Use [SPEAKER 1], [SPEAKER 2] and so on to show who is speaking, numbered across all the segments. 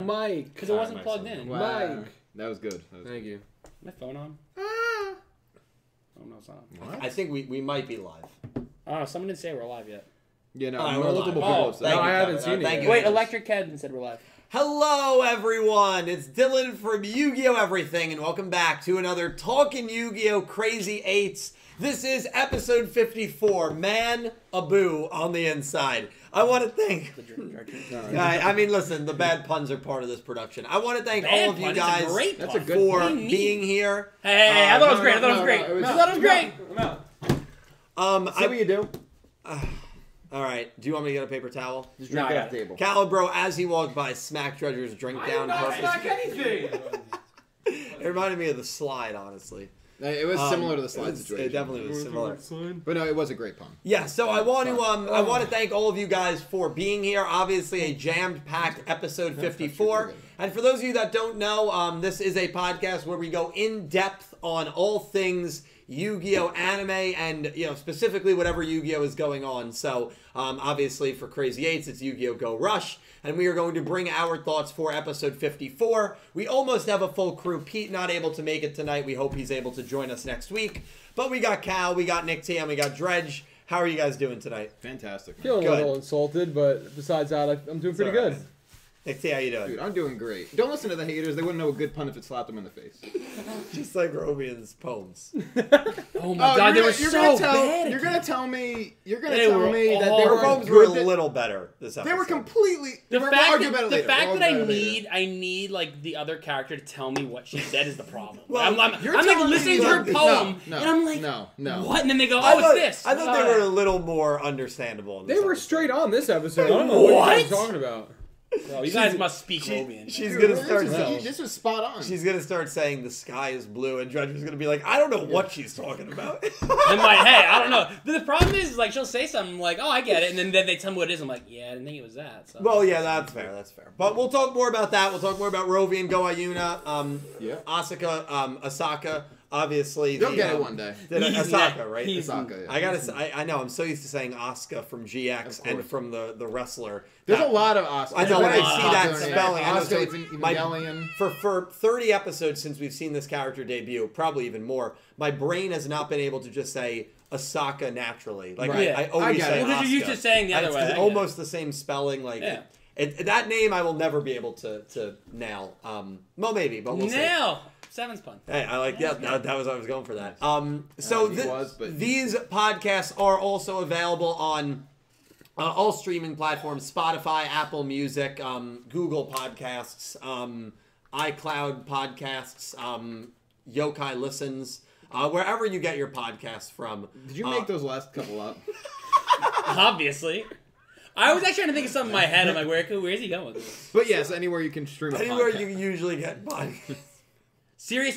[SPEAKER 1] Mike.
[SPEAKER 2] because it wasn't plugged in.
[SPEAKER 1] Wow. Mike.
[SPEAKER 3] That was good. That was
[SPEAKER 1] Thank you.
[SPEAKER 2] My phone on? Oh no, it's not. on.
[SPEAKER 3] What?
[SPEAKER 4] I think we, we might be live.
[SPEAKER 2] Oh, no, someone didn't say we're live yet.
[SPEAKER 3] Yeah, no,
[SPEAKER 4] All right, we're live.
[SPEAKER 3] multiple people
[SPEAKER 2] Oh,
[SPEAKER 3] upset.
[SPEAKER 4] thank
[SPEAKER 1] No,
[SPEAKER 4] you,
[SPEAKER 1] I haven't
[SPEAKER 4] Kevin.
[SPEAKER 1] seen it
[SPEAKER 4] thank
[SPEAKER 1] yet.
[SPEAKER 4] you,
[SPEAKER 2] Wait,
[SPEAKER 4] Andrews.
[SPEAKER 2] Electric Kevin said we're live.
[SPEAKER 4] Hello, everyone. It's Dylan from Yu Gi Oh! Everything, and welcome back to another Talking Yu Gi Oh! Crazy Eights. This is episode 54 Man Abu on the Inside. I want to thank. I, I mean, listen, the bad puns are part of this production. I want to thank
[SPEAKER 2] Bad
[SPEAKER 4] all of you
[SPEAKER 2] pun is a
[SPEAKER 4] guys
[SPEAKER 2] great
[SPEAKER 1] That's
[SPEAKER 2] pun.
[SPEAKER 1] a good
[SPEAKER 4] for
[SPEAKER 2] pun.
[SPEAKER 4] being here.
[SPEAKER 2] Hey, hey, hey, I
[SPEAKER 4] Uh,
[SPEAKER 2] thought it was
[SPEAKER 1] no,
[SPEAKER 2] great. I
[SPEAKER 1] no,
[SPEAKER 2] thought it was
[SPEAKER 1] no,
[SPEAKER 2] great.
[SPEAKER 1] no, it was-
[SPEAKER 2] I thought it was great.
[SPEAKER 4] Um,
[SPEAKER 1] See what
[SPEAKER 4] I,
[SPEAKER 1] you do.
[SPEAKER 4] all right. Do you want me to get a paper towel?
[SPEAKER 3] Just
[SPEAKER 2] No,
[SPEAKER 3] drink
[SPEAKER 2] I
[SPEAKER 3] it
[SPEAKER 2] got
[SPEAKER 3] off the table.
[SPEAKER 4] Calibro, as he walked by, smacked Dredger's drink down purpose.
[SPEAKER 5] anything.
[SPEAKER 4] It reminded me of the slide, honestly.
[SPEAKER 3] No, It was
[SPEAKER 4] Um,
[SPEAKER 3] similar to the
[SPEAKER 4] it
[SPEAKER 3] slide
[SPEAKER 4] was-
[SPEAKER 3] situation.
[SPEAKER 4] It definitely was similar.
[SPEAKER 3] But no, it was a great pun.
[SPEAKER 4] Yeah, so I want to um I want to thank all of you guys for being here. Obviously, a jammed-packed episode 54. And for those of you that don't know, um, this is a podcast where we go in depth on all things Yu-Gi-Oh anime and you know specifically whatever Yu-Gi-Oh is going on. So um, obviously for Crazy Eights, it's Yu-Gi-Oh Go Rush, and we are going to bring our thoughts for episode 54. We almost have a full crew. Pete not able to make it tonight. We hope he's able to join us next week. But we got Cal, we got Nick T, and we got Dredge. How are you guys doing tonight?
[SPEAKER 3] Fantastic. man.
[SPEAKER 1] Feeling a
[SPEAKER 4] Good.
[SPEAKER 1] little insulted, but besides that, I, I'm doing pretty
[SPEAKER 4] all right.
[SPEAKER 1] good.
[SPEAKER 4] Nick T, how you doing?
[SPEAKER 3] Dude, I'm doing great. Don't listen to the haters. They wouldn't know a good pun if it slapped them in the face. Oh,
[SPEAKER 4] Just like Robian's poems.
[SPEAKER 2] Oh
[SPEAKER 3] Oh,
[SPEAKER 2] my god, they
[SPEAKER 3] you're
[SPEAKER 2] were
[SPEAKER 3] gonna- you're gonna
[SPEAKER 2] so
[SPEAKER 3] tell,
[SPEAKER 2] bad.
[SPEAKER 3] You're gonna tell me. You're gonna
[SPEAKER 2] They
[SPEAKER 3] tell
[SPEAKER 2] were
[SPEAKER 3] me that they
[SPEAKER 2] all-
[SPEAKER 4] Her
[SPEAKER 3] were
[SPEAKER 4] poems were
[SPEAKER 3] good.
[SPEAKER 4] a little better this episode.
[SPEAKER 3] they were completely.
[SPEAKER 2] The
[SPEAKER 3] we're, oh,
[SPEAKER 2] fact,
[SPEAKER 3] we'll argue
[SPEAKER 2] that,
[SPEAKER 3] about it
[SPEAKER 2] the
[SPEAKER 3] later.
[SPEAKER 2] fact
[SPEAKER 3] We'll
[SPEAKER 2] that I
[SPEAKER 3] argue about it later.
[SPEAKER 2] need I need like the other character to tell me what she said is the problem.
[SPEAKER 4] Well,
[SPEAKER 2] I'm, I'm,
[SPEAKER 4] you're
[SPEAKER 2] I'm like
[SPEAKER 4] telling me
[SPEAKER 2] listening to her
[SPEAKER 4] that-
[SPEAKER 2] poem
[SPEAKER 3] no, no,
[SPEAKER 2] and I'm like,
[SPEAKER 3] no, no.
[SPEAKER 2] what? And then they go, oh,
[SPEAKER 4] I thought,
[SPEAKER 2] it's this.
[SPEAKER 4] I thought
[SPEAKER 2] Uh,
[SPEAKER 4] they were a little more understandable. In
[SPEAKER 1] They
[SPEAKER 4] this
[SPEAKER 1] were
[SPEAKER 4] episode.
[SPEAKER 1] straight on this episode. I don't know what, you guys are
[SPEAKER 2] What?
[SPEAKER 1] talking about.
[SPEAKER 2] Bro, you guys must speak Roman.
[SPEAKER 4] She's
[SPEAKER 3] Dude,
[SPEAKER 4] gonna
[SPEAKER 3] this
[SPEAKER 4] start.
[SPEAKER 3] was-
[SPEAKER 4] saying-
[SPEAKER 3] This was spot on.
[SPEAKER 4] she's gonna start saying the sky is blue, and Dredger's gonna be like, I don't know what she's talking about.
[SPEAKER 2] I'm like, hey, I don't know. But the problem is, is, like, she'll say something like, oh, I get it, and then, then they tell me what it is. I'm like, yeah, I didn't think it was that. So.
[SPEAKER 4] well, yeah, that's fair. That's fair. But we'll talk more about that. We'll talk more about Rovi and Goayuna, um,
[SPEAKER 3] Yeah.
[SPEAKER 4] Asuka, um, Asaka. Obviously,
[SPEAKER 3] You'll
[SPEAKER 4] the,
[SPEAKER 3] get it
[SPEAKER 4] um,
[SPEAKER 3] one day.
[SPEAKER 4] the-
[SPEAKER 2] He's
[SPEAKER 4] Asaka,
[SPEAKER 2] not-
[SPEAKER 4] right?
[SPEAKER 2] he's-
[SPEAKER 3] Sokka, yeah.
[SPEAKER 4] I gotta. Say, I, I know. I'm so used to saying Asuka from GX
[SPEAKER 3] Of
[SPEAKER 4] and
[SPEAKER 3] course.
[SPEAKER 4] from the the wrestler.
[SPEAKER 3] There's
[SPEAKER 4] That-
[SPEAKER 3] a lot of Oscar.
[SPEAKER 4] I know when I
[SPEAKER 2] There's a
[SPEAKER 4] see
[SPEAKER 2] lot
[SPEAKER 4] that
[SPEAKER 2] of Oscar in
[SPEAKER 4] spelling, I know so
[SPEAKER 3] Oscar,
[SPEAKER 4] it's-
[SPEAKER 3] even
[SPEAKER 4] my-
[SPEAKER 3] Evangelion.
[SPEAKER 4] for for 30 episodes since we've seen this character debut, probably even more. My brain has not been able to just say Asaka naturally. Like
[SPEAKER 2] Right.
[SPEAKER 4] I, I
[SPEAKER 2] Yeah.
[SPEAKER 4] always
[SPEAKER 3] I get
[SPEAKER 4] say.
[SPEAKER 3] it.
[SPEAKER 2] Well, 'cause you're used
[SPEAKER 4] Asuka.
[SPEAKER 2] to saying the
[SPEAKER 4] I-
[SPEAKER 2] other
[SPEAKER 4] it's
[SPEAKER 2] way, I get it.
[SPEAKER 4] almost the same spelling. Like
[SPEAKER 2] Yeah.
[SPEAKER 4] it, it- that name, I will never be able to to nail. Um, well, maybe, but we'll see.
[SPEAKER 2] now, Seven's pun.
[SPEAKER 4] Hey, I like yeah. That, that was I was going for that. Um, so
[SPEAKER 3] Uh, he
[SPEAKER 4] thi-
[SPEAKER 3] was, but-
[SPEAKER 4] these podcasts are also available on uh, all streaming platforms: Spotify, Apple Music, um, Google Podcasts, um, iCloud Podcasts, um, Yokai Listens, uh, wherever you get your podcasts from.
[SPEAKER 3] Did you
[SPEAKER 4] Uh,
[SPEAKER 3] make those last couple up?
[SPEAKER 2] Obviously. I was actually trying to think of something in my head. I'm like, where, where's he going with this?
[SPEAKER 3] But yes, anywhere you can stream. A
[SPEAKER 4] Anywhere
[SPEAKER 3] podcast.
[SPEAKER 4] you usually get podcasts.
[SPEAKER 2] Sirius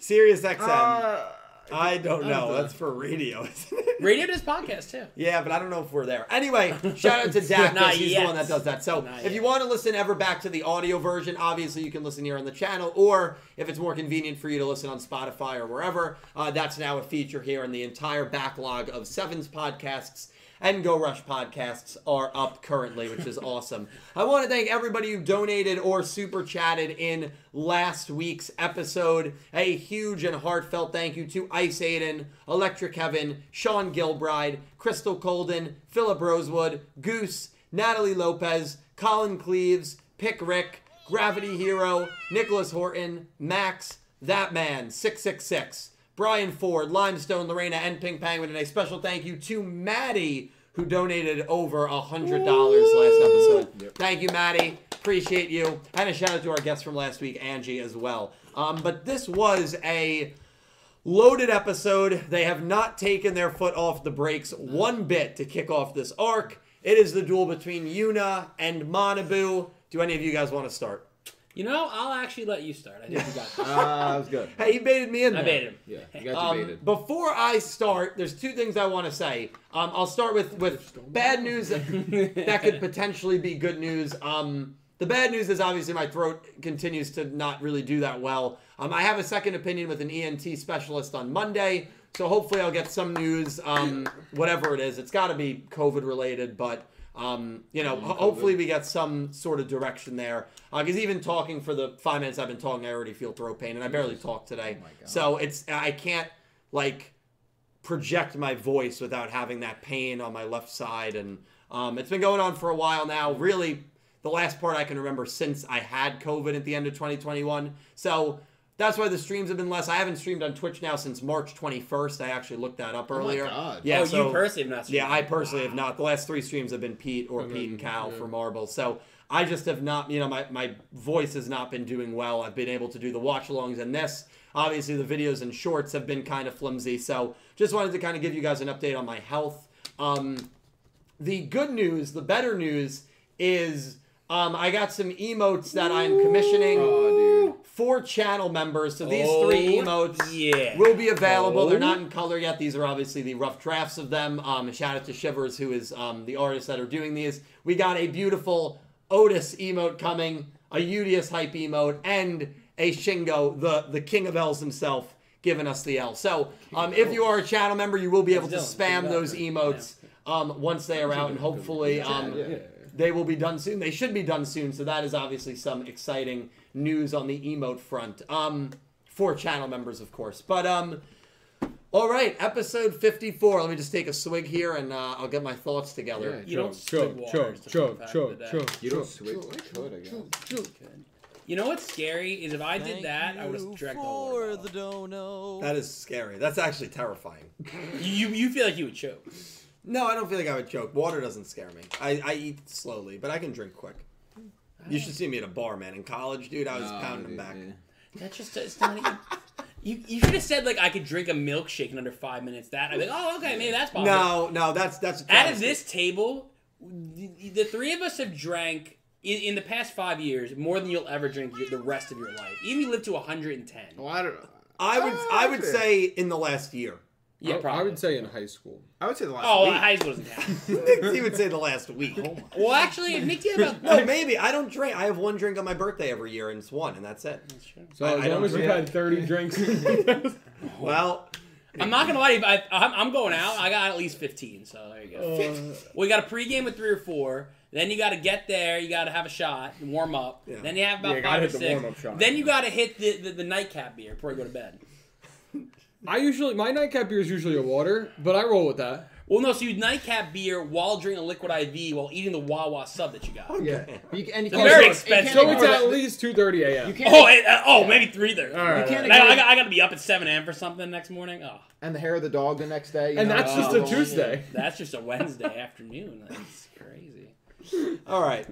[SPEAKER 4] Sirius XM.
[SPEAKER 3] Uh,
[SPEAKER 4] I don't know.
[SPEAKER 3] know.
[SPEAKER 4] That's for radio, isn't it?
[SPEAKER 2] Radio does podcasts, too.
[SPEAKER 4] Yeah, but I don't know if we're there. Anyway, shout out to Dak. 'cause
[SPEAKER 2] Not
[SPEAKER 4] he's the
[SPEAKER 2] yet.
[SPEAKER 4] one that does that. So
[SPEAKER 2] Not
[SPEAKER 4] if you
[SPEAKER 2] yet.
[SPEAKER 4] want to listen ever back to the audio version, obviously you can listen here on the channel, or if it's more convenient for you to listen on Spotify or wherever, uh, that's now a feature here. And the entire backlog of Sevens podcasts and Go Rush podcasts are up currently, which is awesome. I want to thank everybody who donated or super chatted in last week's episode. A huge and heartfelt thank you to Ice Aiden, Electric Heaven, Sean Gilbride, Crystal Colden, Philip Rosewood, Goose, Natalie Lopez, Colin Cleves, Pick Rick, Gravity Hero, Nicholas Horton, Max, That Man, 666, Brian Ford, Limestone, Lorena, and Pink Penguin. And a special thank you to Maddie, who donated over a $100 last episode. Thank you, Maddie. Appreciate you. And a shout out to our guest from last week, Angie, as well. Um, but this was a loaded episode. They have not taken their foot off the brakes one bit to kick off this arc. It is the duel between Yuna and Manabu. Do any of you guys want to start?
[SPEAKER 2] You know, I'll actually let you start. I think you got this.
[SPEAKER 3] that was Ah, good.
[SPEAKER 4] Hey, he baited me in
[SPEAKER 2] I
[SPEAKER 4] there.
[SPEAKER 2] baited him.
[SPEAKER 3] Yeah, you got
[SPEAKER 4] Um,
[SPEAKER 3] debated.
[SPEAKER 4] before I start, there's two things I want to say. Um, I'll start with with bad news that could potentially be good news. Um, the bad news is obviously my throat continues to not really do that well. Um, I have a second opinion with an ENT specialist on Monday, so hopefully I'll get some news. Um, whatever it is, it's got to be COVID related, but Um, you know, ho- hopefully we get some sort of direction there. Because even talking for the five minutes I've been talking, I already feel throat pain, and I barely talk today. so it's I can't like project my voice without having that pain on my left side, and um, it's been going on for a while now. Really, the last part I can remember since I had COVID at the end of 2021. So. That's why the streams have been less. I haven't streamed on Twitch now since March 21st. I actually looked that up
[SPEAKER 3] my
[SPEAKER 4] earlier.
[SPEAKER 3] God.
[SPEAKER 4] Yeah,
[SPEAKER 5] oh,
[SPEAKER 4] so-
[SPEAKER 5] you personally have not.
[SPEAKER 4] yeah, I
[SPEAKER 5] streamed.
[SPEAKER 4] personally have not. The last three streams have been Pete or
[SPEAKER 5] Mm-hmm,
[SPEAKER 1] Okay,
[SPEAKER 4] Pete and Cal
[SPEAKER 1] yeah.
[SPEAKER 4] for Marble. So I just have not, you know, my, my voice has not been doing well. I've been able to do the watch alongs and this. Obviously, the videos and shorts have been kind of flimsy. So just wanted to kind of give you guys an update on my health. Um, the good news, the better news is um, I got some emotes that I'm commissioning
[SPEAKER 3] Oh,
[SPEAKER 4] for channel members. So these
[SPEAKER 5] Oh,
[SPEAKER 4] three emotes
[SPEAKER 5] Yeah.
[SPEAKER 4] will be available. They're not in color yet. These are obviously the rough drafts of them. Um, shout out to Shivers, who is um, the artist that are doing these. We got a beautiful Otis emote coming, a Udius hype emote, and a Shingo, the, the king of L's himself, giving us the L. So um, if you are a channel member, you will be able to
[SPEAKER 5] Dylan,
[SPEAKER 4] spam
[SPEAKER 5] Dylan.
[SPEAKER 4] those emotes um, once they are out, and hopefully um,
[SPEAKER 3] Yeah.
[SPEAKER 4] they will be done soon. They should be done soon. So that is obviously some exciting news on the emote front. Um, for channel members, of course. But um, all right, episode fifty-four. Let me just take a swig here, and uh, I'll get my thoughts together.
[SPEAKER 5] You don't
[SPEAKER 1] chug,
[SPEAKER 5] swig water.
[SPEAKER 1] chug, chug, chug, chug.
[SPEAKER 3] dude. You don't switch. I could, I guess.
[SPEAKER 5] You know what's scary is if I did that, I would have drank the whole water. bottle.
[SPEAKER 6] dono.
[SPEAKER 4] That is scary. That's actually terrifying.
[SPEAKER 5] You you feel like you would choke.
[SPEAKER 4] No, I don't feel like I would choke. Water doesn't scare me. I, I eat slowly, but I can drink quick. You should see me at a bar, man. In college, dude, I was
[SPEAKER 3] Oh,
[SPEAKER 4] pounding
[SPEAKER 3] dude,
[SPEAKER 4] back.
[SPEAKER 3] yeah.
[SPEAKER 5] That's just it's not even. You, you should have said like I could drink a milkshake in under five minutes. That I'd be like, oh okay, maybe that's possible.
[SPEAKER 4] No, no, that's that's. a
[SPEAKER 5] Out of
[SPEAKER 4] travesty.
[SPEAKER 5] this table, the, the three of us have drank in, in the past five years more than you'll ever drink your, the rest of your life. Even if you live to 110.
[SPEAKER 3] Well, I don't.
[SPEAKER 4] I would I would
[SPEAKER 3] actually.
[SPEAKER 4] say in the last year.
[SPEAKER 5] Yeah,
[SPEAKER 1] I,
[SPEAKER 5] probably.
[SPEAKER 1] I would say in high school.
[SPEAKER 3] I would say the last.
[SPEAKER 5] Oh, well,
[SPEAKER 3] week.
[SPEAKER 5] high school doesn't count.
[SPEAKER 4] he would say the last week.
[SPEAKER 5] well, actually, if Nick, you had about.
[SPEAKER 4] No, maybe I don't drink. I have one drink on my birthday every year, and it's one, and that's it.
[SPEAKER 5] That's true.
[SPEAKER 1] So
[SPEAKER 4] I- I
[SPEAKER 1] as
[SPEAKER 4] don't
[SPEAKER 1] long as you
[SPEAKER 4] drink.
[SPEAKER 1] had 30 drinks.
[SPEAKER 4] Well,
[SPEAKER 5] I'm not gonna lie, to you, but I, I'm, I'm going out. I got at least 15, so there you go.
[SPEAKER 1] Uh,
[SPEAKER 5] Well, you got a pregame with three or four. Then you got to get there. You got to have a shot, and warm up.
[SPEAKER 4] Yeah.
[SPEAKER 5] Then you have
[SPEAKER 1] Yeah,
[SPEAKER 5] about five
[SPEAKER 1] you gotta
[SPEAKER 5] or
[SPEAKER 1] hit the
[SPEAKER 5] six.
[SPEAKER 1] warm-up shot.
[SPEAKER 5] Then you got to hit the, the, the nightcap beer before you go to bed.
[SPEAKER 1] I usually my nightcap beer is usually a water, but I roll with that.
[SPEAKER 5] Well, no, so you nightcap beer while drinking a liquid IV while eating the Wawa sub that you got. Oh,
[SPEAKER 1] Yeah.
[SPEAKER 3] You, and
[SPEAKER 5] They're
[SPEAKER 3] you can't-
[SPEAKER 5] very
[SPEAKER 3] you can't
[SPEAKER 5] expensive.
[SPEAKER 1] So it's
[SPEAKER 3] ignore
[SPEAKER 1] at
[SPEAKER 3] that-
[SPEAKER 1] least 2:30
[SPEAKER 3] You
[SPEAKER 1] a.m.
[SPEAKER 3] can't.
[SPEAKER 5] and, uh, oh, maybe three there.
[SPEAKER 1] All right.
[SPEAKER 3] You can't
[SPEAKER 5] And I,
[SPEAKER 3] ignore-
[SPEAKER 5] I, got- I got to be up at 7 a.m. for something next morning. Oh,
[SPEAKER 3] and the hair of the dog the next day. you
[SPEAKER 1] And
[SPEAKER 3] know, oh,
[SPEAKER 1] that's just
[SPEAKER 3] the
[SPEAKER 1] a Tuesday.
[SPEAKER 5] that's just a Wednesday afternoon. That's crazy.
[SPEAKER 4] all right.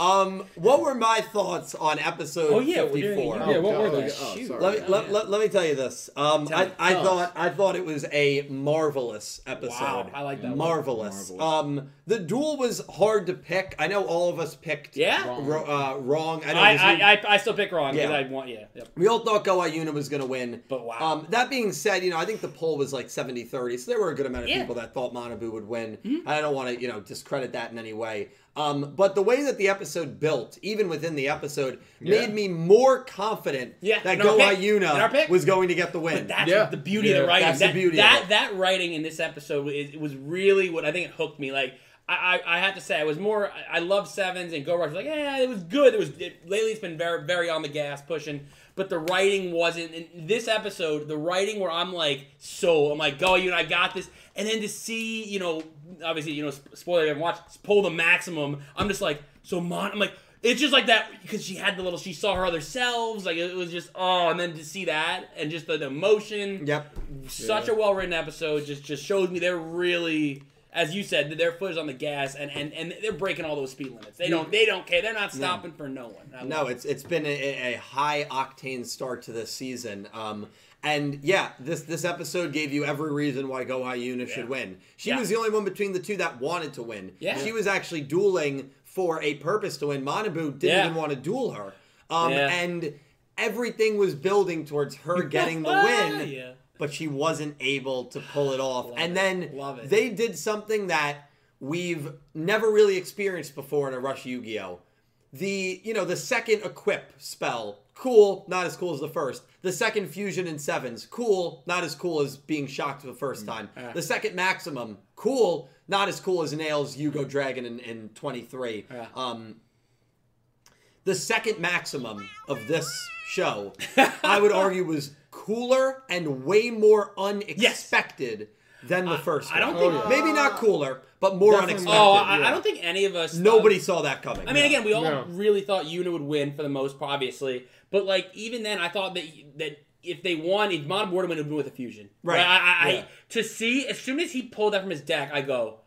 [SPEAKER 4] Um, what were my thoughts on episode
[SPEAKER 5] Oh, yeah, we're doing it
[SPEAKER 4] fifty-four?
[SPEAKER 5] now.
[SPEAKER 1] Yeah, what were
[SPEAKER 3] God.
[SPEAKER 1] those?
[SPEAKER 3] Oh,
[SPEAKER 5] Shoot.
[SPEAKER 3] sorry.
[SPEAKER 4] Let me, let, let, let me tell you this. Um,
[SPEAKER 5] Tell
[SPEAKER 4] I,
[SPEAKER 5] me.
[SPEAKER 4] I
[SPEAKER 3] Tell
[SPEAKER 4] thought I thought it was a marvelous episode.
[SPEAKER 5] Wow, I like that word.
[SPEAKER 4] Marvelous.
[SPEAKER 3] Marvelous.
[SPEAKER 4] Um, the duel was hard to pick. I know all of us picked.
[SPEAKER 5] Yeah?
[SPEAKER 4] Ro- uh, wrong. I know.
[SPEAKER 5] I,
[SPEAKER 4] 'cause you-
[SPEAKER 5] I, I, I still pick wrong because
[SPEAKER 4] Yeah.
[SPEAKER 5] I want, yeah. Yep.
[SPEAKER 4] We all thought Go Iuna was going to win.
[SPEAKER 5] But wow.
[SPEAKER 4] Um, that being said, you know, I think the poll was like 70 30, so there were a good amount of
[SPEAKER 5] Yeah.
[SPEAKER 4] people that thought Monabu would win. And I don't want to, you know, discredit that in any way. Um, but the way that the episode built, even within the episode,
[SPEAKER 1] Yeah.
[SPEAKER 4] made me more confident
[SPEAKER 5] Yeah,
[SPEAKER 4] that
[SPEAKER 5] in our
[SPEAKER 4] Go
[SPEAKER 5] pick. In our
[SPEAKER 4] Iuna
[SPEAKER 5] pick.
[SPEAKER 4] was going to get the win.
[SPEAKER 5] But that's
[SPEAKER 1] Yeah.
[SPEAKER 5] the beauty of
[SPEAKER 1] Yeah,
[SPEAKER 5] the writing.
[SPEAKER 4] that's the
[SPEAKER 5] that,
[SPEAKER 4] beauty of
[SPEAKER 5] That
[SPEAKER 4] it.
[SPEAKER 5] that writing in this episode is, was really what I think it hooked me. Like I, I, I have to say, I was more. I, I love sevens and go rush. Like yeah, it was good. It was it, lately. It's been very very on the gas pushing, but the writing wasn't. In this episode, the writing where I'm like so I'm like go you and I got this. And then to see you know obviously you know sp- spoiler you haven't watched pull the maximum. I'm just like so mon. I'm like. It's just like that because she had the little. She saw her other selves. Like it was just oh, and then to see that and just the, the emotion
[SPEAKER 4] Yep.
[SPEAKER 5] such a well written episode. Just just shows me they're really, as you said, their foot is on the gas, and and and they're breaking all those speed limits. They don't they don't care. They're not stopping for no one. I
[SPEAKER 4] No,
[SPEAKER 5] love it.
[SPEAKER 4] it's it's been a, a high octane start to this season. Um, and yeah, this this episode gave you every reason why Go Hyuna
[SPEAKER 5] Yeah.
[SPEAKER 4] should win. She
[SPEAKER 5] Yeah.
[SPEAKER 4] was the only one between the two that wanted to win.
[SPEAKER 5] Yeah.
[SPEAKER 4] She was actually dueling for a purpose to win. Manabu didn't
[SPEAKER 5] Yeah.
[SPEAKER 4] even want to duel her. Um,
[SPEAKER 5] Yeah.
[SPEAKER 4] and everything was building towards her getting the win
[SPEAKER 5] yeah.
[SPEAKER 4] but she wasn't able to pull it off.
[SPEAKER 5] Love
[SPEAKER 4] and
[SPEAKER 5] it.
[SPEAKER 4] then
[SPEAKER 5] Love it.
[SPEAKER 4] they did something that we've never really experienced before in a Rush Yu Gi Oh! the you know the second equip spell cool not as cool as the first the second fusion in sevens cool not as cool as being shocked the first
[SPEAKER 5] Mm.
[SPEAKER 4] time the second maximum cool not as cool as nails yugo dragon in, in 23 um, the second maximum of this show, I would argue, was cooler and way more unexpected than the first.
[SPEAKER 5] I don't
[SPEAKER 4] one.
[SPEAKER 5] think-
[SPEAKER 4] maybe not cooler, but more
[SPEAKER 3] Definitely
[SPEAKER 4] unexpected.
[SPEAKER 5] Oh, I,
[SPEAKER 3] yeah.
[SPEAKER 5] I don't think any of us.
[SPEAKER 4] Nobody saw that coming.
[SPEAKER 5] I mean, again, we all
[SPEAKER 1] No.
[SPEAKER 5] really thought Yuna would win for the most part, obviously. But like, even then, I thought that that if they won, if Mon Mortimer would win with a fusion.
[SPEAKER 4] Right.
[SPEAKER 5] I, I,
[SPEAKER 4] Yeah.
[SPEAKER 5] I, to see as soon as he pulled that from his deck, I go,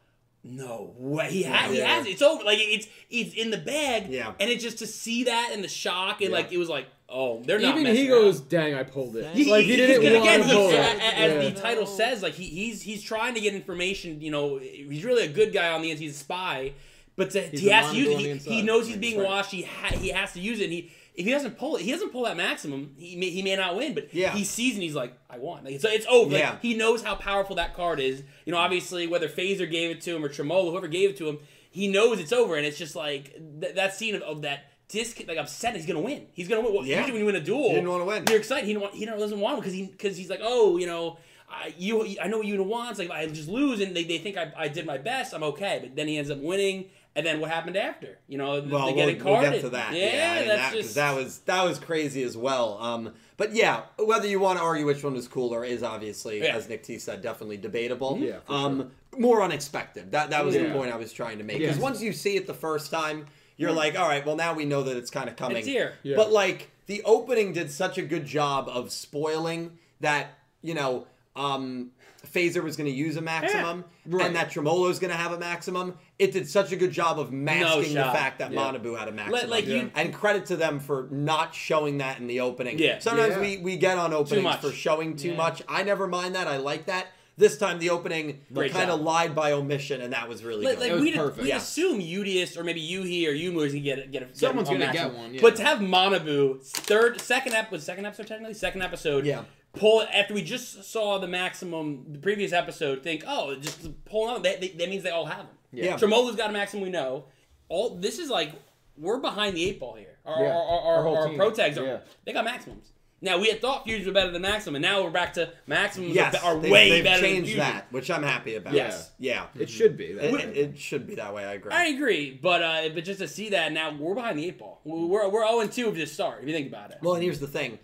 [SPEAKER 5] no way. He, ha- he
[SPEAKER 4] Yeah.
[SPEAKER 5] has it. It's over. Like it's it's in the bag.
[SPEAKER 4] Yeah.
[SPEAKER 5] And it's just to see that and the shock and
[SPEAKER 4] Yeah.
[SPEAKER 5] like it was like, oh, they're not.
[SPEAKER 1] Even
[SPEAKER 5] messing
[SPEAKER 1] he
[SPEAKER 5] around.
[SPEAKER 1] goes, "Dang, I pulled it."
[SPEAKER 5] He-
[SPEAKER 1] like he
[SPEAKER 5] he-
[SPEAKER 1] did
[SPEAKER 5] he's
[SPEAKER 1] it
[SPEAKER 5] gonna-
[SPEAKER 1] one
[SPEAKER 5] again,
[SPEAKER 1] and
[SPEAKER 5] he's-
[SPEAKER 1] pulled
[SPEAKER 5] a-
[SPEAKER 1] it.
[SPEAKER 5] a- as
[SPEAKER 1] Yeah.
[SPEAKER 5] the title says, like he, he's he's trying to get information. You know, he's really a good guy on the inside. He's a spy, but to, he
[SPEAKER 3] a
[SPEAKER 5] has to use
[SPEAKER 3] monitor on
[SPEAKER 5] it.
[SPEAKER 3] the
[SPEAKER 5] He, he
[SPEAKER 3] inside.
[SPEAKER 5] knows he's being
[SPEAKER 3] Right.
[SPEAKER 5] watched. He ha- he has to use it. And he if he doesn't pull it, he doesn't pull that maximum. He may, he may not win, but
[SPEAKER 4] Yeah.
[SPEAKER 5] he sees and he's like, I won. Like, it's it's over. Like,
[SPEAKER 4] Yeah.
[SPEAKER 5] he knows how powerful that card is. You know, obviously whether Phaser gave it to him or Tremolo, whoever gave it to him, he knows it's over. And it's just like th- that scene of, of that. Disc, like upset, he's gonna win. He's gonna win. Well,
[SPEAKER 4] Yeah.
[SPEAKER 5] Usually when you win a duel,
[SPEAKER 4] He didn't wanna win.
[SPEAKER 5] you're excited. He didn't want, he don't- doesn't want because he because he's like, oh, you know, I you I know what you wants. Like if I just lose and they, they think I, I did my best. I'm okay. But then he ends up winning. And then what happened after? You know, th-
[SPEAKER 4] well,
[SPEAKER 5] they
[SPEAKER 4] we'll,
[SPEAKER 5] get it
[SPEAKER 4] we'll
[SPEAKER 5] carded.
[SPEAKER 4] get to that.
[SPEAKER 5] Yeah,
[SPEAKER 4] I mean,
[SPEAKER 5] that's
[SPEAKER 4] that, 'cause
[SPEAKER 5] just
[SPEAKER 4] that was that was crazy as well. Um, but yeah, whether you want to argue which one was cooler is obviously,
[SPEAKER 5] Yeah.
[SPEAKER 4] as Nick T said, definitely debatable.
[SPEAKER 3] Yeah, for
[SPEAKER 4] um, more unexpected. That that was the
[SPEAKER 1] Yeah.
[SPEAKER 4] point I was trying to make. Because
[SPEAKER 1] Yeah.
[SPEAKER 4] once you see it the first time, you're like, all right, well now we know that it's kind of coming.
[SPEAKER 5] It's here.
[SPEAKER 1] Yeah.
[SPEAKER 4] But like the opening did such a good job of spoiling that you know. Um, Phaser was going to use a maximum,
[SPEAKER 1] Right.
[SPEAKER 4] and that Tremolo's going to have a maximum. It did such a good job of masking the
[SPEAKER 5] shot.
[SPEAKER 4] fact that
[SPEAKER 1] Yeah.
[SPEAKER 4] Monabu had a maximum.
[SPEAKER 5] like, you-
[SPEAKER 4] And credit to them for not showing that in the opening.
[SPEAKER 5] Yeah.
[SPEAKER 4] Sometimes
[SPEAKER 3] Yeah.
[SPEAKER 4] We, we get on openings
[SPEAKER 5] much.
[SPEAKER 4] for showing too
[SPEAKER 5] Yeah.
[SPEAKER 4] much. I never mind that. I like that. This time the opening
[SPEAKER 5] Great
[SPEAKER 4] kind of
[SPEAKER 5] job.
[SPEAKER 4] lied by omission, and that was really
[SPEAKER 5] like,
[SPEAKER 4] good.
[SPEAKER 5] like
[SPEAKER 3] It was
[SPEAKER 5] we'd,
[SPEAKER 3] perfect.
[SPEAKER 5] we'd
[SPEAKER 4] Yeah.
[SPEAKER 5] assume Udius or maybe Yuhi or Yumu is gonna get a, get a get
[SPEAKER 3] Someone's
[SPEAKER 5] a- a
[SPEAKER 3] gonna get
[SPEAKER 5] maximum.
[SPEAKER 3] one, yeah.
[SPEAKER 5] But to have Monabu third second ep was second episode technically second episode
[SPEAKER 4] Yeah.
[SPEAKER 5] pull after we just saw the maximum the previous episode think oh just pull on that, that that means they all have them
[SPEAKER 4] Yeah.
[SPEAKER 5] Tremolo's got a maximum we know all this is like we're behind the eight ball here our
[SPEAKER 3] Yeah.
[SPEAKER 5] our, our,
[SPEAKER 3] Our
[SPEAKER 5] our,
[SPEAKER 3] whole
[SPEAKER 5] our
[SPEAKER 3] team.
[SPEAKER 5] pro tags are
[SPEAKER 3] Yeah.
[SPEAKER 5] they got maximums. Now we had thought fusions were better than maximum, and now we're back to maximums
[SPEAKER 4] yes,
[SPEAKER 5] are,
[SPEAKER 4] they,
[SPEAKER 5] way
[SPEAKER 4] they've
[SPEAKER 5] better than
[SPEAKER 4] changed
[SPEAKER 5] fusion.
[SPEAKER 4] that, which I'm happy about.
[SPEAKER 5] Yes.
[SPEAKER 4] Yeah.
[SPEAKER 3] It should be. That
[SPEAKER 4] It,
[SPEAKER 3] way.
[SPEAKER 4] it should be that way. I agree.
[SPEAKER 5] I agree, but uh, but just to see that now we're behind the eight ball. We're we're, we're zero and two of this start. If you think about it,
[SPEAKER 4] Well, and here's the thing.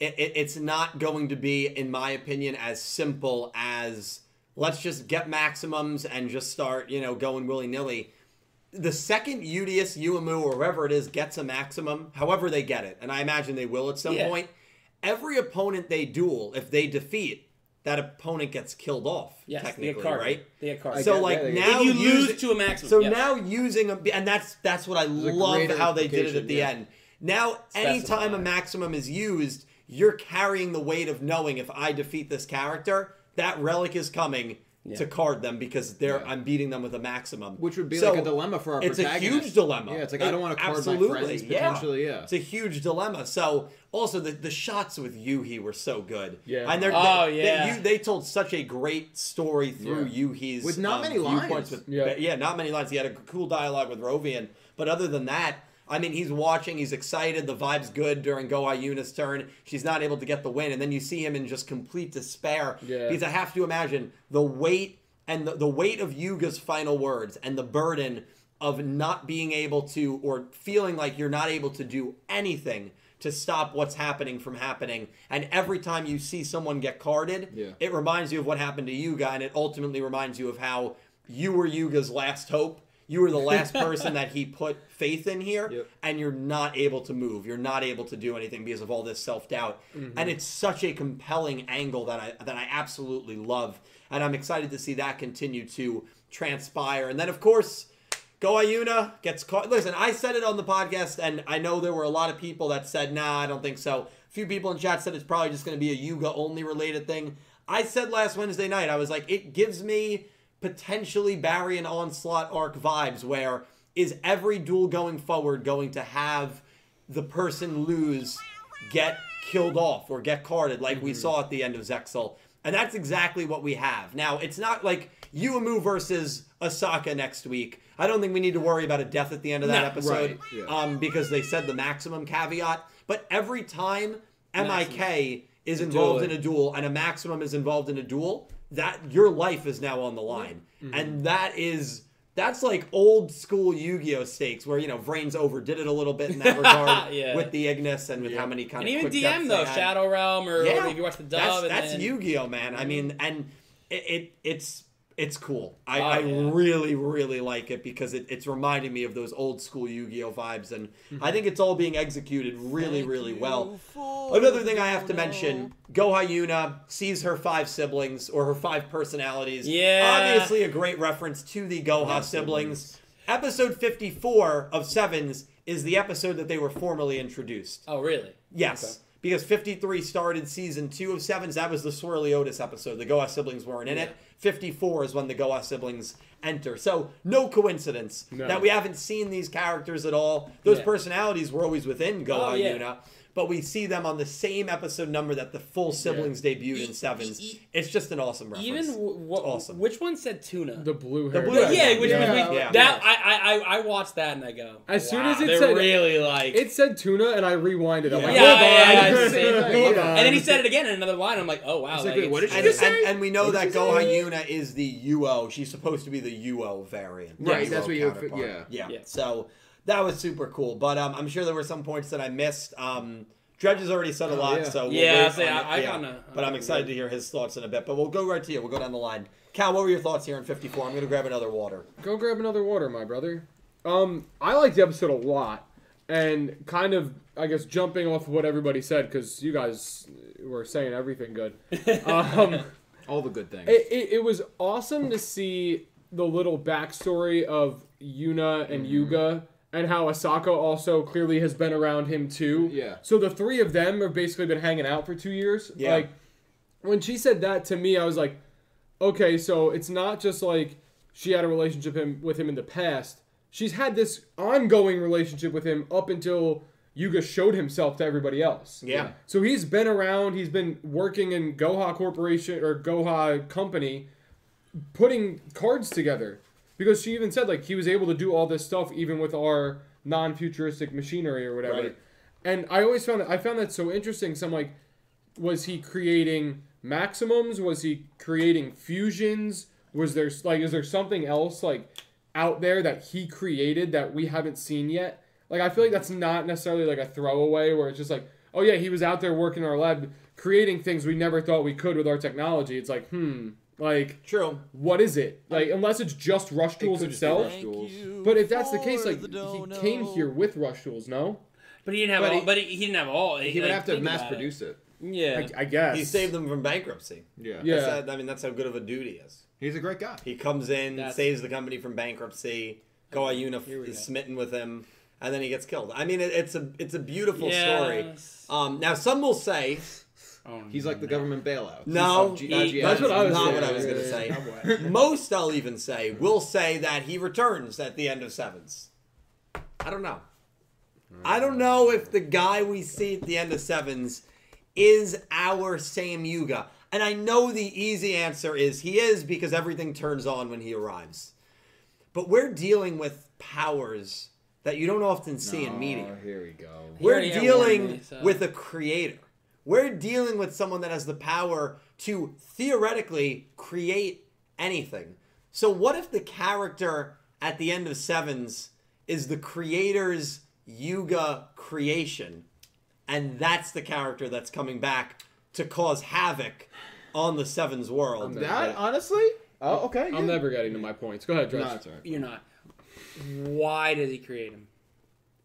[SPEAKER 4] It, it, it's not going to be, in my opinion, as simple as let's just get maximums and just start, you know, going willy nilly. The second UDS, UMU, or whoever it is gets a maximum, however they get it, and I imagine they will at some
[SPEAKER 5] Yeah.
[SPEAKER 4] point, every opponent they duel, if they defeat, that opponent gets killed off,
[SPEAKER 5] yes, they
[SPEAKER 4] technically,
[SPEAKER 5] get carded.
[SPEAKER 4] right?
[SPEAKER 5] They get carded.
[SPEAKER 4] so
[SPEAKER 3] get-
[SPEAKER 4] like
[SPEAKER 3] yeah, they get-
[SPEAKER 4] now
[SPEAKER 5] If you lose
[SPEAKER 4] using-
[SPEAKER 5] to a maximum,
[SPEAKER 4] So
[SPEAKER 5] yes.
[SPEAKER 4] now using a and that's that's what I
[SPEAKER 3] a
[SPEAKER 4] love
[SPEAKER 3] greater
[SPEAKER 4] how they did it at
[SPEAKER 3] implication,
[SPEAKER 4] the
[SPEAKER 3] yeah.
[SPEAKER 4] end. Now anytime a
[SPEAKER 5] Specify.
[SPEAKER 4] maximum is used, you're carrying the weight of knowing if I defeat this character, that relic is coming to card them because they're
[SPEAKER 3] Yeah.
[SPEAKER 4] I'm beating them with a maximum.
[SPEAKER 3] Which would be
[SPEAKER 4] So
[SPEAKER 3] like a dilemma for our
[SPEAKER 4] It's a
[SPEAKER 3] protagonist.
[SPEAKER 4] huge dilemma.
[SPEAKER 3] Yeah, it's like I don't want to card
[SPEAKER 4] absolutely,
[SPEAKER 3] my friends
[SPEAKER 4] yeah.
[SPEAKER 3] potentially. Yeah.
[SPEAKER 4] It's a huge dilemma. So also the, the shots with Yuhi were so good.
[SPEAKER 1] Yeah.
[SPEAKER 4] And they're,
[SPEAKER 5] Oh,
[SPEAKER 4] they,
[SPEAKER 5] yeah.
[SPEAKER 4] They, you, they told such a great story through
[SPEAKER 3] Yeah.
[SPEAKER 4] Yuhi's um,
[SPEAKER 3] With not many
[SPEAKER 4] viewpoints
[SPEAKER 3] lines.
[SPEAKER 4] With, yeah.
[SPEAKER 1] Yeah.
[SPEAKER 4] not many lines. He had a cool dialogue with Rovian, but other than that. I mean, he's watching. He's excited. The vibe's good during Go Ayuna's turn. She's not able to get the win, and then you see him in just complete despair.
[SPEAKER 1] Yeah.
[SPEAKER 4] Because I have to imagine the weight and the, the weight of Yuga's final words and the burden of not being able to or feeling like you're not able to do anything to stop what's happening from happening. And every time you see someone get carded,
[SPEAKER 3] Yeah.
[SPEAKER 4] it reminds you of what happened to Yuga and it ultimately reminds you of how you were Yuga's last hope. You were the last person that he put faith in here,
[SPEAKER 3] Yep.
[SPEAKER 4] and you're not able to move. You're not able to do anything because of all this self doubt. And it's such a compelling angle that I that I absolutely love, and I'm excited to see that continue to transpire. And then, of course, Go Ayuna gets caught. Listen, I said it on the podcast, and I know there were a lot of people that said, "Nah, I don't think so." A few people in chat said it's probably just going to be a Yuga only related thing. I said last Wednesday night, I was like, it gives me potentially Barry and Onslaught arc vibes where is every duel going forward going to have the person lose get killed off or get carded like we saw at the end of Zexel. And that's exactly what we have. Now, it's not like Uemu versus Osaka next week. I don't think we need to worry about a death at the end of that
[SPEAKER 2] No,
[SPEAKER 4] episode
[SPEAKER 3] right, yeah.
[SPEAKER 4] um, because they said the maximum caveat. But every time MIK is involved in
[SPEAKER 2] Duel.
[SPEAKER 4] a duel and a maximum is involved in a duel, that your life is now on the line. And that is that's like old school Yu-Gi-Oh stakes where you know Vrains overdid it a little bit in that regard
[SPEAKER 2] Yeah.
[SPEAKER 4] with the Ignis and with how many kind
[SPEAKER 2] And
[SPEAKER 4] of
[SPEAKER 2] even
[SPEAKER 4] quick deaths
[SPEAKER 2] DM though,
[SPEAKER 4] they had.
[SPEAKER 2] Shadow Realm, or
[SPEAKER 4] Yeah,
[SPEAKER 2] if you watch the dub.
[SPEAKER 4] That's,
[SPEAKER 2] and
[SPEAKER 4] that's
[SPEAKER 2] then- Mm-hmm.
[SPEAKER 4] Yu-Gi-Oh, man. I mean, and it, it it's it's cool. I,
[SPEAKER 2] Oh,
[SPEAKER 4] I
[SPEAKER 2] yeah.
[SPEAKER 4] really really like it because it, it's reminding me of those old school Yu-Gi-Oh vibes, and
[SPEAKER 2] Mm-hmm.
[SPEAKER 4] I think it's all being executed really really well. Another thing I have to mention: Go Hyuna sees her five siblings or her five personalities.
[SPEAKER 2] Yeah.
[SPEAKER 4] obviously a great reference to the Goha siblings. Episode fifty-four of Sevens is the episode that they were formally introduced.
[SPEAKER 2] Oh really?
[SPEAKER 4] Yes. Because 53 started season two of Sevens. That was the Swirly Otis episode. The Goa siblings weren't in it. 54 is when the Goa siblings enter. So, no coincidence
[SPEAKER 1] No.
[SPEAKER 4] that we haven't seen these characters at all. Those
[SPEAKER 2] Yeah.
[SPEAKER 4] personalities were always within Goa
[SPEAKER 2] Oh, yeah.
[SPEAKER 4] Yuna, but we see them on the same episode number that the full siblings debuted in Sevens.
[SPEAKER 2] e-
[SPEAKER 4] it's just an awesome reference.
[SPEAKER 2] Even what?
[SPEAKER 4] awesome.
[SPEAKER 2] Which one said tuna?
[SPEAKER 1] The blue
[SPEAKER 4] The
[SPEAKER 1] hair.
[SPEAKER 4] blue
[SPEAKER 1] guy.
[SPEAKER 4] hair
[SPEAKER 2] yeah,
[SPEAKER 4] guy.
[SPEAKER 2] which
[SPEAKER 3] Yeah.
[SPEAKER 2] was we,
[SPEAKER 4] Yeah.
[SPEAKER 2] that I, I- I I watched that and I go.
[SPEAKER 1] As soon
[SPEAKER 2] wow,
[SPEAKER 1] as it
[SPEAKER 2] they're
[SPEAKER 1] said-
[SPEAKER 2] really like
[SPEAKER 1] It said tuna, and I rewinded. I'm like,
[SPEAKER 2] Yeah,
[SPEAKER 1] hold
[SPEAKER 2] yeah, yeah,
[SPEAKER 1] on.
[SPEAKER 2] it's the same
[SPEAKER 3] thing.
[SPEAKER 1] Hold
[SPEAKER 3] Yeah.
[SPEAKER 1] on.
[SPEAKER 2] and then he said it again in another line. I'm like, oh wow.
[SPEAKER 1] It's
[SPEAKER 2] like,
[SPEAKER 1] like, wait,
[SPEAKER 2] it's-
[SPEAKER 1] what did you
[SPEAKER 4] and,
[SPEAKER 1] just
[SPEAKER 4] and,
[SPEAKER 1] say?
[SPEAKER 4] and we know
[SPEAKER 1] What
[SPEAKER 4] that
[SPEAKER 1] did you
[SPEAKER 4] Goha
[SPEAKER 1] say?
[SPEAKER 4] Yuna is the UO. She's supposed to be the UO variant.
[SPEAKER 3] Right,
[SPEAKER 4] UO
[SPEAKER 3] that's what you-
[SPEAKER 4] counterpart.
[SPEAKER 3] yeah.
[SPEAKER 4] yeah.
[SPEAKER 2] Yeah.
[SPEAKER 4] So that was super cool. But um, I'm sure there were some points that I missed. Um, Dredge has already said a
[SPEAKER 1] Oh,
[SPEAKER 4] lot,
[SPEAKER 1] yeah.
[SPEAKER 4] so we'll
[SPEAKER 2] Yeah,
[SPEAKER 4] wait
[SPEAKER 2] see,
[SPEAKER 4] on
[SPEAKER 2] I-
[SPEAKER 4] it.
[SPEAKER 2] I kinda-
[SPEAKER 4] But I'm
[SPEAKER 2] I'm
[SPEAKER 4] excited to hear his thoughts in a bit. But we'll go right to you. We'll go down the line. Cal, what were your thoughts here in 54? I'm going to grab another water.
[SPEAKER 1] Go grab another water, my brother. Um, I liked the episode a lot, and kind of, I guess, jumping off of what everybody said because you guys were saying everything good. Um,
[SPEAKER 3] All the good things.
[SPEAKER 1] it, it, it was awesome to see the little backstory of Yuna and Yuga and how Asaka also clearly has been around him too.
[SPEAKER 3] Yeah.
[SPEAKER 1] So the three of them have basically been hanging out for two years.
[SPEAKER 4] Yeah.
[SPEAKER 1] Like when she said that to me, I was like, okay, so it's not just like she had a relationship him, with him in the past. She's had this ongoing relationship with him up until Yuga showed himself to everybody else.
[SPEAKER 4] Yeah.
[SPEAKER 1] So he's been around. He's been working in Goha Corporation or Goha Company, putting cards together. Because she even said like he was able to do all this stuff even with our non-futuristic machinery or whatever.
[SPEAKER 4] Right.
[SPEAKER 1] And I always found I found that so interesting. So I'm like, was he creating maximums? Was he creating fusions? Was there like is there something else like out there that he created that we haven't seen yet? Like I feel like that's not necessarily like a throwaway where it's just like, oh yeah, he was out there working in our lab creating things we never thought we could with our technology. It's like, hmm, like
[SPEAKER 4] True.
[SPEAKER 1] what is it? Like unless it's just Rush Tools
[SPEAKER 3] could just be
[SPEAKER 1] itself.
[SPEAKER 3] Rush Tools.
[SPEAKER 1] But if that's the case, like he came here with Rush Tools, no?
[SPEAKER 2] But he didn't have
[SPEAKER 3] But
[SPEAKER 2] all.
[SPEAKER 3] he-
[SPEAKER 2] but he, he didn't have all.
[SPEAKER 3] He would
[SPEAKER 2] like,
[SPEAKER 3] have to
[SPEAKER 2] think
[SPEAKER 3] mass
[SPEAKER 2] about it.
[SPEAKER 3] produce it.
[SPEAKER 2] Yeah.
[SPEAKER 1] I, I guess
[SPEAKER 4] He saved them from bankruptcy.
[SPEAKER 3] Yeah.
[SPEAKER 1] Yeah.
[SPEAKER 4] That's- I mean, that's how good of a dude he is.
[SPEAKER 3] He's a great guy.
[SPEAKER 4] He comes in,
[SPEAKER 2] That's-
[SPEAKER 4] saves the company from bankruptcy. Goa Yuna
[SPEAKER 2] Here we
[SPEAKER 4] is
[SPEAKER 2] go.
[SPEAKER 4] smitten with him, and then he gets killed. I mean, it, it's a it's a beautiful
[SPEAKER 2] Yes.
[SPEAKER 4] story. Um, now some will say
[SPEAKER 2] Oh,
[SPEAKER 3] He's like the government bailout.
[SPEAKER 4] no,
[SPEAKER 3] He's
[SPEAKER 4] he-
[SPEAKER 3] like G- IGN.
[SPEAKER 1] That's what I was
[SPEAKER 4] not
[SPEAKER 1] saying.
[SPEAKER 4] what I was going to
[SPEAKER 1] Yeah,
[SPEAKER 4] say.
[SPEAKER 1] yeah, yeah.
[SPEAKER 4] Most I'll even say will say that he returns at the end of sevens. I don't know. I don't know if the guy we see at the end of sevens is our same Yuga. And I know the easy answer is he is because everything turns on when he arrives. But we're dealing with powers that you don't often see in media.
[SPEAKER 3] Here we go.
[SPEAKER 4] We're
[SPEAKER 2] already had
[SPEAKER 4] dealing
[SPEAKER 2] one of these, so-
[SPEAKER 4] with a creator. We're dealing with someone that has the power to theoretically create anything. So what if the character at the end of Sevens is the creator's Yuga creation? And that's the character that's coming back to cause havoc on the Sevens world.
[SPEAKER 3] That honestly? Oh, okay.
[SPEAKER 1] I'm never getting to my points. Go ahead, Dredge.
[SPEAKER 3] No, it's all right.
[SPEAKER 2] You're not. Why does he create him?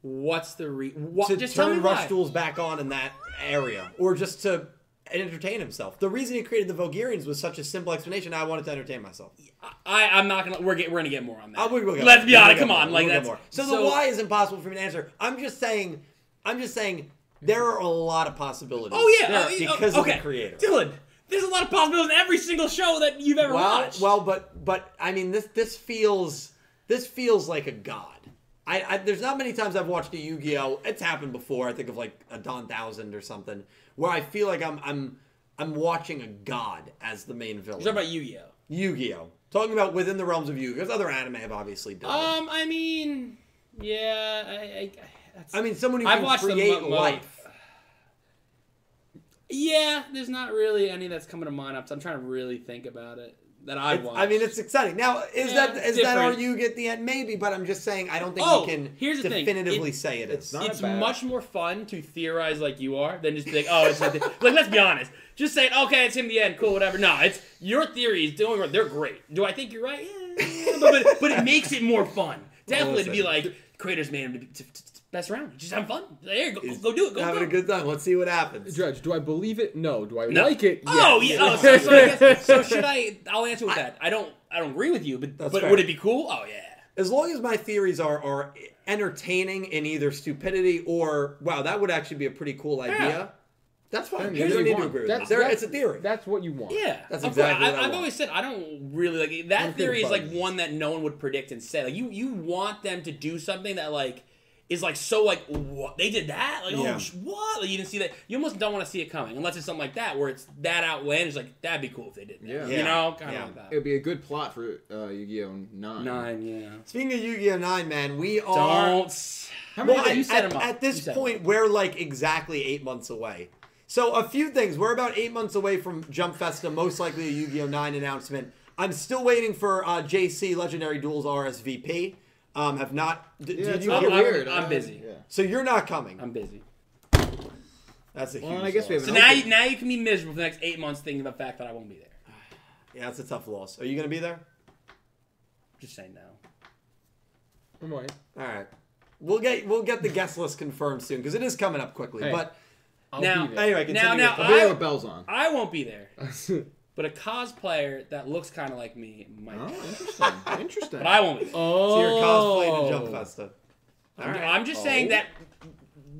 [SPEAKER 2] What's the re? What,
[SPEAKER 4] to
[SPEAKER 2] just tell me
[SPEAKER 4] turn Rush
[SPEAKER 2] why.
[SPEAKER 4] Tools back on in that area, or just to entertain himself. The reason he created the Vulgarians was such a simple explanation. I wanted to entertain myself.
[SPEAKER 2] I I'm not gonna. We're get, we're gonna get more on that.
[SPEAKER 4] I would go get
[SPEAKER 2] Let's
[SPEAKER 4] more.
[SPEAKER 2] be
[SPEAKER 4] We'll
[SPEAKER 2] honest.
[SPEAKER 4] get
[SPEAKER 2] Come
[SPEAKER 4] more.
[SPEAKER 2] on, like
[SPEAKER 4] We'll get
[SPEAKER 2] that's
[SPEAKER 4] more. So, the why is impossible for me to answer. I'm just saying. I'm just saying there are a lot of possibilities.
[SPEAKER 2] Oh yeah, oh, yeah, oh,
[SPEAKER 4] because
[SPEAKER 2] okay.
[SPEAKER 4] of the creator.
[SPEAKER 2] Dylan, there's a lot of possibilities in every single show that you've ever
[SPEAKER 4] Well,
[SPEAKER 2] watched.
[SPEAKER 4] well, but but I mean this this feels this feels like a god. I, I there's not many times I've watched a Yu-Gi-Oh. It's happened before. I think of like a Don Thousand or something where I feel like I'm I'm I'm watching a god as the main villain.
[SPEAKER 2] You're talking about Yu-Gi-Oh.
[SPEAKER 4] Yu-Gi-Oh. Talking about within the realms of Yu-Gi-Oh. 'cause other anime have obviously done. it.
[SPEAKER 5] Um, I mean, yeah, I, I, that's,
[SPEAKER 4] I mean, someone who
[SPEAKER 5] I've
[SPEAKER 4] can
[SPEAKER 5] watched the
[SPEAKER 4] create
[SPEAKER 5] mo- mo-
[SPEAKER 4] life.
[SPEAKER 5] yeah. There's not really any that's coming to mind. I'm trying to really think about it that I
[SPEAKER 4] It's-
[SPEAKER 5] watched.
[SPEAKER 4] I mean, it's exciting. Now, is
[SPEAKER 5] Yeah,
[SPEAKER 4] that
[SPEAKER 5] it's
[SPEAKER 4] is that our
[SPEAKER 5] different.
[SPEAKER 4] Yu-Gi at the end? Maybe, but I'm just saying I don't think
[SPEAKER 5] Oh,
[SPEAKER 4] we can
[SPEAKER 5] here's the thing.
[SPEAKER 4] definitively
[SPEAKER 5] It-
[SPEAKER 4] say it is.
[SPEAKER 3] it's not
[SPEAKER 5] it's
[SPEAKER 3] bad.
[SPEAKER 5] much more fun to theorize like you are than just be like, oh, it's like, like let's be honest. Just saying, okay, it's him the end, cool, whatever. No, it's your theories. Doing they're great. Do I think you're right? Yeah, but, but but it makes it more fun. Definitely to be like creators made him to, be- to, to- to best round. Just have fun. There, go, go, do it. Go,
[SPEAKER 4] Having
[SPEAKER 5] go.
[SPEAKER 4] a good time. Let's see what happens.
[SPEAKER 1] Judge, do I believe it? No. Do I
[SPEAKER 5] No.
[SPEAKER 1] like it?
[SPEAKER 5] Oh yeah.
[SPEAKER 1] Yes.
[SPEAKER 5] Oh, so, so, I guess, so should I? I'll answer with that. I don't. I don't agree with you, but
[SPEAKER 4] That's
[SPEAKER 5] but
[SPEAKER 4] fair.
[SPEAKER 5] would it be cool? Oh yeah.
[SPEAKER 4] As long as my theories are are entertaining in either stupidity or wow, that would actually be a pretty cool idea.
[SPEAKER 5] Yeah.
[SPEAKER 4] That's fine.
[SPEAKER 1] Here's
[SPEAKER 4] you
[SPEAKER 1] what
[SPEAKER 4] don't need to
[SPEAKER 1] want.
[SPEAKER 4] agree with
[SPEAKER 1] That's-
[SPEAKER 4] that. There,
[SPEAKER 1] that's-
[SPEAKER 4] it's a theory.
[SPEAKER 1] That's what you want.
[SPEAKER 5] Yeah,
[SPEAKER 4] That's
[SPEAKER 5] Of
[SPEAKER 4] exactly
[SPEAKER 5] course.
[SPEAKER 4] what I
[SPEAKER 5] I, have
[SPEAKER 4] want.
[SPEAKER 5] always said I don't really like that
[SPEAKER 1] Don't get
[SPEAKER 5] theory is like
[SPEAKER 1] bugged.
[SPEAKER 5] one that no one would predict and say like you you want them to do something that like is like so like what they did that like
[SPEAKER 4] Yeah.
[SPEAKER 5] oh sh- what like, you didn't see that you almost don't want to see it coming unless it's something like that where it's that outlandish like that'd be cool if they did that.
[SPEAKER 3] Yeah.
[SPEAKER 5] you
[SPEAKER 4] Yeah.
[SPEAKER 5] know kind of
[SPEAKER 4] Yeah.
[SPEAKER 5] like
[SPEAKER 3] It
[SPEAKER 5] that
[SPEAKER 3] would be a good plot for uh, Yu-Gi-Oh! Nine.
[SPEAKER 5] nine yeah
[SPEAKER 4] Speaking of Yu-Gi-Oh! Nine, man, we are
[SPEAKER 5] don't s-
[SPEAKER 1] How
[SPEAKER 4] Well,
[SPEAKER 1] many?
[SPEAKER 4] at,
[SPEAKER 5] you set
[SPEAKER 4] at-
[SPEAKER 5] him up.
[SPEAKER 4] at this
[SPEAKER 5] You set him
[SPEAKER 4] point, we're like exactly eight months away. So a few things. We're about eight months away from Jump Festa, most likely a Yu-Gi-Oh! 9 announcement. I'm still waiting for uh, JC Legendary Duels RSVP. Um, have not. D-
[SPEAKER 3] Yeah,
[SPEAKER 4] did
[SPEAKER 3] it's
[SPEAKER 4] you
[SPEAKER 3] a
[SPEAKER 5] I'm-
[SPEAKER 3] little
[SPEAKER 4] hear-
[SPEAKER 5] I'm-
[SPEAKER 3] weird.
[SPEAKER 5] I'm
[SPEAKER 3] uh,
[SPEAKER 5] busy.
[SPEAKER 3] Yeah.
[SPEAKER 4] So you're not coming.
[SPEAKER 5] I'm busy
[SPEAKER 4] That's a huge.
[SPEAKER 3] Well, I guess we
[SPEAKER 4] loss.
[SPEAKER 3] have
[SPEAKER 5] so
[SPEAKER 3] an
[SPEAKER 5] now
[SPEAKER 3] open-
[SPEAKER 5] you, now you can be miserable for the next eight months thinking about the fact that I won't be there
[SPEAKER 4] Yeah, that's a tough loss. Are you gonna be there?
[SPEAKER 5] just saying no
[SPEAKER 1] I'm like,
[SPEAKER 4] All right. We'll get we'll get the guest list confirmed soon because it is coming up quickly.
[SPEAKER 1] Hey.
[SPEAKER 4] But
[SPEAKER 1] I'll
[SPEAKER 5] Now-
[SPEAKER 1] be
[SPEAKER 4] anyway,
[SPEAKER 5] Now-
[SPEAKER 4] continue
[SPEAKER 5] now
[SPEAKER 4] with
[SPEAKER 3] Video
[SPEAKER 5] I-
[SPEAKER 3] with bells on.
[SPEAKER 5] I won't be there
[SPEAKER 1] there.
[SPEAKER 5] but a cosplayer that looks kind of like me might.
[SPEAKER 3] Oh, interesting. Interesting.
[SPEAKER 5] But I won't be.
[SPEAKER 1] oh.
[SPEAKER 4] so you're cosplaying to Jump Festa. All right.
[SPEAKER 5] I'm just saying
[SPEAKER 3] Oh.
[SPEAKER 5] that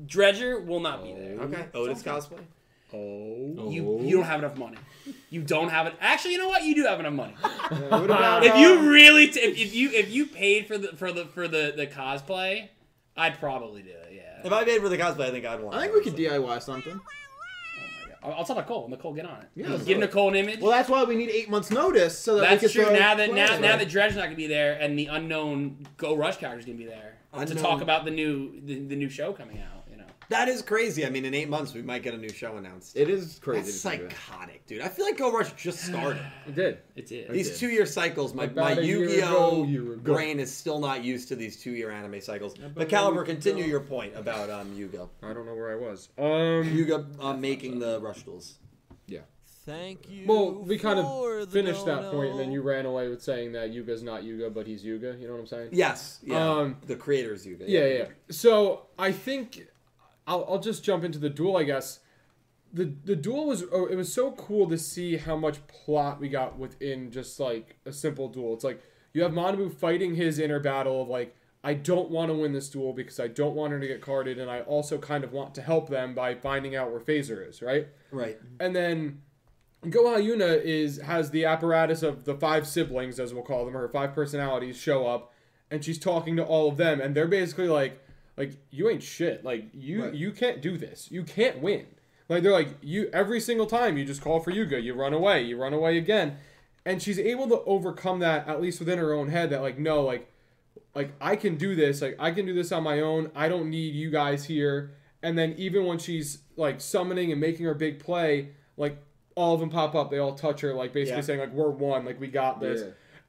[SPEAKER 5] Dredger will not be there.
[SPEAKER 4] Okay. Otis cosplay.
[SPEAKER 1] Oh.
[SPEAKER 5] You you don't have enough money. You don't have it. Actually, you know what? You do have enough money.
[SPEAKER 3] Uh, what about,
[SPEAKER 5] If you
[SPEAKER 3] um,
[SPEAKER 5] really, t- if, if you if you paid for the for the for the the cosplay, I'd probably do it. Yeah. Oh
[SPEAKER 4] If I paid for the cosplay, I think I'd want.
[SPEAKER 3] I
[SPEAKER 4] it,
[SPEAKER 3] think we could
[SPEAKER 4] honestly.
[SPEAKER 3] DIY something.
[SPEAKER 5] I'll, I'll tell Nicole. Nicole, get on it.
[SPEAKER 3] Yeah, let's
[SPEAKER 5] Oh, Give
[SPEAKER 3] do it.
[SPEAKER 5] Nicole an image.
[SPEAKER 3] Well, that's why we need eight months' notice so that we can
[SPEAKER 5] that's true.
[SPEAKER 3] start
[SPEAKER 5] Now that now,
[SPEAKER 3] planning.
[SPEAKER 5] now that Dredger's not gonna be there, and the unknown Go Rush character's gonna be there to
[SPEAKER 4] Unknown.
[SPEAKER 5] talk about the new the, the new show coming out. You know.
[SPEAKER 4] That is crazy. I mean, in eight months, we might get a new show announced.
[SPEAKER 3] it is crazy.
[SPEAKER 4] That's
[SPEAKER 3] to think about.
[SPEAKER 4] psychotic, dude. I feel like Go Rush just started.
[SPEAKER 1] It did.
[SPEAKER 5] It is.
[SPEAKER 4] These
[SPEAKER 3] did.
[SPEAKER 4] two year cycles, my, my
[SPEAKER 1] About a year
[SPEAKER 4] Yu Gi
[SPEAKER 1] ago, year
[SPEAKER 4] Oh
[SPEAKER 1] ago.
[SPEAKER 4] brain is still not used to these two year anime cycles. But
[SPEAKER 1] a
[SPEAKER 4] Caliber,
[SPEAKER 1] year
[SPEAKER 4] continue
[SPEAKER 1] ago.
[SPEAKER 4] your point about um, Yuga.
[SPEAKER 1] I don't know where I was. Um.
[SPEAKER 4] Yuga um, making the rush duels.
[SPEAKER 7] Thank you.
[SPEAKER 1] Well, we kind of
[SPEAKER 7] for the
[SPEAKER 1] finished that point, and then
[SPEAKER 7] dono.
[SPEAKER 1] you ran away with saying that Yuga's not Yuga, but he's Yuga. You know what I'm saying?
[SPEAKER 4] Yes. Yeah.
[SPEAKER 1] Um,
[SPEAKER 4] the creator's Yuga.
[SPEAKER 1] Yeah, yeah. So I think I'll, I'll just jump into the duel. I guess the the duel was oh, it was so cool to see how much plot we got within just like a simple duel. It's like you have Manabu fighting his inner battle of like I don't want to win this duel because I don't want her to get carded, and I also kind of want to help them by finding out where Phaser is, right?
[SPEAKER 4] Right.
[SPEAKER 1] and then Goha Yuna is has the apparatus of the five siblings, as we'll call them, her five personalities show up, and she's talking to all of them, and they're basically like, like you ain't shit, like you
[SPEAKER 3] Right.
[SPEAKER 1] you can't do this, you can't win. Like they're like you every single time you just call for Yuga, you run away, you run away again, and she's able to overcome that at least within her own head that like no like like I can do this, like I can do this on my own. I don't need you guys here. And then even when she's like summoning and making her big play, like all of them pop up, they all touch her, like basically
[SPEAKER 4] Yeah.
[SPEAKER 1] saying like we're one, like we got this.
[SPEAKER 3] Yeah.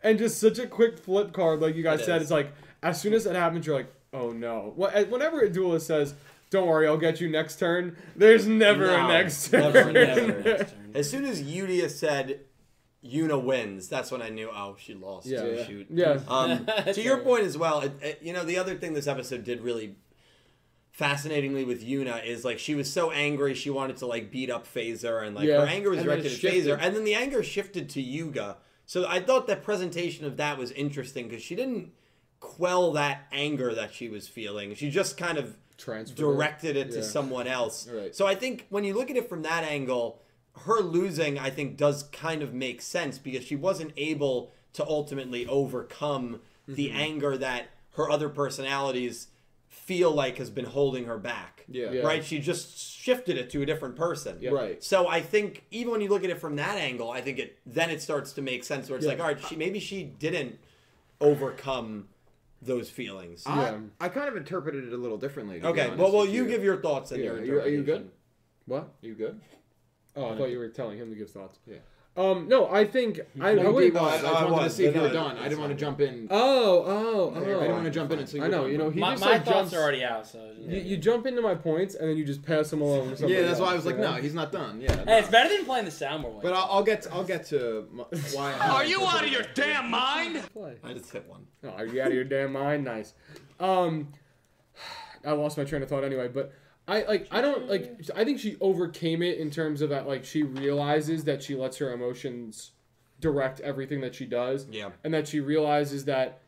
[SPEAKER 1] And just such a quick flip card, like you guys
[SPEAKER 4] It
[SPEAKER 1] said,
[SPEAKER 4] is.
[SPEAKER 1] it's like as soon as it happens, you're like, oh no. Wh- and Whenever a duelist says, "Don't worry, I'll get you next turn," there's never
[SPEAKER 4] No,
[SPEAKER 1] a next turn.
[SPEAKER 4] never,
[SPEAKER 5] Never. Next turn.
[SPEAKER 1] Mm-hmm.
[SPEAKER 4] As soon as Yudia said Yuna wins, that's when I knew, oh, she lost.
[SPEAKER 1] Yeah. Mm-hmm.
[SPEAKER 4] Oh,
[SPEAKER 1] Yeah.
[SPEAKER 4] shoot.
[SPEAKER 1] Yeah.
[SPEAKER 4] Um, to your
[SPEAKER 5] Sorry.
[SPEAKER 4] point as well, it, it- you know, the other thing this episode did really fascinatingly with Yuna is like she was so angry she wanted to like beat up Phaser and like
[SPEAKER 1] Yeah.
[SPEAKER 4] her anger was
[SPEAKER 1] And then it
[SPEAKER 4] directed at
[SPEAKER 1] shifted.
[SPEAKER 4] Phaser and then the anger shifted to Yuga. So I thought that presentation of that was interesting because she didn't quell that anger that she was feeling. She just kind of
[SPEAKER 1] Transferred it.
[SPEAKER 4] directed it to
[SPEAKER 1] Yeah.
[SPEAKER 4] someone else.
[SPEAKER 1] Right.
[SPEAKER 4] So I think when you look at it from that angle, her losing, I think, does kind of make sense because she wasn't able
[SPEAKER 3] Mm-hmm.
[SPEAKER 4] to ultimately overcome the anger that her other personalities feel like has been holding her back.
[SPEAKER 3] Yeah.
[SPEAKER 1] Yeah.
[SPEAKER 4] Right? She just shifted it to a different person.
[SPEAKER 1] Yeah.
[SPEAKER 3] Right.
[SPEAKER 4] So I think even when you look at it from that angle, I think it then it starts to make sense where it's
[SPEAKER 3] Yeah.
[SPEAKER 4] like, all right, she maybe she didn't overcome those feelings.
[SPEAKER 1] Yeah.
[SPEAKER 3] I, I kind of interpreted it a little differently. to be
[SPEAKER 4] okay.
[SPEAKER 3] honest
[SPEAKER 4] Well, well,
[SPEAKER 3] with
[SPEAKER 4] you give your thoughts and
[SPEAKER 3] Yeah,
[SPEAKER 4] your
[SPEAKER 3] are you- are you
[SPEAKER 4] interpretation.
[SPEAKER 1] What?
[SPEAKER 3] You good?
[SPEAKER 1] Oh, I thought you were telling him to give thoughts.
[SPEAKER 3] Yeah.
[SPEAKER 1] Um, no, I think I, I
[SPEAKER 3] I,
[SPEAKER 1] would.
[SPEAKER 3] was. I just
[SPEAKER 4] I
[SPEAKER 3] wanted to
[SPEAKER 4] was,
[SPEAKER 3] see if
[SPEAKER 4] but
[SPEAKER 3] you were
[SPEAKER 4] no,
[SPEAKER 3] done. I
[SPEAKER 4] it's
[SPEAKER 3] didn't want to
[SPEAKER 4] fine.
[SPEAKER 3] jump in.
[SPEAKER 1] Oh, oh,
[SPEAKER 3] I didn't
[SPEAKER 1] oh!
[SPEAKER 3] want to jump in until you.
[SPEAKER 1] I
[SPEAKER 3] were
[SPEAKER 1] know.
[SPEAKER 3] done,
[SPEAKER 1] You know,
[SPEAKER 3] but-
[SPEAKER 1] he
[SPEAKER 2] my
[SPEAKER 1] just
[SPEAKER 2] my
[SPEAKER 1] like
[SPEAKER 2] thoughts
[SPEAKER 1] jumps.
[SPEAKER 2] are already out. So
[SPEAKER 1] You, you jump into my points and then you just pass them along. To somebody
[SPEAKER 3] Yeah, that's why I
[SPEAKER 1] else,
[SPEAKER 3] was like,
[SPEAKER 1] you know?
[SPEAKER 3] no, he's not done. Yeah.
[SPEAKER 2] Hey, it's
[SPEAKER 3] no.
[SPEAKER 2] better than playing the soundboard.
[SPEAKER 3] But I'll, I'll get I'll get to my, why. Are you out of your?
[SPEAKER 1] Play.
[SPEAKER 4] I just hit one.
[SPEAKER 1] Oh, are you out of your damn mind? Nice. Um, I lost my train of thought anyway, but I like I don't like I think she overcame it in terms of that like she realizes that she lets her emotions direct everything that she does.
[SPEAKER 4] Yeah.
[SPEAKER 1] And that she realizes that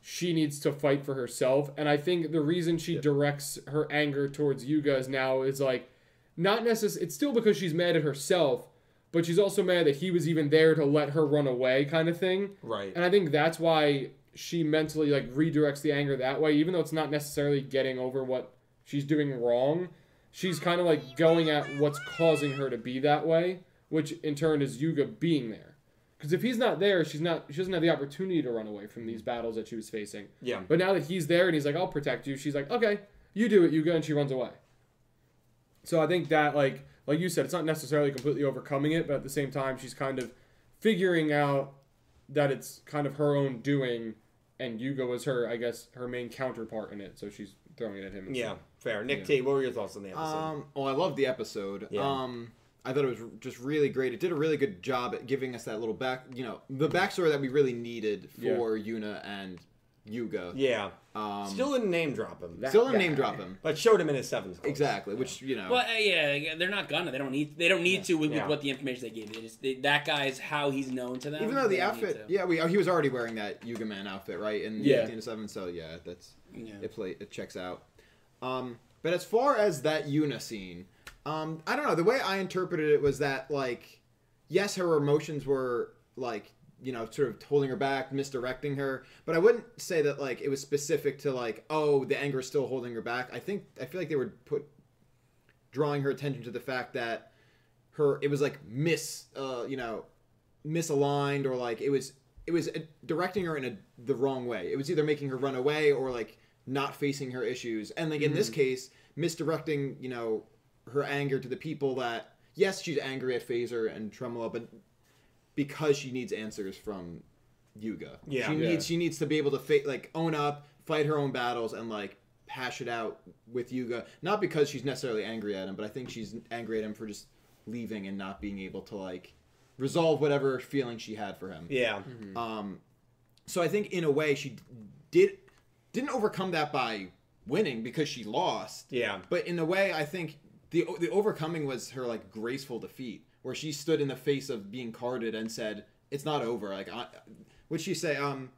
[SPEAKER 1] she needs to fight for herself. And I think the reason she directs her anger towards Yuga is now is like not necessarily it's still because she's mad at herself, but she's also mad that he was even there to let her run away kind of thing.
[SPEAKER 4] Right.
[SPEAKER 1] And I think that's why she mentally like redirects the anger that way, even though it's not necessarily getting over what she's doing wrong. She's kind of like going at what's causing her to be that way, which in turn is Yuga being there. Because if he's not there, she's not. She doesn't have the opportunity to run away from these battles that she was facing.
[SPEAKER 4] Yeah.
[SPEAKER 1] But now that he's there and he's like, "I'll protect you," she's like, "Okay, you do it, Yuga," and she runs away. So I think that like like you said, it's not necessarily completely overcoming it, but at the same time, she's kind of figuring out that it's kind of her own doing, and Yuga was her, I guess, her main counterpart in it. So she's throwing it at him. and
[SPEAKER 4] Yeah.
[SPEAKER 1] stuff.
[SPEAKER 4] Fair. Nick T, what were your thoughts on the episode?
[SPEAKER 3] Um. Oh, I loved the episode.
[SPEAKER 4] Yeah.
[SPEAKER 3] Um. I thought it was just really great. It did a really good job at giving us that little back, you know, the backstory that we really needed
[SPEAKER 1] Yeah.
[SPEAKER 3] for Yuna and Yuga.
[SPEAKER 4] yeah.
[SPEAKER 3] Um,
[SPEAKER 4] Still didn't name drop him.
[SPEAKER 1] That
[SPEAKER 3] still a
[SPEAKER 1] guy.
[SPEAKER 3] name drop him.
[SPEAKER 4] but showed him in his seventh. grade.
[SPEAKER 3] Exactly. Which you know.
[SPEAKER 2] Well, uh, yeah, yeah, they're not gonna. They don't need. They don't need to with,
[SPEAKER 4] Yeah.
[SPEAKER 2] with what the information they gave. They just, they, that guy is how he's known to them.
[SPEAKER 3] Even though
[SPEAKER 2] They
[SPEAKER 3] the
[SPEAKER 2] don't need
[SPEAKER 3] outfit,
[SPEAKER 2] to.
[SPEAKER 3] yeah, we oh, he was already wearing that Yuga Man outfit, right? In
[SPEAKER 1] Yeah.
[SPEAKER 3] yeah. Seven, so yeah, that's
[SPEAKER 2] Yeah.
[SPEAKER 3] it. Play it checks out. Um, but as far as that Yuna scene, um, I don't know. The way I interpreted it was that like, yes, her emotions were like you know sort of holding her back, misdirecting her, but I wouldn't say that like it was specific to like oh the anger is still holding her back. I think I feel like they were put drawing her attention to the fact that her it was like miss uh you know misaligned or like it was it was uh, directing her in a the wrong way it was either making her run away or like not facing her issues and like in this case misdirecting you know her anger to the people that yes she's angry at phaser and tremolo but because she needs answers from yuga
[SPEAKER 4] Yeah.
[SPEAKER 3] she
[SPEAKER 1] Yeah.
[SPEAKER 3] needs she needs to be able to fa- like own up fight her own battles and like hash it out with yuga not because she's necessarily angry at him but i think she's angry at him for just leaving and not being able to like resolve whatever feeling she had for him.
[SPEAKER 4] Yeah.
[SPEAKER 3] Um, so I think in a way she d- did didn't overcome that by winning because she lost.
[SPEAKER 4] Yeah.
[SPEAKER 3] But in a way, I think the o- the overcoming was her like graceful defeat, where she stood in the face of being carded and said, "It's not over." Like, I, would she say, um?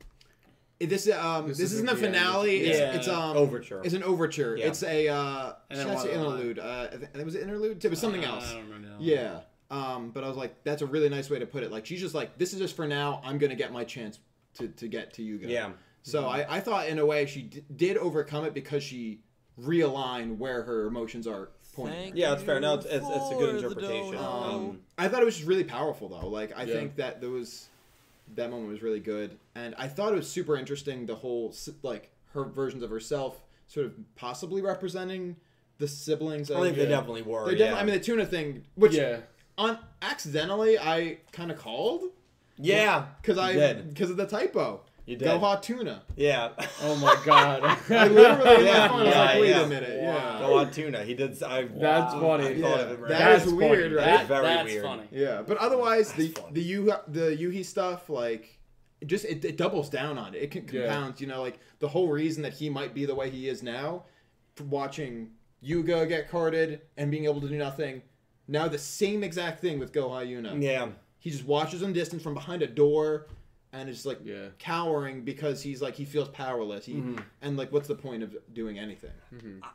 [SPEAKER 3] This um this, isn't,
[SPEAKER 1] isn't
[SPEAKER 3] the
[SPEAKER 1] the end.
[SPEAKER 3] finale. It's,
[SPEAKER 2] Yeah.
[SPEAKER 3] it's um
[SPEAKER 4] Overture.
[SPEAKER 3] It's an overture.
[SPEAKER 4] Yeah.
[SPEAKER 3] It's a uh.
[SPEAKER 2] And then
[SPEAKER 3] should I say
[SPEAKER 2] one other one.
[SPEAKER 3] interlude. Uh, I think, was it interlude? It was something
[SPEAKER 2] Uh,
[SPEAKER 3] else.
[SPEAKER 2] I don't remember. now.
[SPEAKER 3] Yeah. Um, but I was like, that's a really nice way to put it. Like, she's just like, this is just for now. I'm gonna get my chance to, to get to Yuga.
[SPEAKER 4] Yeah.
[SPEAKER 3] So I, I thought in a way she d- did overcome it because she realigned where her emotions are pointing.
[SPEAKER 5] Thank
[SPEAKER 4] Yeah, it's fair. No, it's,
[SPEAKER 5] you
[SPEAKER 4] it's, it's a
[SPEAKER 5] for
[SPEAKER 4] good
[SPEAKER 5] the
[SPEAKER 4] interpretation.
[SPEAKER 5] donut.
[SPEAKER 4] Um,
[SPEAKER 3] I thought it was just really powerful though. Like I
[SPEAKER 1] Yeah.
[SPEAKER 3] think that there was that moment was really good, and I thought it was super interesting. The whole s- like her versions of herself, sort of possibly representing the siblings. Of,
[SPEAKER 4] I think they
[SPEAKER 1] Yeah.
[SPEAKER 4] definitely were.
[SPEAKER 3] They
[SPEAKER 4] yeah.
[SPEAKER 3] definitely- I mean, the tuna thing, which
[SPEAKER 1] Yeah.
[SPEAKER 3] on accidentally I kind of called.
[SPEAKER 4] yeah.
[SPEAKER 3] Because
[SPEAKER 4] You
[SPEAKER 3] I
[SPEAKER 4] did.
[SPEAKER 3] because of the typo.
[SPEAKER 4] You did.
[SPEAKER 3] Goha tuna.
[SPEAKER 4] Yeah.
[SPEAKER 1] Oh my god.
[SPEAKER 3] I literally in
[SPEAKER 4] Yeah,
[SPEAKER 3] my phone, I was
[SPEAKER 4] yeah,
[SPEAKER 3] like, wait
[SPEAKER 4] yeah.
[SPEAKER 3] a minute,
[SPEAKER 1] Wow.
[SPEAKER 3] yeah.
[SPEAKER 4] Go on tuna. He did. s- I,
[SPEAKER 1] That's
[SPEAKER 4] I
[SPEAKER 1] funny.
[SPEAKER 4] thought
[SPEAKER 3] Yeah.
[SPEAKER 4] of it right
[SPEAKER 3] That
[SPEAKER 4] now.
[SPEAKER 3] is weird,
[SPEAKER 2] funny.
[SPEAKER 3] right?
[SPEAKER 2] That,
[SPEAKER 4] Very
[SPEAKER 2] that's
[SPEAKER 4] weird.
[SPEAKER 2] funny.
[SPEAKER 3] Yeah, but otherwise the
[SPEAKER 4] That's funny.
[SPEAKER 3] the Yu the Yuhi stuff like it just it, it doubles down on it. It can
[SPEAKER 1] Yeah.
[SPEAKER 3] compound, you know, like the whole reason that he might be the way he is now, from watching Yuga get carded and being able to do nothing. Now the same exact thing with Goha Yuna.
[SPEAKER 4] Yeah.
[SPEAKER 3] He just watches him distant from behind a door and is like
[SPEAKER 1] Yeah.
[SPEAKER 3] cowering because he's like he feels powerless. He and like what's the point of doing anything?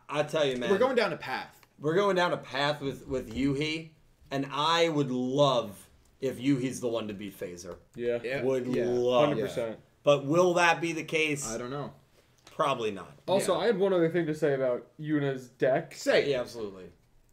[SPEAKER 4] I, I tell you, man.
[SPEAKER 3] We're going down a path.
[SPEAKER 4] we're going down a path with with Yuhi, and I would love if Yuhi's the one to beat Phaser.
[SPEAKER 1] yeah.
[SPEAKER 3] Yeah.
[SPEAKER 4] Would
[SPEAKER 3] Yeah.
[SPEAKER 4] love.
[SPEAKER 1] 100%.
[SPEAKER 4] But will that be the case?
[SPEAKER 3] I don't know.
[SPEAKER 4] Probably not.
[SPEAKER 1] Also,
[SPEAKER 3] Yeah.
[SPEAKER 1] I had one other thing to say about Yuna's deck.
[SPEAKER 3] Say it.
[SPEAKER 4] Yeah, absolutely.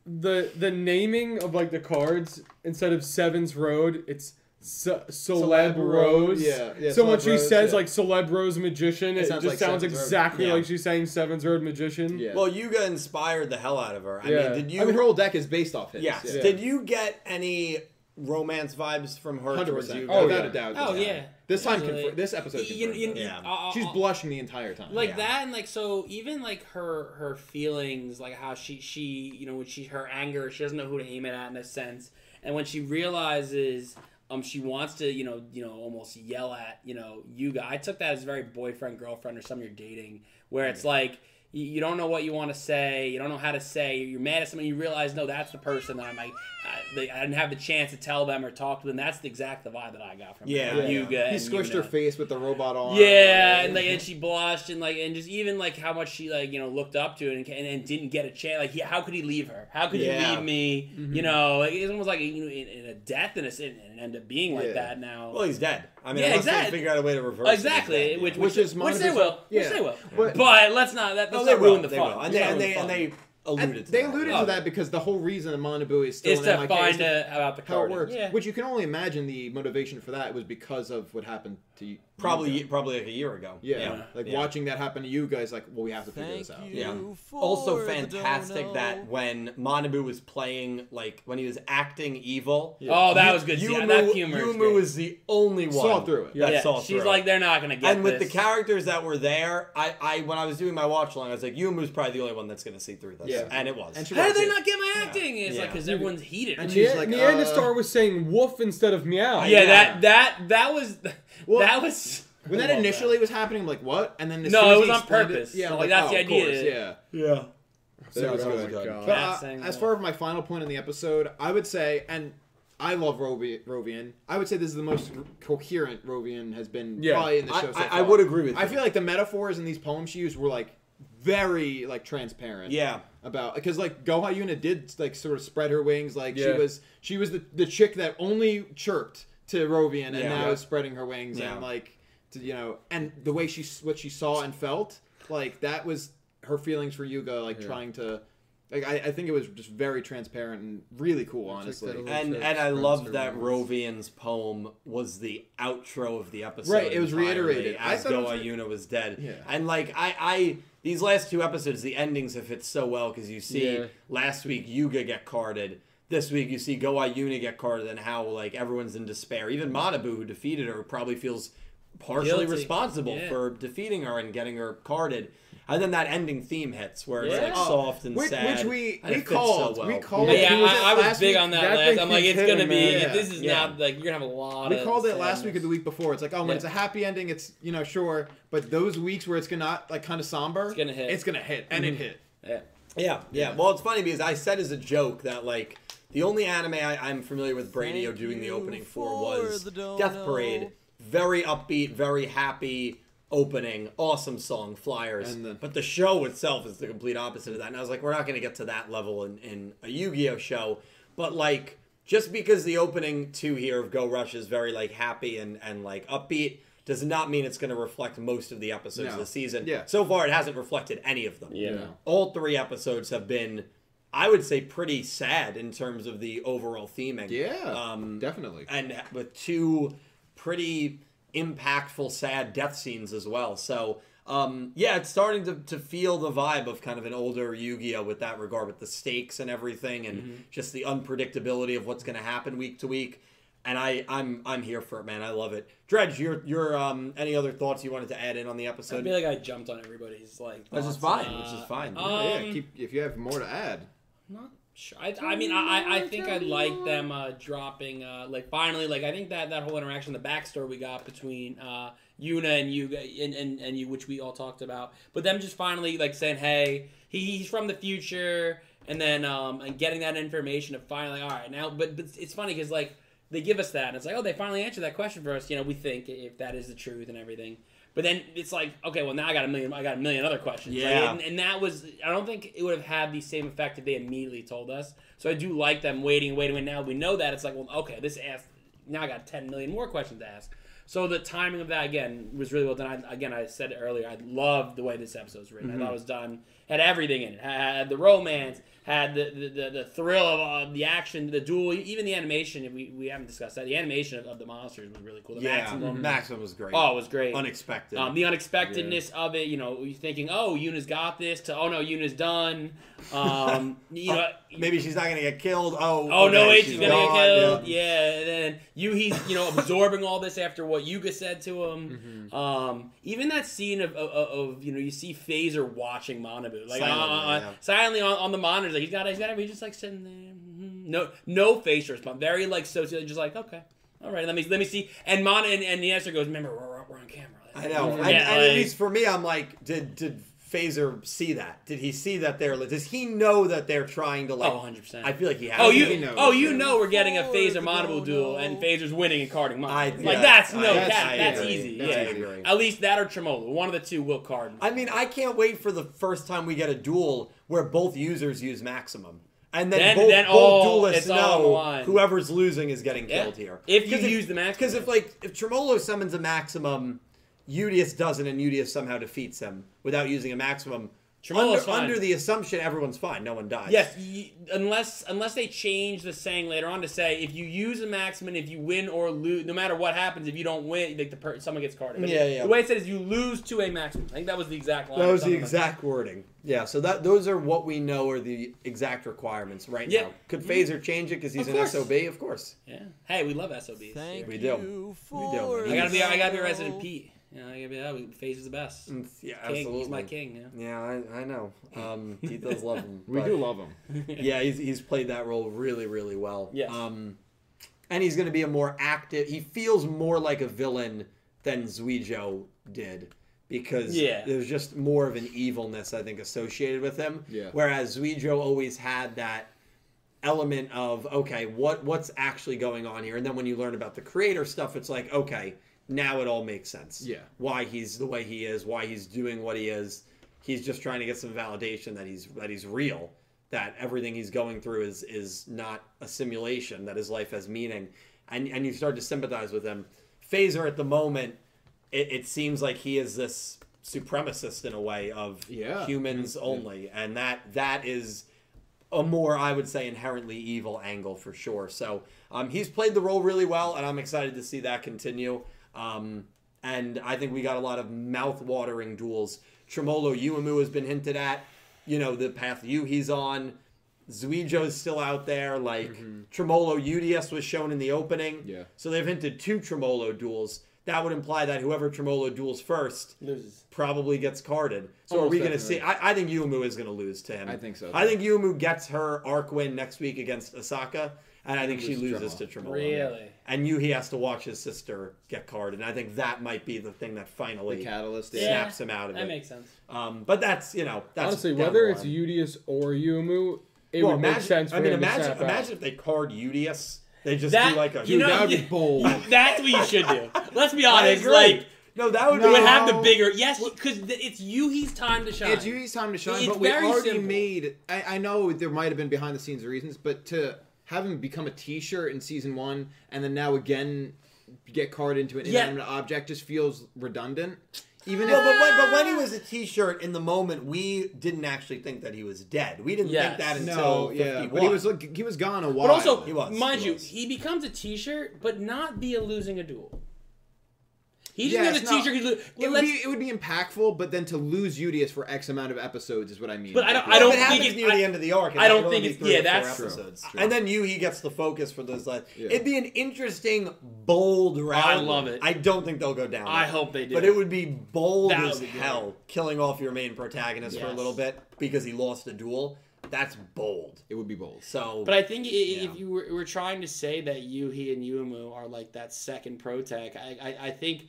[SPEAKER 1] The the naming of like the cards instead of Seven's Road, it's Ce- Celeb,
[SPEAKER 3] Celeb Rose,
[SPEAKER 1] Rose.
[SPEAKER 3] yeah, yeah,
[SPEAKER 1] so when
[SPEAKER 3] Celeb
[SPEAKER 1] she
[SPEAKER 3] Rose,
[SPEAKER 1] says
[SPEAKER 3] yeah.
[SPEAKER 1] like Celeb Rose Magician, it,
[SPEAKER 3] sounds
[SPEAKER 1] just
[SPEAKER 3] like
[SPEAKER 1] sounds
[SPEAKER 3] Seven's Road.
[SPEAKER 1] exactly
[SPEAKER 4] Yeah.
[SPEAKER 1] like she's saying Seven's Road Magician.
[SPEAKER 3] Yeah.
[SPEAKER 4] Well, Yuga inspired the hell out of her. I
[SPEAKER 1] Yeah.
[SPEAKER 4] mean, did you?
[SPEAKER 3] I mean, her whole deck is based off his.
[SPEAKER 4] yes.
[SPEAKER 3] Yeah.
[SPEAKER 4] Did you get any romance vibes from her
[SPEAKER 3] Hundred
[SPEAKER 4] towards
[SPEAKER 3] percent.
[SPEAKER 4] Yuga?
[SPEAKER 3] Oh,
[SPEAKER 1] yeah.
[SPEAKER 3] without a doubt.
[SPEAKER 5] Oh
[SPEAKER 3] this
[SPEAKER 5] yeah.
[SPEAKER 3] time. This time,
[SPEAKER 5] Absolutely.
[SPEAKER 3] confir- this episode,
[SPEAKER 5] You- you-
[SPEAKER 3] confirmed
[SPEAKER 5] you-
[SPEAKER 3] it.
[SPEAKER 4] Yeah.
[SPEAKER 5] I'll- I'll-
[SPEAKER 3] she's blushing the entire time.
[SPEAKER 5] like
[SPEAKER 4] Yeah.
[SPEAKER 5] that and like so even like her her feelings like how she she you know when she her anger she doesn't know who to aim it at in a sense and when she realizes um she wants to you know you know almost yell at you know Yuga I took that as very boyfriend girlfriend or someone you're dating where it's like you, you don't know what you want to say you don't know how to say you're mad at someone you realize no that's the person that I'm like I, they, I didn't have the chance to tell them or talk to them that's the exact the vibe that I got from
[SPEAKER 4] Yeah.
[SPEAKER 5] her,
[SPEAKER 4] Yeah.
[SPEAKER 5] Yuga and
[SPEAKER 3] he squished her
[SPEAKER 5] Yuna.
[SPEAKER 3] face with the robot arm.
[SPEAKER 5] Yeah, and like, and she blushed, and like, and just even like how much she like, you know, looked up to it, and, and, and didn't get a chance. Like, he, how could he leave her? How could
[SPEAKER 4] Yeah.
[SPEAKER 5] you leave me?
[SPEAKER 3] Mm-hmm.
[SPEAKER 5] You know, like, it's almost like you know, in, in a death, and it's and end up being like
[SPEAKER 3] Yeah.
[SPEAKER 5] that now.
[SPEAKER 4] Well, he's dead. I mean,
[SPEAKER 5] Yeah,
[SPEAKER 4] unless
[SPEAKER 5] exact-
[SPEAKER 4] they figure out a way to reverse. it, he's
[SPEAKER 5] exactly,
[SPEAKER 4] dead,
[SPEAKER 5] which,
[SPEAKER 4] yeah.
[SPEAKER 5] which
[SPEAKER 3] Which is
[SPEAKER 5] is which they
[SPEAKER 3] 100%
[SPEAKER 5] will,
[SPEAKER 3] yeah.
[SPEAKER 5] which they will.
[SPEAKER 3] But-
[SPEAKER 5] But, let's not that,
[SPEAKER 4] No,
[SPEAKER 5] let's
[SPEAKER 4] they
[SPEAKER 5] not ruin
[SPEAKER 4] will,
[SPEAKER 5] the
[SPEAKER 4] they
[SPEAKER 5] fun.
[SPEAKER 4] will.
[SPEAKER 5] Let's
[SPEAKER 4] And they
[SPEAKER 5] not ruin
[SPEAKER 4] and they
[SPEAKER 5] the fun.
[SPEAKER 4] and they alluded. to
[SPEAKER 3] they
[SPEAKER 4] that.
[SPEAKER 3] alluded
[SPEAKER 5] Oh.
[SPEAKER 3] to that because the whole reason Amanabu is still
[SPEAKER 5] is
[SPEAKER 3] in
[SPEAKER 5] to
[SPEAKER 3] MIK is
[SPEAKER 5] find
[SPEAKER 3] to
[SPEAKER 5] a, about the
[SPEAKER 3] how it
[SPEAKER 5] card.
[SPEAKER 3] works.
[SPEAKER 5] Yeah.
[SPEAKER 3] Which you can only imagine the motivation for that was because of what happened to you.
[SPEAKER 4] Probably,
[SPEAKER 3] Yuga.
[SPEAKER 4] probably like a year ago.
[SPEAKER 3] Yeah.
[SPEAKER 4] yeah.
[SPEAKER 3] Like
[SPEAKER 4] Yeah.
[SPEAKER 3] watching that happen to you guys, like, well, we have to figure
[SPEAKER 8] Thank
[SPEAKER 3] this out.
[SPEAKER 8] you
[SPEAKER 4] Yeah.
[SPEAKER 8] for
[SPEAKER 4] Also
[SPEAKER 8] the
[SPEAKER 4] fantastic
[SPEAKER 8] dono.
[SPEAKER 4] that when Manabu was playing, like when he was acting evil.
[SPEAKER 5] Oh, that
[SPEAKER 4] Yu-
[SPEAKER 5] was good. See,
[SPEAKER 4] Yumu,
[SPEAKER 5] that humor is
[SPEAKER 4] Yumu
[SPEAKER 5] good.
[SPEAKER 4] is the only one
[SPEAKER 3] Saw through it.
[SPEAKER 4] That
[SPEAKER 5] yeah,
[SPEAKER 4] saw
[SPEAKER 5] she's
[SPEAKER 4] through
[SPEAKER 5] like,
[SPEAKER 4] it.
[SPEAKER 5] they're not gonna get
[SPEAKER 4] And with
[SPEAKER 5] this.
[SPEAKER 4] the characters that were there, I, I when I was doing my watch along, I was like, Yumu's probably the only one that's gonna see through this.
[SPEAKER 3] Yeah.
[SPEAKER 4] And it was.
[SPEAKER 3] And she-
[SPEAKER 5] How did they not get my acting? It's
[SPEAKER 4] Yeah.
[SPEAKER 5] like because everyone's heated.
[SPEAKER 3] And
[SPEAKER 1] Ne-
[SPEAKER 3] she- she's like,
[SPEAKER 1] Neanderstar
[SPEAKER 3] uh,
[SPEAKER 1] was saying woof instead of meow.
[SPEAKER 5] yeah,
[SPEAKER 4] Yeah.
[SPEAKER 5] that that that was
[SPEAKER 3] Well,
[SPEAKER 5] that was
[SPEAKER 3] When that
[SPEAKER 5] I love
[SPEAKER 3] initially was happening, I'm like, what? And then as
[SPEAKER 5] No,
[SPEAKER 3] soon as
[SPEAKER 5] it
[SPEAKER 3] he
[SPEAKER 5] was on
[SPEAKER 3] explained
[SPEAKER 5] purpose.
[SPEAKER 3] yeah, I'm
[SPEAKER 5] Like, that's
[SPEAKER 3] oh,
[SPEAKER 5] the
[SPEAKER 3] of
[SPEAKER 5] idea.
[SPEAKER 3] course, yeah.
[SPEAKER 4] yeah.
[SPEAKER 3] So that was
[SPEAKER 1] Oh
[SPEAKER 3] really
[SPEAKER 1] my
[SPEAKER 3] good.
[SPEAKER 1] God.
[SPEAKER 3] But,
[SPEAKER 5] Matt
[SPEAKER 3] uh,
[SPEAKER 5] saying
[SPEAKER 3] as
[SPEAKER 5] that.
[SPEAKER 3] far as my final point in the episode, I would say, and I love Rovi- Rovian. I would say this is the most coherent Rovian has been
[SPEAKER 1] Yeah.
[SPEAKER 3] probably in the
[SPEAKER 4] I-
[SPEAKER 3] show. so
[SPEAKER 4] I- I
[SPEAKER 3] far.
[SPEAKER 4] would agree with
[SPEAKER 3] I
[SPEAKER 4] you.
[SPEAKER 3] feel like the metaphors in these poems she used were like very like transparent.
[SPEAKER 4] Yeah.
[SPEAKER 3] About because like Goha Yuna did like sort of spread her wings. Like she
[SPEAKER 1] Yeah.
[SPEAKER 3] was she was the the chick that only chirped to Rovian and
[SPEAKER 4] Yeah.
[SPEAKER 3] now
[SPEAKER 4] Yeah.
[SPEAKER 3] is spreading her wings
[SPEAKER 4] Yeah.
[SPEAKER 3] and like to, you know and the way she s- what she saw and felt like that was her feelings for Yuga like trying to like I, I think it was just very transparent and really cool honestly
[SPEAKER 1] that a little-
[SPEAKER 4] And
[SPEAKER 1] Sure,
[SPEAKER 4] and I
[SPEAKER 1] Spencer
[SPEAKER 4] love that
[SPEAKER 1] Williams.
[SPEAKER 4] Rovian's poem was the outro of the episode.
[SPEAKER 3] Right, it was
[SPEAKER 4] entirely
[SPEAKER 3] reiterated. I
[SPEAKER 4] as
[SPEAKER 3] thought it was-
[SPEAKER 4] Goa Yuna was dead.
[SPEAKER 3] Yeah.
[SPEAKER 4] And like I, I these last two episodes, the endings have fit so well because you see
[SPEAKER 1] Yeah.
[SPEAKER 4] last week Yuga get carded. This week you see Goa Yuna get carded and how like everyone's in despair. Even Manabu who defeated her probably feels partially
[SPEAKER 5] Guilty.
[SPEAKER 4] responsible
[SPEAKER 5] Yeah.
[SPEAKER 4] for defeating her and getting her carded. And then that ending theme hits where it's
[SPEAKER 5] Yeah.
[SPEAKER 4] like
[SPEAKER 5] Oh,
[SPEAKER 4] soft and
[SPEAKER 3] which-
[SPEAKER 4] sad.
[SPEAKER 3] which we-
[SPEAKER 4] and
[SPEAKER 3] we
[SPEAKER 4] it fits so
[SPEAKER 3] called. We
[SPEAKER 4] well.
[SPEAKER 3] called-
[SPEAKER 5] yeah,
[SPEAKER 3] He was at
[SPEAKER 5] I, I was
[SPEAKER 3] last
[SPEAKER 5] big
[SPEAKER 3] week.
[SPEAKER 5] on that,
[SPEAKER 1] That
[SPEAKER 5] last.
[SPEAKER 1] thing
[SPEAKER 5] I'm like,
[SPEAKER 1] keeps
[SPEAKER 5] it's gonna
[SPEAKER 1] hitting,
[SPEAKER 5] be.
[SPEAKER 1] man.
[SPEAKER 5] if This is
[SPEAKER 4] Yeah.
[SPEAKER 5] not like you're gonna have a lot.
[SPEAKER 3] we
[SPEAKER 5] of
[SPEAKER 3] called it last
[SPEAKER 5] sadness.
[SPEAKER 3] week or the week before it's like oh when
[SPEAKER 5] Yeah.
[SPEAKER 3] it's a happy ending it's you know sure but those weeks where it's gonna not like kind of somber
[SPEAKER 5] It's gonna hit.
[SPEAKER 3] it's gonna hit and it hit
[SPEAKER 5] Yeah.
[SPEAKER 4] Yeah, yeah. Well, it's funny because I said as a joke that like the only anime I, I'm familiar with Bradio
[SPEAKER 8] Thank
[SPEAKER 4] doing the
[SPEAKER 8] you
[SPEAKER 4] opening for
[SPEAKER 8] for
[SPEAKER 4] was
[SPEAKER 8] the dono.
[SPEAKER 4] Death Parade. Very upbeat, very happy opening, awesome song, flyers.
[SPEAKER 3] And the-
[SPEAKER 4] but the show itself is the complete opposite of that. And I was like, we're not going to get to that level in, in a Yu-Gi-Oh show. But like, just because the opening two here of Go Rush is very like happy and and like upbeat. Does not mean it's going to reflect most of the episodes of
[SPEAKER 3] No.
[SPEAKER 4] the season.
[SPEAKER 3] Yeah.
[SPEAKER 4] So far, it hasn't reflected any of them
[SPEAKER 5] Yeah.
[SPEAKER 4] all three episodes have been i would say pretty sad in terms of the overall theming
[SPEAKER 3] yeah
[SPEAKER 4] um
[SPEAKER 3] definitely
[SPEAKER 4] and with two pretty impactful sad death scenes as well so um yeah it's starting to, to feel the vibe of kind of an older yu-gi-oh with that regard with the stakes and everything and just the unpredictability of what's going to happen week to week and i i'm i'm here for it man i love it dredge your your um any other thoughts you wanted to add in on the
[SPEAKER 5] I
[SPEAKER 4] episode
[SPEAKER 5] feel like I jumped on everybody's like.
[SPEAKER 4] Which is
[SPEAKER 5] thoughts,
[SPEAKER 4] fine, which is
[SPEAKER 5] uh,
[SPEAKER 4] fine.
[SPEAKER 5] Um,
[SPEAKER 3] yeah keep if you have more to add
[SPEAKER 5] Not sure. I, I mean, I, I- I think I like them uh, dropping, uh, like, finally, like, I think that, that whole interaction, the backstory we got between uh, Yuna and Yuga, and, and, and you, which we all talked about, but them just finally, like, saying, hey, he, he's from the future, and then um, and getting that information of finally, all right, now, but, but it's funny because, like, they give us that, and it's like, oh, they finally answered that question for us, you know, we think if that is the truth and everything. But then it's like, okay, well now I got a million, I got a million other questions. Like,
[SPEAKER 4] Yeah.
[SPEAKER 5] and, and that was, I don't think it would have had the same effect if they immediately told us. So I do like them waiting, waiting, and now we know that it's like, well, okay, this asked, now I got ten million more questions to ask. So the timing of that again was really well done. I, again, I said it earlier. I loved the way this episode was written. I thought it was done. Had everything in it. Had the romance. Had the the, the, the thrill of uh, the action, the duel, even the animation. if We, we haven't discussed that. The animation of, of the monsters was really cool. The
[SPEAKER 4] yeah, Mm-hmm.
[SPEAKER 5] maximum.
[SPEAKER 3] Mm-hmm.
[SPEAKER 4] Maximum was great.
[SPEAKER 5] Oh, it was great.
[SPEAKER 4] unexpected.
[SPEAKER 5] Um, the unexpectedness of it, you know, you thinking, oh, Yuna's got this, to oh no, Yuna's done. Um, you know,
[SPEAKER 4] Maybe she's not gonna get killed. Oh,
[SPEAKER 5] oh no,
[SPEAKER 4] okay,
[SPEAKER 5] H is
[SPEAKER 4] she's
[SPEAKER 5] gonna
[SPEAKER 4] gone,
[SPEAKER 5] get killed.
[SPEAKER 4] yeah.
[SPEAKER 5] Yeah. and then Yuhi's, you know, absorbing all this after what Yuga said to
[SPEAKER 4] Mm-hmm.
[SPEAKER 5] him. Um, even that scene of, of, of you know, you see Phaser watching Manabu like
[SPEAKER 4] Silently,
[SPEAKER 5] on, on-
[SPEAKER 4] yeah.
[SPEAKER 5] silently on, on the monitors, like he's got, he's got, he's just like sitting there, mhm. no, no facial response, very like socially, just like okay, all right, let me let me see, and Mana and, and the answer goes, remember we're, we're on camera. Mm-hmm.
[SPEAKER 4] I know.
[SPEAKER 3] Mm-hmm.
[SPEAKER 5] Yeah,
[SPEAKER 4] and, and at
[SPEAKER 5] like-
[SPEAKER 4] least for me, I'm like, did did Phaser see that? Did he see that they're? Does he know that they're trying to like?
[SPEAKER 5] Oh, 100%.
[SPEAKER 4] I feel like he has.
[SPEAKER 5] Oh,
[SPEAKER 4] to.
[SPEAKER 3] He
[SPEAKER 5] you
[SPEAKER 3] knows,
[SPEAKER 5] oh you
[SPEAKER 3] yeah.
[SPEAKER 5] know we're getting a Phaser
[SPEAKER 9] Forward,
[SPEAKER 5] Monobu
[SPEAKER 9] no,
[SPEAKER 5] duel,
[SPEAKER 9] no.
[SPEAKER 5] and Phaser's winning and carding Monobu.
[SPEAKER 4] I-
[SPEAKER 5] like
[SPEAKER 4] yeah,
[SPEAKER 5] that's
[SPEAKER 4] I-
[SPEAKER 5] no,
[SPEAKER 4] that's-
[SPEAKER 5] that,
[SPEAKER 4] I
[SPEAKER 5] that's
[SPEAKER 4] agree.
[SPEAKER 5] easy.
[SPEAKER 3] That's
[SPEAKER 5] yeah,
[SPEAKER 3] easy, right.
[SPEAKER 5] at least that or Tremolo, one of the two will card.
[SPEAKER 4] I mean, I can't wait for the first time we get a duel where both users use maximum. And then,
[SPEAKER 5] Then-
[SPEAKER 4] both,
[SPEAKER 5] then
[SPEAKER 4] both
[SPEAKER 5] all-
[SPEAKER 4] duelists
[SPEAKER 5] it's all on the
[SPEAKER 4] know
[SPEAKER 5] line.
[SPEAKER 4] whoever's losing is getting
[SPEAKER 5] Yeah.
[SPEAKER 4] killed here.
[SPEAKER 5] If you use the maximum.
[SPEAKER 4] Because if, like, if Tremolo summons a maximum, Udius doesn't, and Udius somehow defeats him without using a maximum.
[SPEAKER 5] Tremolo's
[SPEAKER 4] under,
[SPEAKER 5] fine.
[SPEAKER 4] under the assumption everyone's fine, no one dies.
[SPEAKER 5] yes, y unless unless they change the saying later on to say if you use a maximum, if you win or lose, no matter what happens, if you don't win, like the per- someone gets carded. But
[SPEAKER 4] Yeah, yeah.
[SPEAKER 5] The way it said is you lose to a maximum. I think that was the exact line.
[SPEAKER 4] That
[SPEAKER 5] or
[SPEAKER 4] was the
[SPEAKER 5] something like
[SPEAKER 4] exact wording. Yeah, so that those are what we know are the exact requirements right
[SPEAKER 5] Yeah.
[SPEAKER 4] now. Could Phaser change it because he's
[SPEAKER 5] Of
[SPEAKER 4] an
[SPEAKER 5] course.
[SPEAKER 4] SOB? Of course.
[SPEAKER 5] Yeah. Hey, we love SOBs.
[SPEAKER 9] Thank
[SPEAKER 5] here.
[SPEAKER 4] We do.
[SPEAKER 9] you
[SPEAKER 4] We do.
[SPEAKER 9] for
[SPEAKER 5] I gotta be I gotta be a
[SPEAKER 9] your
[SPEAKER 5] resident Pete. You know, I gotta be that. Phaser's the best. King,
[SPEAKER 4] Yeah,
[SPEAKER 5] he's my king. Yeah.
[SPEAKER 4] Yeah, I, I know. Um, he does love him.
[SPEAKER 3] We
[SPEAKER 4] but-
[SPEAKER 3] do love him.
[SPEAKER 4] Yeah, he's, he's played that role really, really well.
[SPEAKER 5] Yes.
[SPEAKER 4] Um, and he's going to be a more active. He feels more like a villain than Zuijo did because
[SPEAKER 5] Yeah.
[SPEAKER 4] there's just more of an evilness I think associated with him.
[SPEAKER 3] Yeah.
[SPEAKER 4] Whereas Zuijo always had that element of okay, what what's actually going on here? And then when you learn about the creator stuff, it's like okay, now it all makes sense.
[SPEAKER 3] Yeah.
[SPEAKER 4] Why he's the way he is, why he's doing what he is. He's just trying to get some validation that he's that he's real, that everything he's going through is is not a simulation, that his life has meaning. And and you start to sympathize with him. Phaser at the moment, it, it seems like he is this supremacist in a way of
[SPEAKER 3] Yeah.
[SPEAKER 4] humans only. And that that is a more, I would say, inherently evil angle for sure. So um, he's played the role really well, and I'm excited to see that continue. Um, and I think we got a lot of mouth-watering duels. Tremolo Uemu has been hinted at. You know the path you he's on. Zuijo's still out there. Like Tremolo UDS was shown in the opening.
[SPEAKER 3] Yeah.
[SPEAKER 4] So they've hinted two Tremolo duels. That would imply that whoever Tremolo duels first
[SPEAKER 5] Loses.
[SPEAKER 4] probably gets carded. So are
[SPEAKER 3] Almost
[SPEAKER 4] we going to
[SPEAKER 3] definitely.
[SPEAKER 4] see? I, I think Yumu is going to lose to him.
[SPEAKER 3] I think so,
[SPEAKER 4] I think Yumu gets her arc win next week against Osaka, and I think she
[SPEAKER 3] Loses to
[SPEAKER 4] loses to Tremolo.
[SPEAKER 5] Really?
[SPEAKER 4] And Yuhi has to watch his sister get carded, and I think that might be the thing that
[SPEAKER 3] The
[SPEAKER 4] finally
[SPEAKER 3] catalyst.
[SPEAKER 5] Yeah.
[SPEAKER 4] snaps him out of
[SPEAKER 5] That
[SPEAKER 4] it.
[SPEAKER 5] makes sense.
[SPEAKER 4] um, but that's you know that's
[SPEAKER 1] Honestly,
[SPEAKER 4] down the
[SPEAKER 1] whether it's
[SPEAKER 4] line.
[SPEAKER 1] Udius or Yumu, it
[SPEAKER 4] Well,
[SPEAKER 1] would
[SPEAKER 4] imagine,
[SPEAKER 1] make sense for
[SPEAKER 4] I mean,
[SPEAKER 1] him
[SPEAKER 4] imagine
[SPEAKER 1] to snap
[SPEAKER 4] imagine if they card Udius, they just
[SPEAKER 5] That
[SPEAKER 4] do like a
[SPEAKER 5] you know
[SPEAKER 3] that would be
[SPEAKER 5] you-
[SPEAKER 3] bold.
[SPEAKER 5] That's what you should do. Let's be
[SPEAKER 4] I
[SPEAKER 5] honest.
[SPEAKER 4] agree.
[SPEAKER 5] Like
[SPEAKER 4] no, that would
[SPEAKER 5] you would
[SPEAKER 4] be
[SPEAKER 5] have the
[SPEAKER 3] No.
[SPEAKER 5] bigger yes because it's Yuhi's time to shine.
[SPEAKER 3] It's Yui's time to shine,
[SPEAKER 5] It's
[SPEAKER 3] but we
[SPEAKER 5] very
[SPEAKER 3] already
[SPEAKER 5] simple.
[SPEAKER 3] made. I, I know there might have been behind the scenes reasons, but to have him become a T-shirt in season one, and then now again get carded into an
[SPEAKER 5] Yeah.
[SPEAKER 3] inanimate object just feels redundant. Even
[SPEAKER 4] Well,
[SPEAKER 3] if
[SPEAKER 4] but when, but when he was a T-shirt in the moment, we didn't actually think that he was dead. We didn't
[SPEAKER 5] Yes.
[SPEAKER 4] think that until
[SPEAKER 3] no, yeah,
[SPEAKER 4] 51.
[SPEAKER 3] but he was like, he was gone a while.
[SPEAKER 5] But also,
[SPEAKER 4] He was,
[SPEAKER 5] mind
[SPEAKER 4] he
[SPEAKER 5] you,
[SPEAKER 4] was.
[SPEAKER 5] he becomes a T-shirt, but not via losing a duel. He just
[SPEAKER 3] Yes,
[SPEAKER 5] becomes a
[SPEAKER 3] no.
[SPEAKER 5] T-shirt. he lo-
[SPEAKER 3] it would,
[SPEAKER 5] let's-
[SPEAKER 3] be, it would be impactful, but then to lose Udius for X amount of episodes is what I mean.
[SPEAKER 5] But I don't-
[SPEAKER 4] Well,
[SPEAKER 5] I don't
[SPEAKER 4] if it happens
[SPEAKER 5] think it-
[SPEAKER 4] near the
[SPEAKER 5] I-
[SPEAKER 4] end of the arc.
[SPEAKER 5] I don't
[SPEAKER 4] could
[SPEAKER 5] think
[SPEAKER 4] only be
[SPEAKER 5] it's-
[SPEAKER 4] three
[SPEAKER 5] yeah,
[SPEAKER 4] or four
[SPEAKER 5] that's true.
[SPEAKER 4] episodes.
[SPEAKER 3] True.
[SPEAKER 4] And then you, he gets the focus for those. Last.
[SPEAKER 3] Yeah.
[SPEAKER 4] It'd be an interesting, bold route.
[SPEAKER 5] love it.
[SPEAKER 4] I don't think they'll go down.
[SPEAKER 5] I
[SPEAKER 4] that.
[SPEAKER 5] hope they do.
[SPEAKER 4] But it would be bold
[SPEAKER 5] That
[SPEAKER 4] as
[SPEAKER 5] would be
[SPEAKER 4] hell,
[SPEAKER 5] great.
[SPEAKER 4] killing off your main protagonist for a
[SPEAKER 5] Yes.
[SPEAKER 4] little bit because he lost a duel. That's bold.
[SPEAKER 3] It would be bold.
[SPEAKER 4] So,
[SPEAKER 5] But I think i
[SPEAKER 4] Yeah.
[SPEAKER 5] if you were, were trying to say that Yuhi and Yumu are like that second pro tech, I, I, I think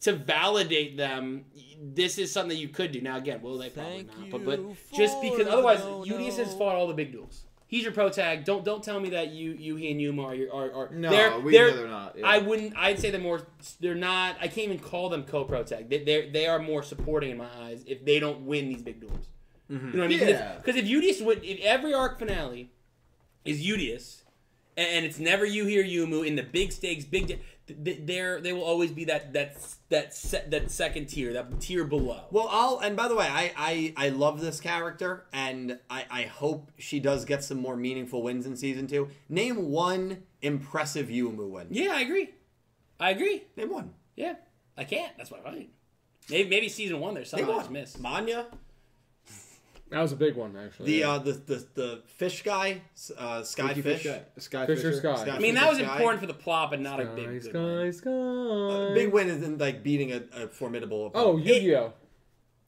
[SPEAKER 5] to validate them, this is something you could do. Now, again, will they probably
[SPEAKER 9] Thank
[SPEAKER 5] not? But, but
[SPEAKER 9] you
[SPEAKER 5] just
[SPEAKER 9] for
[SPEAKER 5] because
[SPEAKER 9] the
[SPEAKER 5] otherwise,
[SPEAKER 9] no,
[SPEAKER 5] Udius has
[SPEAKER 9] no.
[SPEAKER 5] fought all the big duels. He's your pro tag. Don't don't tell me that you Yuhi and Yumu are your are, are
[SPEAKER 3] No,
[SPEAKER 5] they're,
[SPEAKER 3] we
[SPEAKER 5] they're,
[SPEAKER 3] know they're not. yeah.
[SPEAKER 5] I wouldn't. I'd say they're more. They're not. I can't even call them co pro tag. They they're, they are more supporting in my eyes if they don't win these big duels. You know what I mean?
[SPEAKER 3] Mm-hmm. Yeah.
[SPEAKER 5] Because if Udius would, if every arc finale is Udius, and, and it's never you hear Yumu in the big stakes, big. di- th- they're they will always be that that that se- that second tier, that tier below.
[SPEAKER 4] Well, I'll and by the way, I I, I love this character, and I I hope she does get some more meaningful wins in season two. Name one impressive Yumu win.
[SPEAKER 5] yeah, I agree. I agree.
[SPEAKER 4] Name one.
[SPEAKER 5] Yeah, I can't. That's what I mean. Maybe maybe season one there's
[SPEAKER 4] Name
[SPEAKER 5] something Oh, I just
[SPEAKER 4] one.
[SPEAKER 5] missed. Oh,
[SPEAKER 4] Manya,
[SPEAKER 1] That was a big one, actually.
[SPEAKER 4] the
[SPEAKER 1] yeah.
[SPEAKER 4] uh the the, the fish guy, s- uh, Sky
[SPEAKER 3] Ricky
[SPEAKER 4] Fish.
[SPEAKER 3] Fisher- Sky
[SPEAKER 1] Fisher
[SPEAKER 3] Fisher.
[SPEAKER 1] Sky.
[SPEAKER 4] Sky
[SPEAKER 5] I mean that was
[SPEAKER 4] Sky.
[SPEAKER 5] important for the plot, but not a big.
[SPEAKER 1] Sky,
[SPEAKER 5] good
[SPEAKER 1] sky, sky.
[SPEAKER 4] A big win is in like beating a, a formidable.
[SPEAKER 1] Oh,
[SPEAKER 4] Opponent.
[SPEAKER 1] Yu-Gi-Oh.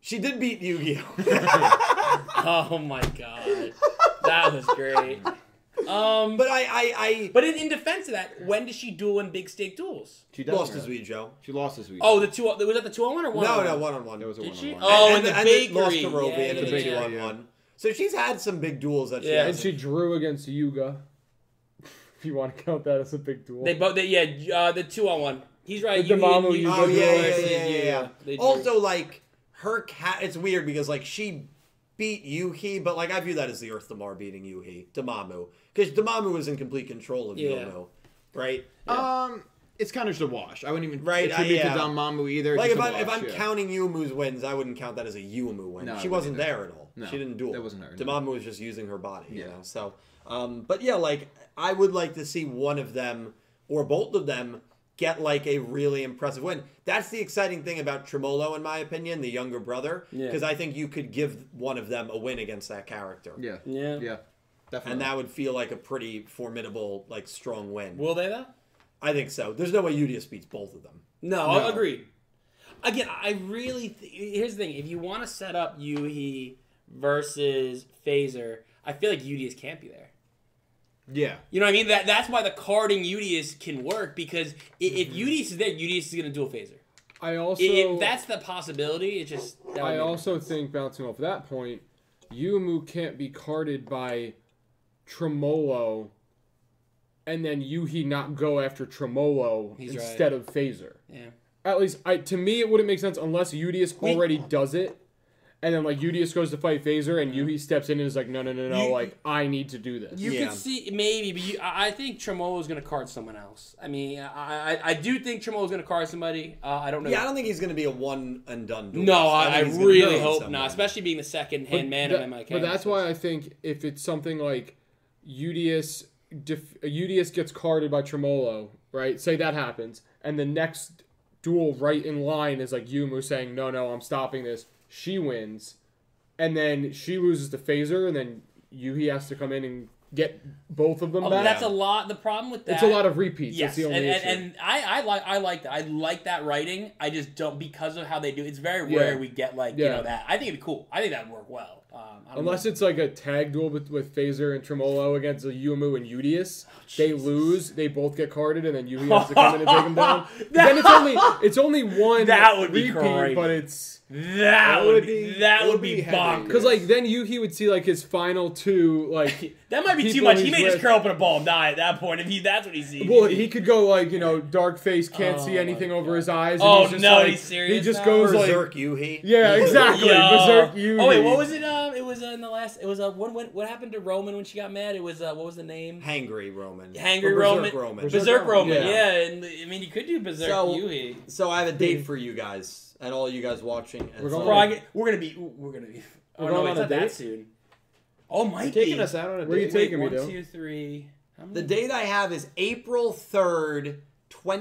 [SPEAKER 4] she did beat Yu-Gi-Oh.
[SPEAKER 5] one. Oh my god, that was great. Um, but
[SPEAKER 4] but I I, I
[SPEAKER 5] but in, in defense of that, when does she duel in big stake duels?
[SPEAKER 3] She does
[SPEAKER 4] lost
[SPEAKER 3] her.
[SPEAKER 4] his weed, Joe.
[SPEAKER 3] She lost this week.
[SPEAKER 5] Oh, the two was that the two on one or one?
[SPEAKER 4] No,
[SPEAKER 5] on
[SPEAKER 4] no,
[SPEAKER 5] one?
[SPEAKER 4] one on one.
[SPEAKER 3] It was a
[SPEAKER 5] Did she?
[SPEAKER 3] one-on-one.
[SPEAKER 5] Oh, in
[SPEAKER 4] and,
[SPEAKER 5] the
[SPEAKER 4] and it
[SPEAKER 5] bakery.
[SPEAKER 4] lost to Roby
[SPEAKER 5] yeah,
[SPEAKER 4] in
[SPEAKER 5] yeah,
[SPEAKER 4] the two
[SPEAKER 5] yeah.
[SPEAKER 4] on
[SPEAKER 3] yeah.
[SPEAKER 4] one. So she's had some big duels that she
[SPEAKER 5] Yeah.
[SPEAKER 1] And
[SPEAKER 4] has.
[SPEAKER 1] she drew against Yuga. If you want to count that as a big duel.
[SPEAKER 5] They both, they, yeah, uh, the two on one. He's right.
[SPEAKER 1] The Dormammu, you
[SPEAKER 4] Oh
[SPEAKER 1] go
[SPEAKER 4] yeah, yeah,
[SPEAKER 1] draw it.
[SPEAKER 4] yeah, yeah, yeah.
[SPEAKER 5] They do.
[SPEAKER 4] Also, like her cat. It's weird because like she beat Yuhi, but like I view that as the Earth Damar beating Yuhi Damamu because Damamu was in complete control of
[SPEAKER 5] Yeah.
[SPEAKER 4] Yono, right?
[SPEAKER 3] Um, it's kind of just a wash. I wouldn't even
[SPEAKER 4] Right,
[SPEAKER 3] It should
[SPEAKER 4] I-
[SPEAKER 3] be
[SPEAKER 4] yeah.
[SPEAKER 3] to Don Mamu either. It's
[SPEAKER 4] Like if
[SPEAKER 3] just a
[SPEAKER 4] I'm if
[SPEAKER 3] wash,
[SPEAKER 4] I'm
[SPEAKER 3] yeah.
[SPEAKER 4] counting Yumu's wins, I wouldn't count that as a Yumu win.
[SPEAKER 3] No, I
[SPEAKER 4] she
[SPEAKER 3] wouldn't
[SPEAKER 4] wasn't
[SPEAKER 3] either.
[SPEAKER 4] there at all.
[SPEAKER 3] No,
[SPEAKER 4] she didn't duel.
[SPEAKER 3] that wasn't her, no.
[SPEAKER 4] Damamu was just using her body. You
[SPEAKER 3] Yeah.
[SPEAKER 4] know, so um, but yeah, like I would like to see one of them or both of them get like a really impressive win. That's the exciting thing about Tremolo, in my opinion, the younger brother,
[SPEAKER 5] Yeah.
[SPEAKER 4] because I think you could give one of them a win against that character.
[SPEAKER 3] yeah,
[SPEAKER 5] Yeah.
[SPEAKER 3] yeah, definitely.
[SPEAKER 4] And that would feel like a pretty formidable, like strong win.
[SPEAKER 5] Will they though?
[SPEAKER 4] I think so. There's no way Udius beats both of them.
[SPEAKER 5] No, I
[SPEAKER 3] No.
[SPEAKER 5] agreed. Again, I really th- here's the thing: if you want to set up Yuhi versus Phaser, I feel like Udius can't be there.
[SPEAKER 3] yeah,
[SPEAKER 5] You know what I mean? That that's why the carding Udius can work because i- if Udius is there, Udius is going to duel Phaser.
[SPEAKER 1] I
[SPEAKER 5] I-
[SPEAKER 1] also
[SPEAKER 5] if that's the possibility, it's just that would
[SPEAKER 1] I
[SPEAKER 5] make-
[SPEAKER 1] also think bouncing off that point, Yumu can't be carded by Tremolo and then Yuhi not go after Tremolo
[SPEAKER 5] He's right.
[SPEAKER 1] instead of Phaser.
[SPEAKER 5] yeah.
[SPEAKER 1] At least I to me it wouldn't make sense unless Udius already does it. And then like Udius goes to fight Phaser and Yuhi steps in and is like, No no no no,
[SPEAKER 5] You-
[SPEAKER 1] like I need to do this.
[SPEAKER 5] You
[SPEAKER 4] Yeah.
[SPEAKER 5] could see maybe, but you, I I think Tremolo is going to card someone else. I mean, I I, I do think Tremolo is going to card somebody. Uh, I don't know.
[SPEAKER 4] Yeah, I don't think he's going to be a one and done. duelist.
[SPEAKER 5] no, I, I
[SPEAKER 4] think he's gonna
[SPEAKER 5] really
[SPEAKER 4] beat
[SPEAKER 5] hope
[SPEAKER 4] someone.
[SPEAKER 5] not. Especially being the second hand man
[SPEAKER 1] that-
[SPEAKER 5] of MIK.
[SPEAKER 1] But that's why I think if it's something like UDS, def, UDS gets carded by Tremolo, right? Say that happens, and the next duel right in line is like Yumu saying, "No, no, I'm stopping this." She wins, and then she loses to Phaser, and then Yuhi has to come in and get both of them
[SPEAKER 5] Oh,
[SPEAKER 1] back.
[SPEAKER 5] that's a lot. The problem with that.
[SPEAKER 1] it's a lot of repeats.
[SPEAKER 5] Yes,
[SPEAKER 1] That's the only
[SPEAKER 5] and, and,
[SPEAKER 1] issue.
[SPEAKER 5] and I, I like I like that. I like that writing. I just don't because of how they do. it. It's very
[SPEAKER 1] Yeah.
[SPEAKER 5] rare we get like you
[SPEAKER 1] Yeah.
[SPEAKER 5] know that. I think it'd be cool. I think that'd work well. Um, I don't
[SPEAKER 1] Unless
[SPEAKER 5] know.
[SPEAKER 1] it's like a tag duel with, with Phaser and Tremolo against a Yumu and
[SPEAKER 5] Oh,
[SPEAKER 1] Udius, they lose, they both get carded, and then Yumu has to come in and take them down. then it's only it's only one
[SPEAKER 5] That would be
[SPEAKER 1] repeat,
[SPEAKER 5] great.
[SPEAKER 1] but it's
[SPEAKER 5] that would be, that
[SPEAKER 3] it
[SPEAKER 5] would
[SPEAKER 3] would
[SPEAKER 5] be
[SPEAKER 3] be heavy.
[SPEAKER 5] bonkers.
[SPEAKER 1] because like then Yuhi would see like his final two like.
[SPEAKER 5] that might be too
[SPEAKER 1] people
[SPEAKER 5] much. He
[SPEAKER 1] he's
[SPEAKER 5] may just
[SPEAKER 1] with-
[SPEAKER 5] curl up in a ball and die at that point if he that's what he sees.
[SPEAKER 1] Well, he could go like you know, dark face, can't
[SPEAKER 5] Oh
[SPEAKER 1] see anything
[SPEAKER 5] my
[SPEAKER 1] over
[SPEAKER 5] God.
[SPEAKER 1] his eyes. And
[SPEAKER 5] Oh,
[SPEAKER 1] he's just
[SPEAKER 5] no,
[SPEAKER 1] like,
[SPEAKER 5] he's serious
[SPEAKER 1] He just
[SPEAKER 5] now?
[SPEAKER 1] goes like,
[SPEAKER 4] Berserk Yuhi.
[SPEAKER 1] yeah, exactly.
[SPEAKER 5] Yo.
[SPEAKER 1] Berserk Yuhi.
[SPEAKER 5] Oh wait, what was it? Um, it was uh, in the last. It was uh, what, what what happened to Roman when she got mad? It was uh, what was the name?
[SPEAKER 4] Hangry Roman.
[SPEAKER 5] Hangry
[SPEAKER 4] Or
[SPEAKER 5] Roman.
[SPEAKER 4] Berserk Roman.
[SPEAKER 5] Berserk,
[SPEAKER 1] Berserk
[SPEAKER 5] Roman.
[SPEAKER 1] Roman,
[SPEAKER 5] Yeah.
[SPEAKER 1] yeah.
[SPEAKER 5] and I mean you could do Berserk
[SPEAKER 4] So-
[SPEAKER 5] Yui.
[SPEAKER 4] So I have a date for you guys and all you guys watching. And
[SPEAKER 1] We're
[SPEAKER 4] so-
[SPEAKER 1] going-
[SPEAKER 5] Bro, I get- we're gonna be. We're gonna be. Oh
[SPEAKER 1] We're
[SPEAKER 5] no,
[SPEAKER 1] going
[SPEAKER 5] wait,
[SPEAKER 1] on
[SPEAKER 5] it's
[SPEAKER 1] a
[SPEAKER 5] not that
[SPEAKER 1] date?
[SPEAKER 5] soon. Oh, might
[SPEAKER 3] taking
[SPEAKER 5] be.
[SPEAKER 3] us out on a
[SPEAKER 1] Where you
[SPEAKER 3] date.
[SPEAKER 1] take- taking me,
[SPEAKER 5] Wait, one,
[SPEAKER 1] Dale?
[SPEAKER 5] two, three. How many-
[SPEAKER 4] the date I have is April 3rd,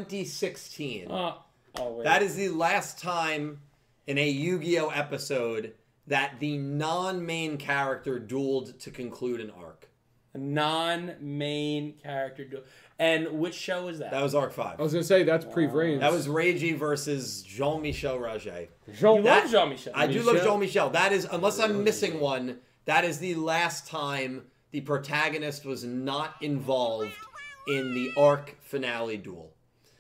[SPEAKER 4] 2016.
[SPEAKER 5] Uh, oh wait.
[SPEAKER 4] that is the last time in a Yu Gi Oh episode that the non main character dueled to conclude an arc.
[SPEAKER 5] a non-main character duel. And which show is that?
[SPEAKER 4] That was arc 5.
[SPEAKER 1] I was gonna say that's pre-brains.
[SPEAKER 4] That was Reiji versus Jean Michel Rajet.
[SPEAKER 1] Jean-
[SPEAKER 5] you
[SPEAKER 4] that-
[SPEAKER 5] love Jean Michel.
[SPEAKER 4] I do
[SPEAKER 1] Michel?
[SPEAKER 4] love Jean Michel. That is, unless I'm missing one, that is the last time the protagonist was not involved in the arc finale duel.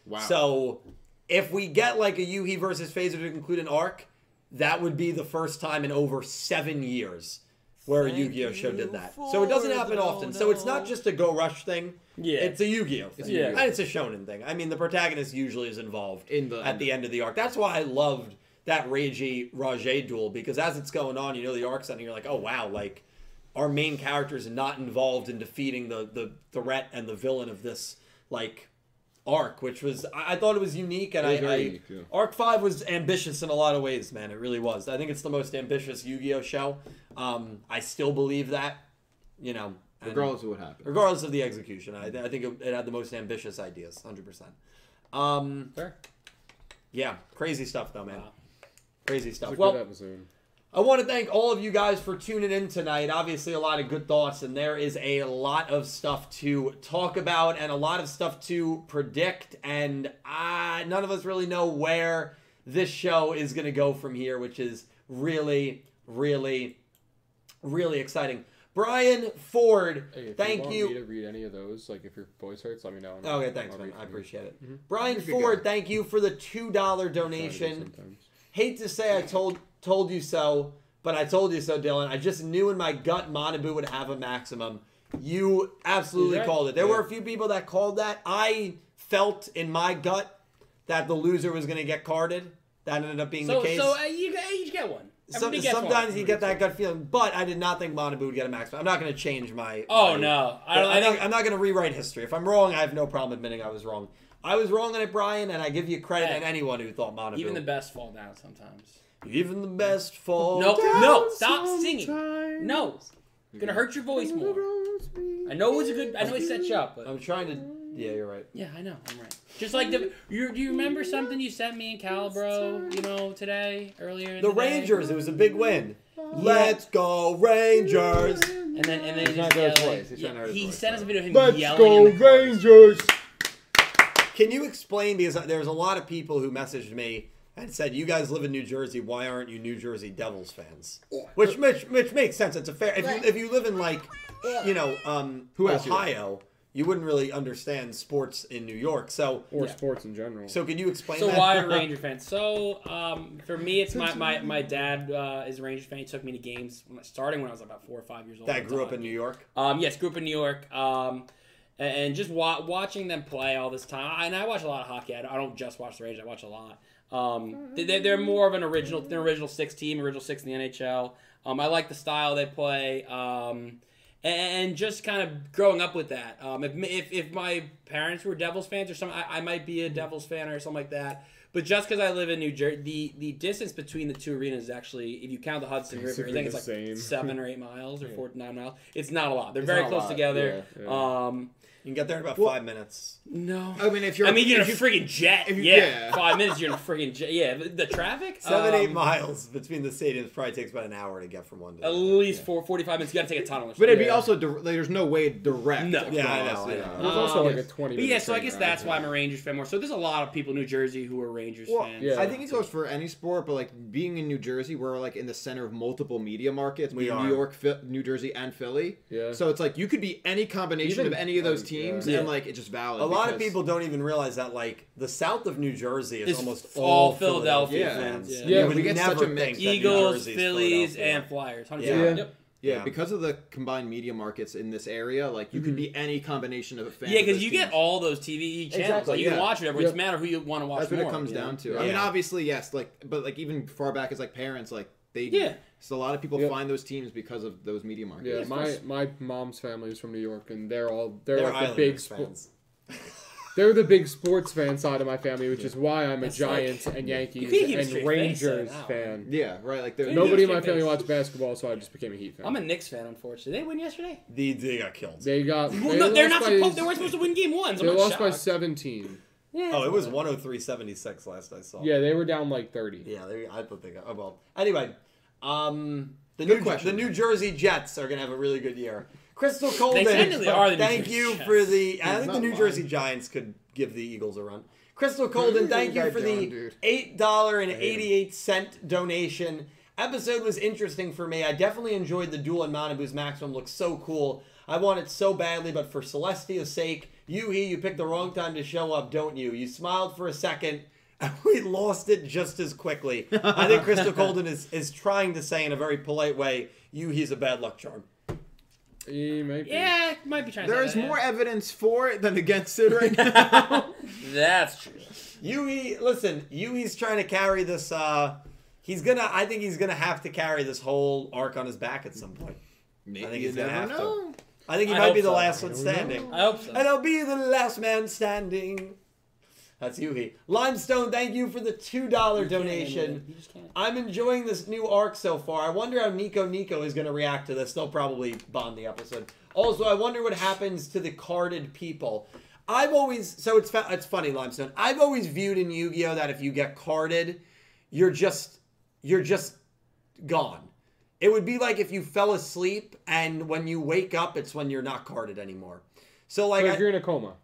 [SPEAKER 3] Wow.
[SPEAKER 4] So, if we get like a Yuhi versus Phaser to conclude an arc, that would be the first time in over seven years where a
[SPEAKER 10] Thank
[SPEAKER 4] Yu-Gi-Oh show
[SPEAKER 10] you
[SPEAKER 4] did that. So it doesn't
[SPEAKER 10] for
[SPEAKER 4] happen
[SPEAKER 10] the
[SPEAKER 4] often. So it's not
[SPEAKER 10] no.
[SPEAKER 4] just a Go Rush thing.
[SPEAKER 5] Yeah.
[SPEAKER 4] it's a Yu-Gi-Oh thing.
[SPEAKER 5] Yu-Gi-Oh.
[SPEAKER 4] and it's a Shonen thing. I mean, the protagonist usually is involved
[SPEAKER 3] In the-
[SPEAKER 4] at the end of the arc. That's why I loved that Reiji Rajay duel because as it's going on, you know the arc's ending. You're like, oh wow, like our main character is not involved in defeating the the threat and the villain of this like arc, which was I, I thought it was unique, and
[SPEAKER 3] It was
[SPEAKER 4] I,
[SPEAKER 3] very
[SPEAKER 4] I
[SPEAKER 3] unique, yeah.
[SPEAKER 4] Arc Five was ambitious in a lot of ways, man. It really was. I think it's the most ambitious Yu-Gi-Oh show. Um, I still believe that, you know, and-
[SPEAKER 3] regardless of what happened.
[SPEAKER 4] regardless of the execution. I, I think it, it had the most ambitious ideas, hundred percent. Um,
[SPEAKER 1] Fair.
[SPEAKER 4] yeah, crazy stuff though, man.
[SPEAKER 5] Wow.
[SPEAKER 4] Crazy
[SPEAKER 1] It's
[SPEAKER 4] stuff.
[SPEAKER 1] a
[SPEAKER 4] Well,
[SPEAKER 1] good episode.
[SPEAKER 4] I want to thank all of you guys for tuning in tonight. Obviously, a lot of good thoughts, and there is a lot of stuff to talk about and a lot of stuff to predict. And uh, none of us really know where this show is going to go from here, which is really, really, really exciting. Brian Ford,
[SPEAKER 1] Hey, if
[SPEAKER 4] thank
[SPEAKER 1] want
[SPEAKER 4] you.
[SPEAKER 1] Me to read any of those, like if your voice hurts, let me know. and I'll-
[SPEAKER 4] Okay, thanks,
[SPEAKER 1] I'll Mm-hmm.
[SPEAKER 4] man.
[SPEAKER 1] read
[SPEAKER 4] I
[SPEAKER 1] from you.
[SPEAKER 4] appreciate it. Brian
[SPEAKER 3] You're a good
[SPEAKER 4] Ford,
[SPEAKER 3] guy.
[SPEAKER 4] thank you for the two dollar
[SPEAKER 1] Try to do
[SPEAKER 4] donation.
[SPEAKER 1] sometimes.
[SPEAKER 4] Hate to say I told told you so, but I told you so, Dylan. I just knew in my gut Monabu would have a maximum. You absolutely
[SPEAKER 1] He's right.
[SPEAKER 4] called it. There
[SPEAKER 1] Yeah.
[SPEAKER 4] were a few people that called that. I felt in my gut that the loser was going to get carded. That ended up being
[SPEAKER 5] So,
[SPEAKER 4] the case.
[SPEAKER 5] so uh, you, you get one.
[SPEAKER 4] Some-
[SPEAKER 5] Everybody gets
[SPEAKER 4] sometimes
[SPEAKER 5] one.
[SPEAKER 4] you get that gut feeling, but I did not think Monabu would get a maximum. I'm not going to change my.
[SPEAKER 5] Oh
[SPEAKER 4] my-
[SPEAKER 5] no, I
[SPEAKER 4] I
[SPEAKER 5] don't. I
[SPEAKER 4] am
[SPEAKER 5] think
[SPEAKER 4] not, I'm not going to rewrite history. If I'm wrong, I have no problem admitting I was wrong. I was wrong on it, Brian, and I give you credit
[SPEAKER 5] Hey.
[SPEAKER 4] and anyone who thought Monabu.
[SPEAKER 5] even the best fall down sometimes.
[SPEAKER 4] even the best fall.
[SPEAKER 5] No,
[SPEAKER 4] down.
[SPEAKER 5] no, stop singing.
[SPEAKER 1] Sometimes
[SPEAKER 5] No, it's gonna hurt your voice
[SPEAKER 1] the
[SPEAKER 5] more.
[SPEAKER 1] roads lead
[SPEAKER 5] I know it's a good. I know it set you up, but
[SPEAKER 4] I'm trying to. Yeah, you're right.
[SPEAKER 5] yeah, I know. I'm right. Just like the. You, do you remember something you sent me in Calibro? You know, today earlier. in
[SPEAKER 4] The
[SPEAKER 5] day?
[SPEAKER 4] Rangers. It was a big win. Let's go Rangers.
[SPEAKER 5] And then and then
[SPEAKER 3] He's
[SPEAKER 5] he
[SPEAKER 3] trying
[SPEAKER 5] just
[SPEAKER 3] to hurt his
[SPEAKER 5] yelling.
[SPEAKER 3] voice. He's trying to
[SPEAKER 5] Yeah,
[SPEAKER 3] hurt his
[SPEAKER 5] he
[SPEAKER 3] voice.
[SPEAKER 5] sent us a video of him
[SPEAKER 1] Let's
[SPEAKER 5] yelling.
[SPEAKER 1] go,
[SPEAKER 5] in the car.
[SPEAKER 1] Rangers!
[SPEAKER 4] Can you explain because there's a lot of people who messaged me and said, "You guys live in New Jersey. Why aren't you New Jersey Devils fans?" Which which, which makes sense. It's a fair. If you, if you live in like, you know, um,
[SPEAKER 3] Who asked you that?
[SPEAKER 4] Ohio, you wouldn't really understand sports in New York. So
[SPEAKER 1] Or
[SPEAKER 5] Yeah.
[SPEAKER 1] sports in general.
[SPEAKER 4] so can you explain?
[SPEAKER 5] So
[SPEAKER 4] that?
[SPEAKER 5] why a Ranger fan? So um, for me, it's my my, my dad uh, is a Ranger fan. He took me to games when I- starting when I was about four or five years old.
[SPEAKER 4] that grew up in New York.
[SPEAKER 5] Um, yes, grew up in New York. Um, and, and just wa- watching them play all this time. I- And I watch a lot of hockey. I don't, I don't just watch the Rangers. I watch a lot. Um, they- they, they're more of an original, they're an original six team, original six in the NHL. Um, I like the style they play. Um, and and just kind of growing up with that. Um, if, if, if my parents were Devils fans or something, I, I might be a Devils fan or something like that. But just because I live in New Jersey, the, the distance between the two arenas is actually, if you count the Hudson River, I
[SPEAKER 1] Basically
[SPEAKER 5] think it's
[SPEAKER 1] the
[SPEAKER 5] like
[SPEAKER 1] same.
[SPEAKER 5] seven or eight miles or four to nine miles. It's not a lot. They're
[SPEAKER 3] It's
[SPEAKER 5] very
[SPEAKER 3] not a
[SPEAKER 5] close
[SPEAKER 3] lot,
[SPEAKER 5] together.
[SPEAKER 1] yeah,
[SPEAKER 5] Um,
[SPEAKER 4] You can get there in about
[SPEAKER 3] Well-
[SPEAKER 4] five minutes.
[SPEAKER 5] no.
[SPEAKER 3] I mean, if Oh, you're,
[SPEAKER 5] I mean, you're in
[SPEAKER 3] if
[SPEAKER 5] a
[SPEAKER 3] you-
[SPEAKER 5] freaking jet.
[SPEAKER 3] if you-
[SPEAKER 5] yeah.
[SPEAKER 3] yeah.
[SPEAKER 5] Five minutes, you're in a freaking jet. Yeah. The, the traffic?
[SPEAKER 4] Seven, eight
[SPEAKER 5] Um,
[SPEAKER 4] miles between the stadiums probably takes about an hour to get from one to the
[SPEAKER 5] At
[SPEAKER 4] other.
[SPEAKER 5] least four, 45 minutes. You got to take a tunnel or
[SPEAKER 3] But
[SPEAKER 5] something.
[SPEAKER 3] it'd be
[SPEAKER 1] Yeah.
[SPEAKER 3] also dir- like, there's no way direct.
[SPEAKER 5] No.
[SPEAKER 3] across,
[SPEAKER 4] Yeah, I know, I
[SPEAKER 3] you
[SPEAKER 4] know.
[SPEAKER 1] Well, it's also like a 20
[SPEAKER 5] But
[SPEAKER 1] minute
[SPEAKER 5] yeah, so I
[SPEAKER 1] train
[SPEAKER 5] guess
[SPEAKER 1] ride,
[SPEAKER 5] that's
[SPEAKER 1] yeah.
[SPEAKER 5] why I'm a Rangers fan more. So there's a lot of people in New Jersey who are Rangers
[SPEAKER 3] Well,
[SPEAKER 5] fans.
[SPEAKER 1] Yeah.
[SPEAKER 3] I think it goes for any sport, but like being in New Jersey, we're like in the center of multiple media markets.
[SPEAKER 4] We
[SPEAKER 3] being
[SPEAKER 4] are.
[SPEAKER 3] New York, Phil- New Jersey, and Philly.
[SPEAKER 1] Yeah.
[SPEAKER 3] So it's like you could be any combination
[SPEAKER 1] Even-
[SPEAKER 3] of any of those
[SPEAKER 1] like,
[SPEAKER 3] teams,
[SPEAKER 5] yeah.
[SPEAKER 3] and like it's just valid.
[SPEAKER 4] A lot of
[SPEAKER 3] because-
[SPEAKER 4] people don't even realize that like the south of New Jersey is
[SPEAKER 5] It's
[SPEAKER 4] almost
[SPEAKER 5] f-
[SPEAKER 4] all
[SPEAKER 5] all Philadelphia
[SPEAKER 4] Philadelphia
[SPEAKER 3] fans.
[SPEAKER 4] fans.
[SPEAKER 5] Yeah.
[SPEAKER 1] Yeah,
[SPEAKER 4] You
[SPEAKER 1] we
[SPEAKER 4] would
[SPEAKER 3] get
[SPEAKER 4] never
[SPEAKER 3] such a mix.
[SPEAKER 4] think that New
[SPEAKER 5] Eagles,
[SPEAKER 4] Jersey is
[SPEAKER 5] Phillies,
[SPEAKER 4] Philadelphia.
[SPEAKER 5] and Flyers. 100%.
[SPEAKER 4] Yeah.
[SPEAKER 5] Yep.
[SPEAKER 3] Yeah,
[SPEAKER 4] Yeah.
[SPEAKER 3] because of the combined media markets in this area, like you could be any combination of a fan.
[SPEAKER 5] Yeah,
[SPEAKER 3] of
[SPEAKER 5] because
[SPEAKER 3] those
[SPEAKER 5] you
[SPEAKER 3] teams.
[SPEAKER 5] get all those TV channels.
[SPEAKER 3] Exactly,
[SPEAKER 5] like, you can
[SPEAKER 3] yeah.
[SPEAKER 5] watch it everywhere. It doesn't
[SPEAKER 1] Yep.
[SPEAKER 5] matter who you want to watch
[SPEAKER 3] That's what
[SPEAKER 5] more,
[SPEAKER 3] it comes
[SPEAKER 5] you know?
[SPEAKER 3] down to.
[SPEAKER 4] Yeah.
[SPEAKER 3] I mean,
[SPEAKER 4] Yeah.
[SPEAKER 3] obviously, yes, like, but like even far back as like parents, like they.
[SPEAKER 5] Yeah.
[SPEAKER 3] So a lot of people
[SPEAKER 1] Yeah.
[SPEAKER 3] find those teams because of those media markets.
[SPEAKER 1] Yeah,
[SPEAKER 5] Yeah,
[SPEAKER 1] my,
[SPEAKER 5] first-
[SPEAKER 1] my mom's family is from New York, and they're all they're,
[SPEAKER 4] They're
[SPEAKER 1] like the
[SPEAKER 4] Islanders
[SPEAKER 1] big spo-
[SPEAKER 4] fans.
[SPEAKER 1] they're the big sports fan side of my family, which is why I'm a
[SPEAKER 5] That's
[SPEAKER 1] Giants
[SPEAKER 5] like-
[SPEAKER 1] and
[SPEAKER 5] You
[SPEAKER 1] Yankees
[SPEAKER 5] can't keep a
[SPEAKER 1] and
[SPEAKER 5] straight face on
[SPEAKER 1] Rangers
[SPEAKER 5] that
[SPEAKER 1] fan.
[SPEAKER 3] Yeah, right. Like they're,
[SPEAKER 5] Dude,
[SPEAKER 1] Nobody in
[SPEAKER 5] straight
[SPEAKER 1] my family
[SPEAKER 5] face.
[SPEAKER 1] watched basketball, so I just became a Heat fan.
[SPEAKER 5] I'm a Knicks fan, unfortunately. Did they win yesterday?
[SPEAKER 4] The they got killed.
[SPEAKER 1] they got
[SPEAKER 5] Well,
[SPEAKER 1] they
[SPEAKER 5] no, they're
[SPEAKER 1] lost
[SPEAKER 5] not
[SPEAKER 1] by-
[SPEAKER 5] supposed. They weren't supposed to win game one. So
[SPEAKER 1] they
[SPEAKER 5] I'm
[SPEAKER 1] lost
[SPEAKER 5] not
[SPEAKER 1] by
[SPEAKER 5] shocked.
[SPEAKER 1] 17.
[SPEAKER 5] Yeah,
[SPEAKER 4] Oh, it was
[SPEAKER 5] that's-
[SPEAKER 4] 103.76 last I saw.
[SPEAKER 1] Yeah, they were down like 30.
[SPEAKER 4] Yeah, they, I thought they got. Oh, well, anyway, um, the
[SPEAKER 3] Good
[SPEAKER 4] new
[SPEAKER 3] question.
[SPEAKER 4] the New Jersey Jets are going to have a really good year. Crystal Colvin,
[SPEAKER 5] technically are the New
[SPEAKER 4] thank
[SPEAKER 5] Jersey
[SPEAKER 4] you
[SPEAKER 5] Jets.
[SPEAKER 4] for the. I
[SPEAKER 3] He's
[SPEAKER 4] think the
[SPEAKER 3] not
[SPEAKER 4] New
[SPEAKER 3] lying.
[SPEAKER 4] Jersey Giants could give the Eagles a run. Crystal Colden, thank you
[SPEAKER 3] Guy
[SPEAKER 4] for
[SPEAKER 3] John,
[SPEAKER 4] the
[SPEAKER 3] dude.
[SPEAKER 4] eight dollar and eighty eight cent donation. Episode was interesting for me. I definitely enjoyed the duel, and Manabu's maximum looks so cool. I want it so badly, but for Celestia's sake, Yuhi, you picked the wrong time to show up, don't you? You smiled for a second, and we lost it just as quickly. I think Crystal Colden is, is trying to say in a very polite way, Yuhi's a bad luck charm.
[SPEAKER 1] He might be.
[SPEAKER 5] Yeah, it might be trying.
[SPEAKER 3] There
[SPEAKER 5] to
[SPEAKER 3] is
[SPEAKER 5] say that,
[SPEAKER 3] more
[SPEAKER 5] yeah.
[SPEAKER 3] evidence for it than against it right now.
[SPEAKER 5] That's true.
[SPEAKER 4] Yui, listen, Yui's trying to carry this. uh He's gonna. I think he's gonna have to carry this whole arc on his back at some point.
[SPEAKER 3] Maybe
[SPEAKER 4] think he's gonna have to.
[SPEAKER 3] know.
[SPEAKER 4] I think he
[SPEAKER 5] I
[SPEAKER 4] might
[SPEAKER 5] hope
[SPEAKER 4] be the
[SPEAKER 5] so.
[SPEAKER 4] last
[SPEAKER 1] I
[SPEAKER 4] one
[SPEAKER 1] don't know.
[SPEAKER 4] standing,
[SPEAKER 5] I hope so.
[SPEAKER 4] and I'll be the last man standing. That's Yuhi. Limestone, thank you for the two dollar donation.
[SPEAKER 5] You just can't.
[SPEAKER 4] I'm enjoying this new arc so far. I wonder how Nico Nico is going to react to this. They'll probably bomb the episode. Also, I wonder what happens to the carded people. I've always so it's fa- it's funny Limestone. I've always viewed in Yu-Gi-Oh that if you get carded, you're just you're just gone. It would be like if you fell asleep and when you wake up, it's when you're not carded anymore. So like,
[SPEAKER 1] So
[SPEAKER 4] I-
[SPEAKER 1] if you're in a coma,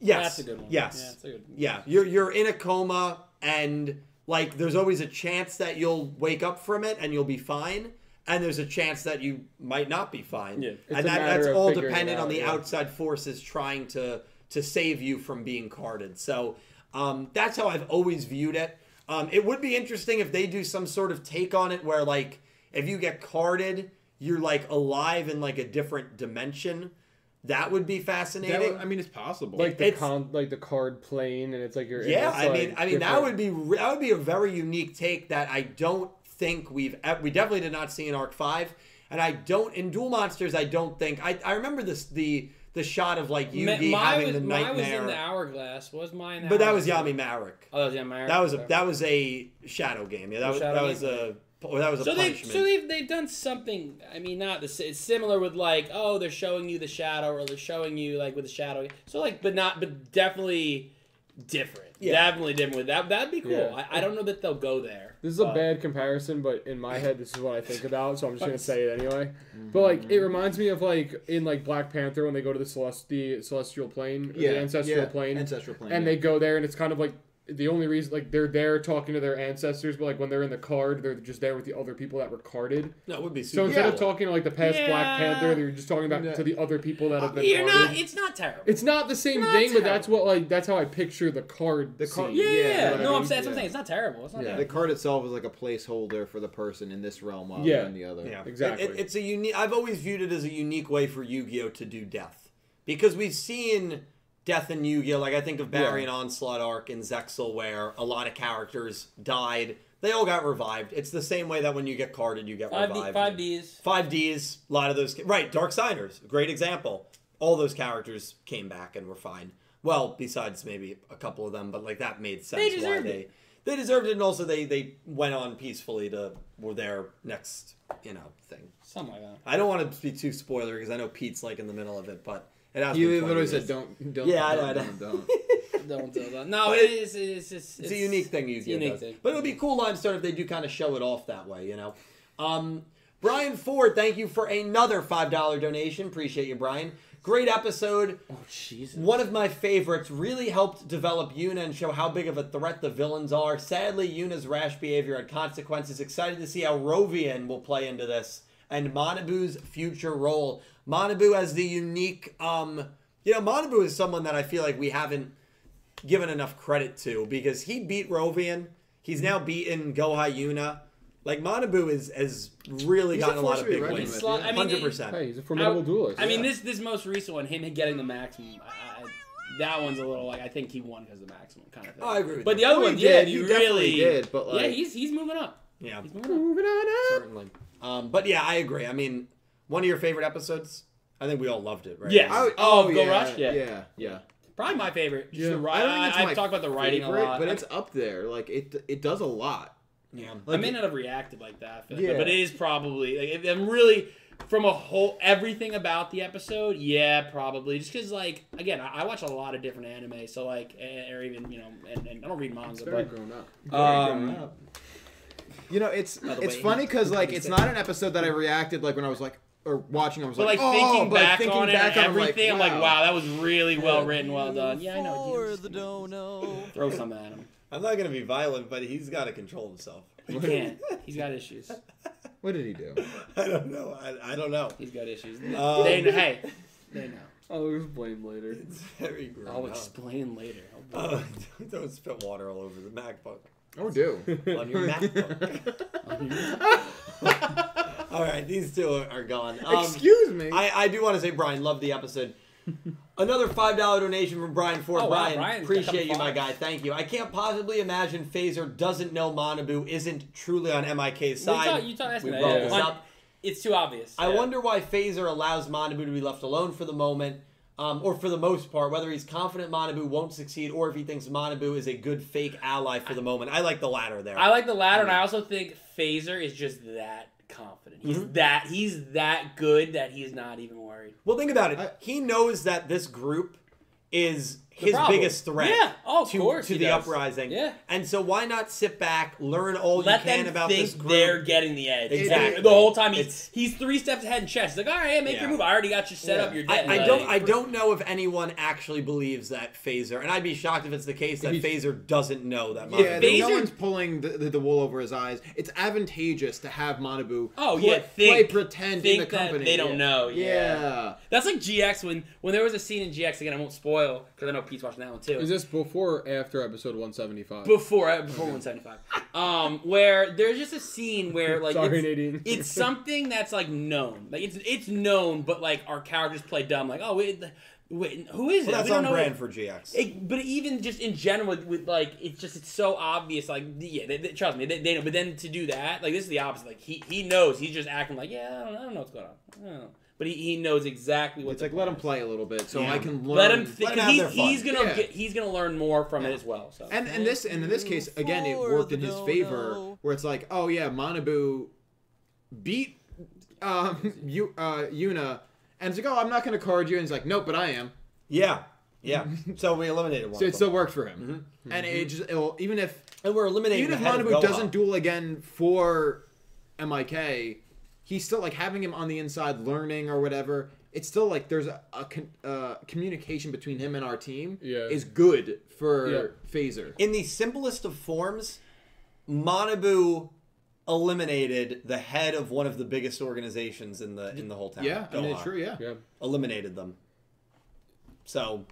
[SPEAKER 4] yes,
[SPEAKER 5] That's a good one.
[SPEAKER 4] Yes,
[SPEAKER 5] Yeah, that's a good
[SPEAKER 4] yeah, you're you're in a coma and like there's always a chance that you'll wake up from it and you'll be fine and there's a chance that you might not be fine.
[SPEAKER 5] Yeah.
[SPEAKER 1] It's
[SPEAKER 4] and
[SPEAKER 1] a
[SPEAKER 4] that,
[SPEAKER 1] matter
[SPEAKER 4] that's
[SPEAKER 1] of
[SPEAKER 4] all
[SPEAKER 1] figuring it
[SPEAKER 4] dependent on
[SPEAKER 1] out,
[SPEAKER 4] the
[SPEAKER 1] yeah.
[SPEAKER 4] outside forces trying to to save you from being carded. So um, that's how I've always viewed it. Um, it would be interesting if they do some sort of take on it where like if you get carded, you're like alive in like a different dimension. That would be fascinating.
[SPEAKER 3] That would- I mean, it's possible.
[SPEAKER 1] like the
[SPEAKER 4] It's-
[SPEAKER 1] con, like the card plane, and it's like you're.
[SPEAKER 4] Yeah,
[SPEAKER 1] it's
[SPEAKER 4] I
[SPEAKER 1] like
[SPEAKER 4] mean, I mean that
[SPEAKER 1] different-
[SPEAKER 4] would be re- that would be a very unique take that I don't think we've e- we definitely did not see in Arc Five, and I don't in Duel Monsters I don't think I I remember this the the shot of like
[SPEAKER 5] Ma-
[SPEAKER 4] Yugi
[SPEAKER 5] mine
[SPEAKER 4] having
[SPEAKER 5] was,
[SPEAKER 4] the
[SPEAKER 5] Mine was in the
[SPEAKER 4] nightmare,
[SPEAKER 5] hourglass. Was mine? in the
[SPEAKER 4] but that was
[SPEAKER 5] hourglass?
[SPEAKER 4] Yami Marek.
[SPEAKER 5] Oh, that was Yami.
[SPEAKER 4] That was a that was a shadow game. Yeah, that was
[SPEAKER 5] Shadow
[SPEAKER 4] that
[SPEAKER 5] game?
[SPEAKER 4] was a or that was a
[SPEAKER 5] so they
[SPEAKER 4] punishment.
[SPEAKER 5] so they've, they've done something. I mean, not the s- it's similar with like oh they're showing you the shadow or they're showing you like with the shadow. So like but not but definitely different.
[SPEAKER 4] Yeah.
[SPEAKER 5] Definitely different with that. That'd be cool.
[SPEAKER 1] Yeah.
[SPEAKER 5] I, I don't know that they'll go there.
[SPEAKER 1] This is a
[SPEAKER 5] but-
[SPEAKER 1] bad comparison, but in my head, this is what I think about, so I'm just gonna say it anyway. But like, it reminds me of like in like Black Panther when they go to the celest- the celestial plane, or the ancestral
[SPEAKER 3] yeah,
[SPEAKER 1] plane,
[SPEAKER 3] ancestral plane,
[SPEAKER 1] and
[SPEAKER 3] yeah.
[SPEAKER 1] they go there, and it's kind of like the only reason like they're there talking to their ancestors, but like when they're in the card, they're just there with the other people that were carded.
[SPEAKER 4] no, it would be
[SPEAKER 1] So
[SPEAKER 4] super.
[SPEAKER 1] instead of
[SPEAKER 4] cool.
[SPEAKER 1] talking to like the past
[SPEAKER 5] Yeah.
[SPEAKER 1] Black Panther, they're just talking about
[SPEAKER 3] Yeah.
[SPEAKER 1] to the other people that have been
[SPEAKER 5] You're
[SPEAKER 1] carded.
[SPEAKER 5] not. It's not terrible.
[SPEAKER 1] it's not the same
[SPEAKER 5] Not
[SPEAKER 1] thing, but that's what like that's how I picture the card.
[SPEAKER 3] The card-
[SPEAKER 1] scene.
[SPEAKER 5] yeah.
[SPEAKER 3] Yeah,
[SPEAKER 1] you know what I
[SPEAKER 5] no, I'm saying
[SPEAKER 1] mean?
[SPEAKER 5] that's what
[SPEAKER 3] Yeah.
[SPEAKER 5] I'm saying. It's not terrible. It's not
[SPEAKER 1] Yeah.
[SPEAKER 5] terrible.
[SPEAKER 3] the card itself is like a placeholder for the person in this realm rather
[SPEAKER 1] Yeah.
[SPEAKER 3] than the other.
[SPEAKER 4] Yeah. It-
[SPEAKER 1] Exactly.
[SPEAKER 4] it- it's a unique. I've always viewed it as a unique way for Yu-Gi-Oh to do death because we've seen death in Yu-Gi-Oh. Like I think of Barry and Onslaught arc and Zexal, where a lot of characters died. They all got revived. It's the same way that when you get carded, you get
[SPEAKER 5] Five, D,
[SPEAKER 4] revived.
[SPEAKER 5] five D's.
[SPEAKER 4] Five Ds. A lot of those. Right. Dark Siders. Great example. All those characters came back and were fine. Well, besides maybe a couple of them, but like that made sense. why
[SPEAKER 5] deserved
[SPEAKER 4] they,
[SPEAKER 5] it.
[SPEAKER 4] They deserved it, and also they they went on peacefully to were their next you know thing.
[SPEAKER 5] Something like that.
[SPEAKER 4] I don't want to be too spoiler because I know Pete's like in the middle of it, but it has
[SPEAKER 3] You
[SPEAKER 4] been 20
[SPEAKER 3] literally said,
[SPEAKER 4] years.
[SPEAKER 3] "Don't, don't,
[SPEAKER 4] Yeah, I
[SPEAKER 3] don't,
[SPEAKER 4] know, I know.
[SPEAKER 3] don't, don't."
[SPEAKER 5] Don't tell that. No,
[SPEAKER 4] But
[SPEAKER 5] it is. It's just.
[SPEAKER 4] It's, a unique thing you
[SPEAKER 5] it's
[SPEAKER 4] get.
[SPEAKER 5] unique
[SPEAKER 4] does.
[SPEAKER 5] thing.
[SPEAKER 4] But it would be cool limestone if they do kind of show it off that way, you know. Um, Brian Ford, thank you for another five dollar donation. Appreciate you, Brian. Great episode.
[SPEAKER 5] Oh Jesus.
[SPEAKER 4] One of my favorites really helped develop Yuna and show how big of a threat the villains are. Sadly, Yuna's rash behavior had consequences. Excited to see how Rovian will play into this and Monabu's future role. Monabu as the unique, um, you know, Monabu is someone that I feel like we haven't given enough credit to because he beat Rovian. He's now beaten Gohai Yuna. Like Monabu is has really
[SPEAKER 3] He's a
[SPEAKER 4] gotten a
[SPEAKER 3] force
[SPEAKER 4] lot
[SPEAKER 3] to
[SPEAKER 4] of
[SPEAKER 3] be
[SPEAKER 4] big
[SPEAKER 3] reckoned
[SPEAKER 4] wins.
[SPEAKER 3] with,
[SPEAKER 5] Sli- I mean,
[SPEAKER 4] Hundred
[SPEAKER 5] it-
[SPEAKER 1] Hey,
[SPEAKER 4] percent.
[SPEAKER 1] he's a formidable
[SPEAKER 5] I-
[SPEAKER 1] dualist.
[SPEAKER 5] I mean,
[SPEAKER 1] yeah.
[SPEAKER 5] this this most recent one, him getting the maximum. I, I, that one's a little like I think he won because of the maximum kind of thing.
[SPEAKER 4] Oh, I agree with
[SPEAKER 5] But
[SPEAKER 4] that.
[SPEAKER 5] the other
[SPEAKER 3] Oh, he
[SPEAKER 5] one, yeah,
[SPEAKER 3] did.
[SPEAKER 5] you
[SPEAKER 3] He definitely
[SPEAKER 5] really
[SPEAKER 3] did, but, like-
[SPEAKER 5] yeah, he's he's moving up.
[SPEAKER 4] Yeah.
[SPEAKER 5] He's moving up.
[SPEAKER 1] moving on up.
[SPEAKER 4] certainly. Um, but yeah, I agree. I mean, one of your favorite episodes. I think we all loved it, right?
[SPEAKER 5] Yes.
[SPEAKER 3] I would-
[SPEAKER 5] Oh, Go
[SPEAKER 3] yeah,
[SPEAKER 5] Rush? Yeah.
[SPEAKER 3] yeah, yeah.
[SPEAKER 5] Probably my favorite. Just
[SPEAKER 1] Yeah.
[SPEAKER 5] the ri-
[SPEAKER 3] I don't think it's
[SPEAKER 5] I,
[SPEAKER 3] my
[SPEAKER 5] have talked about the writing
[SPEAKER 3] favorite,
[SPEAKER 5] a lot,
[SPEAKER 3] but it's up there. Like it, it does a lot.
[SPEAKER 5] I,
[SPEAKER 4] yeah.
[SPEAKER 5] I
[SPEAKER 3] Like,
[SPEAKER 5] may not have reacted like that, I feel like,
[SPEAKER 3] Yeah.
[SPEAKER 5] but it is probably. Like, if I'm really from a whole everything about the episode. Yeah, probably just because like again, I, I watch a lot of different anime, so like, and, or even you know, and, and I don't read manga,
[SPEAKER 1] It's very
[SPEAKER 5] but
[SPEAKER 1] grown up.
[SPEAKER 5] um,
[SPEAKER 3] You know, it's
[SPEAKER 4] By the
[SPEAKER 3] it's
[SPEAKER 4] way,
[SPEAKER 3] funny because like
[SPEAKER 4] he's
[SPEAKER 3] it's
[SPEAKER 4] saying-
[SPEAKER 3] not an episode that I reacted like when I was like or watching. I was
[SPEAKER 5] But
[SPEAKER 3] like,
[SPEAKER 5] like
[SPEAKER 3] oh,
[SPEAKER 5] thinking
[SPEAKER 3] but, like,
[SPEAKER 5] back
[SPEAKER 3] thinking
[SPEAKER 5] on it
[SPEAKER 3] back
[SPEAKER 5] and
[SPEAKER 3] on it,
[SPEAKER 5] everything, I'm like, wow, that was really well written, well done. Yeah, I know.
[SPEAKER 2] For
[SPEAKER 5] dude,
[SPEAKER 2] the
[SPEAKER 5] just
[SPEAKER 2] dono.
[SPEAKER 5] Throw something at him.
[SPEAKER 4] I'm not gonna be violent, but he's got to control himself.
[SPEAKER 5] He can't. He's got issues.
[SPEAKER 3] What did he do?
[SPEAKER 4] I don't know. I, I don't know.
[SPEAKER 5] He's got issues.
[SPEAKER 4] Um,
[SPEAKER 5] they know. Hey, they know.
[SPEAKER 3] Oh,
[SPEAKER 1] I'll explain later.
[SPEAKER 4] It's very grown
[SPEAKER 5] I'll
[SPEAKER 4] up.
[SPEAKER 5] oh, explain later. Oh,
[SPEAKER 4] Uh, don't- don't spit water all over the MacBook
[SPEAKER 3] Oh, do.
[SPEAKER 4] on your MacBook. all right, these two are, are gone. Um,
[SPEAKER 3] Excuse me.
[SPEAKER 4] I, I do want to say, Brian, love the episode. Another five dollar donation from Brian Ford.
[SPEAKER 5] Oh, wow,
[SPEAKER 4] Brian,
[SPEAKER 5] Brian's got
[SPEAKER 4] appreciate you,
[SPEAKER 5] some
[SPEAKER 4] my
[SPEAKER 5] fives.
[SPEAKER 4] guy. Thank you. I can't possibly imagine Phaser doesn't know Monabu isn't truly on MIK's
[SPEAKER 5] We
[SPEAKER 4] side.
[SPEAKER 5] talked. You talked.
[SPEAKER 4] We
[SPEAKER 5] that.
[SPEAKER 4] brought
[SPEAKER 1] yeah.
[SPEAKER 4] this
[SPEAKER 5] On-
[SPEAKER 4] up.
[SPEAKER 5] It's too obvious.
[SPEAKER 4] I
[SPEAKER 5] Yeah.
[SPEAKER 4] wonder why Phaser allows Monabu to be left alone for the moment. um, or for the most part, whether he's confident Manabu won't succeed or if he thinks Manabu is a good fake ally for the moment. I like the latter there.
[SPEAKER 2] I like the latter, and I also think Phaser is just that confident. He's
[SPEAKER 4] Mm-hmm.
[SPEAKER 2] that he's that good that he's not even worried.
[SPEAKER 4] Well, think about it.
[SPEAKER 3] I-
[SPEAKER 4] he knows that this group is his
[SPEAKER 2] problem.
[SPEAKER 4] biggest threat
[SPEAKER 2] Yeah, oh, of
[SPEAKER 4] to,
[SPEAKER 2] course
[SPEAKER 4] to
[SPEAKER 2] he
[SPEAKER 4] the
[SPEAKER 2] does.
[SPEAKER 4] uprising.
[SPEAKER 2] Yeah.
[SPEAKER 4] And so why not sit back, learn all
[SPEAKER 2] Let
[SPEAKER 4] you can
[SPEAKER 2] them
[SPEAKER 4] about
[SPEAKER 2] think
[SPEAKER 4] this group?
[SPEAKER 2] they're getting the edge.
[SPEAKER 4] Exactly.
[SPEAKER 2] The whole time he's
[SPEAKER 4] It's-
[SPEAKER 2] he's three steps ahead in chess. He's like, all right, make
[SPEAKER 4] Yeah.
[SPEAKER 2] your move. I already got you set up. You're dead.
[SPEAKER 4] I, I
[SPEAKER 2] Like-
[SPEAKER 4] don't. I don't know if anyone actually believes that Phaser, and I'd be shocked if it's the case that
[SPEAKER 3] If he-
[SPEAKER 4] Phaser doesn't know that.
[SPEAKER 3] Yeah,
[SPEAKER 4] Manabu-
[SPEAKER 3] the- no
[SPEAKER 2] Phaser-
[SPEAKER 3] one's pulling the, the, the wool over his eyes. It's advantageous to have Manabu
[SPEAKER 2] Oh,
[SPEAKER 3] play,
[SPEAKER 2] yeah, think-
[SPEAKER 3] play pretend
[SPEAKER 2] think
[SPEAKER 3] in the
[SPEAKER 2] that
[SPEAKER 3] company.
[SPEAKER 2] they don't know, Oh, yeah.
[SPEAKER 3] yeah.
[SPEAKER 2] That's like GX when when there was a scene in GX again. I won't spoil because I know Pete's watching that one too.
[SPEAKER 1] Is this before or after episode 175?
[SPEAKER 2] before uh, before 175 um where there's just a scene where like
[SPEAKER 1] Sorry,
[SPEAKER 2] it's,
[SPEAKER 1] Nadine.
[SPEAKER 2] it's something that's like known like it's it's known but like our characters play dumb like oh wait, wait who is
[SPEAKER 4] Well,
[SPEAKER 2] it
[SPEAKER 4] that's
[SPEAKER 2] we don't
[SPEAKER 4] on
[SPEAKER 2] know
[SPEAKER 4] brand
[SPEAKER 2] it.
[SPEAKER 4] for GX.
[SPEAKER 2] It- but even just in general with, with, like it's just it's so obvious like yeah they, they- trust me they, they know but then to do that like this is the opposite like he he knows he's just acting like yeah I don't, I don't know what's going on I don't know. but he, he knows exactly what
[SPEAKER 3] It's like let him play a little bit so
[SPEAKER 4] Yeah.
[SPEAKER 3] I can learn.
[SPEAKER 2] let him think
[SPEAKER 4] let 'em have
[SPEAKER 2] he's,
[SPEAKER 4] their fun.
[SPEAKER 2] he's gonna
[SPEAKER 3] Yeah.
[SPEAKER 2] get, he's gonna learn more from it as well so
[SPEAKER 3] and and this and in this case again it worked in his favor where it's like oh yeah Manabu beat um you uh Yuna and it's like oh I'm not gonna card you and he's like nope but I am
[SPEAKER 4] yeah, yeah. so we eliminated one.
[SPEAKER 3] so
[SPEAKER 4] of
[SPEAKER 3] it
[SPEAKER 4] them.
[SPEAKER 3] still worked for him
[SPEAKER 4] Mm-hmm.
[SPEAKER 3] and it just it'll, even if
[SPEAKER 4] and we're eliminating.
[SPEAKER 3] even if
[SPEAKER 4] the head of Gohan.
[SPEAKER 3] Manabu doesn't duel again for MIK, he's still like having him on the inside learning or whatever. It's still like there's a, a con, uh, communication between him and our team
[SPEAKER 1] Yeah.
[SPEAKER 3] is good for
[SPEAKER 1] Yeah.
[SPEAKER 3] Phaser.
[SPEAKER 4] in the simplest of forms, Manabu eliminated the head of one of the biggest organizations in the in the whole town.
[SPEAKER 3] yeah, I mean,
[SPEAKER 4] Gohan.
[SPEAKER 3] it's true. Yeah.
[SPEAKER 1] yeah.
[SPEAKER 4] eliminated them. So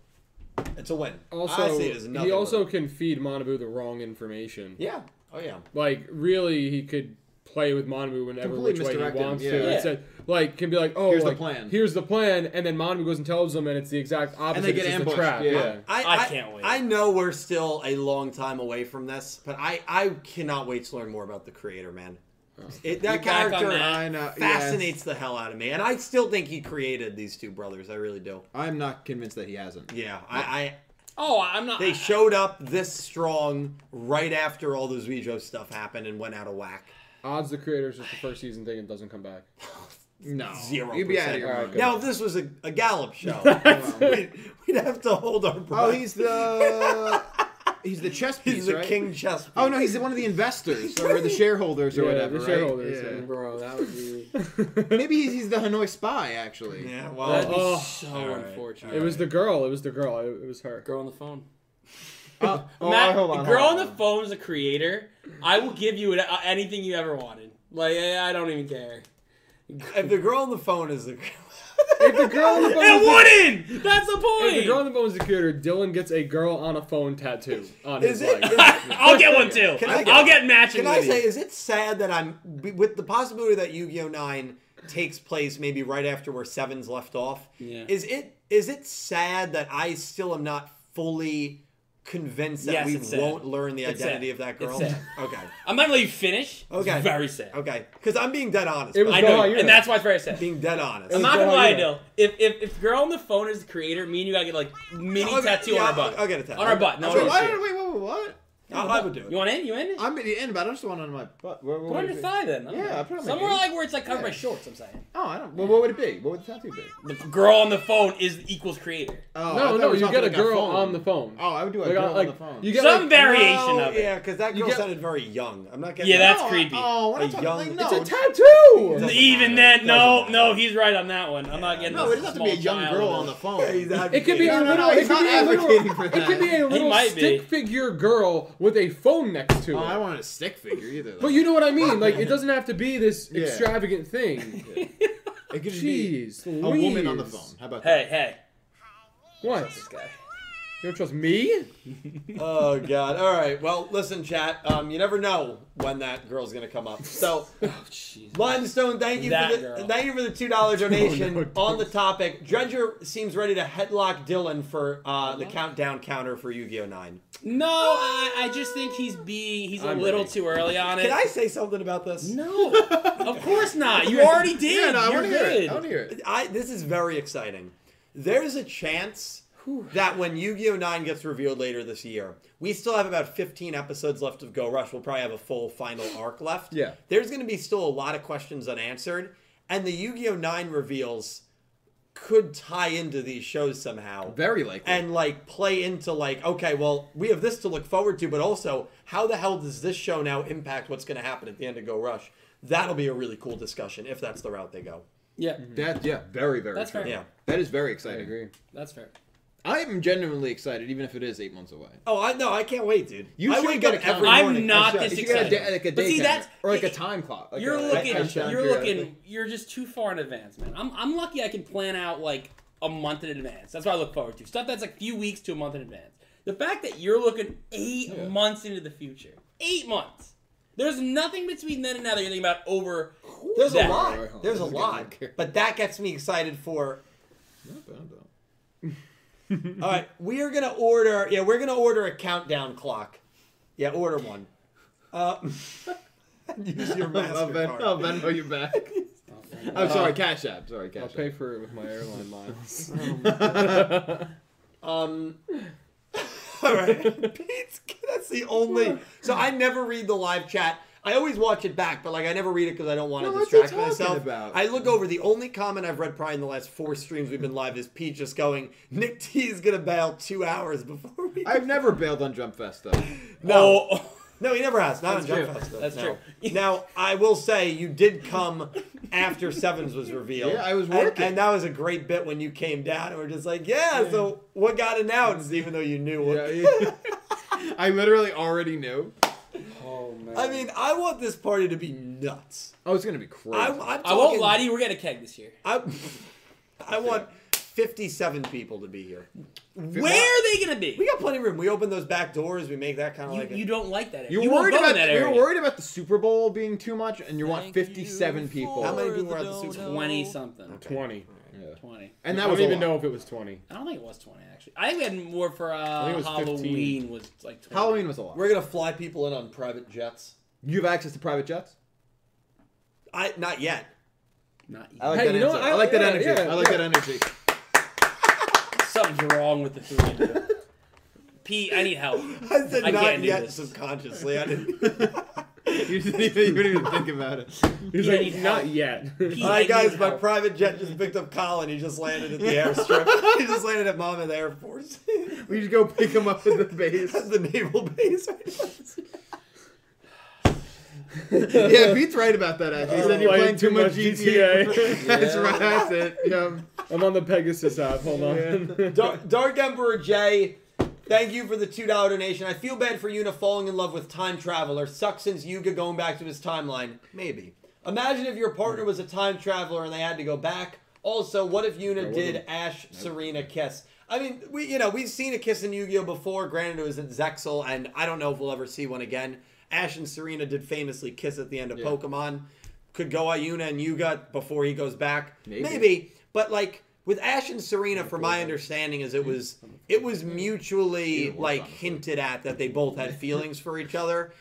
[SPEAKER 4] it's a win.
[SPEAKER 1] Also,
[SPEAKER 4] I see it as nothing
[SPEAKER 1] he
[SPEAKER 4] but a
[SPEAKER 1] also
[SPEAKER 4] win.
[SPEAKER 1] can feed Manabu the wrong information.
[SPEAKER 4] yeah. Oh yeah.
[SPEAKER 1] Like, really, he could play with Manabu whenever
[SPEAKER 3] Completely
[SPEAKER 1] which way he
[SPEAKER 3] misdirect him,
[SPEAKER 1] wants
[SPEAKER 3] yeah.
[SPEAKER 1] to.
[SPEAKER 2] Yeah.
[SPEAKER 1] Instead, like, can be like, oh,
[SPEAKER 3] Here's the
[SPEAKER 1] like,
[SPEAKER 3] plan.
[SPEAKER 1] Here's the plan, and then Manabu goes and tells them, and it's the exact opposite.
[SPEAKER 3] they get
[SPEAKER 1] it's just a
[SPEAKER 3] ambushed,
[SPEAKER 1] trap.
[SPEAKER 3] yeah.
[SPEAKER 4] I,
[SPEAKER 2] I can't wait.
[SPEAKER 4] I know we're still a long time away from this, but I, I cannot wait to learn more about the creator, man. It, that
[SPEAKER 2] You're back on
[SPEAKER 4] character uh,
[SPEAKER 2] that.
[SPEAKER 3] I know.
[SPEAKER 4] fascinates the hell out of me, and I still think he created these two brothers. I really do.
[SPEAKER 3] yes. I'm not convinced that he hasn't.
[SPEAKER 4] Yeah, I, I
[SPEAKER 2] oh I'm not
[SPEAKER 4] they showed up this strong right after all the Zuijo stuff happened and went out of whack.
[SPEAKER 1] Odds the creator's just the first season thing and doesn't come back.
[SPEAKER 3] No.
[SPEAKER 4] Zero.
[SPEAKER 3] Oh. You'd be out of
[SPEAKER 4] percent.
[SPEAKER 3] your
[SPEAKER 1] Alright,
[SPEAKER 3] mind.
[SPEAKER 1] good.
[SPEAKER 4] Now, if this was a, a Gallup show, we'd, we'd have to hold our breath.
[SPEAKER 3] Oh, he's the uh, he's the chess piece,
[SPEAKER 4] He's the
[SPEAKER 3] right?
[SPEAKER 4] king chess.
[SPEAKER 3] Oh no, he's one of the investors or the shareholders or
[SPEAKER 1] Yeah,
[SPEAKER 3] whatever.
[SPEAKER 1] the
[SPEAKER 3] right?
[SPEAKER 1] shareholders,
[SPEAKER 3] Yeah.
[SPEAKER 1] yeah.
[SPEAKER 2] bro that would be
[SPEAKER 3] Maybe he's, he's the Hanoi spy, actually.
[SPEAKER 4] Yeah, well,
[SPEAKER 2] That'd be
[SPEAKER 1] Oh.
[SPEAKER 2] so
[SPEAKER 4] All right,
[SPEAKER 2] unfortunate.
[SPEAKER 4] all
[SPEAKER 1] It was the girl. It was the girl. It, it was her.
[SPEAKER 2] girl on the phone.
[SPEAKER 3] Uh, oh,
[SPEAKER 2] Matt,
[SPEAKER 3] hold on,
[SPEAKER 2] girl
[SPEAKER 3] hold
[SPEAKER 2] on the phone is a creator. I will give you an- uh, anything you ever wanted. Like I I don't even care.
[SPEAKER 4] if the girl on the phone is the
[SPEAKER 1] If the girl on the phone was the-
[SPEAKER 2] It wouldn't. That's the
[SPEAKER 1] if the girl
[SPEAKER 2] point.
[SPEAKER 1] on the phone was the creator, Dylan gets a girl on a phone tattoo on
[SPEAKER 4] Is
[SPEAKER 1] his
[SPEAKER 4] it?
[SPEAKER 1] leg.
[SPEAKER 2] I'll get one too.
[SPEAKER 4] Can I
[SPEAKER 2] I
[SPEAKER 4] get-
[SPEAKER 2] will get matching.
[SPEAKER 4] Can I
[SPEAKER 2] with you.
[SPEAKER 4] say, is it sad that I'm with the possibility that Yu-Gi-Oh Nine takes place maybe right after where Seven's left off?
[SPEAKER 2] Yeah.
[SPEAKER 4] Is it is it sad that I still am not fully convinced that
[SPEAKER 2] Yes,
[SPEAKER 4] we
[SPEAKER 2] it's sad.
[SPEAKER 4] won't learn the
[SPEAKER 2] It's
[SPEAKER 4] identity
[SPEAKER 2] sad.
[SPEAKER 4] of that
[SPEAKER 2] It's
[SPEAKER 4] girl?
[SPEAKER 2] sad.
[SPEAKER 4] Okay,
[SPEAKER 2] I'm not gonna let you finish. It's
[SPEAKER 4] Okay.
[SPEAKER 2] very sad.
[SPEAKER 4] okay, because I'm being dead honest.
[SPEAKER 1] It was
[SPEAKER 2] I
[SPEAKER 1] Go
[SPEAKER 2] know,
[SPEAKER 1] on,
[SPEAKER 2] you-
[SPEAKER 1] you
[SPEAKER 2] and
[SPEAKER 1] know.
[SPEAKER 2] that's why it's very sad.
[SPEAKER 4] being dead honest.
[SPEAKER 2] I'm
[SPEAKER 1] was
[SPEAKER 2] not
[SPEAKER 1] Go
[SPEAKER 2] gonna
[SPEAKER 1] on,
[SPEAKER 2] lie,
[SPEAKER 1] you know.
[SPEAKER 2] Dill. If if if girl on the phone is the creator, me and you gotta get like mini
[SPEAKER 4] Okay,
[SPEAKER 2] tattoo
[SPEAKER 4] yeah,
[SPEAKER 2] on our butt.
[SPEAKER 4] I'll- I'll get a tattoo.
[SPEAKER 2] on our butt. No,
[SPEAKER 3] on.
[SPEAKER 2] no,
[SPEAKER 3] Wait,
[SPEAKER 2] no,
[SPEAKER 3] why
[SPEAKER 2] no.
[SPEAKER 3] don't- wait, wait, wait, what?
[SPEAKER 4] I, I would do it.
[SPEAKER 2] you want in? You in?
[SPEAKER 3] I'm at the end, but I don't just want it on my butt. What, what
[SPEAKER 2] Put it
[SPEAKER 3] would
[SPEAKER 2] on
[SPEAKER 3] it
[SPEAKER 2] your
[SPEAKER 3] be?
[SPEAKER 2] thigh then. I don't
[SPEAKER 3] Yeah,
[SPEAKER 2] know.
[SPEAKER 3] I'll put it on my
[SPEAKER 2] somewhere
[SPEAKER 3] knee.
[SPEAKER 2] like where it's like covered by
[SPEAKER 3] Yeah.
[SPEAKER 2] shorts. I'm saying.
[SPEAKER 3] Oh, I don't. Well, what would it be? What would the tattoo be?
[SPEAKER 2] The girl on the phone is equals creator.
[SPEAKER 3] Oh, I
[SPEAKER 1] No,
[SPEAKER 3] thought
[SPEAKER 1] no,
[SPEAKER 3] we were
[SPEAKER 1] you
[SPEAKER 3] talking
[SPEAKER 1] get a
[SPEAKER 3] like
[SPEAKER 1] girl on the phone.
[SPEAKER 3] Oh, I would do a
[SPEAKER 1] Like,
[SPEAKER 3] girl
[SPEAKER 1] like,
[SPEAKER 3] on the phone.
[SPEAKER 1] You get
[SPEAKER 2] Some
[SPEAKER 1] like,
[SPEAKER 2] variation
[SPEAKER 4] No,
[SPEAKER 2] of it.
[SPEAKER 4] Yeah, because that
[SPEAKER 1] You
[SPEAKER 4] girl
[SPEAKER 1] get-
[SPEAKER 4] sounded very young. I'm not getting.
[SPEAKER 2] Yeah, that's
[SPEAKER 3] No, I-
[SPEAKER 2] creepy.
[SPEAKER 3] Oh,
[SPEAKER 4] A
[SPEAKER 3] we're not talking
[SPEAKER 4] young-
[SPEAKER 3] like,
[SPEAKER 4] It's
[SPEAKER 3] no.
[SPEAKER 1] it's a tattoo.
[SPEAKER 4] Doesn't
[SPEAKER 2] Even
[SPEAKER 4] matter.
[SPEAKER 2] then, no,
[SPEAKER 4] Doesn't
[SPEAKER 2] no,
[SPEAKER 4] matter.
[SPEAKER 2] he's right on that one. I'm not
[SPEAKER 4] Yeah.
[SPEAKER 2] getting.
[SPEAKER 3] No, it doesn't have to be a young girl on the phone.
[SPEAKER 1] It could be a
[SPEAKER 3] No, no,
[SPEAKER 1] little.
[SPEAKER 3] no,
[SPEAKER 1] it
[SPEAKER 3] he's
[SPEAKER 1] could
[SPEAKER 3] not
[SPEAKER 1] be a
[SPEAKER 3] advocating for
[SPEAKER 1] little. It
[SPEAKER 3] that.
[SPEAKER 1] could be a little
[SPEAKER 2] might be.
[SPEAKER 1] stick figure girl with a phone next to
[SPEAKER 3] Oh, I
[SPEAKER 1] it.
[SPEAKER 3] don't want a stick figure either. Though.
[SPEAKER 1] But you know what I mean. Like it doesn't have to be this
[SPEAKER 3] Yeah.
[SPEAKER 1] extravagant thing.
[SPEAKER 3] it could just be
[SPEAKER 1] Jeez,
[SPEAKER 3] a woman on the
[SPEAKER 1] Louise.
[SPEAKER 3] phone. How about
[SPEAKER 2] Hey, hey,
[SPEAKER 1] What?
[SPEAKER 2] this guy.
[SPEAKER 1] You don't trust me?
[SPEAKER 4] Oh god. All right. Well, listen, chat. Um, you never know when that girl's gonna come up. So, Limestone, thank you
[SPEAKER 2] That
[SPEAKER 4] for the
[SPEAKER 2] girl. Oh,
[SPEAKER 4] thank you for the two dollar donation
[SPEAKER 1] no, don't.
[SPEAKER 4] on the topic. Dredger seems ready to headlock Dylan for uh, the countdown counter for Yu-Gi-Oh Nine.
[SPEAKER 2] No, I, I just think he's being he's
[SPEAKER 1] I'm
[SPEAKER 2] a little
[SPEAKER 1] ready.
[SPEAKER 2] too early on it.
[SPEAKER 4] Can I say something about this?
[SPEAKER 2] No, of course not. You already did.
[SPEAKER 3] Yeah, no, I
[SPEAKER 2] You're
[SPEAKER 3] want to hear
[SPEAKER 2] good.
[SPEAKER 3] it. I want to hear it.
[SPEAKER 4] I this is very exciting. there's a chance that when Yu-Gi-Oh! 9 gets revealed later this year, we still have about 15 episodes left of Go Rush. We'll probably have a full final arc left.
[SPEAKER 1] Yeah.
[SPEAKER 4] There's going to be still a lot of questions unanswered, and the Yu-Gi-Oh! 9 reveals could tie into these shows somehow
[SPEAKER 3] Very likely.
[SPEAKER 4] and like play into like okay well we have this to look forward to but also how the hell does this show now impact what's going to happen at the end of go rush that'll be a really cool discussion if that's the route they go
[SPEAKER 2] Yeah,
[SPEAKER 3] that yeah, very very.
[SPEAKER 2] That's
[SPEAKER 3] true.
[SPEAKER 2] fair.
[SPEAKER 4] yeah
[SPEAKER 3] That is very
[SPEAKER 1] I
[SPEAKER 3] exciting.
[SPEAKER 1] agree.
[SPEAKER 2] that's fair.
[SPEAKER 3] I am genuinely excited, even if it is eight months away.
[SPEAKER 4] oh i know i can't wait dude
[SPEAKER 3] You
[SPEAKER 4] i
[SPEAKER 3] should
[SPEAKER 4] wake
[SPEAKER 3] get
[SPEAKER 4] up
[SPEAKER 3] a calendar.
[SPEAKER 4] every
[SPEAKER 2] I'm
[SPEAKER 4] morning.
[SPEAKER 2] not
[SPEAKER 4] I should.
[SPEAKER 2] this
[SPEAKER 3] You should get a
[SPEAKER 2] excited.
[SPEAKER 3] da- like a
[SPEAKER 2] But
[SPEAKER 3] day
[SPEAKER 2] see,
[SPEAKER 3] calendar,
[SPEAKER 2] that's-
[SPEAKER 3] or like a
[SPEAKER 2] it-
[SPEAKER 3] time clock. like
[SPEAKER 2] you're
[SPEAKER 3] a-
[SPEAKER 2] looking.
[SPEAKER 3] a time
[SPEAKER 2] You're
[SPEAKER 3] period.
[SPEAKER 2] looking. You're just too far in advance, man. I'm, I'm lucky I can plan out like a month in advance. That's what I look forward to. Stuff that's like few weeks to a month in advance. The fact that you're looking eight
[SPEAKER 3] Yeah.
[SPEAKER 2] months into the future, eight months. There's nothing between then and now that you're thinking about over. There's
[SPEAKER 4] there's
[SPEAKER 2] that.
[SPEAKER 4] a
[SPEAKER 3] All right, hold
[SPEAKER 4] lot
[SPEAKER 3] on.
[SPEAKER 4] there's a
[SPEAKER 3] This is
[SPEAKER 4] lot
[SPEAKER 3] getting-
[SPEAKER 4] but that gets me excited for
[SPEAKER 3] Not bad, though.
[SPEAKER 4] all right we are going to order yeah we're going to order a countdown clock yeah order one uh use your
[SPEAKER 3] I'll, ben-
[SPEAKER 4] mastercard
[SPEAKER 3] I'll Venmo you back. I'm Oh, sorry, Cash App. Sorry,
[SPEAKER 1] I'll
[SPEAKER 3] Cash
[SPEAKER 1] pay
[SPEAKER 3] App.
[SPEAKER 1] for it with my airline miles.
[SPEAKER 4] Um. All right, Pete's, that's the only. So I never read the live chat. I always watch it back, but like I never read it because I don't want to
[SPEAKER 3] No, what's he
[SPEAKER 4] distract
[SPEAKER 3] talking
[SPEAKER 4] myself.
[SPEAKER 3] about?
[SPEAKER 4] I look over. The only comment I've read probably in the last four streams we've been live is Pete just going, "Nick T is gonna bail two hours before we."
[SPEAKER 3] I've never bailed on Jump Fest though.
[SPEAKER 4] no,
[SPEAKER 2] Oh,
[SPEAKER 4] no, he never has. Not on
[SPEAKER 2] That's
[SPEAKER 4] Jump
[SPEAKER 2] true.
[SPEAKER 4] Fest. though,
[SPEAKER 2] That's
[SPEAKER 4] no.
[SPEAKER 2] true.
[SPEAKER 4] Now I will say you did come after Sevens was revealed.
[SPEAKER 3] Yeah, I was
[SPEAKER 4] And-
[SPEAKER 3] working.
[SPEAKER 4] and that was a great bit when you came down and we're just like, yeah. So what got announced, even though you knew what.
[SPEAKER 3] Yeah, yeah. I literally already knew.
[SPEAKER 1] oh man.
[SPEAKER 4] I mean, I want this party to be nuts.
[SPEAKER 3] Oh, it's gonna be crazy.
[SPEAKER 4] I, I'm talking,
[SPEAKER 2] I won't lie to you. We're getting a keg this year.
[SPEAKER 4] I, I want 57 people to be here.
[SPEAKER 2] Where are they gonna be?
[SPEAKER 4] We got plenty of room. We open those back doors. We make that kind of
[SPEAKER 2] you,
[SPEAKER 4] like. a-
[SPEAKER 2] you don't like that. Area.
[SPEAKER 3] you,
[SPEAKER 2] You,
[SPEAKER 3] were
[SPEAKER 2] won't
[SPEAKER 3] worried
[SPEAKER 2] go in
[SPEAKER 3] about
[SPEAKER 2] that
[SPEAKER 3] you
[SPEAKER 2] area.
[SPEAKER 3] were worried about the Super Bowl being too much, and you want
[SPEAKER 5] Thank
[SPEAKER 3] 57
[SPEAKER 5] you
[SPEAKER 3] people.
[SPEAKER 4] How many
[SPEAKER 5] for
[SPEAKER 4] people were at the
[SPEAKER 5] the
[SPEAKER 4] Super Bowl?
[SPEAKER 2] Twenty something.
[SPEAKER 4] Okay.
[SPEAKER 1] twenty.
[SPEAKER 3] Yeah.
[SPEAKER 2] Twenty.
[SPEAKER 3] And that
[SPEAKER 1] I
[SPEAKER 3] was
[SPEAKER 1] don't
[SPEAKER 3] a
[SPEAKER 1] even
[SPEAKER 3] lot.
[SPEAKER 1] know if it was twenty.
[SPEAKER 2] I don't think it was twenty actually. I think we had more for uh,
[SPEAKER 1] think it was
[SPEAKER 2] Halloween
[SPEAKER 1] 15.
[SPEAKER 2] was like 20.
[SPEAKER 3] Halloween was a lot.
[SPEAKER 4] We're gonna fly people in on private jets.
[SPEAKER 3] You have access to private jets.
[SPEAKER 4] I not yet.
[SPEAKER 2] Not yet.
[SPEAKER 3] I like
[SPEAKER 1] Hey,
[SPEAKER 3] that
[SPEAKER 1] you know
[SPEAKER 3] answer.
[SPEAKER 1] what?
[SPEAKER 3] I, like that
[SPEAKER 1] Yeah,
[SPEAKER 3] energy.
[SPEAKER 1] yeah,
[SPEAKER 3] I like
[SPEAKER 1] yeah.
[SPEAKER 3] that energy.
[SPEAKER 2] Something's wrong with the three of you. Pete, I need help.
[SPEAKER 4] I said
[SPEAKER 2] I
[SPEAKER 4] not
[SPEAKER 2] can't do
[SPEAKER 4] yet
[SPEAKER 2] this.
[SPEAKER 4] subconsciously. I didn't.
[SPEAKER 3] You didn't even, you didn't even think about it.
[SPEAKER 1] He's
[SPEAKER 2] Yeah,
[SPEAKER 1] like,
[SPEAKER 2] he's
[SPEAKER 1] not
[SPEAKER 2] out.
[SPEAKER 1] yet.
[SPEAKER 2] He-
[SPEAKER 4] All right,
[SPEAKER 2] I
[SPEAKER 4] guys,
[SPEAKER 2] need
[SPEAKER 4] my
[SPEAKER 2] help.
[SPEAKER 4] private jet just picked up Colin. He just landed at the airstrip. he just landed at Mama the Air Force.
[SPEAKER 3] We should go pick him up at the base.
[SPEAKER 4] That's the naval base.
[SPEAKER 3] yeah, Pete's right about that. Actually, he said you're playing too much GTA. that's
[SPEAKER 1] Yeah.
[SPEAKER 3] right. That's it. Yeah.
[SPEAKER 1] I'm on the Pegasus app. Hold on.
[SPEAKER 4] Dark, Dark Emperor J, thank you for the two dollar donation. I feel bad for Yuna falling in love with time traveler. Sucks since Yuga going back to his timeline. Maybe. Imagine if your partner was a time traveler and they had to go back. Also, what if Yuna did Ash Serena kiss? I mean, we you know we've seen a kiss in Yu-Gi-Oh before. Granted, it was at Zexal, and I don't know if we'll ever see one again. Ash and Serena did famously kiss at the end of
[SPEAKER 3] Yeah.
[SPEAKER 4] Pokemon. Could go Ayuna and Yuga before he goes back.
[SPEAKER 3] Maybe.
[SPEAKER 4] Maybe but like with Ash and Serena, from my understanding, is it was it was mutually
[SPEAKER 3] Either one,
[SPEAKER 4] like
[SPEAKER 3] honestly.
[SPEAKER 4] hinted at that they both had feelings for each other.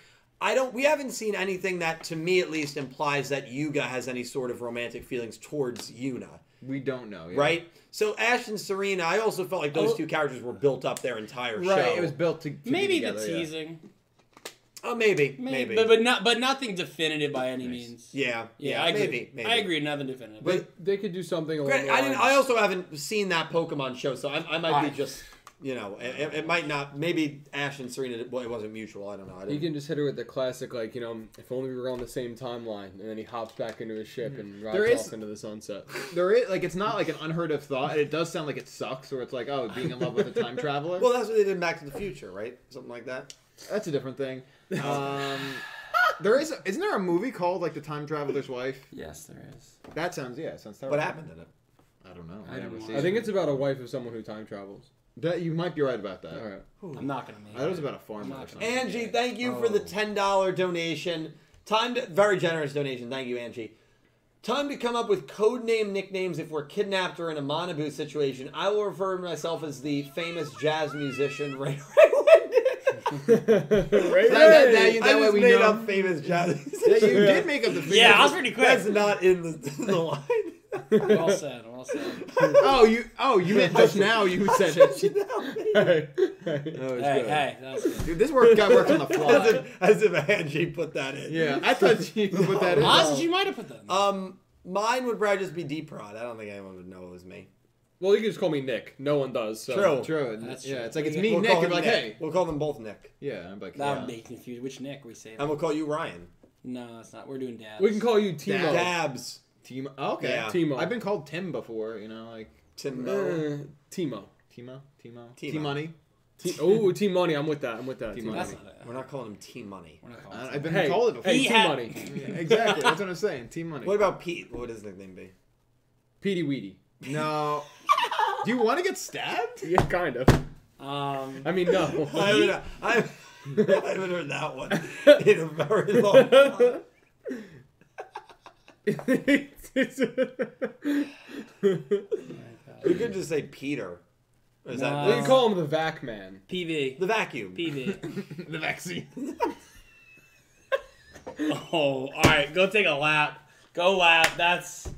[SPEAKER 4] I don't. We haven't seen anything that, to me at least, implies that Yuga has any sort of romantic feelings towards Yuna,
[SPEAKER 3] We don't know. yeah.
[SPEAKER 4] right? So Ash and Serena, I also felt like those two characters were built up their entire
[SPEAKER 3] Right.
[SPEAKER 4] show.
[SPEAKER 3] It was built to, to be
[SPEAKER 2] Maybe
[SPEAKER 3] together,
[SPEAKER 2] the
[SPEAKER 3] yeah.
[SPEAKER 2] teasing.
[SPEAKER 4] oh, maybe, maybe,
[SPEAKER 2] Maybe. But, but not but nothing definitive by any means.
[SPEAKER 4] yeah,
[SPEAKER 2] Yeah,
[SPEAKER 4] yeah,
[SPEAKER 2] I agree.
[SPEAKER 4] maybe, maybe.
[SPEAKER 2] I agree, nothing definitive.
[SPEAKER 4] But-
[SPEAKER 1] They could do something along
[SPEAKER 4] Granted,
[SPEAKER 1] the
[SPEAKER 4] I didn't.
[SPEAKER 1] lines-
[SPEAKER 4] I also haven't seen that Pokemon show, so I, I might
[SPEAKER 1] I-
[SPEAKER 4] be just, you know, it, it- it might not. Maybe Ash and Serena. Well, it wasn't mutual. I don't know. I
[SPEAKER 1] You
[SPEAKER 4] didn't.
[SPEAKER 1] can just hit her with the classic, like you know, if only we were on the same timeline, and then he hops back into his ship and rides
[SPEAKER 3] Hmm. There is-
[SPEAKER 1] off into the sunset.
[SPEAKER 3] There is like it's not like an unheard of thought, and it does sound like it sucks, or it's like oh, being in love with a time traveler.
[SPEAKER 4] well, that's what they did in Back to the Future, right? Something like that.
[SPEAKER 3] that's a different thing. Um, there is isn't there a movie called like the time traveler's wife?
[SPEAKER 2] yes, there is.
[SPEAKER 3] That sounds yeah, it sounds terrible.
[SPEAKER 4] What happened in it?
[SPEAKER 3] I don't know.
[SPEAKER 2] I
[SPEAKER 3] never
[SPEAKER 2] don't
[SPEAKER 3] seen
[SPEAKER 1] I think it's about a wife of someone who time travels.
[SPEAKER 3] that you might be right about that.
[SPEAKER 1] All right.
[SPEAKER 2] I'm not gonna make
[SPEAKER 3] That
[SPEAKER 2] it.
[SPEAKER 3] was about a farm.
[SPEAKER 2] Not-
[SPEAKER 4] Angie, thank you for the ten dollar donation. Time to very generous donation. Thank you, Angie. Time to come up with code name nicknames if we're kidnapped or in a Monabu situation. I will refer to myself as the famous jazz musician Ray Ray Windass.
[SPEAKER 1] right.
[SPEAKER 3] that- that- you-
[SPEAKER 4] I
[SPEAKER 3] way
[SPEAKER 4] just
[SPEAKER 3] we
[SPEAKER 4] made
[SPEAKER 3] know.
[SPEAKER 4] up famous jazz.
[SPEAKER 3] Yeah, you did make up the.
[SPEAKER 2] Yeah, I
[SPEAKER 3] famous-
[SPEAKER 2] was pretty quick.
[SPEAKER 4] That's not in the, the line.
[SPEAKER 2] well said. Well also.
[SPEAKER 3] Oh, you. Oh, you meant just now. You said it.
[SPEAKER 1] Hey, hey.
[SPEAKER 3] Oh, it's
[SPEAKER 2] hey,
[SPEAKER 3] good.
[SPEAKER 2] hey, that was good.
[SPEAKER 3] Dude, this work got worked on the
[SPEAKER 4] as,
[SPEAKER 3] fly.
[SPEAKER 4] if, as if a handshake put that in.
[SPEAKER 3] Yeah, I thought you could put that in.
[SPEAKER 2] Honestly, you might have put that. in.
[SPEAKER 4] Um, mine would probably just be deep rod. I don't think anyone would know it was me.
[SPEAKER 1] Well, you can just call me Nick. No one does. So.
[SPEAKER 4] True.
[SPEAKER 3] True.
[SPEAKER 2] That's
[SPEAKER 3] yeah,
[SPEAKER 2] true.
[SPEAKER 3] it's like it's
[SPEAKER 2] We'll
[SPEAKER 3] me,
[SPEAKER 4] We'll
[SPEAKER 3] Nick.
[SPEAKER 4] call
[SPEAKER 3] I'm
[SPEAKER 4] him
[SPEAKER 3] like,
[SPEAKER 4] Nick.
[SPEAKER 3] hey.
[SPEAKER 4] We'll call them both Nick,
[SPEAKER 3] Yeah, I'm like,
[SPEAKER 2] that
[SPEAKER 3] yeah.
[SPEAKER 2] would be confused. Which Nick we say? Um,
[SPEAKER 4] and we'll call you Ryan.
[SPEAKER 2] No, it's not. We're doing dabs.
[SPEAKER 1] We can call you Timo.
[SPEAKER 4] Dabs.
[SPEAKER 3] Timo. Oh, okay.
[SPEAKER 4] Yeah.
[SPEAKER 1] Timo.
[SPEAKER 3] I've been called Tim before. You know, like
[SPEAKER 4] Timo.
[SPEAKER 1] Uh, Timo.
[SPEAKER 3] Timo, Timo,
[SPEAKER 4] Timo.
[SPEAKER 3] T Money.
[SPEAKER 1] T- oh, Team Money. I'm with that. I'm with that.
[SPEAKER 3] Team
[SPEAKER 1] Team
[SPEAKER 3] Money.
[SPEAKER 1] Money.
[SPEAKER 2] That's not it.
[SPEAKER 4] We're not calling him T Money.
[SPEAKER 2] We're not calling. it.
[SPEAKER 3] I've been
[SPEAKER 1] Hey,
[SPEAKER 3] called it before.
[SPEAKER 1] hey,
[SPEAKER 2] He
[SPEAKER 1] Team
[SPEAKER 2] had-
[SPEAKER 1] Money.
[SPEAKER 3] Yeah, exactly. That's what I'm saying. T Money.
[SPEAKER 4] What about Pete? What would his nickname be?
[SPEAKER 1] Petey Weedy.
[SPEAKER 3] No. Do you want to get stabbed?
[SPEAKER 1] Yeah, kind of.
[SPEAKER 2] Um,
[SPEAKER 1] I mean,
[SPEAKER 4] I
[SPEAKER 1] no.
[SPEAKER 4] haven't, I, I haven't heard that one in a very long time. We could just say Peter. Or Is
[SPEAKER 1] we
[SPEAKER 2] Nah.
[SPEAKER 1] can call him the Vac Man.
[SPEAKER 2] PV.
[SPEAKER 4] the vacuum?
[SPEAKER 2] PV.
[SPEAKER 3] the vaccine.
[SPEAKER 2] Oh, all right. Go take a lap. Go lap. That's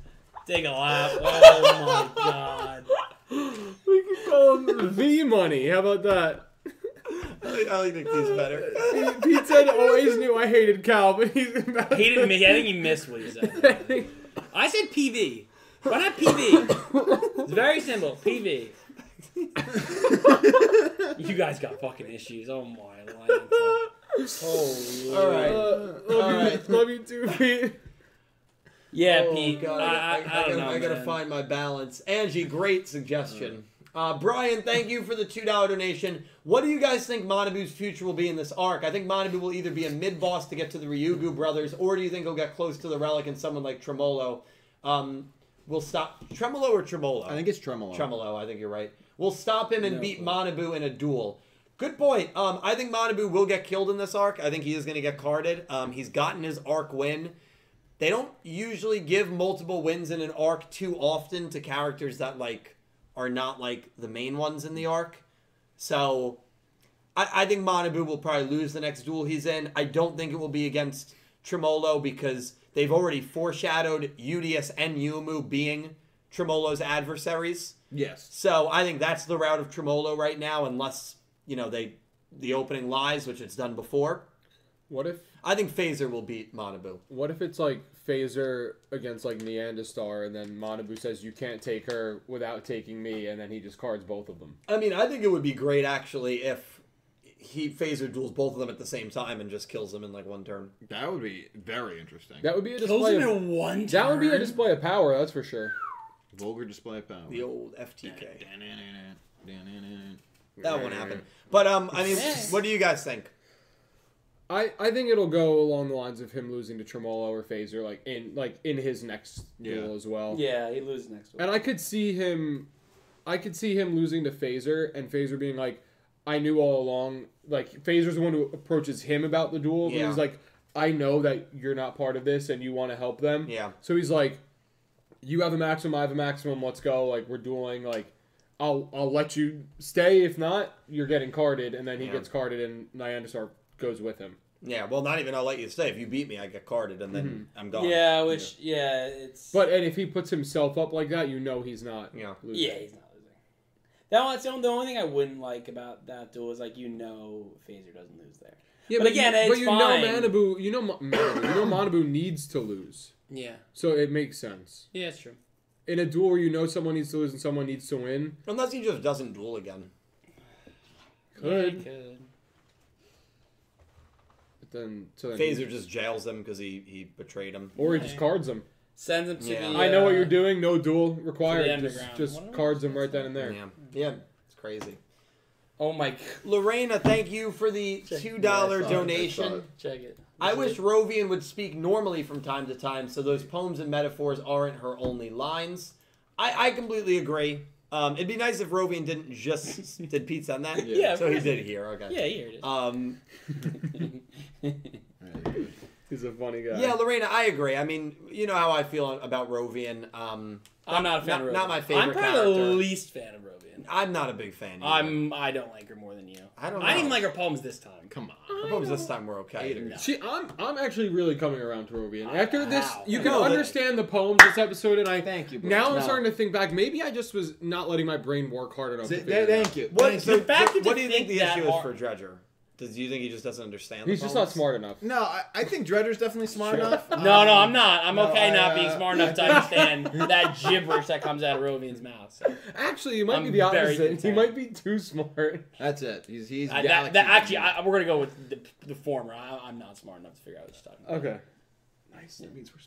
[SPEAKER 2] take a lap. Oh my god.
[SPEAKER 1] We can call him the Money. How about that?
[SPEAKER 4] I like Nick T's better.
[SPEAKER 1] Pete said always knew I hated Cal, but he's about
[SPEAKER 2] He didn't. miss- I think he missed what he said. I said PV. Why not PV? It's very simple. PV. you guys got fucking issues. Oh my life. Oh
[SPEAKER 4] All
[SPEAKER 2] Lord.
[SPEAKER 4] right.
[SPEAKER 1] love,
[SPEAKER 4] Alright.
[SPEAKER 1] you, love you too, Pete.
[SPEAKER 2] Yeah,
[SPEAKER 4] Oh,
[SPEAKER 2] Pete.
[SPEAKER 4] God,
[SPEAKER 2] I, I, I,
[SPEAKER 4] gotta-
[SPEAKER 2] don't know.
[SPEAKER 4] I gotta
[SPEAKER 2] man. Mm.
[SPEAKER 4] find my balance. Angie, great suggestion. Uh, Brian, thank you for the two dollar donation. What do you guys think Monabu's future will be in this arc? I think Monabu will either be a mid boss to get to the Ryugu brothers, or do you think he'll get close to the relic and someone like Tremolo um, will stop Tremolo or Tremolo?
[SPEAKER 3] I think it's tremolo.
[SPEAKER 4] Tremolo. I think you're right. We'll stop him and
[SPEAKER 2] No
[SPEAKER 4] beat
[SPEAKER 2] clue.
[SPEAKER 4] Manabu in a duel. Good point. Um, I think Manabu will get killed in this arc. I think he is going to get carded. Um, he's gotten his arc win. They don't usually give multiple wins in an arc too often to characters that like are not like the main ones in the arc. So I, I think Manabu will probably lose the next duel he's in. I don't think it will be against Tremolo because they've already foreshadowed Udius and Yumu being Tremolo's adversaries.
[SPEAKER 1] Yes.
[SPEAKER 4] So I think that's the route of Tremolo right now, unless you know they the opening lies, which it's done before.
[SPEAKER 1] What if
[SPEAKER 4] I think Phaser will beat Monabu.
[SPEAKER 1] what if it's like Phaser against like Neanderstar, and then Monabu says you can't take her without taking me, and then he just cards both of them.
[SPEAKER 4] I mean, I think it would be great actually if he Phaser duels both of them at the same time and just kills them in like one turn.
[SPEAKER 3] That would be very interesting.
[SPEAKER 1] That would be a
[SPEAKER 2] Kills
[SPEAKER 1] display.
[SPEAKER 2] him
[SPEAKER 1] Of,
[SPEAKER 2] in one.
[SPEAKER 1] that would be a
[SPEAKER 2] turn?
[SPEAKER 1] display of power. That's for sure.
[SPEAKER 3] Vulgar display of power.
[SPEAKER 4] The old FTK. That won't happen. But um, I mean, what do you guys think?
[SPEAKER 1] I, I think it'll go along the lines of him losing to Tremolo or Phaser, like in like in his next
[SPEAKER 3] Yeah.
[SPEAKER 1] duel as well.
[SPEAKER 2] Yeah, he loses next one.
[SPEAKER 1] And I could see him, I could see him losing to Phaser, and Phaser being like, "I knew all along." Like Phaser's the one who approaches him about the duel. but
[SPEAKER 4] Yeah.
[SPEAKER 1] He's like, "I know that you're not part of this, and you want to help them."
[SPEAKER 4] Yeah.
[SPEAKER 1] So he's like, "You have a maximum. I have a maximum. Let's go. Like we're dueling. Like I'll I'll let you stay. If not, you're getting carded." And then he
[SPEAKER 4] Yeah.
[SPEAKER 1] gets carded, and Nyandasar goes with him.
[SPEAKER 4] Yeah, well, not even I'll let you stay. If you beat me, I get carded and then I'm gone.
[SPEAKER 2] Yeah, which yeah, it's
[SPEAKER 1] But and if he puts himself up like that, you know he's not.
[SPEAKER 4] Yeah.
[SPEAKER 1] losing.
[SPEAKER 2] yeah, he's not losing. That one, that's the only, the only thing I wouldn't like about that duel is like you know Phaser doesn't lose there.
[SPEAKER 1] Yeah,
[SPEAKER 2] But again,
[SPEAKER 1] you,
[SPEAKER 2] it's
[SPEAKER 1] but you
[SPEAKER 2] fine.
[SPEAKER 1] know Manabu, you know Ma- Manabu, you know Manabu needs to lose,
[SPEAKER 2] Yeah,
[SPEAKER 1] so it makes sense.
[SPEAKER 2] yeah, it's true.
[SPEAKER 1] In a duel where you know someone needs to lose and someone needs to win,
[SPEAKER 4] Unless he just doesn't duel again.
[SPEAKER 1] Could.
[SPEAKER 2] Yeah, could.
[SPEAKER 1] but then so then
[SPEAKER 4] Phaser just jails him because he, he betrayed him.
[SPEAKER 1] or he just cards them.
[SPEAKER 2] Sends him to
[SPEAKER 4] Yeah.
[SPEAKER 2] the.
[SPEAKER 1] I know what
[SPEAKER 2] uh,
[SPEAKER 1] you're doing. No duel required.
[SPEAKER 2] To the
[SPEAKER 1] Just,
[SPEAKER 2] underground. What
[SPEAKER 1] just
[SPEAKER 2] am I
[SPEAKER 1] cards them right then and there.
[SPEAKER 4] Yeah. Yeah. It's crazy.
[SPEAKER 2] Oh my!
[SPEAKER 4] Lorena, thank you for the two dollar
[SPEAKER 3] Yeah, I saw it, I saw
[SPEAKER 4] donation.
[SPEAKER 3] it.
[SPEAKER 2] Check it.
[SPEAKER 4] I wish Rovian would speak normally from time to time, so those poems and metaphors aren't her only lines. I, I completely agree. Um, it'd be nice if Rovian didn't just did Pete's on that.
[SPEAKER 2] Yeah, of
[SPEAKER 4] so he
[SPEAKER 2] course.
[SPEAKER 4] Uh, did here. Okay.
[SPEAKER 2] Yeah, here it is.
[SPEAKER 4] Um,
[SPEAKER 3] Alright, good.
[SPEAKER 1] He's a funny guy.
[SPEAKER 4] Yeah, Lorena, I agree. I mean, you know how I feel on- about Rovian. Um,
[SPEAKER 2] I'm not a fan
[SPEAKER 4] not,
[SPEAKER 2] of Rovian.
[SPEAKER 4] Not my favorite
[SPEAKER 2] I'm probably
[SPEAKER 4] character.
[SPEAKER 2] the least fan of Rovian.
[SPEAKER 4] I'm not a big fan. Either.
[SPEAKER 2] I'm I don't like her more than you.
[SPEAKER 4] I don't know.
[SPEAKER 2] I didn't even like her poems this time.
[SPEAKER 3] Come
[SPEAKER 4] I
[SPEAKER 3] on.
[SPEAKER 4] hope this time we're okay.
[SPEAKER 2] No.
[SPEAKER 1] She, I'm, I'm actually really coming around to Rovian. After this,
[SPEAKER 2] Wow.
[SPEAKER 1] you can
[SPEAKER 4] No, that-
[SPEAKER 1] understand the poems this episode, and I
[SPEAKER 3] Thank you, bro.
[SPEAKER 1] Now I'm
[SPEAKER 3] No.
[SPEAKER 1] starting to think back. Maybe I just was not letting my brain work hard enough. to
[SPEAKER 3] Th-
[SPEAKER 1] figure
[SPEAKER 3] th-
[SPEAKER 1] it out.
[SPEAKER 3] thank you.
[SPEAKER 4] What,
[SPEAKER 3] Thank
[SPEAKER 4] so,
[SPEAKER 3] you.
[SPEAKER 2] The fact that
[SPEAKER 4] what do
[SPEAKER 2] you
[SPEAKER 4] you think
[SPEAKER 2] think
[SPEAKER 4] the
[SPEAKER 2] that
[SPEAKER 4] issue is
[SPEAKER 2] are-
[SPEAKER 4] for Dredger? Does do you think he just doesn't understand?
[SPEAKER 1] He's
[SPEAKER 4] the
[SPEAKER 1] just not
[SPEAKER 4] problems?
[SPEAKER 1] smart enough.
[SPEAKER 3] No, I, I think Dredger's definitely smart
[SPEAKER 4] Sure.
[SPEAKER 3] enough.
[SPEAKER 2] No, no,
[SPEAKER 3] Um,
[SPEAKER 2] I'm not. I'm
[SPEAKER 3] no,
[SPEAKER 2] okay
[SPEAKER 3] I,
[SPEAKER 2] not being
[SPEAKER 3] uh,
[SPEAKER 2] smart enough to understand that gibberish that comes out of Rovian's mouth. So.
[SPEAKER 1] Actually, he might be
[SPEAKER 2] I'm
[SPEAKER 1] the
[SPEAKER 2] very
[SPEAKER 1] opposite. He
[SPEAKER 2] content.
[SPEAKER 1] might be too smart.
[SPEAKER 3] That's it. He's he's
[SPEAKER 2] I,
[SPEAKER 3] galaxy
[SPEAKER 2] that, that, actually,
[SPEAKER 3] man.
[SPEAKER 2] I, we're gonna go with the, the former. I, I'm not smart enough to figure out what you're talking about.
[SPEAKER 1] Okay. Nice. That means we're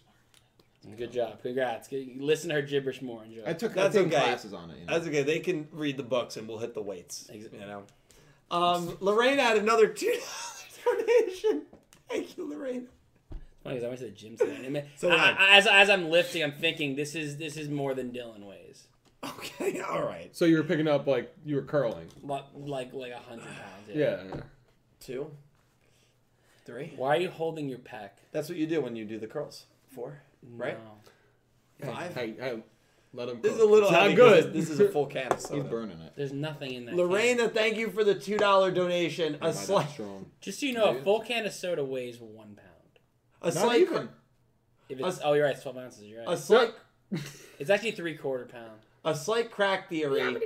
[SPEAKER 1] smart.
[SPEAKER 2] Good job. Congrats. Good- Listen to her gibberish more. Enjoy.
[SPEAKER 3] I took
[SPEAKER 4] That's
[SPEAKER 3] I took
[SPEAKER 4] okay.
[SPEAKER 3] classes on it. You know?
[SPEAKER 4] That's okay. They can read the books, and we'll hit the weights. You
[SPEAKER 2] Ex-
[SPEAKER 4] know. Um, Lorraine had another two dollar donation. Thank you, Lorraine.
[SPEAKER 2] Funny 'cause I went to the gym today. And
[SPEAKER 4] So um,
[SPEAKER 2] I-
[SPEAKER 4] loud.
[SPEAKER 2] I- as, as I'm lifting, I'm thinking this is this is more than Dylan weighs.
[SPEAKER 4] Okay, all right.
[SPEAKER 1] So you were picking up like you were curling.
[SPEAKER 2] Like like like a hundred pounds.
[SPEAKER 1] Yeah.
[SPEAKER 4] Two, three.
[SPEAKER 2] Why are you holding your pec?
[SPEAKER 4] That's what you do when you do the curls. Four, right?
[SPEAKER 2] No.
[SPEAKER 4] Five.
[SPEAKER 1] Hey, hey, let him.
[SPEAKER 4] This
[SPEAKER 1] cook.
[SPEAKER 4] is a little
[SPEAKER 1] It's not
[SPEAKER 4] heavy 'cause
[SPEAKER 1] good.
[SPEAKER 4] This this is a full can of
[SPEAKER 3] He's
[SPEAKER 4] soda.
[SPEAKER 3] burning it.
[SPEAKER 2] There's nothing in that. can.
[SPEAKER 4] Lorena, thank you for the two dollar donation. A
[SPEAKER 3] Am I that
[SPEAKER 4] slight,
[SPEAKER 3] strong.
[SPEAKER 2] Just so you know, a full can of soda weighs one pound.
[SPEAKER 4] a
[SPEAKER 3] Not
[SPEAKER 4] slight,
[SPEAKER 3] even.
[SPEAKER 2] If it's oh, you're right. It's twelve ounces. You're
[SPEAKER 4] a
[SPEAKER 2] right.
[SPEAKER 4] slight,
[SPEAKER 2] It's actually three quarter pound.
[SPEAKER 4] a slight crack theory.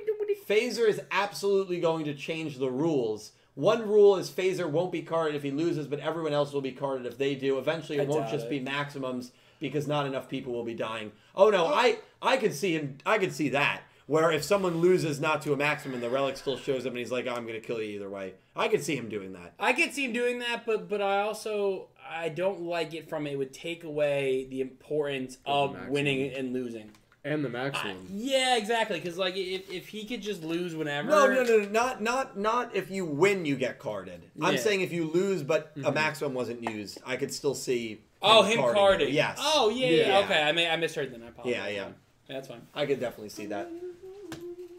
[SPEAKER 4] Phaser is absolutely going to change the rules. One rule is Phaser won't be carded if he loses, but everyone else will be carded if they do. Eventually, it
[SPEAKER 2] I
[SPEAKER 4] won't
[SPEAKER 2] doubt
[SPEAKER 4] just
[SPEAKER 2] it.
[SPEAKER 4] be maximums because not enough people will be dying. Oh no, I I could see him. I could see that where if someone loses not to a maximum, the relic still shows up and he's like, "Oh, I'm going to kill you either way. I could see him doing that.
[SPEAKER 2] I could see him doing that, but but I also I don't like it from it would take away the importance of
[SPEAKER 1] maximum.
[SPEAKER 2] winning and losing.
[SPEAKER 1] and the
[SPEAKER 2] I-
[SPEAKER 1] maximum.
[SPEAKER 2] yeah, exactly. Because like if, if he could just lose whenever.
[SPEAKER 4] No, no, no, no, not not not if you win, you get carded. I'm
[SPEAKER 2] Yeah. Mm-hmm.
[SPEAKER 4] saying if you lose, but a maximum wasn't used, I could still see. Him
[SPEAKER 2] Oh, him carding.
[SPEAKER 4] you. Yes.
[SPEAKER 2] Oh yeah, yeah.
[SPEAKER 4] Yeah.
[SPEAKER 2] Okay, I may I misheard then. I apologize.
[SPEAKER 4] Yeah, yeah.
[SPEAKER 2] That's fine.
[SPEAKER 4] I could definitely see that.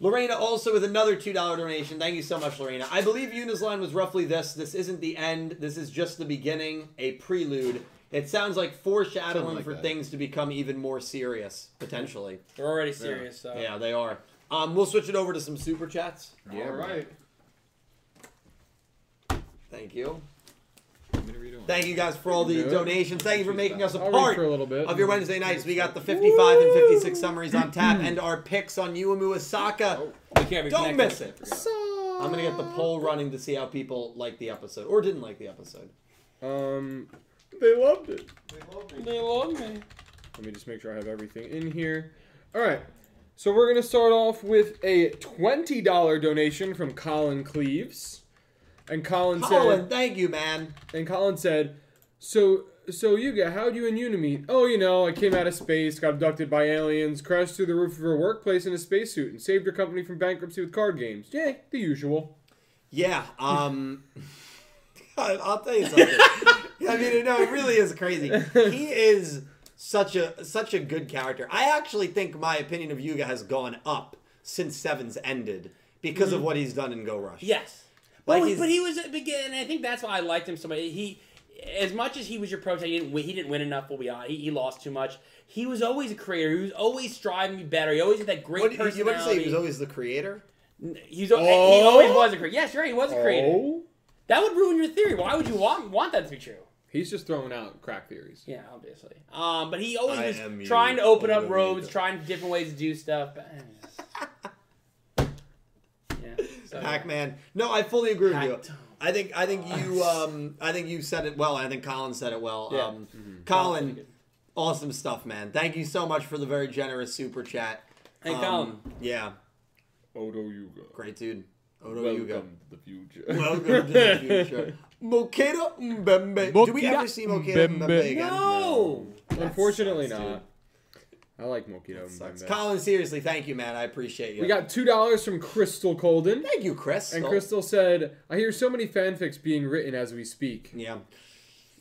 [SPEAKER 4] Lorena also with another two dollar donation. Thank you so much, Lorena. I believe Una's line was roughly this: "This isn't the end. This is just the beginning, a prelude." It sounds like foreshadowing
[SPEAKER 3] Something like
[SPEAKER 4] for
[SPEAKER 3] that.
[SPEAKER 4] things to become even more serious potentially.
[SPEAKER 2] They're already serious.
[SPEAKER 1] Uh,
[SPEAKER 2] So
[SPEAKER 4] Yeah, they are. Um, we'll switch it over to some super chats.
[SPEAKER 3] Yeah,
[SPEAKER 1] All
[SPEAKER 3] bro.
[SPEAKER 1] right.
[SPEAKER 4] Thank you.
[SPEAKER 3] What are you doing?
[SPEAKER 4] Thank you guys for all the
[SPEAKER 1] Do it.
[SPEAKER 4] donations. Thank you for making us a
[SPEAKER 1] I'll
[SPEAKER 4] part
[SPEAKER 1] read for a little bit.
[SPEAKER 4] of your Wednesday nights. We got the 55 and 56 summaries on tap and our picks on Uemu
[SPEAKER 3] Oh,
[SPEAKER 4] Asaka.
[SPEAKER 2] we can't be
[SPEAKER 4] Don't
[SPEAKER 2] connected.
[SPEAKER 4] miss it. I'm going to get the poll running to see how people liked the episode or didn't like the episode.
[SPEAKER 1] Um, they loved it.
[SPEAKER 2] They love me.
[SPEAKER 1] Let me just make sure I have everything in here. All right. So we're going to start off with a $20 donation from Colin Cleves. And Colin,
[SPEAKER 4] Colin,
[SPEAKER 1] said
[SPEAKER 4] thank you, man.
[SPEAKER 1] and Colin said, "So so Yuga, how'd you and Una meet? Oh, you know, I came out of space, got abducted by aliens, crashed through the roof of her workplace in a spacesuit, and saved her company from bankruptcy with card games. Yeah, the usual.
[SPEAKER 4] Yeah, um. God, I'll tell you something. I mean, no, it really is crazy. He is such a such a good character. I actually think my opinion of Yuga has gone up since Sevens ended because of what he's done in Go Rush.
[SPEAKER 2] Yes.
[SPEAKER 4] Like
[SPEAKER 2] But,
[SPEAKER 4] he's-
[SPEAKER 2] but Mm-hmm. he was at begin, and I think that's why I liked him so much. He, as much as he was your prototype, he didn't win, he didn't win enough. We'll be honest. He, he lost too much. He was always a creator. He was always striving to be better. He always had that great
[SPEAKER 4] What you- you
[SPEAKER 2] personality.
[SPEAKER 4] about to say? He was always the creator.
[SPEAKER 2] He's al-
[SPEAKER 1] Oh?
[SPEAKER 2] he always was a creator. Yes, you're right. He was a creator.
[SPEAKER 1] Oh,
[SPEAKER 2] That would ruin your theory. Why would you want want that to be true?
[SPEAKER 1] he's just throwing out crack theories.
[SPEAKER 2] Yeah, obviously. Um, but he always
[SPEAKER 4] I
[SPEAKER 2] was
[SPEAKER 4] am
[SPEAKER 2] trying
[SPEAKER 4] you,
[SPEAKER 2] to open
[SPEAKER 4] Olga
[SPEAKER 2] up roads,
[SPEAKER 4] Vega.
[SPEAKER 2] trying different ways to do stuff. But, eh, yeah. So,
[SPEAKER 4] Pac Man. No, I fully agree with you.
[SPEAKER 2] Pac-
[SPEAKER 4] I think I think you um I think you said it well. I think Colin said it well.
[SPEAKER 2] Yeah.
[SPEAKER 4] Um, Colin, awesome stuff, man. Thank you so much for the very generous super chat.
[SPEAKER 2] Hey,
[SPEAKER 4] Um,
[SPEAKER 2] Colin.
[SPEAKER 4] Yeah,
[SPEAKER 1] Odo Yuga.
[SPEAKER 4] great dude. Odo
[SPEAKER 1] Welcome
[SPEAKER 4] Yuga.
[SPEAKER 1] to the future.
[SPEAKER 4] Welcome to the future. Mokeda Mbembe. Do we
[SPEAKER 5] Mokeda
[SPEAKER 4] ever see Mokeda
[SPEAKER 5] Mbembe.
[SPEAKER 4] Mbembe again?
[SPEAKER 2] No.
[SPEAKER 1] Unfortunately
[SPEAKER 4] sucks,
[SPEAKER 1] not. I like Mokito. and
[SPEAKER 4] Sucks.
[SPEAKER 1] Bembe.
[SPEAKER 4] Colin, seriously, thank you, man. I appreciate you.
[SPEAKER 1] We got two dollars from Crystal Colden,
[SPEAKER 4] thank you, Chris.
[SPEAKER 1] and Crystal said, "I hear so many fanfics being written as we speak."
[SPEAKER 4] Yeah.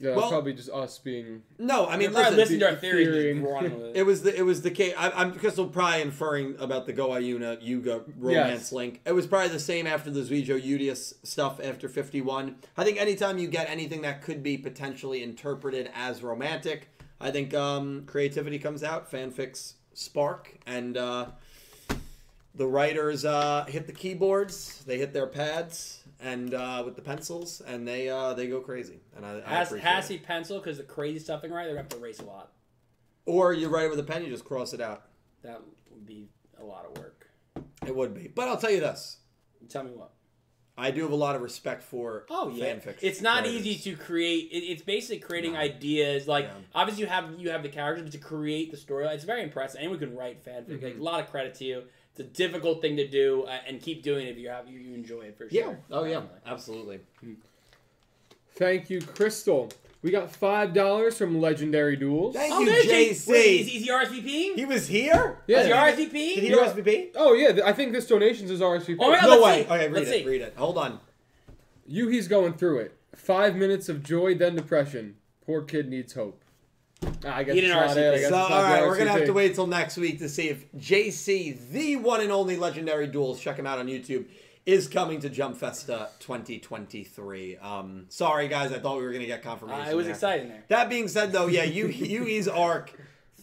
[SPEAKER 1] Yeah,
[SPEAKER 4] Well-
[SPEAKER 1] probably just us being.
[SPEAKER 4] No, I mean,
[SPEAKER 2] They're
[SPEAKER 4] listen,
[SPEAKER 2] probably listening to our
[SPEAKER 1] the
[SPEAKER 2] theories.
[SPEAKER 1] theory.
[SPEAKER 2] and just running
[SPEAKER 4] It
[SPEAKER 2] with it.
[SPEAKER 4] was the it was the case. I, I'm because I'm probably inferring about the Go Iuna Yuga romance
[SPEAKER 1] Yes.
[SPEAKER 4] link. It was probably the same after the Zuijo Udius stuff after 51. I think anytime you get anything that could be potentially interpreted as romantic, I think um, creativity comes out, fanfics spark, and uh, the writers uh, hit the keyboards, they hit their pads, and uh, with the pencils, and they uh, they go crazy. And I, I
[SPEAKER 2] Has,
[SPEAKER 4] appreciate it.
[SPEAKER 2] Hassie pencil because the crazy stuff thing right, they're gonna have to race a lot.
[SPEAKER 4] Or you write it with a pen, you just cross it out.
[SPEAKER 2] That would be a lot of work.
[SPEAKER 4] It would be, but I'll tell you this.
[SPEAKER 2] Tell me what.
[SPEAKER 4] I do have a lot of respect for
[SPEAKER 2] Oh yeah,
[SPEAKER 4] fan fiction.
[SPEAKER 2] it's not
[SPEAKER 4] writers.
[SPEAKER 2] easy to create. It, it's basically creating
[SPEAKER 4] No.
[SPEAKER 2] ideas. Like
[SPEAKER 4] Yeah.
[SPEAKER 2] obviously you have you have the characters, but to create the story, it's very impressive. Anyone can write fanfic. Like, a lot of credit to you. It's a difficult thing to do, uh, and keep doing it if you have you, you enjoy it for
[SPEAKER 4] Yeah.
[SPEAKER 2] sure.
[SPEAKER 4] Oh yeah. Absolutely.
[SPEAKER 1] Thank you, Crystal. We got five dollars from Legendary Duels.
[SPEAKER 4] Thank
[SPEAKER 2] Oh,
[SPEAKER 4] you,
[SPEAKER 2] there's
[SPEAKER 4] JC.
[SPEAKER 2] Wait, is, is he RSVPing?
[SPEAKER 4] He was here.
[SPEAKER 1] Yeah.
[SPEAKER 2] Is he RSVPing?
[SPEAKER 4] Did he
[SPEAKER 1] Yeah.
[SPEAKER 4] RSVP?
[SPEAKER 1] Oh yeah, th- I think this donations is RSVP.
[SPEAKER 2] Oh, my God.
[SPEAKER 4] No
[SPEAKER 2] let's
[SPEAKER 4] way.
[SPEAKER 2] see.
[SPEAKER 4] Okay, read
[SPEAKER 2] Let's
[SPEAKER 4] it.
[SPEAKER 2] see.
[SPEAKER 4] Read it. Hold on.
[SPEAKER 1] Yuhi's going through it. Five minutes of joy, then depression. Poor kid needs hope. Ah, I guess
[SPEAKER 2] He didn't
[SPEAKER 1] it's not
[SPEAKER 2] RSVP.
[SPEAKER 1] it. I guess
[SPEAKER 4] So,
[SPEAKER 1] it's not
[SPEAKER 4] all right,
[SPEAKER 1] the
[SPEAKER 4] we're gonna have
[SPEAKER 1] RSVP.
[SPEAKER 4] to wait till next week to see if JC, the one and only legendary duels, check him out on YouTube, is coming to Jump Festa 2023. Um, sorry guys, I thought we were gonna get confirmation.
[SPEAKER 2] Uh, it was
[SPEAKER 4] there.
[SPEAKER 2] exciting there.
[SPEAKER 4] That being said, though, yeah, you Yui's arc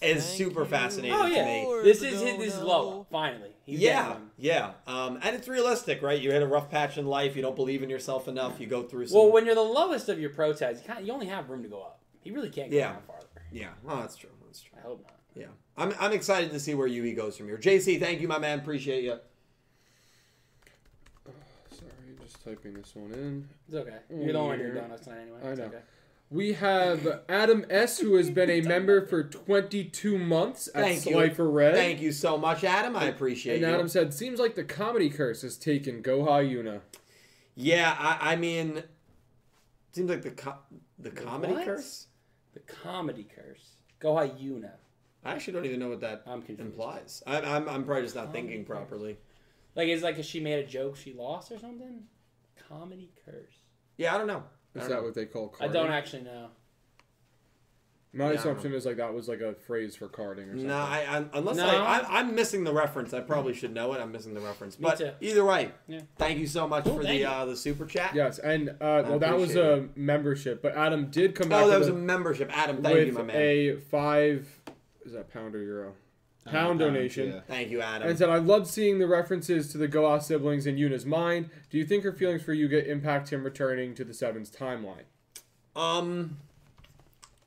[SPEAKER 4] is super fascinating
[SPEAKER 2] Oh
[SPEAKER 4] to
[SPEAKER 2] yeah.
[SPEAKER 4] me.
[SPEAKER 2] This is his,
[SPEAKER 5] No,
[SPEAKER 2] this is
[SPEAKER 5] no.
[SPEAKER 2] Lola. Finally, He's getting
[SPEAKER 4] Yeah,
[SPEAKER 2] one.
[SPEAKER 4] yeah, um, and it's realistic, right? You hit a rough patch in life. You don't believe in yourself enough. You go through some.
[SPEAKER 2] Well, when you're the lowest of your protests, you, can't, you only have room to go up. He really can't go
[SPEAKER 4] Yeah.
[SPEAKER 2] down farther.
[SPEAKER 4] yeah, well, that's true. That's true.
[SPEAKER 2] I hope not.
[SPEAKER 4] Yeah, I'm, I'm excited to see where Yui goes from here. JC, thank you, my man. Appreciate you.
[SPEAKER 1] Sorry, just typing this one in.
[SPEAKER 2] It's okay. You're the only one who
[SPEAKER 1] Weird.
[SPEAKER 2] done us tonight anyway.
[SPEAKER 1] I
[SPEAKER 2] It's
[SPEAKER 1] know.
[SPEAKER 2] okay.
[SPEAKER 1] We have Adam S, who has been a member for 22 months at
[SPEAKER 4] Thank you.
[SPEAKER 1] Slifer Red.
[SPEAKER 4] Thank you so much, Adam. I appreciate
[SPEAKER 1] And
[SPEAKER 4] you.
[SPEAKER 1] Adam said, "Seems like the comedy curse has taken Goha Yuna."
[SPEAKER 4] yeah, I, I mean, seems like the co- the comedy
[SPEAKER 2] what?
[SPEAKER 4] curse.
[SPEAKER 2] The comedy curse. Go Yuna.
[SPEAKER 4] I actually don't even know what that
[SPEAKER 2] I'm confused.
[SPEAKER 4] implies. I'm, I'm, I'm probably just not
[SPEAKER 2] Comedy
[SPEAKER 4] thinking
[SPEAKER 2] curse.
[SPEAKER 4] properly.
[SPEAKER 2] Like it's like if she made a joke, she lost or something. Comedy curse.
[SPEAKER 4] Yeah, I don't know. I
[SPEAKER 1] Is
[SPEAKER 4] don't
[SPEAKER 1] that
[SPEAKER 4] know.
[SPEAKER 1] what they call
[SPEAKER 2] I
[SPEAKER 1] carding?
[SPEAKER 2] don't actually know.
[SPEAKER 1] My
[SPEAKER 4] Yeah, I don't
[SPEAKER 1] assumption is like that was like a phrase for carding or something.
[SPEAKER 4] No, I, I'm, unless
[SPEAKER 2] No.
[SPEAKER 4] I, I, I'm missing the reference. I probably should know it. I'm missing the reference. But
[SPEAKER 2] too.
[SPEAKER 4] either way,
[SPEAKER 2] Yeah.
[SPEAKER 4] thank you so much
[SPEAKER 2] Cool,
[SPEAKER 4] for
[SPEAKER 2] thank
[SPEAKER 4] the
[SPEAKER 2] you.
[SPEAKER 4] uh, the super chat.
[SPEAKER 1] yes, and uh, well, that was
[SPEAKER 4] appreciate
[SPEAKER 1] a membership, but Adam did come back
[SPEAKER 4] Oh, that was
[SPEAKER 1] with,
[SPEAKER 4] a
[SPEAKER 1] a,
[SPEAKER 4] membership. Adam, thank
[SPEAKER 1] with
[SPEAKER 4] you, my man.
[SPEAKER 1] a five. Is that pound or euro? Pound donation.
[SPEAKER 3] yeah.
[SPEAKER 4] Thank you, Adam.
[SPEAKER 1] And said, I love seeing the references to the Goa siblings in Yuna's mind. Do you think her feelings for Yuga impact him returning to the Seven's timeline?
[SPEAKER 4] Um,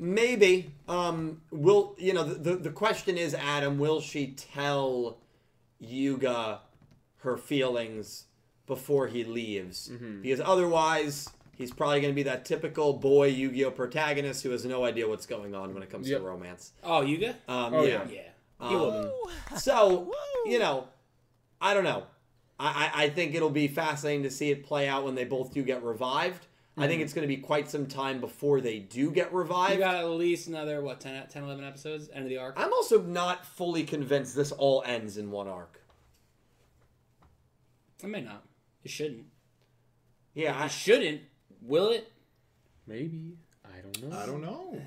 [SPEAKER 4] maybe. Um, will you know the, the the question is, Adam, will she tell Yuga her feelings before he leaves?
[SPEAKER 1] Mm-hmm.
[SPEAKER 4] Because otherwise. He's probably going to be that typical boy Yu-Gi-Oh protagonist who has no idea what's going on when it comes
[SPEAKER 1] Yep.
[SPEAKER 4] to romance.
[SPEAKER 2] Oh, Yuga?
[SPEAKER 4] Um,
[SPEAKER 1] Oh,
[SPEAKER 4] yeah.
[SPEAKER 1] yeah.
[SPEAKER 2] Yeah. He will.
[SPEAKER 4] So, you know, I don't know. I, I, I think it'll be fascinating to see it play out when they both do get revived. I
[SPEAKER 2] Mm-hmm.
[SPEAKER 4] think it's going to be quite some time before they do get
[SPEAKER 2] You
[SPEAKER 4] revived.
[SPEAKER 2] got at least another, what, 10, 10 11 episodes? End of the arc?
[SPEAKER 4] I'm also not fully convinced this all ends in one arc.
[SPEAKER 2] I may not. It shouldn't.
[SPEAKER 4] Yeah,
[SPEAKER 2] I
[SPEAKER 4] I,
[SPEAKER 2] shouldn't. Will it?
[SPEAKER 1] Maybe. I don't know.
[SPEAKER 3] I don't know.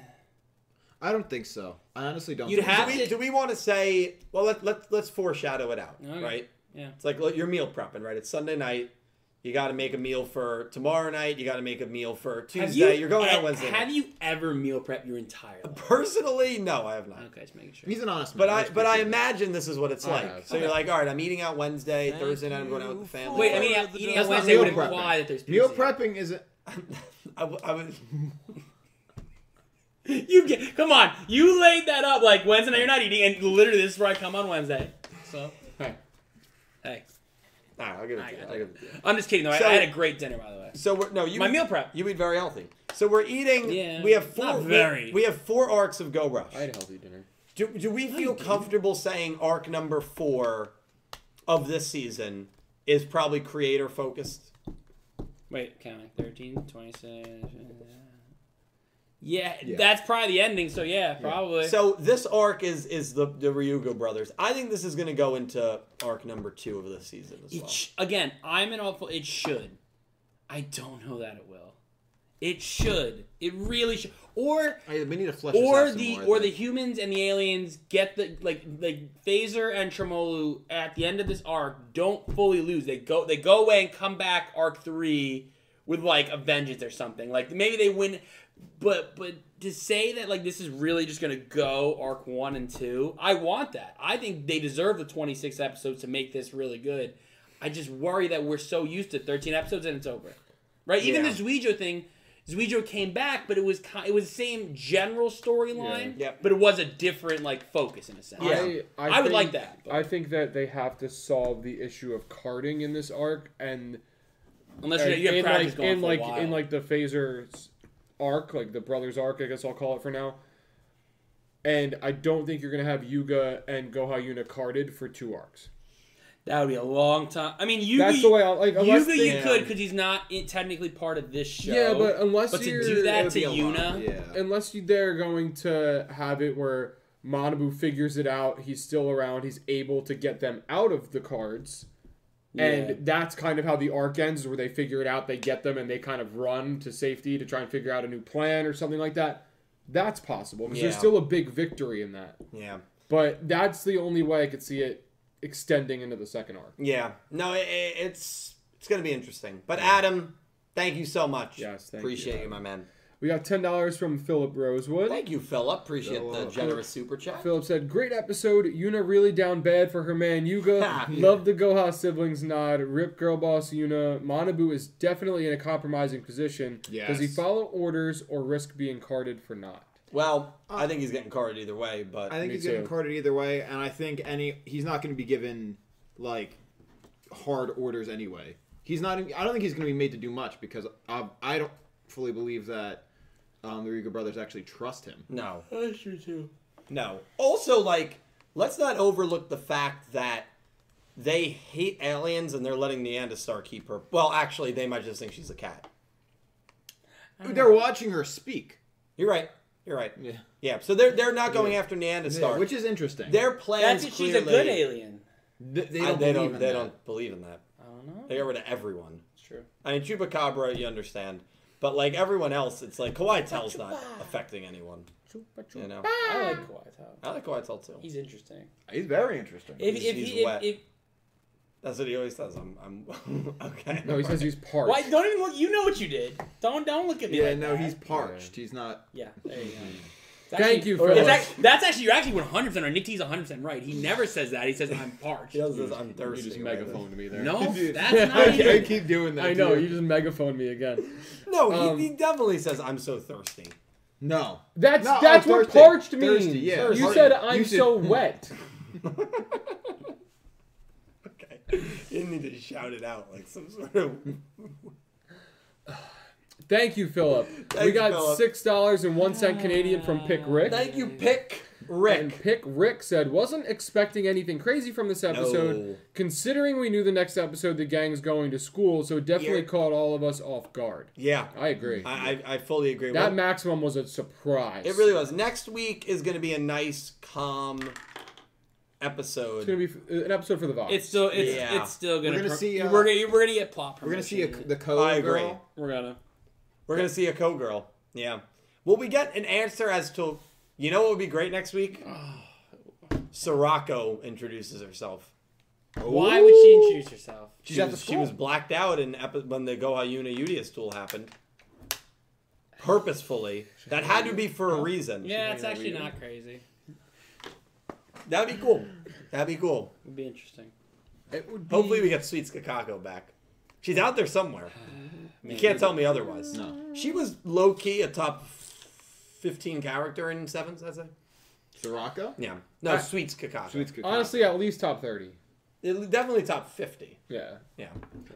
[SPEAKER 3] I don't think so. I honestly don't.
[SPEAKER 2] You'd
[SPEAKER 3] think
[SPEAKER 2] have
[SPEAKER 4] do
[SPEAKER 3] so.
[SPEAKER 4] we, do we want to say? Well, let let let's foreshadow it out,
[SPEAKER 2] Okay.
[SPEAKER 4] right?
[SPEAKER 2] Yeah.
[SPEAKER 4] It's like look, you're meal prepping, right? It's Sunday night. You got to make a meal for tomorrow night. You got to make a meal for
[SPEAKER 2] Have
[SPEAKER 4] Tuesday.
[SPEAKER 2] you
[SPEAKER 4] are going out
[SPEAKER 2] e-
[SPEAKER 4] Wednesday.
[SPEAKER 2] Have
[SPEAKER 4] night.
[SPEAKER 2] you ever meal prep your entire life?
[SPEAKER 4] Personally, no, I have not.
[SPEAKER 2] Okay, just making sure.
[SPEAKER 3] He's an honest man.
[SPEAKER 4] But I
[SPEAKER 3] just
[SPEAKER 4] but I
[SPEAKER 3] appreciate that.
[SPEAKER 4] imagine this is what it's
[SPEAKER 1] I
[SPEAKER 4] like.
[SPEAKER 1] have.
[SPEAKER 4] So you're like, all right, I'm eating out Wednesday,
[SPEAKER 5] Thank
[SPEAKER 4] Thursday night I'm going out
[SPEAKER 5] you
[SPEAKER 4] with
[SPEAKER 5] for-
[SPEAKER 4] the family.
[SPEAKER 2] Wait, I mean, eating
[SPEAKER 5] That's not
[SPEAKER 2] out Wednesday would
[SPEAKER 3] meal prepping.
[SPEAKER 2] imply that there's
[SPEAKER 3] meal
[SPEAKER 2] pizza.
[SPEAKER 3] prepping isn't.
[SPEAKER 4] I, w- I would.
[SPEAKER 2] You get, come on, you laid that up like Wednesday night you're not eating, and literally this is where I come on Wednesday. So, hey, hey,
[SPEAKER 4] All right, I'll give it
[SPEAKER 2] I
[SPEAKER 4] to you.
[SPEAKER 2] got
[SPEAKER 4] I'll
[SPEAKER 2] it.
[SPEAKER 4] give it to you.
[SPEAKER 2] I'm just kidding though. I-
[SPEAKER 4] So-
[SPEAKER 2] I, had a great dinner by the way.
[SPEAKER 4] So we're, no, you
[SPEAKER 2] My
[SPEAKER 4] eat-
[SPEAKER 2] meal prep.
[SPEAKER 4] You eat very healthy. So we're eating.
[SPEAKER 2] Yeah,
[SPEAKER 4] we have four.
[SPEAKER 2] not
[SPEAKER 4] we-
[SPEAKER 2] very.
[SPEAKER 4] We, have four arcs of Go Rush.
[SPEAKER 1] I had a healthy dinner.
[SPEAKER 4] Do, do we feel comfortable saying arc number four of this season is probably creator focused?
[SPEAKER 2] Wait, counting 13, 26. Yeah,
[SPEAKER 3] Yeah.
[SPEAKER 2] that's probably the ending. So yeah, probably.
[SPEAKER 4] So this arc is is the the Ryuga brothers. I think this is going to go into arc number two of this season as well.
[SPEAKER 2] It sh- again, I'm an awful. It should. I don't know that it will. It should. It really should. Or
[SPEAKER 3] I, we need to flesh this out
[SPEAKER 2] or
[SPEAKER 3] some
[SPEAKER 2] the
[SPEAKER 3] more, I
[SPEAKER 2] or the
[SPEAKER 3] think.
[SPEAKER 2] humans and the aliens get the like like Phaser and Tremolu at the end of this arc don't fully lose. They go they go away and come back arc three with like a vengeance or something. Like maybe they win, but but to say that like this is really just gonna go arc one and two, I want that. I think they deserve the twenty six episodes to make this really good. I just worry that we're so used to thirteen episodes and it's over, right? Even
[SPEAKER 4] Yeah.
[SPEAKER 2] the Zuijo thing. Zuijo came back, but it was ki- it was the same general storyline,
[SPEAKER 4] Yeah. Yep.
[SPEAKER 2] but it was a different like focus in a sense.
[SPEAKER 4] Yeah.
[SPEAKER 2] I would like that, but-
[SPEAKER 1] I think that they have to solve the issue of carding in this arc, and
[SPEAKER 2] Unless you,
[SPEAKER 1] and
[SPEAKER 2] you have
[SPEAKER 1] in
[SPEAKER 2] Crouchers
[SPEAKER 1] like
[SPEAKER 2] going
[SPEAKER 1] in
[SPEAKER 2] for
[SPEAKER 1] like
[SPEAKER 2] a while.
[SPEAKER 1] in like the Phaser's arc, like the brothers arc, I guess I'll call it for now. And I don't think you're gonna have Yuga and Goha Yuna carded for two arcs.
[SPEAKER 2] that would be a long time. I mean, Yugi,
[SPEAKER 1] That's the way I like. Unless
[SPEAKER 2] Yuga
[SPEAKER 1] they-
[SPEAKER 2] you could because he's not in, technically part of this show.
[SPEAKER 1] Yeah, but unless
[SPEAKER 2] but to
[SPEAKER 1] you're-
[SPEAKER 2] do
[SPEAKER 1] it
[SPEAKER 2] that
[SPEAKER 1] would
[SPEAKER 2] to
[SPEAKER 1] be
[SPEAKER 2] Yuna,
[SPEAKER 3] Yeah.
[SPEAKER 1] unless you they're going to have it where Manabu figures it out, he's still around, he's able to get them out of the cards.
[SPEAKER 2] Yeah.
[SPEAKER 1] And that's kind of how the arc ends, where they figure it out, they get them, and they kind of run to safety to try and figure out a new plan or something like that. That's possible because there's
[SPEAKER 4] Yeah.
[SPEAKER 1] still a big victory in that.
[SPEAKER 4] Yeah.
[SPEAKER 1] But that's the only way I could see it extending into the second arc.
[SPEAKER 4] Yeah. No, it, it- it's it's gonna be interesting. But Adam, thank you so much.
[SPEAKER 1] Yes, thank you,
[SPEAKER 4] appreciate you,
[SPEAKER 1] Adam.
[SPEAKER 4] my man.
[SPEAKER 1] We got ten dollars from Philip Rosewood.
[SPEAKER 4] Thank you, Philip. Appreciate the
[SPEAKER 3] Philip.
[SPEAKER 4] generous super chat.
[SPEAKER 1] Philip said, "Great episode. Yuna really down bad for her man Yuga. Love the Goha siblings nod. Rip girl boss Yuna. Manabu is definitely in a compromising position. Does he
[SPEAKER 3] Yes.
[SPEAKER 1] follow orders or risk being carded for not?
[SPEAKER 4] Well, I think he's getting carded either way, but
[SPEAKER 3] Uh, I think
[SPEAKER 1] Me
[SPEAKER 3] he's getting
[SPEAKER 1] too.
[SPEAKER 3] carded either way, and I think any he's not going to be given like hard orders anyway. He's not. I don't think he's going to be made to do much because I, I don't fully believe that um, the Riga brothers actually trust him.
[SPEAKER 4] no.
[SPEAKER 2] That's true too.
[SPEAKER 4] No. Also, like, let's not overlook the fact that they hate aliens and they're letting Neanderstar keep her. Well, actually, they might just think she's a cat.
[SPEAKER 3] They're watching her speak.
[SPEAKER 4] You're right. You're right.
[SPEAKER 3] Yeah.
[SPEAKER 4] Yeah. So they're they're not going after
[SPEAKER 3] Yeah,
[SPEAKER 4] Neanderstar.
[SPEAKER 3] which is interesting.
[SPEAKER 4] their plans
[SPEAKER 2] That's if she's
[SPEAKER 4] clearly.
[SPEAKER 2] a good alien.
[SPEAKER 3] Th- they
[SPEAKER 4] I-
[SPEAKER 3] don't.
[SPEAKER 4] they
[SPEAKER 3] believe
[SPEAKER 4] don't.
[SPEAKER 3] in
[SPEAKER 4] They
[SPEAKER 3] that.
[SPEAKER 4] don't believe in that.
[SPEAKER 2] I don't know.
[SPEAKER 4] They get rid of everyone.
[SPEAKER 2] It's true.
[SPEAKER 4] I mean, Chupacabra, you understand, but like everyone else, it's like Kawhi Tell's not affecting anyone. You know,
[SPEAKER 2] I like Kawhi Tao.
[SPEAKER 4] I like Kawhi Tell too.
[SPEAKER 2] He's interesting.
[SPEAKER 3] He's very interesting.
[SPEAKER 2] If,
[SPEAKER 4] He's-
[SPEAKER 2] if,
[SPEAKER 4] he's
[SPEAKER 2] he, if-
[SPEAKER 4] wet.
[SPEAKER 2] if,
[SPEAKER 4] That's what he always says. I'm. I'm okay.
[SPEAKER 1] No, he says he's parked.
[SPEAKER 2] why don't even look. You know what you did. Don't don't look at me.
[SPEAKER 3] yeah,
[SPEAKER 2] like
[SPEAKER 3] no,
[SPEAKER 2] that.
[SPEAKER 3] he's parched. He's not.
[SPEAKER 2] Yeah, there you go.
[SPEAKER 3] Mm-hmm.
[SPEAKER 2] It's
[SPEAKER 1] Thank you,
[SPEAKER 2] it's
[SPEAKER 1] Philip.
[SPEAKER 2] act- that's actually you're actually 100 percent right. Nick T's 100 percent right. He never says that. He says I'm parched.
[SPEAKER 4] He does this. I'm
[SPEAKER 3] You
[SPEAKER 4] thirsty.
[SPEAKER 3] just
[SPEAKER 4] right?
[SPEAKER 3] megaphone to me there.
[SPEAKER 2] No,
[SPEAKER 1] Dude.
[SPEAKER 2] that's not
[SPEAKER 1] Okay.
[SPEAKER 2] even.
[SPEAKER 3] I keep doing that.
[SPEAKER 1] I know
[SPEAKER 3] too.
[SPEAKER 1] you just megaphone me again.
[SPEAKER 4] No,
[SPEAKER 1] Um,
[SPEAKER 4] he, he definitely says I'm so thirsty.
[SPEAKER 3] No.
[SPEAKER 1] That's
[SPEAKER 3] No,
[SPEAKER 1] that's
[SPEAKER 3] oh,
[SPEAKER 1] what
[SPEAKER 3] thirsty.
[SPEAKER 1] parched means.
[SPEAKER 3] Thirsty, yeah,
[SPEAKER 1] you
[SPEAKER 3] thirsty.
[SPEAKER 1] said I'm
[SPEAKER 3] You said-
[SPEAKER 1] so wet.
[SPEAKER 4] Okay, you need to shout it out like some sort of.
[SPEAKER 1] Thank you, Philip. we
[SPEAKER 4] you,
[SPEAKER 1] got
[SPEAKER 4] Philip.
[SPEAKER 1] six dollars and one cent Canadian from Pick Rick.
[SPEAKER 4] Thank you, Pick
[SPEAKER 1] And
[SPEAKER 4] Rick.
[SPEAKER 1] Pick Rick said, wasn't expecting anything crazy from this episode,
[SPEAKER 4] No.
[SPEAKER 1] considering we knew the next episode the gang's going to school, so it definitely
[SPEAKER 4] Yeah.
[SPEAKER 1] caught all of us off guard.
[SPEAKER 4] Yeah,
[SPEAKER 1] I agree.
[SPEAKER 4] I I, I fully agree.
[SPEAKER 1] that
[SPEAKER 4] Well,
[SPEAKER 1] maximum was a surprise.
[SPEAKER 4] It really was. Next week is going to be a nice, calm episode.
[SPEAKER 1] It's gonna be f- uh, an episode for the Vox.
[SPEAKER 2] It's still it's
[SPEAKER 4] Yeah.
[SPEAKER 2] it's still gonna.
[SPEAKER 3] We're gonna
[SPEAKER 2] per-
[SPEAKER 3] see, uh,
[SPEAKER 2] we're gonna we're gonna get plot.
[SPEAKER 3] We're gonna see a,
[SPEAKER 2] permission.
[SPEAKER 3] the code.
[SPEAKER 4] I agree.
[SPEAKER 3] girl.
[SPEAKER 2] We're gonna.
[SPEAKER 4] We're going to see a co girl. Yeah. Will we get an answer as to. You know what would be great next week? Sirocco introduces herself.
[SPEAKER 2] Why would she introduce herself?
[SPEAKER 3] She's
[SPEAKER 4] she,
[SPEAKER 3] at the
[SPEAKER 4] was, she was
[SPEAKER 3] school.
[SPEAKER 4] blacked out in epi- when the Goha Yuna Udius duel happened. Purposefully. That had to be for a reason.
[SPEAKER 2] Yeah, it's actually not crazy.
[SPEAKER 4] That'd be cool. That'd be cool.
[SPEAKER 2] It'd be interesting.
[SPEAKER 1] It would be-
[SPEAKER 4] Hopefully, we get Sweet Skakako back. She's out there somewhere. You can't tell me otherwise.
[SPEAKER 3] No.
[SPEAKER 4] She was low key a top 15 character in Sevens, I'd say.
[SPEAKER 3] Soraka.
[SPEAKER 4] Yeah. No,
[SPEAKER 1] I-
[SPEAKER 4] Sweets Kakako.
[SPEAKER 3] Sweets Kakako.
[SPEAKER 1] honestly at least top thirty.
[SPEAKER 4] It- Definitely top 50.
[SPEAKER 1] Yeah.
[SPEAKER 4] Yeah.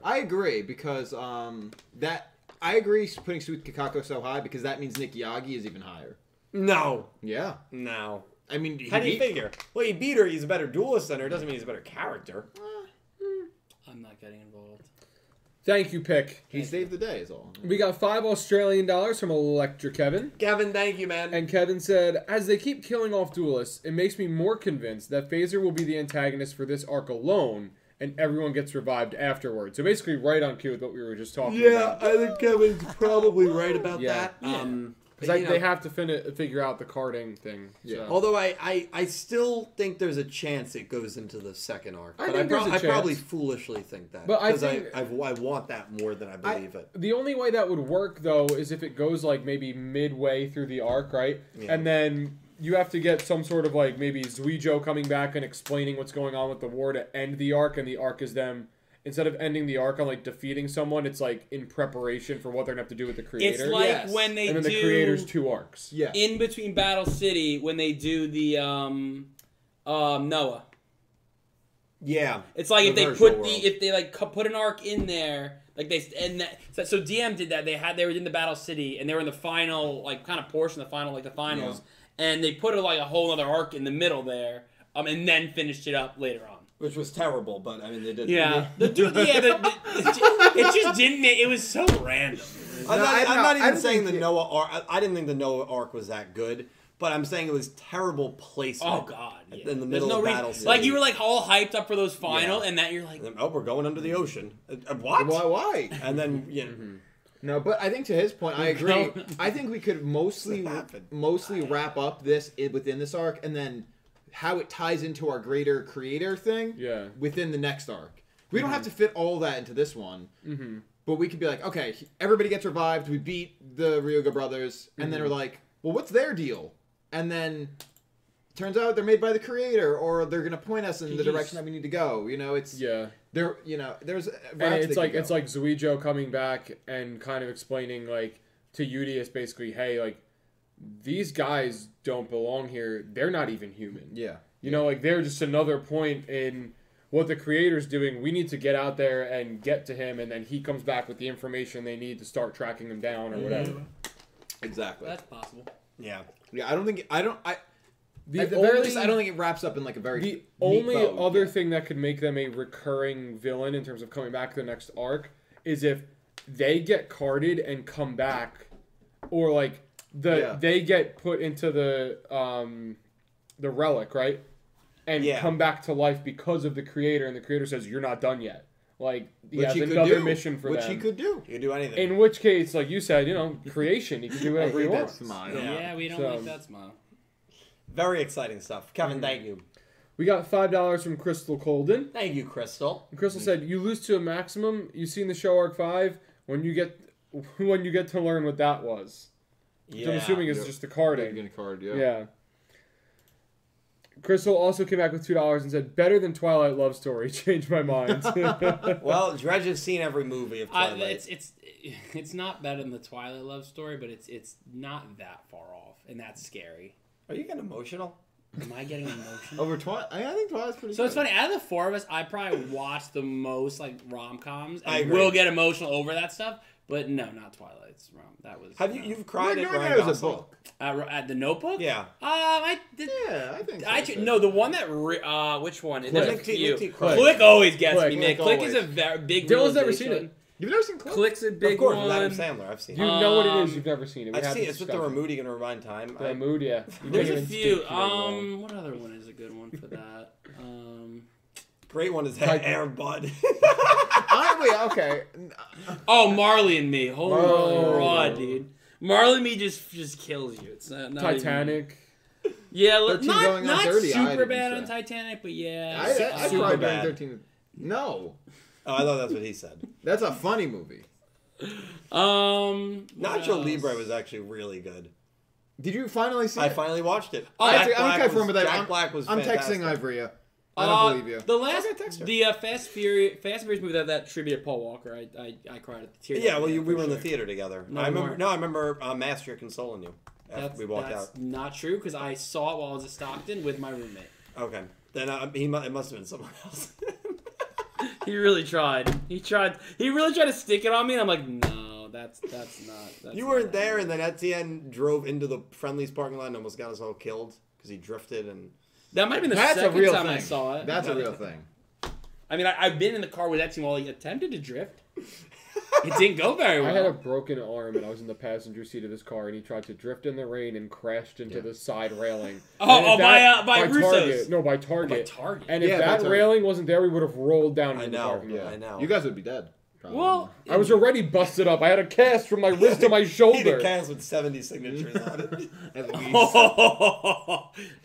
[SPEAKER 3] I agree because um that I agree putting Sweet Kakako so high because that means Nick Yagi is even higher.
[SPEAKER 4] No.
[SPEAKER 3] Yeah.
[SPEAKER 4] No.
[SPEAKER 3] I mean, he
[SPEAKER 4] How do you
[SPEAKER 3] beat-
[SPEAKER 4] figure? Well, he beat her. He's a better duelist than her. Doesn't mean he's a better character.
[SPEAKER 2] I'm not getting involved.
[SPEAKER 1] Thank you, Pick.
[SPEAKER 3] he saved the day is all.
[SPEAKER 1] We got five Australian dollars from Electra Kevin.
[SPEAKER 4] Kevin, thank you, man.
[SPEAKER 1] And Kevin said, as they keep killing off duelists, it makes me more convinced that Phaser will be the antagonist for this arc alone, and everyone gets revived afterwards. So basically, right on cue with what we were just talking
[SPEAKER 4] Yeah,
[SPEAKER 1] about.
[SPEAKER 4] I think Kevin's probably right about
[SPEAKER 1] Yeah.
[SPEAKER 4] that. Um, but,
[SPEAKER 1] Because like,
[SPEAKER 4] you know,
[SPEAKER 1] they have to fin- figure out the carding thing.
[SPEAKER 3] Yeah.
[SPEAKER 1] so.
[SPEAKER 4] although I, I, I still think there's a chance it goes into the second arc.
[SPEAKER 1] I
[SPEAKER 4] But I,
[SPEAKER 1] think
[SPEAKER 4] prob-
[SPEAKER 1] there's a
[SPEAKER 4] I probably
[SPEAKER 1] chance.
[SPEAKER 4] foolishly think that.
[SPEAKER 1] But I
[SPEAKER 4] because I,
[SPEAKER 1] think-
[SPEAKER 4] I, I want that more than I
[SPEAKER 1] I-
[SPEAKER 4] believe it.
[SPEAKER 1] The only way that would work though is if it goes like maybe midway through the arc, right? And then you have to get some sort of like maybe Zuijo coming back and explaining what's going on with the war to end the arc, and the arc is them instead of ending the arc on like defeating someone, it's like in preparation for what they're gonna have to do with the creator.
[SPEAKER 2] It's like
[SPEAKER 3] yes.
[SPEAKER 2] when they
[SPEAKER 1] and then
[SPEAKER 2] do
[SPEAKER 1] the creator's two arcs.
[SPEAKER 3] Yeah.
[SPEAKER 2] in between Battle City when they do the um, um Noah.
[SPEAKER 4] Yeah.
[SPEAKER 2] It's like
[SPEAKER 4] The
[SPEAKER 2] if they
[SPEAKER 4] virtual
[SPEAKER 2] put
[SPEAKER 4] world.
[SPEAKER 2] the if they like cu- put an arc in there, like they and that so, so DM did that. They had they were in the Battle City and they were in the final like kind of portion, the final like the finals, and they put a, like a whole other arc in the middle there, um, and then finished it up later on.
[SPEAKER 4] Which was terrible, but I mean, they did.
[SPEAKER 2] Yeah, the dude, yeah, the, the, it ju- it just didn't. make- It was so random.
[SPEAKER 4] I'm,
[SPEAKER 3] No,
[SPEAKER 4] not,
[SPEAKER 3] I
[SPEAKER 4] I'm
[SPEAKER 3] don't know.
[SPEAKER 4] not
[SPEAKER 3] I
[SPEAKER 4] even
[SPEAKER 3] don't
[SPEAKER 4] saying
[SPEAKER 3] think
[SPEAKER 4] the
[SPEAKER 3] it-
[SPEAKER 4] Noah arc. I, I didn't think the Noah arc was that good, but I'm saying it was terrible placement.
[SPEAKER 2] Oh God! yeah.
[SPEAKER 4] In the
[SPEAKER 2] There's
[SPEAKER 4] middle
[SPEAKER 2] no
[SPEAKER 4] of
[SPEAKER 2] reason-
[SPEAKER 4] Battle City.
[SPEAKER 2] like you were like all hyped up for those final,
[SPEAKER 4] Yeah.
[SPEAKER 2] and that you're like,
[SPEAKER 4] And then, oh, we're going under the ocean. Uh, uh, what?
[SPEAKER 3] Why? Why?
[SPEAKER 4] And then you know,
[SPEAKER 2] Mm-hmm.
[SPEAKER 3] No, but I think to his point, I agree. I think we could mostly
[SPEAKER 4] What happened?
[SPEAKER 3] mostly wrap up this i- within this arc, and then how it ties into our greater creator thing.
[SPEAKER 1] Yeah. Mm-hmm.
[SPEAKER 3] Within the next arc, we don't have to fit all that into this one. Mm-hmm. But we could be like, okay, he- everybody gets revived. We beat the Ryoga brothers, and
[SPEAKER 1] Mm-hmm.
[SPEAKER 3] then we're like, well, what's their deal? And then turns out they're made by the creator, or they're gonna point us in the
[SPEAKER 2] Jeez.
[SPEAKER 3] direction that we need to go. You know, it's
[SPEAKER 1] Yeah.
[SPEAKER 3] There, you know, there's uh,
[SPEAKER 1] And it's like it's like Zuijo coming back and kind of explaining like to Udius basically, hey, like these guys don't belong here. They're not even human.
[SPEAKER 3] yeah.
[SPEAKER 1] You know, like they're just another point in what the creator's doing. We need to get out there and get to him, and then he comes back with the information they need to start tracking him down or whatever.
[SPEAKER 3] Exactly.
[SPEAKER 2] that's possible.
[SPEAKER 4] yeah.
[SPEAKER 3] Yeah, I don't think I don't I
[SPEAKER 1] The
[SPEAKER 3] at the
[SPEAKER 1] only,
[SPEAKER 3] very least I don't think it wraps up in like a very
[SPEAKER 1] the
[SPEAKER 3] neat
[SPEAKER 1] only
[SPEAKER 3] bow.
[SPEAKER 1] other thing that could make them a recurring villain in terms of coming back to the next arc is if they get carded and come back, or like the
[SPEAKER 3] Yeah.
[SPEAKER 1] they get put into the um the relic right and
[SPEAKER 4] Yeah.
[SPEAKER 1] come back to life because of the creator, and the creator says you're not done yet. Like he
[SPEAKER 3] which
[SPEAKER 1] has
[SPEAKER 3] he could
[SPEAKER 1] another
[SPEAKER 3] do,
[SPEAKER 1] mission for
[SPEAKER 3] which
[SPEAKER 1] them.
[SPEAKER 3] he could do.
[SPEAKER 4] You can do anything.
[SPEAKER 1] In which case, like you said, you know, creation, he can do whatever he
[SPEAKER 3] hate that
[SPEAKER 1] wants.
[SPEAKER 3] smile.
[SPEAKER 4] Yeah.
[SPEAKER 2] Yeah, we don't
[SPEAKER 1] So-
[SPEAKER 2] like that smile.
[SPEAKER 4] Very exciting stuff. Kevin,
[SPEAKER 2] Mm-hmm.
[SPEAKER 4] thank you.
[SPEAKER 1] We got five dollars from Crystal Colden.
[SPEAKER 4] Thank you, Crystal.
[SPEAKER 1] And Crystal said, "You lose to a maximum. You seen the show arc five when you get when you get to learn what that was. Which
[SPEAKER 4] Yeah.
[SPEAKER 1] I'm assuming it's
[SPEAKER 3] Yeah.
[SPEAKER 1] just the carding.
[SPEAKER 3] Getting a card,
[SPEAKER 1] Yeah. Crystal also came back with two dollars and said, "Better than Twilight love story. Changed my mind."
[SPEAKER 4] well, Dredge has seen every movie of
[SPEAKER 2] I,
[SPEAKER 4] Twilight.
[SPEAKER 2] it's it's it's not better than the Twilight love story, but it's it's not that far off, and that's scary.
[SPEAKER 4] Are you getting emotional?
[SPEAKER 2] Am I getting emotional?
[SPEAKER 3] Over Twilight, I I think Twilight's pretty
[SPEAKER 2] So it's
[SPEAKER 3] good.
[SPEAKER 2] funny. Out of the four of us, I probably watch the most like rom coms.
[SPEAKER 4] I
[SPEAKER 2] I
[SPEAKER 4] agree.
[SPEAKER 2] will get emotional over that stuff, but no, not Twilight's rom. That was
[SPEAKER 4] Have you
[SPEAKER 2] no.
[SPEAKER 4] you've
[SPEAKER 3] We're
[SPEAKER 4] cried at
[SPEAKER 3] ignoring
[SPEAKER 4] Ryan
[SPEAKER 3] it as a
[SPEAKER 4] Gosling?
[SPEAKER 3] book.
[SPEAKER 2] at, at the Notebook?
[SPEAKER 4] Yeah.
[SPEAKER 2] Um, I did.
[SPEAKER 3] Yeah, I think so.
[SPEAKER 2] I ju- no, the one that re- uh, which one? It
[SPEAKER 1] Click.
[SPEAKER 2] doesn't
[SPEAKER 4] Nick T-
[SPEAKER 2] you.
[SPEAKER 4] Nick T. Click.
[SPEAKER 2] Click. always gets
[SPEAKER 1] Click.
[SPEAKER 2] me, Nick.
[SPEAKER 3] Click
[SPEAKER 2] Click is a very big.
[SPEAKER 1] Dylan's never seen
[SPEAKER 2] realization.
[SPEAKER 1] it.
[SPEAKER 3] You've never seen Click?
[SPEAKER 2] Click's a big
[SPEAKER 4] Of course,
[SPEAKER 2] one.
[SPEAKER 4] with Adam Sandler. I've seen.
[SPEAKER 1] you
[SPEAKER 4] it.
[SPEAKER 1] know what it is.
[SPEAKER 2] Um,
[SPEAKER 1] You've never seen it. We
[SPEAKER 4] I've
[SPEAKER 1] had
[SPEAKER 4] seen it.
[SPEAKER 1] this
[SPEAKER 4] It's with the
[SPEAKER 1] discussion.
[SPEAKER 4] Ramudian and Remind Time.
[SPEAKER 1] The
[SPEAKER 4] I-
[SPEAKER 1] mood, yeah. You
[SPEAKER 2] There's
[SPEAKER 1] can't
[SPEAKER 2] a
[SPEAKER 1] even
[SPEAKER 2] few.
[SPEAKER 1] speak, you know,
[SPEAKER 2] Um, what other one is a good one for that? Um,
[SPEAKER 4] great one is
[SPEAKER 1] Like-
[SPEAKER 4] Air Bud.
[SPEAKER 3] I, wait, okay. N-
[SPEAKER 2] oh, Marley and Me. Holy
[SPEAKER 1] Oh.
[SPEAKER 2] raw, dude. Marley and Me just just kills you. It's not, not even-
[SPEAKER 1] Titanic.
[SPEAKER 2] yeah, look,
[SPEAKER 3] 13
[SPEAKER 2] not
[SPEAKER 3] going on
[SPEAKER 2] not
[SPEAKER 3] 30, I
[SPEAKER 2] super
[SPEAKER 3] didn't
[SPEAKER 2] bad
[SPEAKER 3] say.
[SPEAKER 2] on Titanic, but yeah.
[SPEAKER 3] I, I, I
[SPEAKER 2] Uh,
[SPEAKER 4] Super
[SPEAKER 3] cried during
[SPEAKER 4] bad.
[SPEAKER 3] 13. No.
[SPEAKER 4] oh, I thought that's what he said.
[SPEAKER 3] That's a funny movie.
[SPEAKER 2] um, what
[SPEAKER 4] Nacho
[SPEAKER 2] else?
[SPEAKER 4] Libre was actually really good.
[SPEAKER 3] Did you finally see
[SPEAKER 4] I
[SPEAKER 3] it?
[SPEAKER 4] finally watched it.
[SPEAKER 2] Oh,
[SPEAKER 3] I
[SPEAKER 4] Jack
[SPEAKER 3] have to- I'm
[SPEAKER 4] Black
[SPEAKER 3] okay
[SPEAKER 4] was-
[SPEAKER 3] for that.
[SPEAKER 4] Jack
[SPEAKER 3] I'm,
[SPEAKER 4] Black was
[SPEAKER 3] I'm
[SPEAKER 4] fantastic.
[SPEAKER 3] texting Ivrea. I don't
[SPEAKER 2] Uh,
[SPEAKER 3] believe you.
[SPEAKER 2] The last,
[SPEAKER 4] text her.
[SPEAKER 2] the uh, Fast Furious, Fast Furious movie that that tribute to Paul Walker. I, I, I cried at the tear.
[SPEAKER 4] Yeah, well, you, we
[SPEAKER 2] for
[SPEAKER 4] were in the
[SPEAKER 2] sure.
[SPEAKER 4] theater together.
[SPEAKER 2] No,
[SPEAKER 4] I
[SPEAKER 2] we
[SPEAKER 4] remember.
[SPEAKER 2] weren't.
[SPEAKER 4] No, I remember uh, Master consoling you after
[SPEAKER 2] That's,
[SPEAKER 4] we walked
[SPEAKER 2] that's not true because I saw it while I was at Stockton with my roommate.
[SPEAKER 4] out. Okay, then uh, he mu- it must have been someone else.
[SPEAKER 2] He really tried. He tried. He really tried to stick it on me, and I'm like, no, that's that's not. That's
[SPEAKER 4] you
[SPEAKER 2] not
[SPEAKER 4] weren't there,
[SPEAKER 2] happening."
[SPEAKER 4] and then Etienne drove into the Friendly's parking lot and almost got us all killed because he drifted and.
[SPEAKER 2] That might have been the
[SPEAKER 3] That's a
[SPEAKER 2] second
[SPEAKER 3] real
[SPEAKER 2] time
[SPEAKER 3] thing.
[SPEAKER 2] I saw it.
[SPEAKER 3] That's a
[SPEAKER 2] No.
[SPEAKER 3] real thing.
[SPEAKER 2] I mean, I, I've been in the car with Etienne while he attempted to drift. It didn't go very
[SPEAKER 1] I had a
[SPEAKER 2] well.
[SPEAKER 1] broken arm and I was in the passenger seat of his car and he tried to drift in the rain and crashed into the side railing.
[SPEAKER 2] Oh,
[SPEAKER 1] And
[SPEAKER 2] oh,
[SPEAKER 1] if
[SPEAKER 2] by, uh, by Russo's.
[SPEAKER 1] Target. No, by Target.
[SPEAKER 2] Target.
[SPEAKER 1] And if
[SPEAKER 3] Yeah, by
[SPEAKER 1] that
[SPEAKER 3] Target.
[SPEAKER 1] railing wasn't there, we would have rolled down.
[SPEAKER 4] I
[SPEAKER 1] into the
[SPEAKER 4] know.
[SPEAKER 1] parking lot.
[SPEAKER 3] Yeah,
[SPEAKER 4] I know.
[SPEAKER 3] You guys would be dead. Probably.
[SPEAKER 2] Well,
[SPEAKER 1] I was already busted up. I had a cast from my wrist to my
[SPEAKER 4] Peter
[SPEAKER 1] shoulder.
[SPEAKER 4] Cass with 70 signatures on it.
[SPEAKER 3] at least.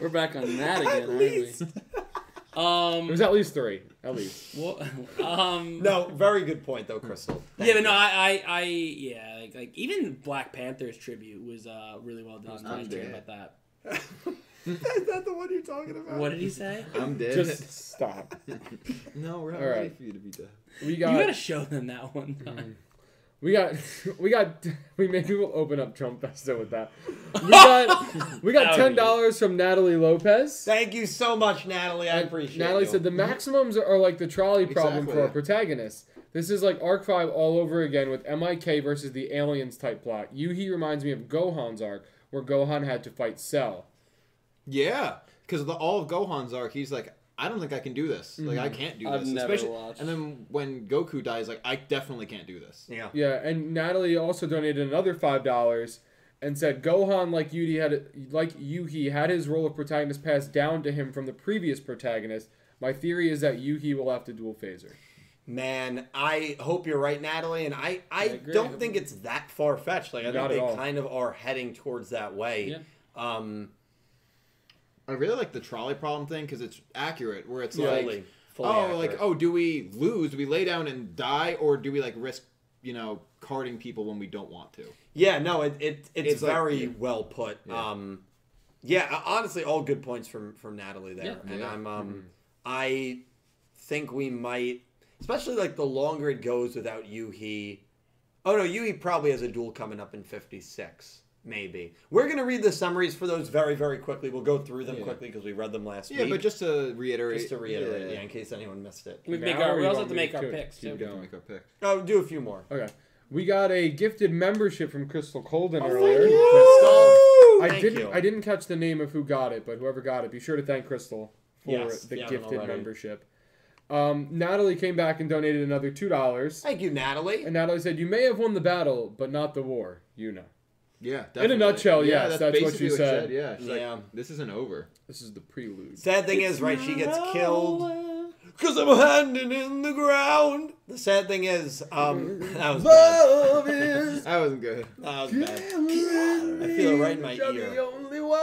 [SPEAKER 2] we're back on
[SPEAKER 4] At
[SPEAKER 2] that again, aren't
[SPEAKER 4] least.
[SPEAKER 2] we? Um,
[SPEAKER 1] It was at least three. At least.
[SPEAKER 2] Well, um,
[SPEAKER 4] No, very good point though, Crystal. Thank
[SPEAKER 2] yeah, but no,
[SPEAKER 4] you.
[SPEAKER 2] I, I, I yeah, like, like even Black Panther's tribute was uh, really well done. I was
[SPEAKER 3] I'm
[SPEAKER 2] hearing
[SPEAKER 3] dead.
[SPEAKER 2] about that.
[SPEAKER 4] Is that the one you're talking about?
[SPEAKER 2] What did he say?
[SPEAKER 3] I'm dead.
[SPEAKER 1] Just stop.
[SPEAKER 3] no, we're not
[SPEAKER 1] All
[SPEAKER 3] ready
[SPEAKER 1] right.
[SPEAKER 3] for you to be dead.
[SPEAKER 1] We
[SPEAKER 2] You
[SPEAKER 1] got.
[SPEAKER 2] gotta show them that one. time.
[SPEAKER 1] We got, we got, we maybe we'll open up Trump Festa with that. We got, we got
[SPEAKER 2] That would
[SPEAKER 1] ten
[SPEAKER 2] be-
[SPEAKER 1] dollars from Natalie Lopez.
[SPEAKER 4] Thank you so much, Natalie. I appreciate it.
[SPEAKER 1] Natalie said the maximums are like the trolley problem
[SPEAKER 3] Exactly,
[SPEAKER 1] for our
[SPEAKER 3] yeah.
[SPEAKER 1] protagonist. This is like Arc Five all over again with MIK versus the aliens type plot. Yuhi reminds me of Gohan's arc, where Gohan had to fight Cell.
[SPEAKER 3] Yeah, because the all of Gohan's arc, he's like, I don't think I can do this. Like, I can't do
[SPEAKER 2] I've
[SPEAKER 3] this.
[SPEAKER 2] never
[SPEAKER 3] Especially,
[SPEAKER 2] watched.
[SPEAKER 3] And then when Goku dies, like, I definitely can't do this.
[SPEAKER 4] Yeah.
[SPEAKER 1] Yeah, and Natalie also donated another five dollars and said Gohan, like Yuhi had like Yuhi had his role of protagonist passed down to him from the previous protagonist. My theory is that Yuhi will have to dual phaser.
[SPEAKER 4] Man, I hope you're right, Natalie. And I, I,
[SPEAKER 2] agree.
[SPEAKER 4] don't think it's that far fetched. Like I
[SPEAKER 1] Not
[SPEAKER 4] think
[SPEAKER 1] at
[SPEAKER 4] they
[SPEAKER 1] all.
[SPEAKER 4] kind of are heading towards that way.
[SPEAKER 2] Yeah.
[SPEAKER 4] Um,
[SPEAKER 3] I really like the trolley problem thing because it's accurate, where it's
[SPEAKER 4] fully,
[SPEAKER 3] like,
[SPEAKER 4] fully
[SPEAKER 3] oh,
[SPEAKER 4] accurate.
[SPEAKER 3] like, oh, do we lose? Do we lay down and die, or do we like risk, you know, carding people when we don't want to?
[SPEAKER 4] yeah, no, it, it it's,
[SPEAKER 3] It's like-
[SPEAKER 4] very
[SPEAKER 3] yeah.
[SPEAKER 4] well put. Um, yeah, uh, honestly, all good points from from Natalie there.
[SPEAKER 2] Yeah.
[SPEAKER 4] and
[SPEAKER 3] Yeah.
[SPEAKER 4] I'm,
[SPEAKER 3] Mm-hmm.
[SPEAKER 4] um, I think we might, especially like the longer it goes without Yuhi. Oh no, Yui probably has a duel coming up in 56, maybe. We're going to read the summaries for those very, very quickly. We'll go through them
[SPEAKER 3] Yeah.
[SPEAKER 4] quickly because we read them last
[SPEAKER 3] Yeah,
[SPEAKER 4] week.
[SPEAKER 3] but just to reiterate,
[SPEAKER 4] Just to reiterate, yeah. in case anyone missed it.
[SPEAKER 2] we make
[SPEAKER 1] Now
[SPEAKER 2] our.
[SPEAKER 1] or
[SPEAKER 2] We
[SPEAKER 1] you
[SPEAKER 2] also
[SPEAKER 1] want
[SPEAKER 2] have to
[SPEAKER 1] me
[SPEAKER 2] make our
[SPEAKER 1] to
[SPEAKER 2] picks
[SPEAKER 1] keep
[SPEAKER 2] too.
[SPEAKER 1] going?
[SPEAKER 3] Don't make our pick.
[SPEAKER 4] Oh, do a few more.
[SPEAKER 1] Okay. We got a gifted membership from Crystal Colden earlier.
[SPEAKER 4] Oh, Thank you.
[SPEAKER 1] Crystal. I
[SPEAKER 4] Thank
[SPEAKER 1] didn't
[SPEAKER 4] you.
[SPEAKER 1] I didn't catch the name of who got it, but whoever got it, be sure to thank Crystal for
[SPEAKER 4] Yes,
[SPEAKER 1] the
[SPEAKER 4] yeah,
[SPEAKER 1] gifted
[SPEAKER 4] already.
[SPEAKER 1] membership. Um, Natalie came back and donated another two dollars.
[SPEAKER 4] Thank you, Natalie.
[SPEAKER 1] And Natalie said, "You may have won the battle, but not the war, you know."
[SPEAKER 3] Yeah,
[SPEAKER 1] In a
[SPEAKER 3] definitely.
[SPEAKER 1] nutshell, yes, that's what
[SPEAKER 3] basically
[SPEAKER 1] she said.
[SPEAKER 3] Yeah, she's
[SPEAKER 4] Yeah.
[SPEAKER 3] like, this isn't over.
[SPEAKER 1] This is the prelude.
[SPEAKER 4] Sad thing is, right, she gets killed because I'm hiding in the ground. The sad thing is, um, that was bad.
[SPEAKER 3] Love is. That wasn't good.
[SPEAKER 4] That was bad. I feel it right in my ear.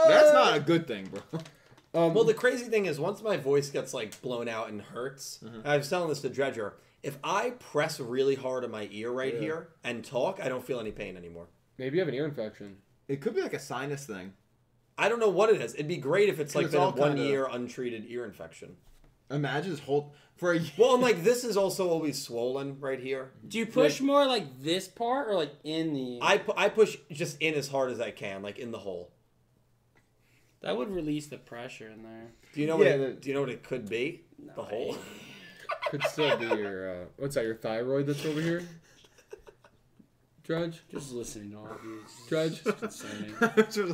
[SPEAKER 3] That's not a good thing, bro.
[SPEAKER 1] Um,
[SPEAKER 4] Well, the crazy thing is, once my voice gets like blown out and hurts,
[SPEAKER 3] Mm-hmm.
[SPEAKER 4] I was telling this to Dredger. If I press really hard on my ear right here and talk, I don't feel any pain anymore.
[SPEAKER 1] maybe you have an ear infection.
[SPEAKER 3] It could be like a sinus thing.
[SPEAKER 4] I don't know what it is. It'd be great if it's like
[SPEAKER 3] It's
[SPEAKER 4] been a
[SPEAKER 3] all
[SPEAKER 4] one
[SPEAKER 3] kinda-
[SPEAKER 4] year untreated ear infection.
[SPEAKER 3] Imagine this whole for a
[SPEAKER 4] Well, I'm like, this is also always swollen right here.
[SPEAKER 2] Do you push more like this part or like in the?
[SPEAKER 4] I, pu- I push just in as hard as I can, like in the hole.
[SPEAKER 2] that would release the pressure in there.
[SPEAKER 4] Do you know
[SPEAKER 3] Yeah,
[SPEAKER 4] what?
[SPEAKER 3] the-
[SPEAKER 4] It, do you know what it could be? the hole.
[SPEAKER 1] Could still be your uh, what's that? Your thyroid that's over here. Judge,
[SPEAKER 2] Just listening to all of you. is
[SPEAKER 1] Judge.
[SPEAKER 2] just concerning.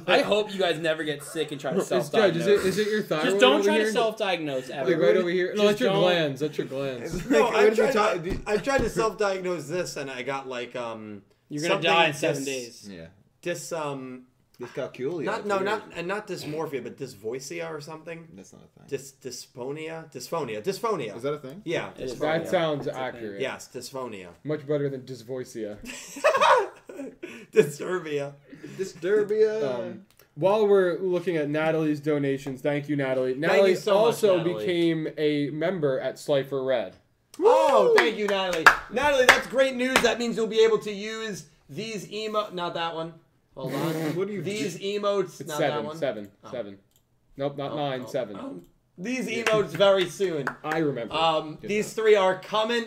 [SPEAKER 2] I
[SPEAKER 3] I
[SPEAKER 2] hope you guys never get sick and try to
[SPEAKER 1] It's
[SPEAKER 2] self
[SPEAKER 1] Judge, is
[SPEAKER 2] diagnose.
[SPEAKER 1] it is it your thyroid?
[SPEAKER 2] Just don't
[SPEAKER 1] over
[SPEAKER 2] try
[SPEAKER 1] here?
[SPEAKER 2] to self-diagnose
[SPEAKER 1] Like
[SPEAKER 2] ever.
[SPEAKER 1] right over here. No,
[SPEAKER 2] Just
[SPEAKER 1] that's your
[SPEAKER 2] don't-
[SPEAKER 1] glands. That's your glands.
[SPEAKER 4] No,
[SPEAKER 3] Like,
[SPEAKER 4] I
[SPEAKER 3] what did you
[SPEAKER 4] tried,
[SPEAKER 3] talk-
[SPEAKER 4] to, I tried to self-diagnose this, and I got like um.
[SPEAKER 2] You're gonna
[SPEAKER 4] something
[SPEAKER 2] die in seven
[SPEAKER 4] dys-
[SPEAKER 2] days.
[SPEAKER 3] Yeah,
[SPEAKER 4] Dys um
[SPEAKER 3] dyscalculia.
[SPEAKER 4] not
[SPEAKER 3] it's
[SPEAKER 4] no
[SPEAKER 3] weird.
[SPEAKER 4] not and not dysmorphia but dysvoisia or something.
[SPEAKER 3] That's not a thing.
[SPEAKER 4] Dys dysphonia dysphonia dysphonia.
[SPEAKER 3] is that a thing?
[SPEAKER 4] yeah,
[SPEAKER 2] It is.
[SPEAKER 1] That
[SPEAKER 2] Yeah.
[SPEAKER 1] sounds
[SPEAKER 2] It's a thing.
[SPEAKER 1] accurate.
[SPEAKER 4] yes, dysphonia,
[SPEAKER 1] Much better than dysvoisia.
[SPEAKER 4] dysturbia.
[SPEAKER 3] Disturbia.
[SPEAKER 1] Um, while we're looking at Natalie's donations, thank you, Natalie. Natalie
[SPEAKER 4] you so much,
[SPEAKER 1] also
[SPEAKER 4] Natalie.
[SPEAKER 1] became a member at Slifer Red.
[SPEAKER 4] Oh, thank you, Natalie. Natalie, that's great news. That means you'll be able to use these emo. Not that one. Hold on.
[SPEAKER 3] What do you-
[SPEAKER 4] These emotes.
[SPEAKER 1] It's
[SPEAKER 4] not
[SPEAKER 1] seven,
[SPEAKER 4] that one.
[SPEAKER 1] seven,
[SPEAKER 4] Oh.
[SPEAKER 1] seven. Nope, not
[SPEAKER 4] Oh,
[SPEAKER 1] nine,
[SPEAKER 4] oh,
[SPEAKER 1] seven.
[SPEAKER 4] oh. These emotes very soon.
[SPEAKER 1] I remember.
[SPEAKER 4] Um,
[SPEAKER 1] Good
[SPEAKER 4] these
[SPEAKER 1] enough.
[SPEAKER 4] three are coming.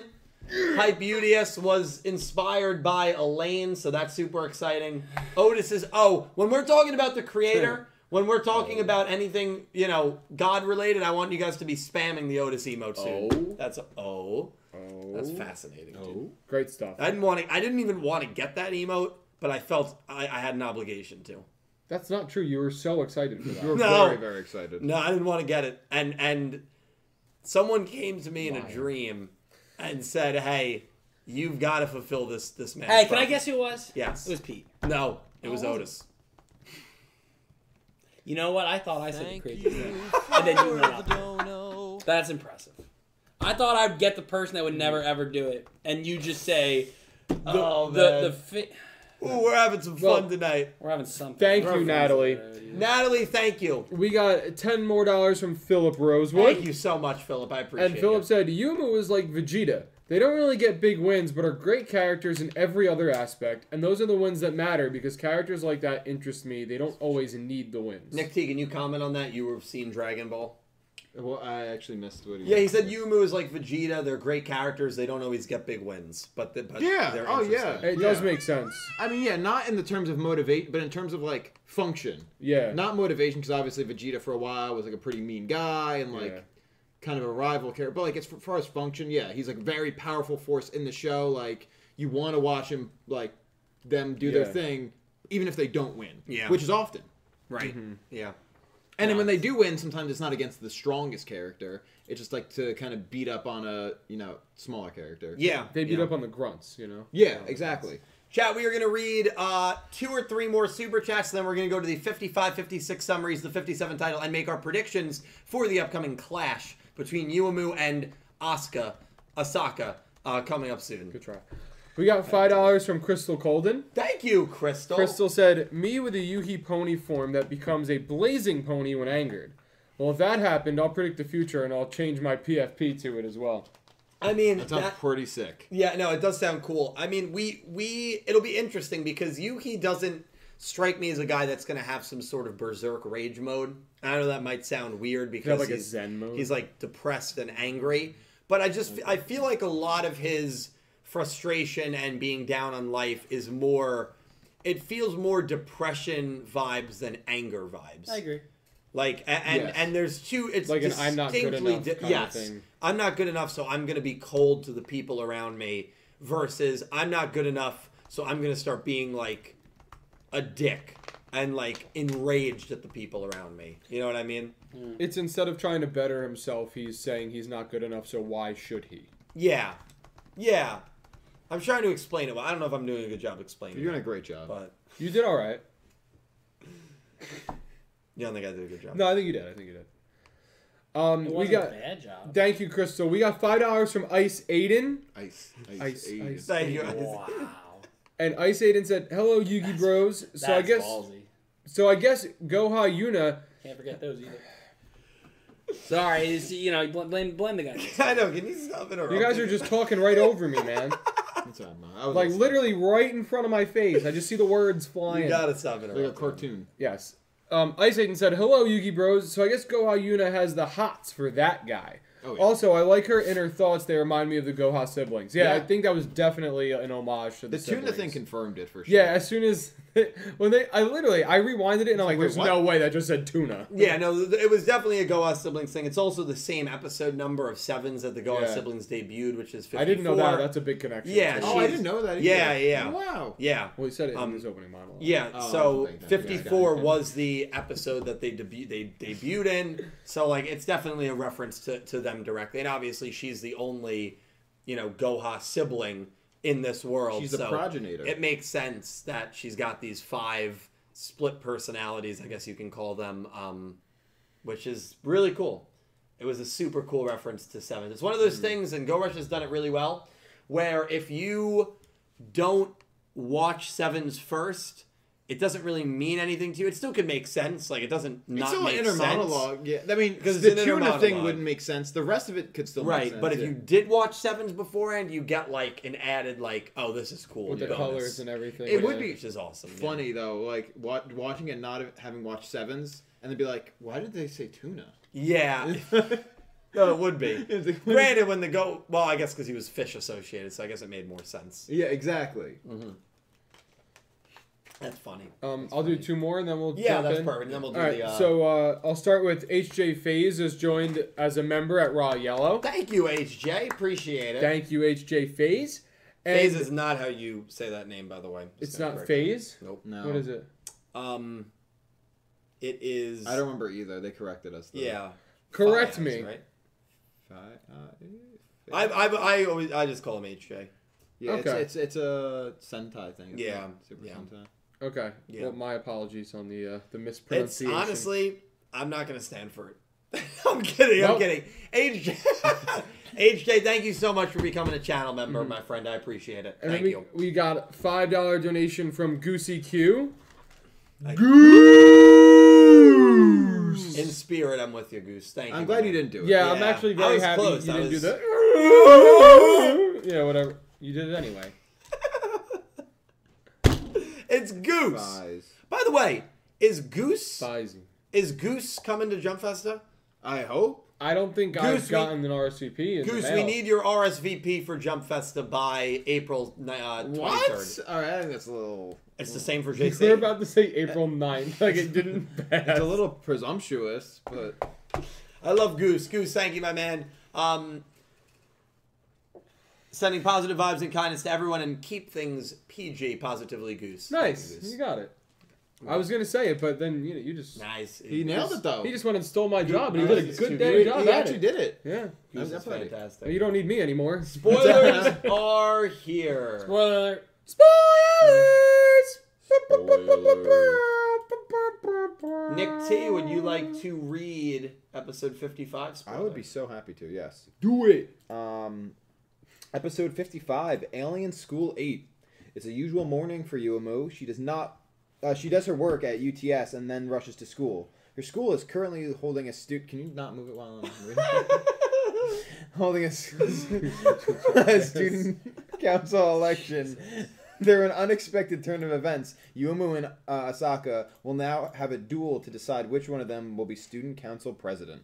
[SPEAKER 4] Hypeudius was inspired by Elaine, so that's super exciting. Otis is oh, when we're talking about the creator, when we're
[SPEAKER 1] Oh.
[SPEAKER 4] talking about anything you know God related, I want you guys to be spamming the Otis emote soon.
[SPEAKER 1] Oh.
[SPEAKER 4] That's oh,
[SPEAKER 1] Oh,
[SPEAKER 4] that's fascinating. Dude.
[SPEAKER 1] great stuff.
[SPEAKER 4] I didn't want to. I didn't even want to get that emote, but I felt I, I had an obligation to.
[SPEAKER 1] That's not true. You were so excited for that.
[SPEAKER 3] you were
[SPEAKER 4] No.
[SPEAKER 3] very very excited.
[SPEAKER 4] No, I didn't want to get it. And and someone came to me in a dream and said, "Hey, You've got to fulfill this this match.
[SPEAKER 2] Hey, can I
[SPEAKER 4] properly.
[SPEAKER 2] guess who it was?
[SPEAKER 4] Yes.
[SPEAKER 2] It was Pete.
[SPEAKER 4] No, it was Otis.
[SPEAKER 2] You know what? I thought I said the
[SPEAKER 5] Thank
[SPEAKER 2] craziest
[SPEAKER 5] you
[SPEAKER 2] thing.
[SPEAKER 5] for
[SPEAKER 2] And then you went
[SPEAKER 5] the
[SPEAKER 2] up.
[SPEAKER 5] dono.
[SPEAKER 2] That's impressive. I thought I'd get the person that would
[SPEAKER 1] Mm-hmm.
[SPEAKER 2] never ever do it, and you just say, the,
[SPEAKER 4] Oh, man.
[SPEAKER 2] the, the fi-
[SPEAKER 4] Ooh, we're having some fun
[SPEAKER 1] Well-
[SPEAKER 4] tonight.
[SPEAKER 2] We're having something.
[SPEAKER 1] Thank
[SPEAKER 2] We're
[SPEAKER 1] you,
[SPEAKER 2] having
[SPEAKER 1] Natalie.
[SPEAKER 2] something.
[SPEAKER 4] Natalie, thank you.
[SPEAKER 1] We got ten more dollars from Philip Rosewood.
[SPEAKER 4] Thank you so much, Philip. I appreciate it.
[SPEAKER 1] And Philip said Yuma was like Vegeta. They don't really get big wins, but are great characters in every other aspect, and those are the ones that matter because characters like that interest me. They don't always need the wins.
[SPEAKER 4] Nick T, can you comment on that? You were seeing Dragon Ball.
[SPEAKER 3] Well, I actually missed what he.
[SPEAKER 4] Yeah, he said Yumu is like Vegeta. They're great characters. They don't always get big wins, but, the, but
[SPEAKER 3] Yeah,
[SPEAKER 4] They're
[SPEAKER 3] oh, yeah.
[SPEAKER 4] interesting.
[SPEAKER 1] it does
[SPEAKER 3] Yeah.
[SPEAKER 1] make sense.
[SPEAKER 3] I mean, yeah, not in the terms of motivate, but in terms of like function.
[SPEAKER 1] Yeah.
[SPEAKER 3] Not motivation, because obviously Vegeta for a while was like a pretty mean guy and like
[SPEAKER 1] Yeah.
[SPEAKER 3] kind of a rival character. But like as far as function, yeah, he's like a very powerful force in the show. Like you want to watch him like them do their
[SPEAKER 1] Yeah.
[SPEAKER 3] thing, even if they don't win.
[SPEAKER 4] Yeah.
[SPEAKER 3] Which is often.
[SPEAKER 4] Right. Yeah.
[SPEAKER 3] And then
[SPEAKER 4] Yeah.
[SPEAKER 3] when they do win, sometimes it's not against the strongest character. It's just like to kind of beat up on a you know smaller character.
[SPEAKER 4] Yeah.
[SPEAKER 1] They beat
[SPEAKER 4] yeah.
[SPEAKER 1] up on the grunts, you know.
[SPEAKER 3] Yeah. Exactly.
[SPEAKER 4] Chat, we are going to read uh, two or three more super chats, then we're going to go to the 55 56 summaries, the 57 title, and make our predictions for the upcoming clash between Yuamu and Asuka, Asaka uh, coming up soon.
[SPEAKER 1] Good try. We got five dollars from Crystal Colden.
[SPEAKER 2] Oh.
[SPEAKER 4] Thank you, Crystal.
[SPEAKER 1] Crystal said, "Me with a Yuhi pony form that becomes a blazing pony when angered." Well, if that happened, I'll predict the future and I'll change my PFP to it as well.
[SPEAKER 4] I mean,
[SPEAKER 3] That sounds
[SPEAKER 4] that-
[SPEAKER 3] pretty sick.
[SPEAKER 4] Yeah, no, it does sound cool. I mean, we we it'll be interesting because Yuki doesn't strike me as a guy that's going to have some sort of berserk rage mode. I know that might sound weird because
[SPEAKER 1] like, a
[SPEAKER 4] he's
[SPEAKER 1] zen mode?
[SPEAKER 4] he's like depressed and angry, but I just I feel like a lot of his frustration and being down on life is more it feels more depression vibes than anger vibes.
[SPEAKER 2] I agree.
[SPEAKER 4] Like a- and
[SPEAKER 3] Yes.
[SPEAKER 4] and there's two. It's
[SPEAKER 1] Like an I'm not good
[SPEAKER 4] distinctly
[SPEAKER 1] enough
[SPEAKER 4] di-
[SPEAKER 1] kind of
[SPEAKER 4] yes,
[SPEAKER 1] thing.
[SPEAKER 4] I'm not good enough, so I'm gonna be cold to the people around me. Versus I'm not good enough, so I'm gonna start being like a dick and like enraged at the people around me. You know what I mean?
[SPEAKER 1] It's instead of trying to better himself, he's saying he's not good enough, so why should he?
[SPEAKER 4] Yeah, yeah. I'm trying to explain it. Well, I don't know if I'm doing a good job explaining.
[SPEAKER 3] You're doing
[SPEAKER 4] it,
[SPEAKER 3] a great job.
[SPEAKER 4] but
[SPEAKER 1] You did all right.
[SPEAKER 4] you don't think I did a good job?
[SPEAKER 1] No, I think you did. I think you did. Um,
[SPEAKER 2] It
[SPEAKER 1] we
[SPEAKER 2] wasn't
[SPEAKER 1] got.
[SPEAKER 2] a bad job.
[SPEAKER 1] Thank you, Crystal. We got five dollars from Ice Aiden,
[SPEAKER 3] Ice.
[SPEAKER 1] Ice, ice.
[SPEAKER 4] Thank you.
[SPEAKER 2] wow.
[SPEAKER 1] and Ice Aiden said, "Hello, Yugi Bros." So I
[SPEAKER 2] That's
[SPEAKER 1] guess,
[SPEAKER 2] ballsy.
[SPEAKER 1] so I guess Goha Yuna.
[SPEAKER 2] Can't forget those either. Sorry, it's, you know, bl- blame blame the guy.
[SPEAKER 4] I know. Can you stop it?
[SPEAKER 1] You guys are just talking right over me, man.
[SPEAKER 3] That's what I'm- I was
[SPEAKER 1] Like
[SPEAKER 3] listening.
[SPEAKER 1] literally right in front of my face. I just see the words flying.
[SPEAKER 4] You gotta stop it.
[SPEAKER 3] like a cartoon.
[SPEAKER 1] Yes. Um, Ice Aiden said, "Hello, Yugi Bros." So I guess Goha Yuna has the hots for that guy.
[SPEAKER 3] Oh, yeah.
[SPEAKER 1] Also, I like her inner thoughts. They remind me of the Goha siblings. Yeah, I
[SPEAKER 3] Yeah.
[SPEAKER 1] think that was definitely an homage to the,
[SPEAKER 3] The tuna thing
[SPEAKER 1] siblings.
[SPEAKER 3] confirmed it for sure.
[SPEAKER 1] Yeah, as soon as when they, I literally I rewinded it and I'm like,
[SPEAKER 3] Wait,
[SPEAKER 1] "There's
[SPEAKER 3] what?
[SPEAKER 1] no way that just said tuna."
[SPEAKER 4] Yeah, no, th- it was definitely a Goa siblings thing. It's also the same episode number of sevens that the Goa
[SPEAKER 1] Yeah.
[SPEAKER 4] siblings debuted, which is 54.
[SPEAKER 1] I didn't know that. That's a big connection.
[SPEAKER 4] Yeah,
[SPEAKER 1] too.
[SPEAKER 3] Oh, I didn't know that. Either.
[SPEAKER 4] Yeah, yeah.
[SPEAKER 3] Wow.
[SPEAKER 4] yeah,
[SPEAKER 1] well, he said it
[SPEAKER 4] Um,
[SPEAKER 1] in his opening monologue.
[SPEAKER 4] yeah.
[SPEAKER 3] Oh, I
[SPEAKER 4] so
[SPEAKER 3] think that- yeah, I
[SPEAKER 4] 54
[SPEAKER 3] got it.
[SPEAKER 4] was the episode that they debu- they debuted in. So like, it's definitely a reference to to them directly, and obviously she's the only, you know, Goha sibling in this world.
[SPEAKER 3] She's the
[SPEAKER 4] so
[SPEAKER 3] progenitor.
[SPEAKER 4] It makes sense that she's got these five split personalities, I guess you can call them, um, which is really cool. It was a super cool reference to Seven. It's one of
[SPEAKER 3] Mm-hmm.
[SPEAKER 4] those things, and Go Rush has done it really well, where if you don't watch Sevens first, it doesn't really mean anything to you. It still could make sense. Like it doesn't not
[SPEAKER 3] It's still an
[SPEAKER 4] make
[SPEAKER 3] inner
[SPEAKER 4] sense.
[SPEAKER 3] monologue. Yeah, I mean, because
[SPEAKER 4] it's
[SPEAKER 3] the
[SPEAKER 4] an inner
[SPEAKER 3] tuna thing
[SPEAKER 4] monologue.
[SPEAKER 3] wouldn't make sense. The rest of it could still make
[SPEAKER 4] Right,
[SPEAKER 3] sense.
[SPEAKER 4] but if
[SPEAKER 3] yeah.
[SPEAKER 4] you did watch Sevens beforehand, you get like an added like, oh, this is cool.
[SPEAKER 1] with the
[SPEAKER 4] bonus.
[SPEAKER 1] colors and everything.
[SPEAKER 3] It would
[SPEAKER 1] yeah.
[SPEAKER 3] be-
[SPEAKER 4] which is awesome. yeah.
[SPEAKER 3] funny though, like wa- watching and not having watched sevens, and they'd be like, "Why did they say tuna?"
[SPEAKER 4] Yeah. no, it would be.
[SPEAKER 3] It's like-
[SPEAKER 4] Granted, when the go, well, I guess because he was fish associated, so I guess it made more sense.
[SPEAKER 3] Yeah, exactly.
[SPEAKER 4] That's funny.
[SPEAKER 1] Um, I'll do two more and then we'll
[SPEAKER 4] Yeah,
[SPEAKER 1] jump
[SPEAKER 4] that's
[SPEAKER 1] in.
[SPEAKER 4] perfect. And then we'll do
[SPEAKER 1] All right,
[SPEAKER 4] the. Uh,
[SPEAKER 1] so uh, I'll start with HJ Faze is joined as a member at Raw Yellow.
[SPEAKER 4] thank you, HJ. Appreciate it.
[SPEAKER 1] Thank you, HJ Faze. And
[SPEAKER 4] Phase is not how you say that name, by the way. Just
[SPEAKER 1] it's
[SPEAKER 4] gonna
[SPEAKER 1] not
[SPEAKER 4] correct you.
[SPEAKER 1] Faze.
[SPEAKER 4] Nope.
[SPEAKER 3] No,
[SPEAKER 1] What is it?
[SPEAKER 4] Um, it is.
[SPEAKER 3] I don't remember either. They corrected us. Though.
[SPEAKER 4] Yeah.
[SPEAKER 1] Correct
[SPEAKER 4] Fives,
[SPEAKER 1] me.
[SPEAKER 4] Right.
[SPEAKER 3] Fi- uh,
[SPEAKER 4] I, I, I always I just call him HJ.
[SPEAKER 3] Yeah,
[SPEAKER 1] Okay.
[SPEAKER 3] it's, it's it's a Sentai thing. isn't
[SPEAKER 4] Yeah,
[SPEAKER 3] it? Super
[SPEAKER 4] yeah.
[SPEAKER 3] Sentai.
[SPEAKER 1] Okay.
[SPEAKER 4] Yeah.
[SPEAKER 1] Well, my apologies on the uh, the
[SPEAKER 4] It's
[SPEAKER 1] mispronunciation.
[SPEAKER 4] honestly, I'm not going to stand for it. I'm kidding. I'm
[SPEAKER 1] Nope.
[SPEAKER 4] kidding. HJ, HJ, thank you so much for becoming a channel member,
[SPEAKER 3] Mm-hmm.
[SPEAKER 4] my friend. I appreciate it.
[SPEAKER 1] And
[SPEAKER 4] thank
[SPEAKER 1] then we,
[SPEAKER 4] you.
[SPEAKER 1] we got five dollar donation from Goosey Q.
[SPEAKER 4] In spirit, I'm with you, Goose. Thank you.
[SPEAKER 3] I'm glad
[SPEAKER 4] my
[SPEAKER 3] you
[SPEAKER 4] man.
[SPEAKER 3] didn't do it.
[SPEAKER 1] Yeah, I'm
[SPEAKER 4] Yeah,
[SPEAKER 1] actually
[SPEAKER 4] I
[SPEAKER 1] very
[SPEAKER 4] was
[SPEAKER 1] happy
[SPEAKER 4] close.
[SPEAKER 1] you
[SPEAKER 4] I
[SPEAKER 1] didn't
[SPEAKER 4] was-
[SPEAKER 1] do that. yeah, whatever. You did it anyway.
[SPEAKER 4] It's Goose.
[SPEAKER 3] Guys.
[SPEAKER 4] By the way, is Goose
[SPEAKER 1] Sizing.
[SPEAKER 4] is Goose coming to Jump Festa?
[SPEAKER 3] I hope.
[SPEAKER 1] I don't think
[SPEAKER 4] Goose,
[SPEAKER 1] I've
[SPEAKER 4] we-
[SPEAKER 1] gotten an RSVP. In the
[SPEAKER 4] Goose, we
[SPEAKER 1] mail.
[SPEAKER 4] need your RSVP for Jump Festa by April ni- uh, 23rd.
[SPEAKER 3] What? All right, I think that's a little.
[SPEAKER 4] It's the same for
[SPEAKER 1] You were
[SPEAKER 4] JC.
[SPEAKER 1] about to say April 9th. Like it didn't
[SPEAKER 3] It's
[SPEAKER 1] pass.
[SPEAKER 3] a little presumptuous, but
[SPEAKER 4] I love Goose. Goose, thank you, my man. Um, sending positive vibes and kindness to everyone and keep things PG positively, Goose. Thank you,
[SPEAKER 1] Nice.
[SPEAKER 4] Goose.
[SPEAKER 1] You got it. I was gonna say it, but then you know, you just
[SPEAKER 4] Nice.
[SPEAKER 3] he nailed it though.
[SPEAKER 1] he just went and stole my job, and he
[SPEAKER 4] Goose
[SPEAKER 1] did a
[SPEAKER 4] is
[SPEAKER 1] good
[SPEAKER 4] too
[SPEAKER 1] damn
[SPEAKER 4] good.
[SPEAKER 1] job
[SPEAKER 3] He
[SPEAKER 1] at
[SPEAKER 3] actually
[SPEAKER 1] it.
[SPEAKER 3] did it.
[SPEAKER 1] Yeah.
[SPEAKER 4] Goose
[SPEAKER 3] That's
[SPEAKER 4] is
[SPEAKER 3] funny.
[SPEAKER 4] fantastic.
[SPEAKER 1] You don't need me anymore.
[SPEAKER 4] Spoilers are here.
[SPEAKER 2] Well,
[SPEAKER 1] Spoilers!
[SPEAKER 4] Nick T, would you like to read episode 55?
[SPEAKER 3] I would be so happy to. Yes.
[SPEAKER 1] Do it.
[SPEAKER 3] Um, episode 55, Alien School 8. It's a usual morning for Yuumu. She does not. Uh, she does her work at UTS and then rushes to school. Her school is currently holding a stu. Can you not move it while I'm reading? holding a, s- a student council election. Through an unexpected turn of events, Yuumu and uh, Asaka will now have a duel to decide which one of them will be student council president.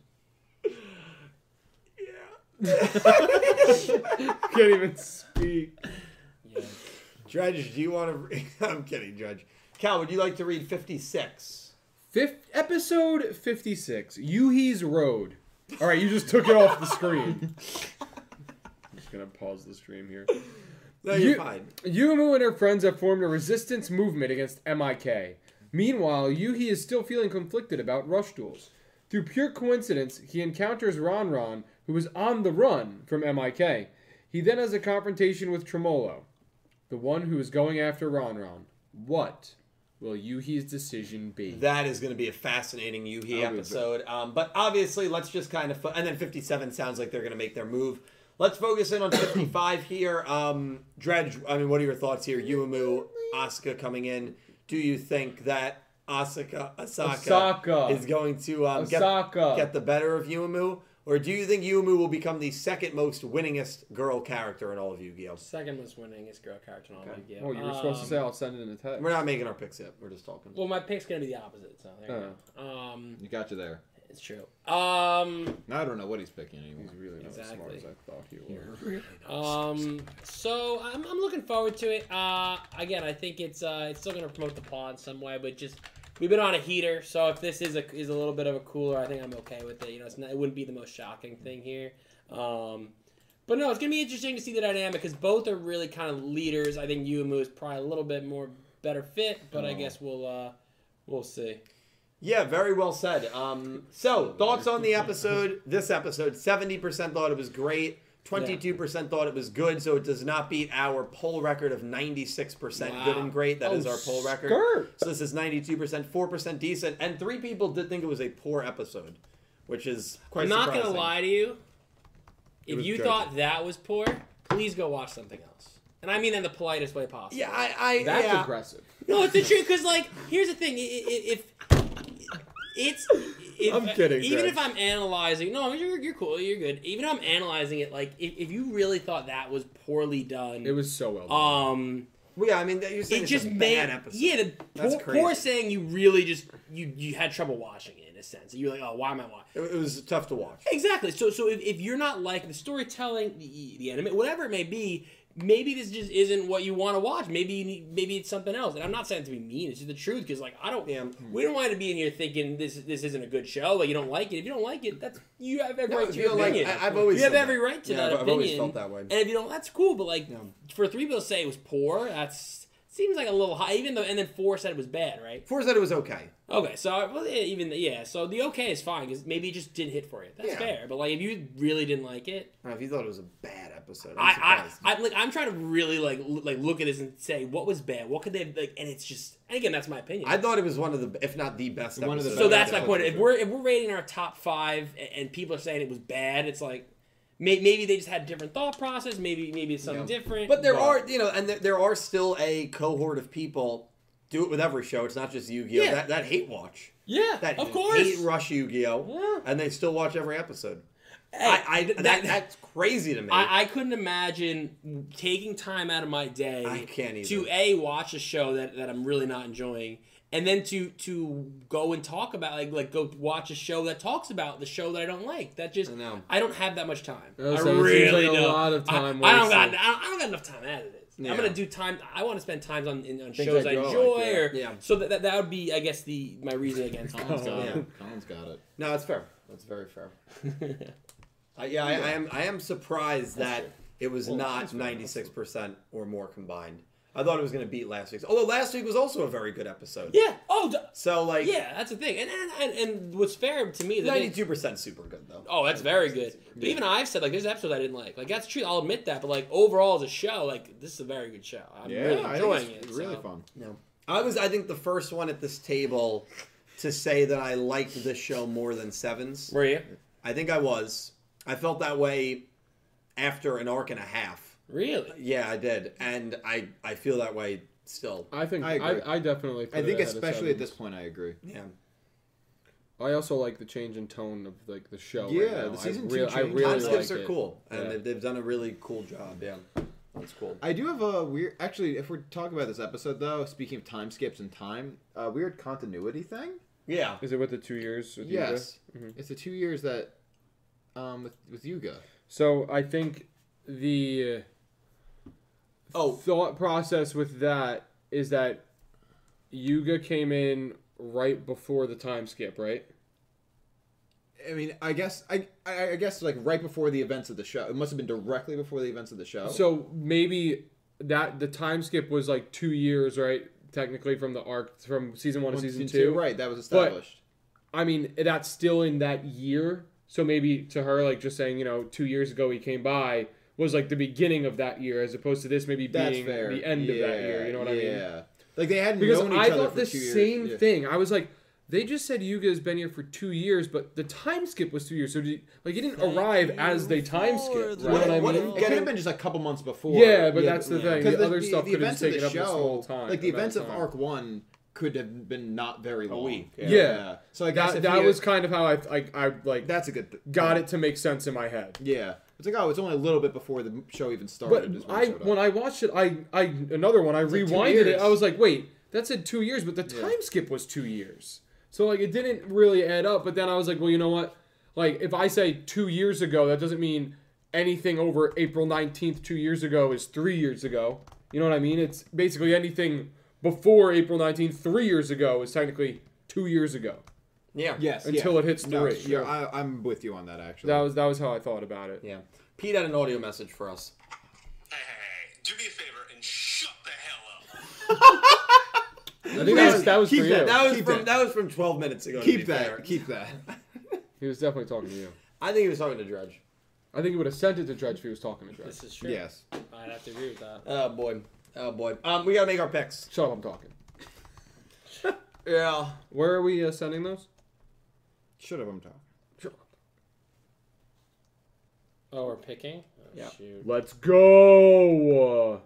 [SPEAKER 1] Can't even speak.
[SPEAKER 4] Judge, do you want to? Re- I'm kidding, Judge. Cal, would you like to read 56?
[SPEAKER 1] Fifth, episode 56, Yuhi's Road. All right, you just took it off the screen. I'm just going to pause the stream here.
[SPEAKER 4] No,
[SPEAKER 1] You- Yumu and her friends have formed a resistance movement against MIK. Meanwhile, Yuhi is still feeling conflicted about rush duels. Through pure coincidence, he encounters Ronron, who is on the run from MIK. He then has a confrontation with Tremolo, the one who is going after Ronron. What will Yuhi's decision be?
[SPEAKER 4] That is going to be a fascinating Yuhi
[SPEAKER 3] be-
[SPEAKER 4] episode. Um, but obviously, let's just kind of. Fo- and then 57 sounds like they're going to make their move. Let's focus in on 55 here. Um, Dredge, I mean, what are your thoughts here? Yuumu, Asuka coming in. Do you think that Asuka, Asaka,
[SPEAKER 1] Asaka.
[SPEAKER 4] is going to um, get,
[SPEAKER 1] Asaka.
[SPEAKER 4] get the better of Yuumu? Or do you think Yuumu will become the second most winningest girl character in all of Yu-Gi-Oh?
[SPEAKER 2] second was winning is girl character. Okay. Like, yeah.
[SPEAKER 1] Oh, you were supposed
[SPEAKER 2] Um,
[SPEAKER 1] to say I'll send it in a text.
[SPEAKER 4] We're not making our picks yet. We're just talking.
[SPEAKER 2] Well, my pick's gonna be the opposite. So there you
[SPEAKER 1] Oh.
[SPEAKER 2] go. Um,
[SPEAKER 3] You got you there.
[SPEAKER 2] it's true. Um,
[SPEAKER 3] Now I don't know what he's picking anymore.
[SPEAKER 1] He's really not as smart
[SPEAKER 2] Exactly.
[SPEAKER 1] as I thought he was.
[SPEAKER 2] Um, so I'm, I'm looking forward to it. Uh, again, I think it's uh, it's still gonna promote the paw in some way, but just we've been on a heater, so if this is a is a little bit of a cooler, I think I'm okay with it. You know, it's not, it wouldn't be the most shocking thing here. Um, but no, it's gonna be interesting to see the dynamic because both are really kind of leaders. I think Yumu is probably a little bit more better fit, but I
[SPEAKER 3] Oh.
[SPEAKER 2] guess we'll uh, we'll see.
[SPEAKER 4] Yeah, very well said. Um, so, thoughts on the episode? This episode, 70% thought it was great, 22% thought it was good, so it does not beat our poll record of 96% good
[SPEAKER 2] Wow.
[SPEAKER 4] and great. That is
[SPEAKER 1] Oh,
[SPEAKER 4] our poll record.
[SPEAKER 1] skirt.
[SPEAKER 4] So, this is 92%, 4% decent, and three people did think it was a poor episode, which is quite
[SPEAKER 2] I'm not
[SPEAKER 4] surprising.
[SPEAKER 2] gonna lie to you. If
[SPEAKER 3] was
[SPEAKER 2] you
[SPEAKER 3] good.
[SPEAKER 2] thought that was poor, please go watch something else. And I mean in the politest way possible.
[SPEAKER 4] Yeah, I. I
[SPEAKER 1] That's
[SPEAKER 4] yeah.
[SPEAKER 1] aggressive.
[SPEAKER 2] No, it's the truth. Because like, here's the thing: I- I- if it's, if,
[SPEAKER 1] I'm kidding,
[SPEAKER 2] Even
[SPEAKER 1] Greg.
[SPEAKER 2] if I'm analyzing, no, you're, you're cool. You're good. Even if I'm analyzing it, like, if, if you really thought that was poorly done,
[SPEAKER 1] It was so well done.
[SPEAKER 2] um,
[SPEAKER 4] Well, yeah, I mean, you're saying
[SPEAKER 2] it
[SPEAKER 4] it's
[SPEAKER 2] just
[SPEAKER 4] a
[SPEAKER 2] made
[SPEAKER 4] bad episode.
[SPEAKER 2] yeah, the
[SPEAKER 4] That's
[SPEAKER 2] poor,
[SPEAKER 4] crazy.
[SPEAKER 2] poor saying you really just you you had trouble watching it in a sense. You were like, oh, why am I watching?
[SPEAKER 4] It, it was tough to watch.
[SPEAKER 2] Exactly. So so if, if you're not liking the storytelling, the, the anime, whatever it may be, maybe this just isn't what you want to watch. Maybe you need, maybe it's something else. And I'm not saying it to be mean. It's just the truth because like I don't.
[SPEAKER 4] Yeah.
[SPEAKER 2] We don't want to be in here thinking this this isn't a good show. Like you don't like it. If you don't like it, that's you have every
[SPEAKER 4] No,
[SPEAKER 2] right
[SPEAKER 4] if
[SPEAKER 2] to
[SPEAKER 4] you
[SPEAKER 2] your
[SPEAKER 4] don't like it,
[SPEAKER 2] opinion.
[SPEAKER 4] I- I've always
[SPEAKER 2] you have
[SPEAKER 4] said
[SPEAKER 2] every
[SPEAKER 4] that.
[SPEAKER 2] right to
[SPEAKER 4] Yeah,
[SPEAKER 2] that
[SPEAKER 4] I've- I've
[SPEAKER 2] opinion.
[SPEAKER 4] always felt that way.
[SPEAKER 2] And if you don't, that's cool. But like for three people to say it was poor, that's Seems like a little high, even though. And then four said it was bad, right?
[SPEAKER 4] Four said it was okay.
[SPEAKER 2] Okay, so well, yeah, even yeah, so the okay is fine because maybe it just didn't hit for you. That's
[SPEAKER 4] Yeah.
[SPEAKER 2] fair. But like, if you really didn't like it,
[SPEAKER 4] I don't know if you thought it was a bad episode. I'm
[SPEAKER 2] I,
[SPEAKER 4] surprised.
[SPEAKER 2] I, I like I'm trying to really like l- like look at this and say what was bad, what could they have, like, and it's just and again that's my opinion.
[SPEAKER 4] I thought it was one of the, if not the best.
[SPEAKER 3] One of the
[SPEAKER 4] episode.
[SPEAKER 2] so
[SPEAKER 3] best.
[SPEAKER 2] that's my
[SPEAKER 3] Yeah.
[SPEAKER 2] point. If we're if we're rating our top five and, and people are saying it was bad, it's like may, maybe they just had different thought process. Maybe maybe it's something
[SPEAKER 4] Yeah.
[SPEAKER 2] different.
[SPEAKER 4] But there are, you know, and there, there are still a cohort of people. Do it with every show. It's not just Yu-Gi-Oh.
[SPEAKER 2] Yeah.
[SPEAKER 4] That, that hate watch.
[SPEAKER 2] yeah,
[SPEAKER 4] That
[SPEAKER 2] of course.
[SPEAKER 4] hate rush Yu-Gi-Oh.
[SPEAKER 2] Yeah.
[SPEAKER 4] And they still watch every episode.
[SPEAKER 2] Hey,
[SPEAKER 4] I, I
[SPEAKER 2] th-
[SPEAKER 4] that,
[SPEAKER 2] that-
[SPEAKER 4] that's crazy to me.
[SPEAKER 2] I, I couldn't imagine taking time out of my day
[SPEAKER 4] I can't either.
[SPEAKER 2] to a watch a show that, that I'm really not enjoying, and then to to go and talk about like like go watch a show that talks about the show that I don't like. That just
[SPEAKER 4] I know.
[SPEAKER 2] don't have that much time.
[SPEAKER 1] Oh,
[SPEAKER 2] I
[SPEAKER 1] so it seems
[SPEAKER 2] really
[SPEAKER 1] like a
[SPEAKER 2] don't.
[SPEAKER 1] lot of time
[SPEAKER 2] I, I don't got
[SPEAKER 1] wasted.
[SPEAKER 2] I don't, I don't got enough time out of it.
[SPEAKER 4] Yeah.
[SPEAKER 2] I'm gonna do time. I want to spend time on in, on
[SPEAKER 3] Things
[SPEAKER 2] shows
[SPEAKER 3] that
[SPEAKER 2] I
[SPEAKER 3] you all like,
[SPEAKER 2] enjoy,
[SPEAKER 3] yeah.
[SPEAKER 2] or
[SPEAKER 4] Yeah.
[SPEAKER 2] so that, that that would be I guess the my reason against it.
[SPEAKER 3] Colin's got
[SPEAKER 2] So-
[SPEAKER 3] it. Colin's got it.
[SPEAKER 4] no, that's fair. That's very fair. Uh, yeah, I, I am. I am surprised that it was
[SPEAKER 3] Well, that's
[SPEAKER 4] not
[SPEAKER 3] fair.
[SPEAKER 4] ninety six percent or more combined. I thought it was going to beat last week's. Although last week was also a very good episode.
[SPEAKER 2] yeah. Oh. d-
[SPEAKER 4] So like,
[SPEAKER 2] Yeah, that's the thing, and and, and, and what's fair to me is that they-
[SPEAKER 4] ninety two percent super good though.
[SPEAKER 2] Oh, that's very good. But even I've said like there's episodes I didn't like. Like that's true. I'll admit that. But like overall as a show, like this is a very good show. I'm
[SPEAKER 3] Yeah,
[SPEAKER 2] really
[SPEAKER 3] I
[SPEAKER 2] enjoying
[SPEAKER 3] think it's
[SPEAKER 2] it.
[SPEAKER 3] really
[SPEAKER 2] so.
[SPEAKER 3] fun.
[SPEAKER 4] No. I was, I think, the first one at this table to say that I liked this show more than Sevens.
[SPEAKER 2] Were you
[SPEAKER 4] I think I was. I felt that way after an arc and a half.
[SPEAKER 2] really?
[SPEAKER 4] Yeah, I did. And I, I feel that way still.
[SPEAKER 1] I think
[SPEAKER 3] I
[SPEAKER 1] I,
[SPEAKER 3] agree.
[SPEAKER 1] I, definitely. put
[SPEAKER 3] I
[SPEAKER 1] it
[SPEAKER 3] think
[SPEAKER 1] ahead of
[SPEAKER 3] especially at
[SPEAKER 1] Seven.
[SPEAKER 3] this point, I agree.
[SPEAKER 4] Yeah.
[SPEAKER 1] I also like the change in tone of like the show. right
[SPEAKER 3] Yeah,
[SPEAKER 1] now.
[SPEAKER 3] the season
[SPEAKER 1] I
[SPEAKER 3] two
[SPEAKER 1] rea- I
[SPEAKER 3] change.
[SPEAKER 1] really
[SPEAKER 4] Time skips
[SPEAKER 1] like
[SPEAKER 4] are
[SPEAKER 1] it.
[SPEAKER 4] cool. And
[SPEAKER 1] Yeah.
[SPEAKER 4] they've, they've done a really cool job. Yeah. That's cool.
[SPEAKER 3] I do have a weird. Actually, if we're talking about this episode though, speaking of time skips and time, a weird continuity thing.
[SPEAKER 4] Yeah.
[SPEAKER 1] Is it with the two years? With Yuga?
[SPEAKER 3] Yes, it's the two years that, um, with, with Yuga.
[SPEAKER 1] So I think the
[SPEAKER 4] Oh,
[SPEAKER 1] thought process with that is that Yuga came in right before the time skip, right?
[SPEAKER 3] I mean, I guess I, I I guess like right before the events of the show. It must have been directly before the events of the show.
[SPEAKER 1] So maybe that the time skip was like two years, right? Technically, from the arc from season one,
[SPEAKER 3] One,
[SPEAKER 1] to season two.
[SPEAKER 3] right? That was established.
[SPEAKER 1] I mean, that's still in that year. So maybe to her, like just saying, you know, two years ago he came by was like the beginning of that year, as opposed to this maybe
[SPEAKER 3] That's
[SPEAKER 1] being
[SPEAKER 3] fair.
[SPEAKER 1] the end of that
[SPEAKER 3] Yeah,
[SPEAKER 1] year. You know what I mean?
[SPEAKER 3] Yeah, like they hadn't
[SPEAKER 1] Because
[SPEAKER 3] known each
[SPEAKER 1] I
[SPEAKER 3] other
[SPEAKER 1] thought
[SPEAKER 3] for
[SPEAKER 1] the
[SPEAKER 3] two years.
[SPEAKER 1] same
[SPEAKER 3] Yeah.
[SPEAKER 1] thing. I was like, they just said Yuga has been here for two years, but the time skip was two years. So did, like, he didn't
[SPEAKER 5] Thank
[SPEAKER 1] arrive
[SPEAKER 5] you
[SPEAKER 1] as they time
[SPEAKER 5] for
[SPEAKER 1] skipped.
[SPEAKER 5] the
[SPEAKER 1] You know what I
[SPEAKER 4] What
[SPEAKER 1] mean?
[SPEAKER 4] if-
[SPEAKER 3] It could have been just a couple months before.
[SPEAKER 1] Yeah, but that's the
[SPEAKER 4] yeah.
[SPEAKER 1] thing.
[SPEAKER 3] 'Cause
[SPEAKER 1] The, other stuff could have just taken up this whole time.
[SPEAKER 3] Like the
[SPEAKER 1] amount
[SPEAKER 3] events
[SPEAKER 1] of
[SPEAKER 3] of
[SPEAKER 1] time.
[SPEAKER 3] Arc One could have been not very long.
[SPEAKER 4] week, yeah.
[SPEAKER 1] Yeah.
[SPEAKER 3] So I guess
[SPEAKER 1] That,
[SPEAKER 3] if
[SPEAKER 1] that
[SPEAKER 3] he-
[SPEAKER 1] was kind of how I I, I like
[SPEAKER 3] that's a good. Th-
[SPEAKER 1] got it to make sense in my head.
[SPEAKER 3] Yeah, it's like oh, it's only a little bit before the show even
[SPEAKER 1] But
[SPEAKER 3] started. is when it
[SPEAKER 1] I
[SPEAKER 3] showed up.
[SPEAKER 1] when I watched it, I I another one I
[SPEAKER 3] like two
[SPEAKER 1] rewinded it.
[SPEAKER 3] years.
[SPEAKER 1] I was like, wait, that said two years, but the
[SPEAKER 3] Yeah.
[SPEAKER 1] time skip was two years. So like it didn't really add up. But then I was like, well, you know what? Like if I say two years ago, that doesn't mean anything over April nineteenth two years ago is three years ago. You know what I mean? It's basically anything before April nineteenth three years ago is technically two years ago.
[SPEAKER 4] yeah.
[SPEAKER 3] yes,
[SPEAKER 1] until
[SPEAKER 3] yeah.
[SPEAKER 1] it hits
[SPEAKER 3] No,
[SPEAKER 1] three.
[SPEAKER 3] yeah, I, I'm with you on that actually.
[SPEAKER 1] That was that was how I thought about it.
[SPEAKER 4] Yeah. Pete had an audio message for us.
[SPEAKER 11] Hey, hey, hey, do me a favor and shut the hell up.
[SPEAKER 1] I think that was that was for
[SPEAKER 3] Keep
[SPEAKER 1] you.
[SPEAKER 3] that-
[SPEAKER 4] That was
[SPEAKER 3] Keep
[SPEAKER 4] from
[SPEAKER 3] that.
[SPEAKER 4] that was from twelve minutes ago. to be
[SPEAKER 3] keep
[SPEAKER 4] fair.
[SPEAKER 3] that. Keep that.
[SPEAKER 1] he was definitely talking to you.
[SPEAKER 4] I think he was talking to Dredge.
[SPEAKER 1] I think he would have sent it to Dredge if he was talking to Dredge.
[SPEAKER 2] This is true.
[SPEAKER 3] yes.
[SPEAKER 2] I'd have to agree with that.
[SPEAKER 4] Oh boy. Oh boy. Um, we gotta make our picks.
[SPEAKER 1] Shut up, I'm talking.
[SPEAKER 4] Yeah.
[SPEAKER 1] Where are we uh, sending those?
[SPEAKER 3] Should have. I'm talking.
[SPEAKER 2] Oh, we're picking. Oh,
[SPEAKER 4] Yeah.
[SPEAKER 2] Shoot.
[SPEAKER 1] Let's go.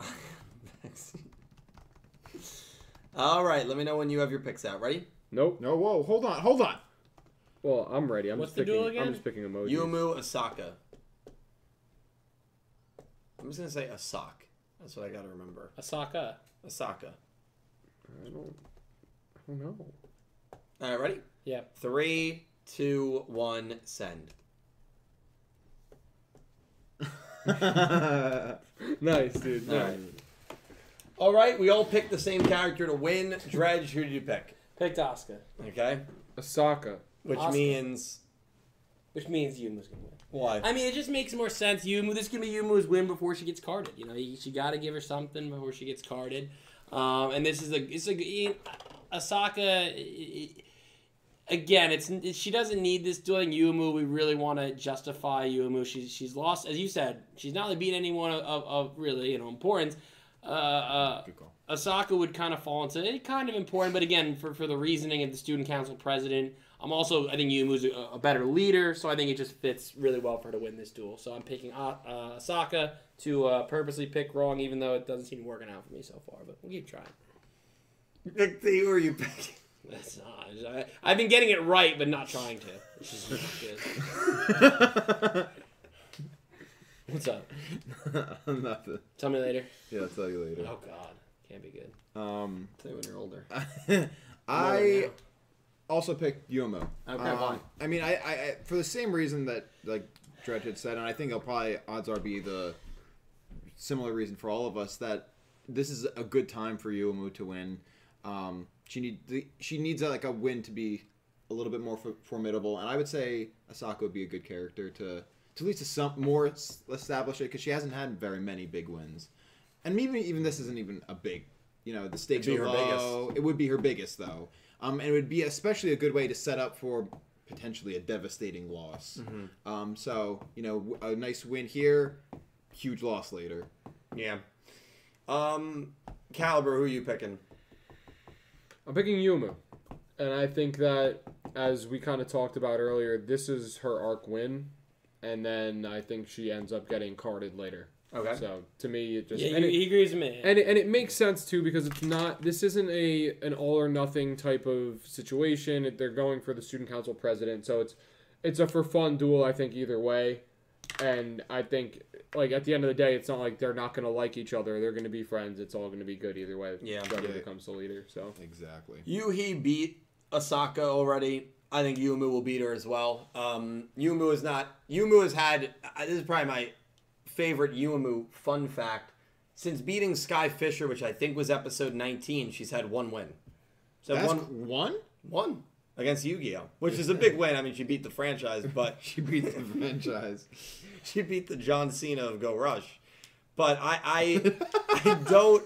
[SPEAKER 4] All right. Let me know when you have your picks out. Ready?
[SPEAKER 1] Nope.
[SPEAKER 3] No. Whoa. Hold on. Hold on.
[SPEAKER 1] Well, I'm ready. I'm
[SPEAKER 2] What's
[SPEAKER 1] just
[SPEAKER 2] the
[SPEAKER 1] picking.
[SPEAKER 2] duel again?
[SPEAKER 1] I'm just picking
[SPEAKER 4] Oh,
[SPEAKER 1] emojis.
[SPEAKER 4] Yumu Asaka. I'm just gonna say Asak. That's what I gotta remember.
[SPEAKER 2] Asaka.
[SPEAKER 4] Asaka.
[SPEAKER 1] I don't. I don't know.
[SPEAKER 4] All right. Ready?
[SPEAKER 2] Yeah.
[SPEAKER 4] Three, two, one. Send.
[SPEAKER 1] Nice, dude.
[SPEAKER 4] All right. All right. We all picked the same character to win. Dredge. Who did you pick?
[SPEAKER 2] Picked Asuka.
[SPEAKER 4] Okay.
[SPEAKER 1] Asaka.
[SPEAKER 4] Which
[SPEAKER 2] Asuka.
[SPEAKER 4] means
[SPEAKER 2] which means Yumu's gonna win.
[SPEAKER 4] Why?
[SPEAKER 2] I mean, it just makes more sense. Yumu, this is gonna be Yumu's win before she gets carded. You know, you- she got to give her something before she gets carded. Um, and this is a, it's a, e- Asaka. i- i- Again, it's it- she doesn't need this dueling Yumu. We really want to justify Yumu. She's she's lost, as you said. She's not really beaten anyone of, of, of really you know importance. Uh, uh,
[SPEAKER 3] Good call.
[SPEAKER 2] Osaka would kind of fall into it, kind of important, but again, for, for the reasoning of the student council president, I'm also I think Yumu's a, a better leader, so I think it just fits really well for her to win this duel. So I'm picking uh, uh, Osaka to uh, purposely pick wrong, even though it doesn't seem working out for me so far. But we'll keep trying.
[SPEAKER 4] Nick, who are you picking?
[SPEAKER 2] That's not, I, I've been getting it right, but not trying to. Which is not good. What's up?
[SPEAKER 3] Nothing.
[SPEAKER 2] Tell me later.
[SPEAKER 3] Yeah, I'll tell you later.
[SPEAKER 2] Oh God, can't be good.
[SPEAKER 3] Um,
[SPEAKER 4] Say when you're older.
[SPEAKER 3] I also picked Yomo.
[SPEAKER 4] Okay, why?
[SPEAKER 3] Um, I mean, I, I, I for the same reason that like Dredge had said, and I think it'll probably odds are be the similar reason for all of us that this is a good time for Yomo to win. Um, she need the, she needs like a win to be a little bit more f- formidable, and I would say Asako would be a good character to to at least to some more s- establish it because she hasn't had very many big wins, and maybe even this isn't even a big. You know the stakes
[SPEAKER 4] It'd
[SPEAKER 3] are
[SPEAKER 4] be her
[SPEAKER 3] low. It would be her biggest though, um, and it would be especially a good way to set up for potentially a devastating loss.
[SPEAKER 4] Mm-hmm.
[SPEAKER 3] Um, so you know, w- a nice win here, huge loss later.
[SPEAKER 4] Yeah. Um, Caliber, who are you picking?
[SPEAKER 1] I'm picking Yuma. And I think that, as we kind of talked about earlier, this is her arc win. And then I think she ends up getting carded later.
[SPEAKER 4] Okay.
[SPEAKER 1] So to me, it just.
[SPEAKER 2] Yeah,
[SPEAKER 1] and
[SPEAKER 2] you,
[SPEAKER 1] it-
[SPEAKER 2] he agrees with me.
[SPEAKER 1] and it, and it makes sense too because it's not this isn't a an all or nothing type of situation It- they're going for the student council president so it's it's a for fun duel i think either way and i think like at the end of the day it's not like they're not going to like each other they're going to be friends it's all going to be good either way
[SPEAKER 4] Yeah.
[SPEAKER 1] whoever
[SPEAKER 3] Yeah.
[SPEAKER 1] becomes the leader so
[SPEAKER 3] Exactly.
[SPEAKER 4] Yuhi beat Asaka already. I think Yumu will beat her as well. Um, Yumu is not. Yumu has had. Uh, this is probably my favorite Yumu fun fact. Since beating Sky Fisher, which I think was episode 19, she's had one win. So
[SPEAKER 3] That's
[SPEAKER 4] one
[SPEAKER 3] one.
[SPEAKER 4] one against Yu-Gi-Oh, which is a big win. I mean, she beat the franchise, but
[SPEAKER 3] She beat the franchise.
[SPEAKER 4] she beat the John Cena of Go Rush. But I I, I don't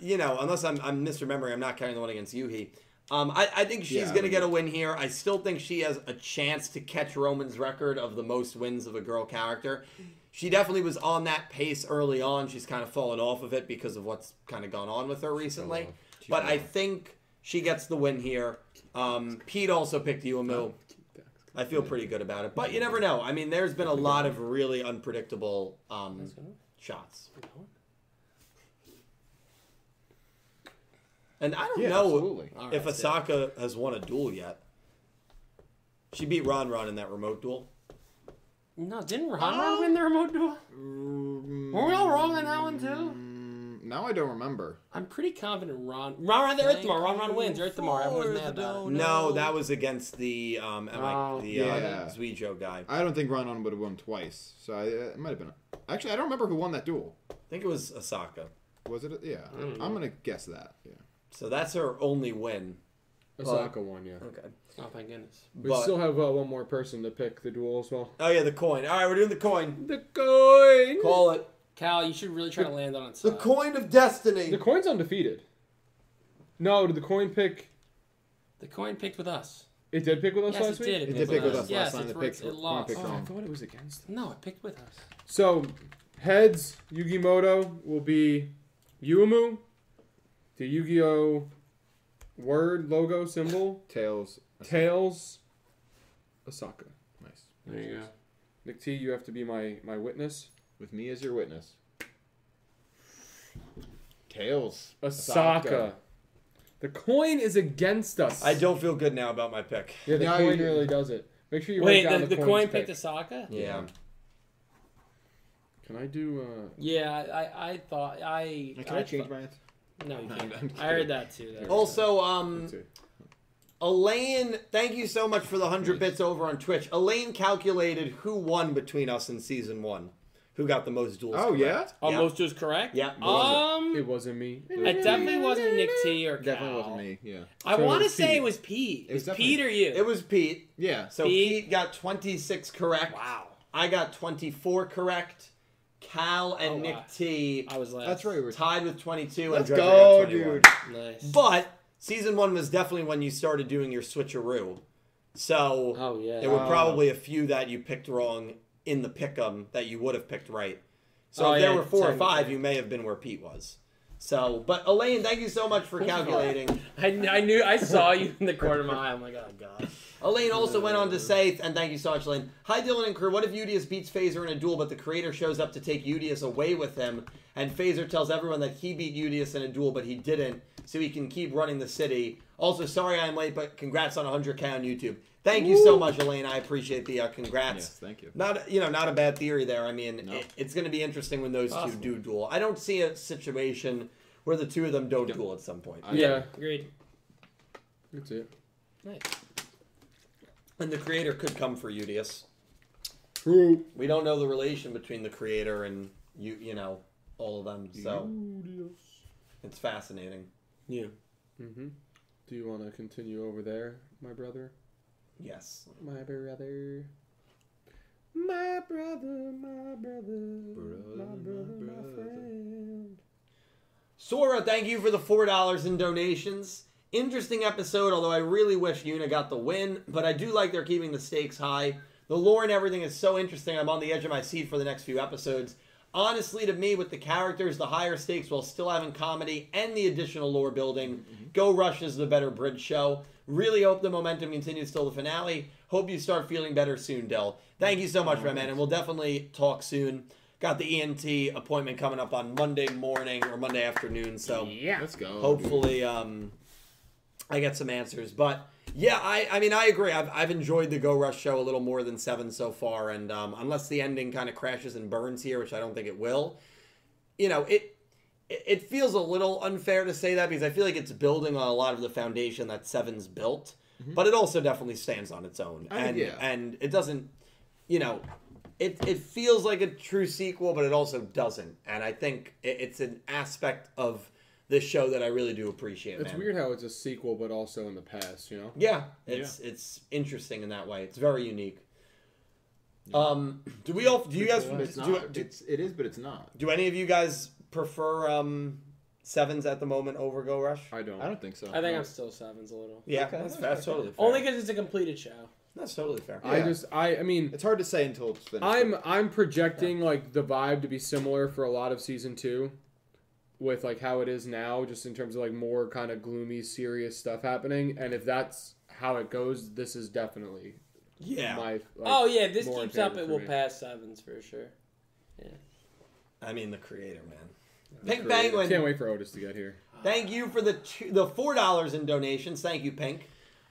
[SPEAKER 4] you know, unless I'm I'm misremembering, I'm not counting the one against Yuhi. Um, I, I think she's
[SPEAKER 3] Yeah, I
[SPEAKER 4] gonna
[SPEAKER 3] would
[SPEAKER 4] get a win here. I still think she has a chance to catch Roman's record of the most wins of a girl character. She definitely was on that pace early on. She's kind of fallen off of it because of what's kind of gone on with her recently. But I think she gets the win here. Um, Pete also picked UMO. I feel pretty good about it, but you never know. I mean, there's been a lot of really unpredictable um, shots, and I don't
[SPEAKER 3] Yeah,
[SPEAKER 4] know
[SPEAKER 3] absolutely.
[SPEAKER 2] All
[SPEAKER 4] if
[SPEAKER 2] right, so-
[SPEAKER 4] Asaka has won a duel yet. She beat Ron Ron in that remote duel.
[SPEAKER 2] no, didn't Rahama win the remote duel?
[SPEAKER 4] mm,
[SPEAKER 2] Were we all wrong on that one too?
[SPEAKER 3] Mm, now I don't remember.
[SPEAKER 2] I'm pretty confident Ron. Ron Ron the Earth Tomorrow. Ron Ron wins. Earth Tomorrow. Everyone's mad about
[SPEAKER 5] Oh,
[SPEAKER 2] it.
[SPEAKER 4] no.
[SPEAKER 5] no.
[SPEAKER 4] that was against the um, MI,
[SPEAKER 2] Oh,
[SPEAKER 4] the
[SPEAKER 3] yeah.
[SPEAKER 4] uh, Zuijo guy.
[SPEAKER 3] I don't think Ronan would have won twice, so I, uh, it might have been. Actually, I don't remember who won that duel.
[SPEAKER 4] I think it was Asaka.
[SPEAKER 3] Was it? a- Yeah, I'm gonna guess that. Yeah.
[SPEAKER 4] So that's her only win.
[SPEAKER 1] osaka won yeah
[SPEAKER 4] Okay.
[SPEAKER 2] Oh my goodness.
[SPEAKER 1] we
[SPEAKER 4] But-
[SPEAKER 1] still have uh, one more person to pick the duel as well
[SPEAKER 4] Oh yeah, the coin. All right, we're doing the coin.
[SPEAKER 1] the coin
[SPEAKER 4] Call it
[SPEAKER 2] Cal, you should really try to land on it.
[SPEAKER 4] the coin of destiny.
[SPEAKER 1] the coin's undefeated no did the coin pick
[SPEAKER 2] The coin picked with us.
[SPEAKER 1] it did pick with us
[SPEAKER 2] Yes,
[SPEAKER 1] last
[SPEAKER 2] it
[SPEAKER 1] week
[SPEAKER 2] did.
[SPEAKER 3] It did pick with us
[SPEAKER 2] yes,
[SPEAKER 3] last time.
[SPEAKER 2] it's
[SPEAKER 3] It
[SPEAKER 2] where
[SPEAKER 3] picked.
[SPEAKER 2] it's- it lost.
[SPEAKER 3] picked
[SPEAKER 1] oh i
[SPEAKER 3] wrong.
[SPEAKER 1] thought it was against
[SPEAKER 2] No, it picked with us.
[SPEAKER 1] So, heads, Yugimoto will be Yuumu, the Yu Gi Oh! word, logo, symbol.
[SPEAKER 3] Tails.
[SPEAKER 1] Tails, Osaka.
[SPEAKER 3] Nice.
[SPEAKER 2] There you go.
[SPEAKER 1] Nick T, you have to be my, my witness.
[SPEAKER 3] With me as your witness. Tails.
[SPEAKER 1] Osaka. The coin is against us.
[SPEAKER 4] I don't feel good now about my pick.
[SPEAKER 1] Yeah, the
[SPEAKER 3] Yeah,
[SPEAKER 1] coin
[SPEAKER 3] you-
[SPEAKER 1] really does it. Make sure you
[SPEAKER 2] Wait,
[SPEAKER 1] write down
[SPEAKER 2] the,
[SPEAKER 1] the,
[SPEAKER 2] the coin
[SPEAKER 1] coin's
[SPEAKER 2] picked
[SPEAKER 1] pick.
[SPEAKER 2] Asaka?
[SPEAKER 4] Yeah.
[SPEAKER 1] Can I do? Uh...
[SPEAKER 2] Yeah, I, I thought I.
[SPEAKER 3] Can I, change my Oh, answer?
[SPEAKER 2] my? No, you
[SPEAKER 3] No,
[SPEAKER 2] can't.
[SPEAKER 3] I'm kidding.
[SPEAKER 2] I heard that too. Though.
[SPEAKER 4] Also, um,
[SPEAKER 3] That's it.
[SPEAKER 4] Elaine, thank you so much for the 100 bits over on Twitch. Elaine calculated who won between us in season one. who got the most duels.
[SPEAKER 3] Oh, yeah?
[SPEAKER 4] correct.
[SPEAKER 2] Oh,
[SPEAKER 4] Yeah.
[SPEAKER 2] most was correct.
[SPEAKER 4] Yeah,
[SPEAKER 2] Um,
[SPEAKER 1] It wasn't me.
[SPEAKER 2] it definitely wasn't Nick T or
[SPEAKER 3] Definitely
[SPEAKER 2] Cal.
[SPEAKER 3] wasn't me. Yeah.
[SPEAKER 2] I
[SPEAKER 1] So it
[SPEAKER 2] want to
[SPEAKER 1] was
[SPEAKER 2] say
[SPEAKER 1] Pete.
[SPEAKER 2] it was Pete. It
[SPEAKER 3] was
[SPEAKER 2] was,
[SPEAKER 3] definitely-
[SPEAKER 2] Pete or you?
[SPEAKER 4] It was Pete.
[SPEAKER 3] Yeah.
[SPEAKER 4] So
[SPEAKER 2] Pete.
[SPEAKER 4] Pete, got 26 correct.
[SPEAKER 2] Wow.
[SPEAKER 4] I got 24 correct. Cal and
[SPEAKER 2] Oh,
[SPEAKER 4] Nick
[SPEAKER 2] wow.
[SPEAKER 4] T
[SPEAKER 2] I was last.
[SPEAKER 3] That's right. We're
[SPEAKER 4] tied with 22.
[SPEAKER 3] Let's
[SPEAKER 4] and Gregory
[SPEAKER 3] go,
[SPEAKER 4] got 21.
[SPEAKER 3] dude.
[SPEAKER 2] Nice.
[SPEAKER 4] But season one was definitely when you started doing your switcheroo. So
[SPEAKER 2] oh yeah.
[SPEAKER 4] there were
[SPEAKER 3] Oh.
[SPEAKER 4] probably a few that you picked wrong in the pick'em that you would have picked right. So
[SPEAKER 2] Oh,
[SPEAKER 4] if there
[SPEAKER 2] yeah,
[SPEAKER 4] were four or
[SPEAKER 2] technically.
[SPEAKER 4] five, you may have been where Pete was. So, but Elaine, thank you so much for calculating.
[SPEAKER 2] I, kn- I knew I saw you in the corner of my eye. I'm like, oh god.
[SPEAKER 4] Elaine also went on to say, and thank you so much, Elaine. Hi, Dylan and crew. What if Udius beats Phaser in a duel, but the creator shows up to take Udius away with him, and Phaser tells everyone that he beat Udius in a duel, but he didn't, so he can keep running the city. Also, sorry I'm late, but congrats on 100k on YouTube. Thank you so much, Elaine. I appreciate the uh, congrats.
[SPEAKER 3] Yes, thank you.
[SPEAKER 4] Not you know, not a bad theory there. I mean,
[SPEAKER 3] No.
[SPEAKER 4] it, it's going to be interesting when those
[SPEAKER 2] Possible.
[SPEAKER 4] two do duel. I don't see a situation where the two of them don't duel at some point.
[SPEAKER 1] Yeah,
[SPEAKER 2] Agreed.
[SPEAKER 1] that's it.
[SPEAKER 2] Nice.
[SPEAKER 4] And the creator could come for Udius.
[SPEAKER 1] True.
[SPEAKER 4] we don't know the relation between the creator and you you know all of them so it's fascinating
[SPEAKER 2] You.
[SPEAKER 1] Mm-hmm. Do you want to continue over there, my brother?
[SPEAKER 4] yes
[SPEAKER 1] My brother. My brother, my brother, my brother, my, friend.
[SPEAKER 4] sora thank you for the four dollars in donations interesting episode although i really wish yuna got the win but i do like they're keeping the stakes high the lore and everything is so interesting i'm on the edge of my seat for the next few episodes honestly to me with the characters the higher stakes while still having comedy and the additional lore building go rush is the better bridge show really hope the momentum continues till the finale hope you start feeling better soon dell thank you so much my man and we'll definitely talk soon got the ent appointment coming up on monday morning or monday afternoon so
[SPEAKER 2] Yeah.
[SPEAKER 3] Let's go.
[SPEAKER 4] hopefully um, I get some answers. But yeah, I, I mean, I agree. I've, I've enjoyed the Go Rush show a little more than seven so far. And um, unless the ending kind of crashes and burns here, which I don't think it will, you know, it, it it feels a little unfair to say that because I feel like it's building on a lot of the foundation that Seven's built. But it also definitely stands on its own.
[SPEAKER 3] Mm-hmm. I mean,
[SPEAKER 4] and,
[SPEAKER 3] yeah.
[SPEAKER 4] and it doesn't, you know, it, it feels like a true sequel, but it also doesn't. And I think it, it's an aspect of this show that I really do appreciate.
[SPEAKER 1] It's
[SPEAKER 4] man.
[SPEAKER 1] weird how it's a sequel, but also in the past, you know?
[SPEAKER 4] Yeah, it's it's interesting in that way. It's very unique. Um, do we all? Do you guys?
[SPEAKER 3] It's
[SPEAKER 4] Do,
[SPEAKER 3] not.
[SPEAKER 4] do,
[SPEAKER 3] It's it is, but it's not.
[SPEAKER 4] do any of you guys prefer um sevens at the moment over Go Rush?
[SPEAKER 1] I don't.
[SPEAKER 3] I don't think so.
[SPEAKER 2] I think I'm still sevens a little.
[SPEAKER 4] Yeah,
[SPEAKER 3] Okay,
[SPEAKER 4] that's,
[SPEAKER 3] that's
[SPEAKER 4] that's
[SPEAKER 3] fair.
[SPEAKER 4] totally fair.
[SPEAKER 2] Only because it's a completed show.
[SPEAKER 4] that's totally fair.
[SPEAKER 1] I
[SPEAKER 3] Yeah.
[SPEAKER 1] just, I, I mean,
[SPEAKER 3] It's hard to say until it's finished.
[SPEAKER 1] I'm, I'm projecting like the vibe to be similar for a lot of season two, with like how it is now, just in terms of like more kind of gloomy, serious stuff happening. And if that's how it goes, this is definitely
[SPEAKER 4] Yeah,
[SPEAKER 1] my. Like,
[SPEAKER 2] oh yeah, this
[SPEAKER 1] more in
[SPEAKER 2] keeps up,
[SPEAKER 1] favor
[SPEAKER 2] it
[SPEAKER 1] for
[SPEAKER 2] will
[SPEAKER 1] me.
[SPEAKER 2] pass sevens for sure.
[SPEAKER 4] I mean the creator, man. Pink Penguin,
[SPEAKER 1] Can't wait for Otis to get here.
[SPEAKER 4] Thank you for the two, the four dollars in donations. Thank you, Pink.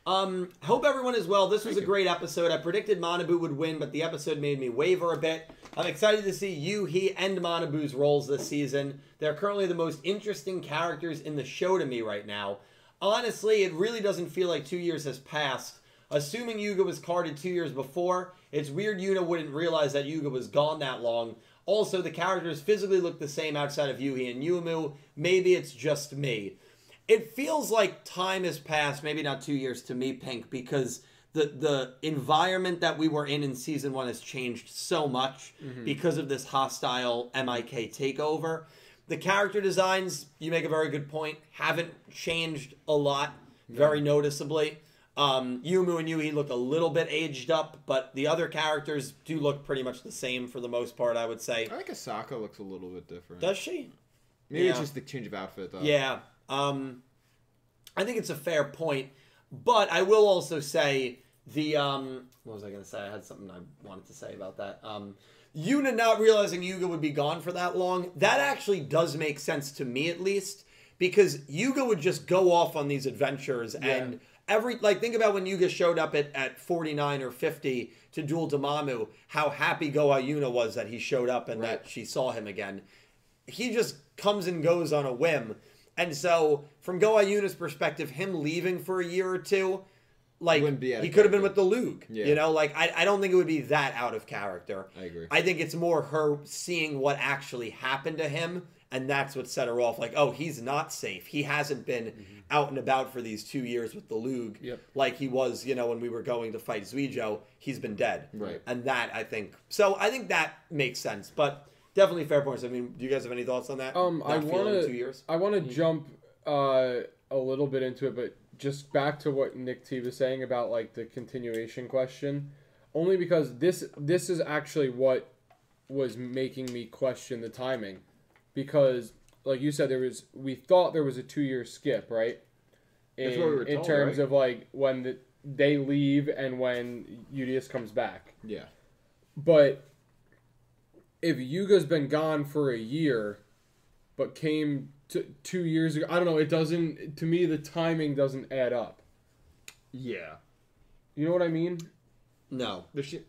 [SPEAKER 4] Um, hope everyone is well. This was a great episode. I predicted Manabu would win, but the episode made me waver a bit. I'm excited to see you, he, and Manabu's roles this season. They're currently the most interesting characters in the show to me right now. Honestly, it really doesn't feel like two years has passed. Assuming Yuga was carded two years before, it's weird Yuna wouldn't realize that Yuga was gone that long. Also, the characters physically look the same outside of Yuhi and Yumu. Maybe it's just me. It feels like time has passed, maybe not two years to me, Pink, because the, the environment that we were in in season one has changed so much because of this hostile MIK takeover. The character designs, you make a very good point, haven't changed a lot, very noticeably. Um, Yumu and Yui look a little bit aged up, but the other characters do look pretty much the same for the most part, I would say.
[SPEAKER 3] I think Asaka looks a little bit different.
[SPEAKER 4] Does she?
[SPEAKER 3] Maybe it's
[SPEAKER 4] Yeah.
[SPEAKER 3] just the change of outfit though.
[SPEAKER 4] Yeah. Um, I think it's a fair point, but I will also say the um, what was I going to say? I had something I wanted to say about that. Um, Yuna not realizing Yuga would be gone for that long. That actually does make sense to me, at least, because Yuga would just go off on these adventures and. Every like think about when Yuga showed up at, at 49 or 50 to duel Damamu, how happy Go Yuna was that he showed up and that she saw him again he just comes and goes on a whiim. And so, from Goa Yuna's perspective, him leaving for a year or two, like
[SPEAKER 3] Wouldn't be out of
[SPEAKER 4] he could have been with
[SPEAKER 3] character.
[SPEAKER 4] the Luke.
[SPEAKER 3] Yeah.
[SPEAKER 4] You know, like I, I don't think it would be that out of character.
[SPEAKER 3] I agree.
[SPEAKER 4] I think it's more her seeing what actually happened to him, and that's what set her off. Like, oh, he's not safe. He hasn't been
[SPEAKER 3] Mm-hmm.
[SPEAKER 4] out and about for these two years with the Lug,
[SPEAKER 1] Yep.
[SPEAKER 4] like he was, you know, when we were going to fight Zuijo. He's been dead,
[SPEAKER 3] Right.
[SPEAKER 4] And that I think so. I think that makes sense, but definitely fair points. I mean, do you guys have any thoughts on that?
[SPEAKER 1] Um,
[SPEAKER 4] Not
[SPEAKER 1] I
[SPEAKER 4] feeling
[SPEAKER 1] want
[SPEAKER 4] two years. Mm-hmm.
[SPEAKER 1] to. I want to jump uh, a little bit into it, but just back to what Nick T was saying about like the continuation question, only because this this is actually what was making me question the timing, because like you said, there was we thought there was a two year skip, right? In,
[SPEAKER 3] That's what we were
[SPEAKER 1] in
[SPEAKER 3] told,
[SPEAKER 1] terms
[SPEAKER 3] right?
[SPEAKER 1] of like when the, they leave and when Udius comes back.
[SPEAKER 3] Yeah.
[SPEAKER 1] But if Yuga's been gone for a year, but came to two years ago, I don't know. It doesn't. To me, the timing doesn't add up.
[SPEAKER 3] Yeah.
[SPEAKER 1] You know what I mean?
[SPEAKER 4] No,
[SPEAKER 3] The shi-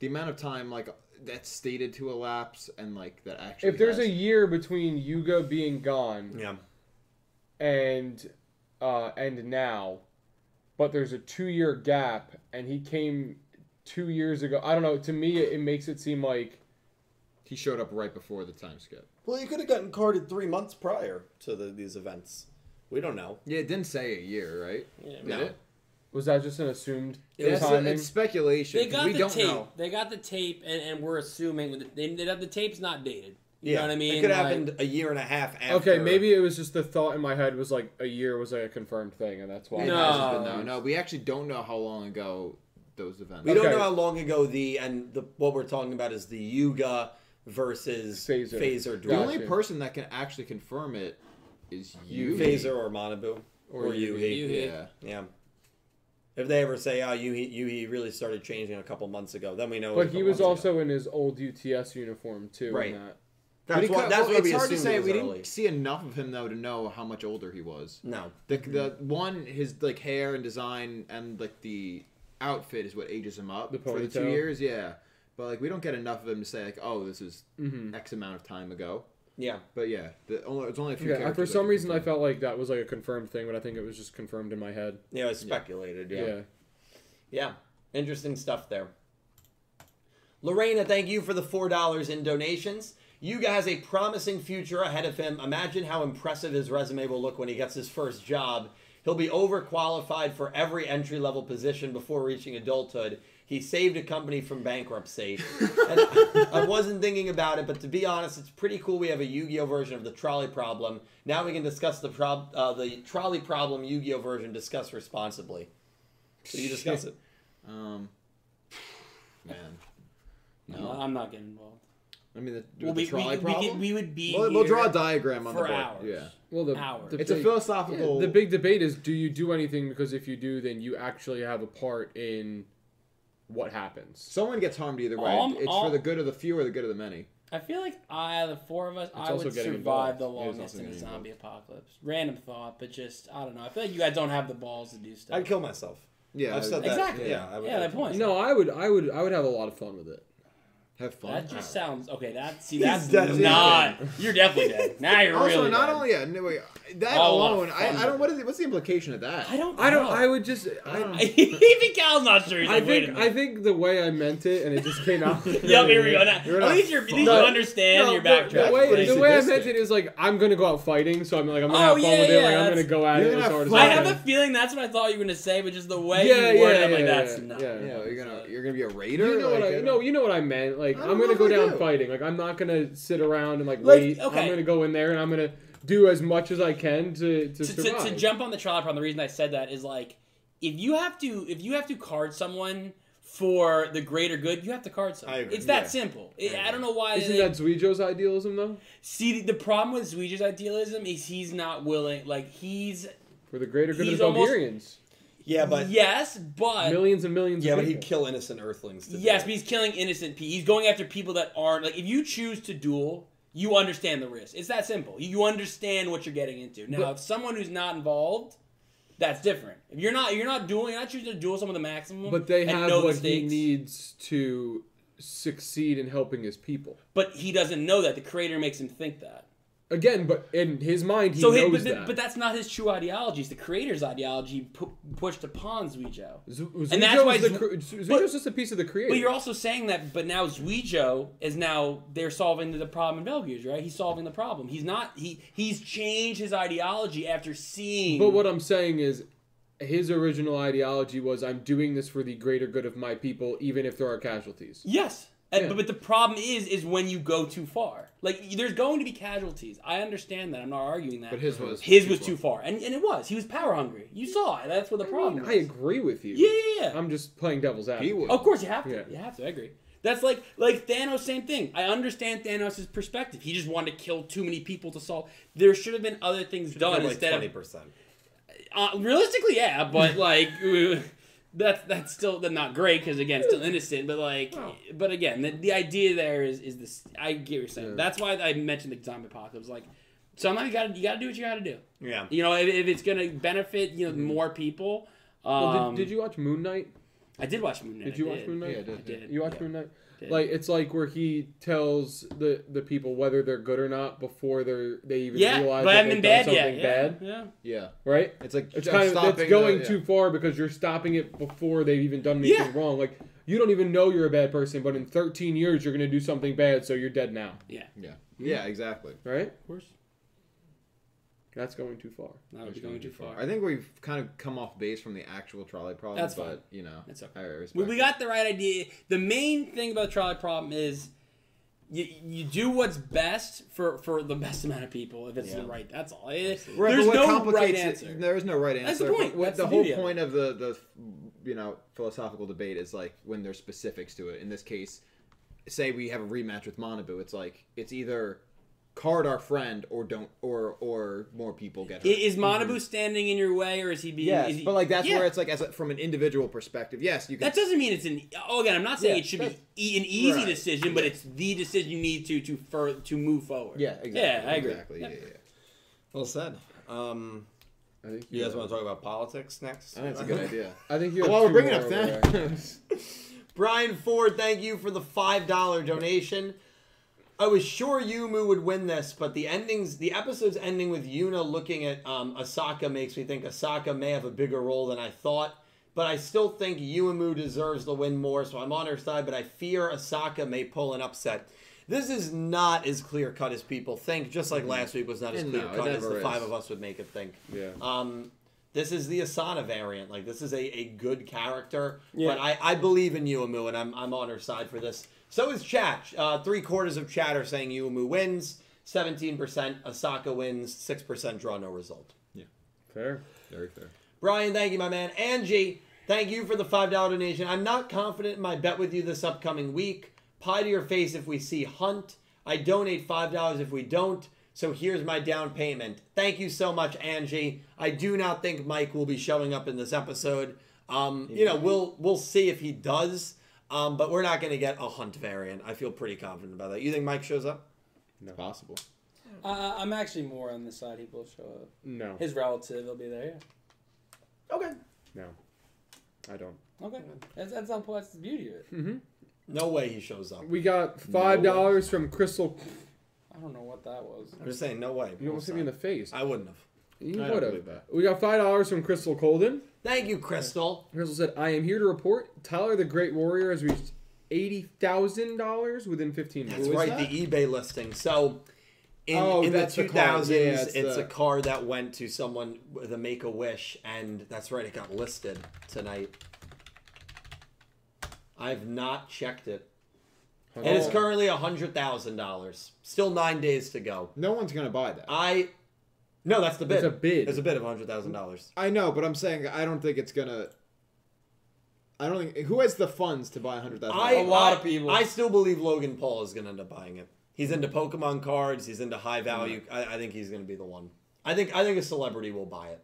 [SPEAKER 3] the amount of time like that's stated to elapse and like that actually.
[SPEAKER 1] If there's a
[SPEAKER 3] has-
[SPEAKER 1] year between Yuga being gone
[SPEAKER 4] yeah,
[SPEAKER 1] and uh, and now, but there's a two year gap, and he came two years ago. I don't know. To me, it, it makes it seem like
[SPEAKER 3] he showed up right before the time skip.
[SPEAKER 4] Well, you could have gotten carded three months prior to the, these events. We don't know.
[SPEAKER 3] Yeah, it didn't say a year, right? Yeah,
[SPEAKER 4] No.
[SPEAKER 1] was that just an assumed
[SPEAKER 3] It's,
[SPEAKER 1] timing?
[SPEAKER 3] it's speculation.
[SPEAKER 2] They
[SPEAKER 3] 'cause
[SPEAKER 2] got
[SPEAKER 3] we
[SPEAKER 2] the
[SPEAKER 3] don't
[SPEAKER 2] tape.
[SPEAKER 3] know.
[SPEAKER 2] They got the tape, and, and we're assuming that they, that the tape's not dated. You
[SPEAKER 4] yeah,
[SPEAKER 2] know what I mean?
[SPEAKER 4] It could have
[SPEAKER 2] Like,
[SPEAKER 4] happened a year and a half after.
[SPEAKER 1] Okay, maybe it was just the thought in my head was like a year was like a confirmed thing, and that's why.
[SPEAKER 3] It
[SPEAKER 2] No.
[SPEAKER 3] hasn't been known. no, we actually don't know how long ago those events.
[SPEAKER 4] we don't
[SPEAKER 1] Okay.
[SPEAKER 4] know how long ago the and the what we're talking about is the Yuga versus
[SPEAKER 1] Phaser.
[SPEAKER 4] Phaser,
[SPEAKER 3] The
[SPEAKER 4] duel.
[SPEAKER 1] Gotcha.
[SPEAKER 3] only person that can actually confirm it is you.
[SPEAKER 4] Phaser or Manabu or, Yuhi.
[SPEAKER 2] Yuhi.
[SPEAKER 3] Yeah.
[SPEAKER 4] Yeah. If they ever say, "Oh, Yuhi, Yuhi really started changing a couple months ago," then we know. it
[SPEAKER 1] But
[SPEAKER 4] a
[SPEAKER 1] he
[SPEAKER 4] couple
[SPEAKER 1] was
[SPEAKER 4] months ago.
[SPEAKER 1] also in his old UTS uniform too. in
[SPEAKER 4] Right.
[SPEAKER 1] that.
[SPEAKER 3] But
[SPEAKER 4] That's
[SPEAKER 3] he
[SPEAKER 4] why.
[SPEAKER 3] could-
[SPEAKER 4] That's
[SPEAKER 3] well,
[SPEAKER 4] why
[SPEAKER 3] it's
[SPEAKER 4] we
[SPEAKER 3] hard to
[SPEAKER 4] assumed
[SPEAKER 3] say.
[SPEAKER 4] it was
[SPEAKER 3] We
[SPEAKER 4] early.
[SPEAKER 3] didn't see enough of him though to know how much older he was.
[SPEAKER 4] No.
[SPEAKER 3] The, the one his like hair and design and like the outfit is what ages him up
[SPEAKER 1] The
[SPEAKER 3] for the two
[SPEAKER 1] ponytail.
[SPEAKER 3] years. Yeah, but like we don't get enough of him to say like, oh, this is
[SPEAKER 1] Mm-hmm. Mm.
[SPEAKER 3] X amount of time ago.
[SPEAKER 4] Yeah.
[SPEAKER 3] But yeah, the only it's only a few.
[SPEAKER 1] Okay, I, for
[SPEAKER 3] characters that
[SPEAKER 1] some
[SPEAKER 3] can
[SPEAKER 1] reason I
[SPEAKER 3] confirm.
[SPEAKER 1] felt like that was like a confirmed thing, but I think it was just confirmed in my head.
[SPEAKER 4] Yeah. It was speculated.
[SPEAKER 1] Yeah.
[SPEAKER 4] Yeah, interesting stuff there. Lorena, thank you for the $4 in donations. Yuga has a promising future ahead of him. Imagine how impressive his resume will look when he gets his first job. He'll be overqualified for every entry level position before reaching adulthood. He saved a company from bankruptcy. And I wasn't thinking about it, but to be honest, it's pretty cool. We have a Yu-Gi-Oh version of the trolley problem. Now we can discuss the prob- uh, the trolley problem Yu-Gi-Oh version. Discuss responsibly. So you discuss it.
[SPEAKER 3] Um, man,
[SPEAKER 2] No, I'm not getting involved.
[SPEAKER 3] I mean, the,
[SPEAKER 2] Well,
[SPEAKER 3] with the
[SPEAKER 2] we, we,
[SPEAKER 3] trolley
[SPEAKER 2] we,
[SPEAKER 3] problem.
[SPEAKER 2] could- we would be
[SPEAKER 3] we'll,
[SPEAKER 2] here
[SPEAKER 3] we'll draw a diagram on
[SPEAKER 2] for
[SPEAKER 3] the board.
[SPEAKER 2] hours.
[SPEAKER 3] Yeah,
[SPEAKER 1] Well, the,
[SPEAKER 2] Hour.
[SPEAKER 1] the
[SPEAKER 3] it's a
[SPEAKER 1] big-
[SPEAKER 3] philosophical.
[SPEAKER 1] yeah, the big debate is: Do you do anything because if you do, then you actually have a part in what happens.
[SPEAKER 3] Someone gets harmed either way.
[SPEAKER 2] Um,
[SPEAKER 3] it's for
[SPEAKER 2] um,
[SPEAKER 3] the good of the few or the good of the many.
[SPEAKER 2] I feel like I, the four of us, I
[SPEAKER 1] also
[SPEAKER 2] would
[SPEAKER 1] getting
[SPEAKER 2] survive
[SPEAKER 1] involved.
[SPEAKER 2] the
[SPEAKER 1] It is
[SPEAKER 2] longest
[SPEAKER 3] also
[SPEAKER 2] in the
[SPEAKER 3] getting
[SPEAKER 2] zombie apocalypse. Random thought, but just I don't know. I feel like you guys don't have the balls to do stuff.
[SPEAKER 4] I'd kill myself.
[SPEAKER 3] Yeah,
[SPEAKER 4] I've said that.
[SPEAKER 2] Exactly.
[SPEAKER 4] Yeah, I would-
[SPEAKER 2] yeah, that point.
[SPEAKER 1] No, I would, I would, I would have a lot of fun with it.
[SPEAKER 3] Have fun.
[SPEAKER 2] that just sounds okay. That see,
[SPEAKER 4] He's
[SPEAKER 2] that's
[SPEAKER 4] dead.
[SPEAKER 2] not. You're definitely dead. Now you're
[SPEAKER 3] also,
[SPEAKER 2] really.
[SPEAKER 3] not
[SPEAKER 2] dead.
[SPEAKER 3] only yeah, no, wait, that
[SPEAKER 2] Oh,
[SPEAKER 3] alone, I,
[SPEAKER 2] fun.
[SPEAKER 3] I don't. What is it, what's the implication of that?
[SPEAKER 2] I don't.
[SPEAKER 1] I don't.
[SPEAKER 2] Know.
[SPEAKER 1] I would just. I,
[SPEAKER 2] Even Cal's not sure. He's
[SPEAKER 1] I
[SPEAKER 2] like, Ah. wait a
[SPEAKER 1] think.
[SPEAKER 2] minute.
[SPEAKER 1] I think the way I meant it, and it just came out.
[SPEAKER 2] Yep, here we go. Now,
[SPEAKER 3] You're
[SPEAKER 2] at
[SPEAKER 3] not
[SPEAKER 2] least you're, at least you
[SPEAKER 1] No,
[SPEAKER 2] understand your
[SPEAKER 1] the-
[SPEAKER 2] backtrack.
[SPEAKER 1] The way,
[SPEAKER 3] Pretty
[SPEAKER 1] the way I meant
[SPEAKER 3] sadistic.
[SPEAKER 1] it is like I'm gonna go out fighting, so I'm like I'm gonna
[SPEAKER 2] Oh,
[SPEAKER 1] have fun
[SPEAKER 2] yeah,
[SPEAKER 1] with it.
[SPEAKER 2] yeah,
[SPEAKER 1] Like I'm gonna
[SPEAKER 2] that's-
[SPEAKER 1] go at
[SPEAKER 3] You're
[SPEAKER 1] it
[SPEAKER 3] gonna
[SPEAKER 1] as
[SPEAKER 3] have
[SPEAKER 1] hard as
[SPEAKER 3] fun.
[SPEAKER 2] I
[SPEAKER 1] can.
[SPEAKER 2] have a feeling that's what I thought you were gonna say, but just the way
[SPEAKER 1] Yeah,
[SPEAKER 2] you worded
[SPEAKER 1] yeah,
[SPEAKER 2] it, I'm like,
[SPEAKER 1] yeah,
[SPEAKER 2] that's
[SPEAKER 1] yeah,
[SPEAKER 2] not.
[SPEAKER 1] yeah.
[SPEAKER 3] You know, you're gonna you're gonna be a raider.
[SPEAKER 1] You know
[SPEAKER 3] like,
[SPEAKER 1] what I,
[SPEAKER 3] don't-
[SPEAKER 1] no, you know what I meant. Like
[SPEAKER 3] I don't
[SPEAKER 1] I'm
[SPEAKER 3] know
[SPEAKER 1] gonna
[SPEAKER 3] if
[SPEAKER 1] go
[SPEAKER 3] I
[SPEAKER 1] down
[SPEAKER 3] do.
[SPEAKER 1] fighting. Like I'm not gonna sit around and like,
[SPEAKER 2] Like,
[SPEAKER 1] wait.
[SPEAKER 2] okay.
[SPEAKER 1] I'm gonna go in there and I'm gonna do as much as I can to to,
[SPEAKER 2] to, to,
[SPEAKER 1] survive.
[SPEAKER 2] to jump on the trolley problem, the reason I said that is like if you have to if you have to card someone for the greater good, you have to card someone.
[SPEAKER 4] I agree,
[SPEAKER 2] It's that
[SPEAKER 4] yeah.
[SPEAKER 2] simple. I, I don't know why.
[SPEAKER 1] Isn't
[SPEAKER 2] they-
[SPEAKER 1] that Zuijo's idealism though?
[SPEAKER 2] see, the, the problem with Zuija's idealism is he's not willing. Like he's
[SPEAKER 1] For the greater good
[SPEAKER 2] He's
[SPEAKER 1] of the
[SPEAKER 2] almost-
[SPEAKER 1] Bulgarians,
[SPEAKER 4] Yeah, but
[SPEAKER 2] yes, but
[SPEAKER 1] millions and millions.
[SPEAKER 4] yeah,
[SPEAKER 1] of
[SPEAKER 4] but
[SPEAKER 1] people.
[SPEAKER 4] he'd kill innocent Earthlings. To do
[SPEAKER 2] yes,
[SPEAKER 4] it.
[SPEAKER 2] but he's killing innocent people. He's going after people that aren't like. If you choose to duel, you understand the risk. It's that simple. You understand what you're getting into. Now, if someone who's not involved. That's different. If you're not you're not dueling, you're not choosing to duel someone with a maximum.
[SPEAKER 1] But they
[SPEAKER 2] and
[SPEAKER 1] have
[SPEAKER 2] no
[SPEAKER 1] what he
[SPEAKER 2] mistakes.
[SPEAKER 1] needs to succeed in helping his people.
[SPEAKER 2] But he doesn't know that. The creator makes him think that.
[SPEAKER 1] again, but in his mind, he
[SPEAKER 2] So, his,
[SPEAKER 1] knows
[SPEAKER 2] but,
[SPEAKER 1] that.
[SPEAKER 2] but that's not his true ideology. It's the creator's ideology pu- pushed upon Zuijo.
[SPEAKER 1] Z-
[SPEAKER 2] and that's why
[SPEAKER 1] the,
[SPEAKER 2] Zu-
[SPEAKER 1] cre- Z-
[SPEAKER 2] but-
[SPEAKER 1] Zuijo's just a piece of the creator.
[SPEAKER 2] But you're also saying that, but now Zuijo is now they're solving the problem in Belgium, right? He's solving the problem. He's not. He he's changed his ideology after seeing.
[SPEAKER 1] But what I'm saying is, his original ideology was, "I'm doing this for the greater good of my people, even if there are casualties."
[SPEAKER 2] Yes. And,
[SPEAKER 1] Yeah.
[SPEAKER 2] but, but the problem is, is when you go too far. Like there's going to be casualties. I understand that. I'm not arguing that.
[SPEAKER 3] But his was
[SPEAKER 2] his was too far, and and it was. He was power hungry. You saw it. That's what the problem.
[SPEAKER 1] I
[SPEAKER 2] was.
[SPEAKER 1] agree with you.
[SPEAKER 2] Yeah, yeah, yeah.
[SPEAKER 1] I'm just playing devil's advocate.
[SPEAKER 3] He would.
[SPEAKER 2] Of course, you have to.
[SPEAKER 1] Yeah.
[SPEAKER 2] You have to. I agree. That's like like Thanos. Same thing. I understand Thanos' perspective. He just wanted to kill too many people to solve. There should have been other things done
[SPEAKER 4] Like
[SPEAKER 2] instead
[SPEAKER 4] twenty
[SPEAKER 2] of
[SPEAKER 4] percent.
[SPEAKER 2] uh, realistically, yeah, but like that's that's still not great because again, still innocent. But like, but again, the, the idea there is is this. I get what you're saying. That's why I mentioned the zombie apocalypse. Like, sometimes you got to you got to do what you got to do.
[SPEAKER 4] Yeah.
[SPEAKER 2] You know, if, if it's gonna benefit you know more people. Um,
[SPEAKER 1] Mm-hmm. Well, Oh, did, did you watch Moon Knight?
[SPEAKER 2] I did watch Moon Knight.
[SPEAKER 1] Did you
[SPEAKER 2] I
[SPEAKER 1] watch Moon Knight?
[SPEAKER 3] Yeah, I did.
[SPEAKER 2] I did.
[SPEAKER 1] You watch
[SPEAKER 2] yeah.
[SPEAKER 1] Moon Knight?
[SPEAKER 2] Did.
[SPEAKER 1] Like it's like where he tells the the people whether they're good or not before they're they even
[SPEAKER 2] Yeah,
[SPEAKER 1] realize
[SPEAKER 2] but I
[SPEAKER 1] that
[SPEAKER 2] haven't been
[SPEAKER 1] they've
[SPEAKER 2] bad
[SPEAKER 1] done
[SPEAKER 2] yet.
[SPEAKER 1] something
[SPEAKER 2] Yeah,
[SPEAKER 1] bad,
[SPEAKER 2] yeah.
[SPEAKER 3] Yeah,
[SPEAKER 1] right?
[SPEAKER 3] it's like
[SPEAKER 1] It's
[SPEAKER 3] uh,
[SPEAKER 1] kind of
[SPEAKER 3] stopping
[SPEAKER 1] it's going
[SPEAKER 3] the- yeah.
[SPEAKER 1] too far because you're stopping it before they've even done anything
[SPEAKER 2] Yeah.
[SPEAKER 1] wrong. Like you don't even know you're a bad person, but in 13 years you're gonna do something bad, so you're dead now,
[SPEAKER 3] Yeah, yeah, exactly.
[SPEAKER 1] right?
[SPEAKER 2] Of course,
[SPEAKER 1] That's going too far.
[SPEAKER 2] that would be going too far.
[SPEAKER 3] I think we've kind of come off base from the actual trolley problem.
[SPEAKER 2] That's
[SPEAKER 3] but,
[SPEAKER 2] fine.
[SPEAKER 3] You know,
[SPEAKER 2] That's okay.
[SPEAKER 3] I respect
[SPEAKER 2] We, we
[SPEAKER 3] it.
[SPEAKER 2] got the right idea. The main thing about the trolley problem is you, you do what's best for, for the best amount of people if it's the right. That's all. Eh,
[SPEAKER 3] Right, but
[SPEAKER 2] There's
[SPEAKER 3] what
[SPEAKER 2] no
[SPEAKER 3] complicates
[SPEAKER 2] right
[SPEAKER 3] it-
[SPEAKER 2] answer.
[SPEAKER 3] there is no right answer.
[SPEAKER 2] That's the point.
[SPEAKER 3] But what
[SPEAKER 2] That's
[SPEAKER 3] the,
[SPEAKER 2] the
[SPEAKER 3] whole
[SPEAKER 2] beauty of it.
[SPEAKER 3] point of the the you know philosophical debate is like when there's specifics to it. In this case, say we have a rematch with Monabu, it's like it's either card our friend or don't or or more people get
[SPEAKER 2] I-
[SPEAKER 3] hurt.
[SPEAKER 2] Is Monabu standing in your way or is he being?
[SPEAKER 3] Mm-hmm. yes,
[SPEAKER 2] is he-
[SPEAKER 3] but like that's
[SPEAKER 2] Yeah.
[SPEAKER 3] where it's like as a, from an individual perspective. Yes, you can.
[SPEAKER 2] That doesn't mean it's an. Oh, again, I'm not saying
[SPEAKER 3] Yeah,
[SPEAKER 2] it should
[SPEAKER 3] that's-
[SPEAKER 2] be e- an easy
[SPEAKER 3] Right.
[SPEAKER 2] decision, but
[SPEAKER 3] Yeah.
[SPEAKER 2] it's the decision you need to to fur, to move forward.
[SPEAKER 3] yeah, exactly.
[SPEAKER 2] Yeah, I agree.
[SPEAKER 3] Exactly.
[SPEAKER 2] Yeah.
[SPEAKER 3] Yeah, yeah.
[SPEAKER 4] Well said. Um,
[SPEAKER 1] I think
[SPEAKER 4] you guys want to talk about politics next?
[SPEAKER 3] I think it's a good idea.
[SPEAKER 1] I think you. have
[SPEAKER 3] well, we're
[SPEAKER 1] two
[SPEAKER 3] bringing
[SPEAKER 1] more
[SPEAKER 3] up
[SPEAKER 1] over there.
[SPEAKER 3] that.
[SPEAKER 4] Brian Ford, thank you for the five dollar donation. I was sure Yumu would win this, but the endings, the episodes ending with Yuna looking at um, Asaka makes me think Asaka may have a bigger role than I thought. But I still think Yumu deserves the win more, so I'm on her side. But I fear Asaka may pull an upset. This is not as clear cut as people think. Just like last week was not as
[SPEAKER 3] Mm-hmm. No,
[SPEAKER 4] clear
[SPEAKER 3] it
[SPEAKER 4] cut as
[SPEAKER 3] never
[SPEAKER 4] the
[SPEAKER 3] is.
[SPEAKER 4] five of us would make it think.
[SPEAKER 1] Yeah.
[SPEAKER 4] Um, this is the Asana variant. Like this is a, a good character.
[SPEAKER 2] Yeah.
[SPEAKER 4] But I, I believe in Uemu and I'm I'm on her side for this. So is chat. Uh, three quarters of chat are saying Uemu wins. Seventeen percent Asaka wins. Six percent draw no result.
[SPEAKER 1] Fair.
[SPEAKER 3] Very fair.
[SPEAKER 4] Brian, thank you, my man. Angie, thank you for the $5 donation. I'm not confident in my bet with you this upcoming week. Pie to your face if we see Hunt. I donate $5 if we don't. So here's my down payment. Thank you so much, Angie. I do not think Mike will be showing up in this episode. Um, you know, we'll we'll see if he does. Um, but we're not going to get a Hunt variant. I feel pretty confident about that. You think Mike shows up?
[SPEAKER 3] It's possible.
[SPEAKER 2] Uh, I'm actually more on the side he will show up.
[SPEAKER 1] No,
[SPEAKER 2] His relative will be there.
[SPEAKER 4] Okay.
[SPEAKER 1] no, I don't.
[SPEAKER 2] Yeah. Okay, that's that's, not, that's the beauty of it.
[SPEAKER 4] No way he shows up.
[SPEAKER 1] We got five dollars from Crystal.
[SPEAKER 2] I don't know what that was.
[SPEAKER 4] I'm just saying, no way.
[SPEAKER 1] You almost hit me in the face.
[SPEAKER 4] I wouldn't have.
[SPEAKER 1] You
[SPEAKER 3] I don't
[SPEAKER 1] would have.
[SPEAKER 3] believe that.
[SPEAKER 1] We got five dollars from Crystal Colden.
[SPEAKER 4] Thank you, Crystal.
[SPEAKER 1] Crystal said, "I am here to report Tyler the Great Warrior has reached eighty thousand dollars within fifteen
[SPEAKER 4] That's
[SPEAKER 1] minutes."
[SPEAKER 3] Who is
[SPEAKER 4] right,
[SPEAKER 3] that?
[SPEAKER 4] the eBay listing. So in,
[SPEAKER 3] Oh,
[SPEAKER 4] in the
[SPEAKER 3] that's the
[SPEAKER 4] 2000s,
[SPEAKER 3] card. Yeah,
[SPEAKER 4] it's,
[SPEAKER 3] it's the-
[SPEAKER 4] a car that went to someone with a Make a Wish, and that's right, it got listed tonight. I've not checked it. And it's currently $100,000. Still nine days to go.
[SPEAKER 3] No one's gonna buy that.
[SPEAKER 4] I. No, that's the bid.
[SPEAKER 1] It's a bid.
[SPEAKER 4] It's a bid of $100,000.
[SPEAKER 3] I know, but I'm saying I don't think it's gonna. I don't think who has the funds to buy a hundred thousand.
[SPEAKER 4] I,
[SPEAKER 2] A lot
[SPEAKER 4] I-
[SPEAKER 2] of people.
[SPEAKER 4] I still believe Logan Paul is going to end up buying it. He's into Pokemon cards. He's into high value. I, I think he's going to be the one. I think I think a celebrity will buy it.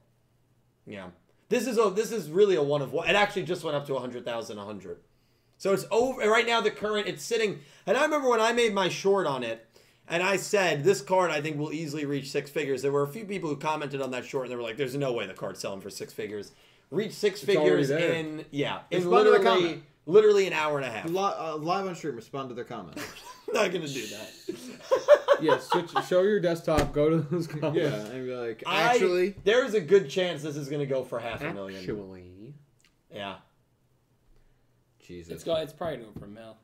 [SPEAKER 4] Yeah, this is a this is really a one of one. It actually just went up to a hundred thousand, a hundred. So it's over right now. The current it's sitting, and I remember when I made my short on it, and I said this card I think will easily reach six figars. There were a few people who commented on that short, and they were like, "There's no way the card's selling for six figures." Reach six
[SPEAKER 1] already
[SPEAKER 4] figures
[SPEAKER 1] there.
[SPEAKER 4] in yeah in
[SPEAKER 3] Respond to the
[SPEAKER 4] literally
[SPEAKER 3] comment.
[SPEAKER 4] literally an hour and a half.
[SPEAKER 3] Li- uh, live on stream, respond to their comments.
[SPEAKER 4] I'm not gonna do that.
[SPEAKER 1] yeah, switch, show your desktop. Go to those comments.
[SPEAKER 3] Yeah, and be like, actually,
[SPEAKER 4] I, there's a good chance this is going to go for half a million.
[SPEAKER 2] Actually,
[SPEAKER 4] Yeah.
[SPEAKER 3] Jesus,
[SPEAKER 2] it's got. It's probably an Oprah Mel.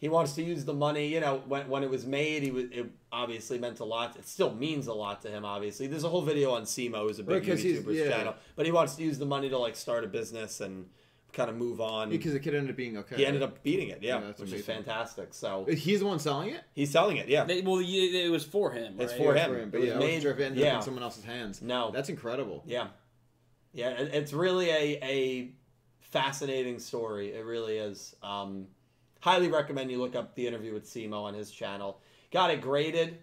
[SPEAKER 4] He wants to use the money, you know, when, when it was made, he was it obviously meant a lot. It still means a lot to him, obviously. There's a whole video on Simo, who's a big
[SPEAKER 3] Right, 'cause he's-
[SPEAKER 4] YouTuber's
[SPEAKER 3] yeah.
[SPEAKER 4] channel. But he wants to use the money to like start a business and kind of move on.
[SPEAKER 3] because the kid ended up being okay.
[SPEAKER 4] he ended up beating it, yeah,
[SPEAKER 3] Yeah, that's
[SPEAKER 4] which is
[SPEAKER 3] amazing.
[SPEAKER 4] fantastic. So
[SPEAKER 3] He's the one selling it.
[SPEAKER 4] he's selling it, yeah.
[SPEAKER 2] They, well, you, it was for him.
[SPEAKER 4] It's
[SPEAKER 2] right?
[SPEAKER 4] for him.
[SPEAKER 3] but
[SPEAKER 4] It was
[SPEAKER 3] yeah, I wasn't
[SPEAKER 4] made-
[SPEAKER 3] sure if it ended up
[SPEAKER 4] yeah.
[SPEAKER 3] in someone else's hands.
[SPEAKER 4] No.
[SPEAKER 3] that's incredible.
[SPEAKER 4] Yeah. Yeah, it- it's really a, a fascinating story. It really is. Um, highly recommend you look up the interview with Simo on his channel. Got it graded.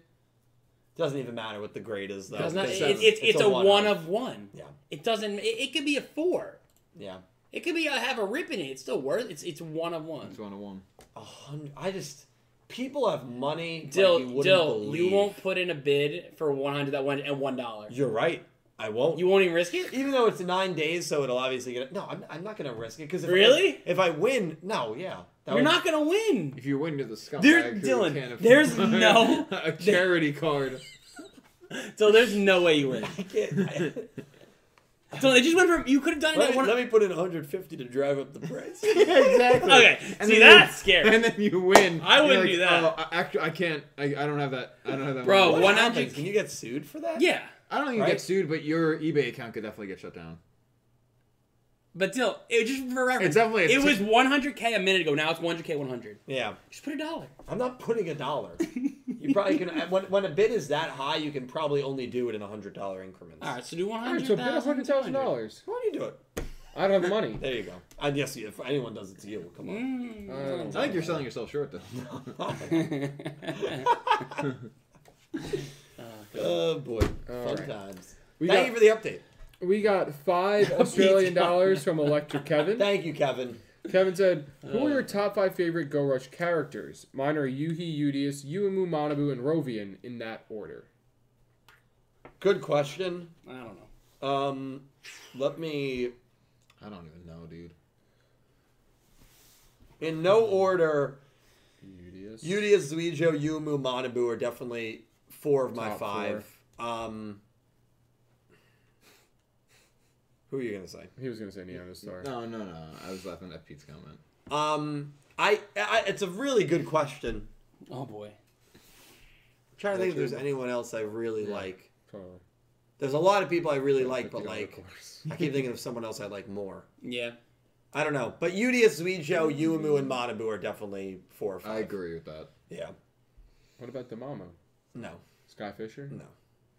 [SPEAKER 4] Doesn't even matter what the grade is, though.
[SPEAKER 2] Does not,
[SPEAKER 4] because
[SPEAKER 2] it, it's, it's, a, one,
[SPEAKER 4] one-off.
[SPEAKER 2] of one.
[SPEAKER 4] Yeah.
[SPEAKER 2] It doesn't. It, it could be a four.
[SPEAKER 4] Yeah.
[SPEAKER 2] It could be a, have a rip in it. It's still worth. It's it's one of one.
[SPEAKER 3] It's one on one.
[SPEAKER 4] A hundred, I just. People have money.
[SPEAKER 2] Dill,
[SPEAKER 4] like you wouldn't
[SPEAKER 2] Dill,
[SPEAKER 4] believe.
[SPEAKER 2] you won't put in a bid for one hundred that went and one dollar.
[SPEAKER 4] You're right. I won't.
[SPEAKER 2] You won't even risk it.
[SPEAKER 4] even though it's nine days, so it'll obviously get. No, I'm, I'm not going to risk it because if
[SPEAKER 2] Really?
[SPEAKER 4] I, if I win, no, yeah, that
[SPEAKER 2] You're
[SPEAKER 4] would-
[SPEAKER 2] not gonna win.
[SPEAKER 3] If you win, you're the scumbag.
[SPEAKER 2] There-
[SPEAKER 3] who
[SPEAKER 2] Dylan,
[SPEAKER 3] can't afford
[SPEAKER 2] there's no-
[SPEAKER 3] a charity card.
[SPEAKER 2] So there's no way you win.
[SPEAKER 4] I can't.
[SPEAKER 2] So it just went from you could have done it
[SPEAKER 4] Let
[SPEAKER 2] at
[SPEAKER 4] me,
[SPEAKER 2] one.
[SPEAKER 4] let me put in 150 to drive up the price.
[SPEAKER 3] exactly.
[SPEAKER 2] Okay,
[SPEAKER 3] And
[SPEAKER 2] see
[SPEAKER 3] then you-
[SPEAKER 2] that's scary,
[SPEAKER 3] And then you win.
[SPEAKER 2] I
[SPEAKER 3] You're
[SPEAKER 2] wouldn't
[SPEAKER 3] like,
[SPEAKER 2] do that.
[SPEAKER 3] Oh, I, actually, I can't. I, I don't have that. I don't have that.
[SPEAKER 4] What
[SPEAKER 2] Bro,
[SPEAKER 3] money.
[SPEAKER 2] Oh, One
[SPEAKER 4] happens?
[SPEAKER 2] hundred.
[SPEAKER 4] Can you get sued for that?
[SPEAKER 2] Yeah,
[SPEAKER 3] I don't think you
[SPEAKER 4] right?
[SPEAKER 3] get sued, but your eBay account could definitely get shut down.
[SPEAKER 2] but Dill, it was just for reference.
[SPEAKER 3] It's definitely a
[SPEAKER 2] it
[SPEAKER 3] t-
[SPEAKER 2] was one hundred k a minute ago. Now it's one hundred k one hundred.
[SPEAKER 4] Yeah.
[SPEAKER 2] Just put a dollar.
[SPEAKER 4] I'm not putting a dollar. You probably can. uh, When, when a bid is that high, you can probably only do it in $100 increments.
[SPEAKER 2] All right, so do one
[SPEAKER 1] All right,
[SPEAKER 2] hundred.
[SPEAKER 1] so bid hundred thousand dollars.
[SPEAKER 4] Why don't you do it?
[SPEAKER 1] I don't have money.
[SPEAKER 4] There you go. I guess if anyone does it to you, come on.
[SPEAKER 1] Uh,
[SPEAKER 3] I think you're selling yourself short, though.
[SPEAKER 2] Mm.
[SPEAKER 4] Oh, boy. Fun
[SPEAKER 1] right.
[SPEAKER 4] times.
[SPEAKER 1] We
[SPEAKER 4] Thank
[SPEAKER 1] got-
[SPEAKER 4] you for the update.
[SPEAKER 1] we got five Australian dollars from Electric Kevin.
[SPEAKER 4] Thank you, Kevin.
[SPEAKER 1] Kevin said, "Who are your
[SPEAKER 4] Uh.
[SPEAKER 1] top five favorite Go Rush characters? Mine are Yuhi, Udius, Uemu, Manabu, and Rovian in that order."
[SPEAKER 4] Good question.
[SPEAKER 2] I don't know.
[SPEAKER 4] Um, let me,
[SPEAKER 3] I don't even know, dude.
[SPEAKER 4] in no order,
[SPEAKER 1] Udius.
[SPEAKER 4] Yudia, Zuijo, Yumu, Manabu are definitely four of my
[SPEAKER 1] Top
[SPEAKER 4] five. Um, who are you gonna say?
[SPEAKER 1] he was gonna say Neon Star.
[SPEAKER 3] No, no, no. I was laughing at Pete's comment.
[SPEAKER 4] Um, I, I it's a really good question.
[SPEAKER 2] Oh boy.
[SPEAKER 4] I'm trying to think if there's anyone else I really like.
[SPEAKER 1] Probably.
[SPEAKER 4] There's a lot of people I really like, but
[SPEAKER 1] $50
[SPEAKER 4] like
[SPEAKER 1] course.
[SPEAKER 4] I keep thinking of someone else I like more.
[SPEAKER 2] Yeah.
[SPEAKER 4] I don't know, but Yudia, Zuijo, Yumu, and Manabu are definitely four or five.
[SPEAKER 3] I agree with that.
[SPEAKER 4] Yeah.
[SPEAKER 1] What about the Mama?
[SPEAKER 4] No.
[SPEAKER 1] Sky Fisher?
[SPEAKER 4] No.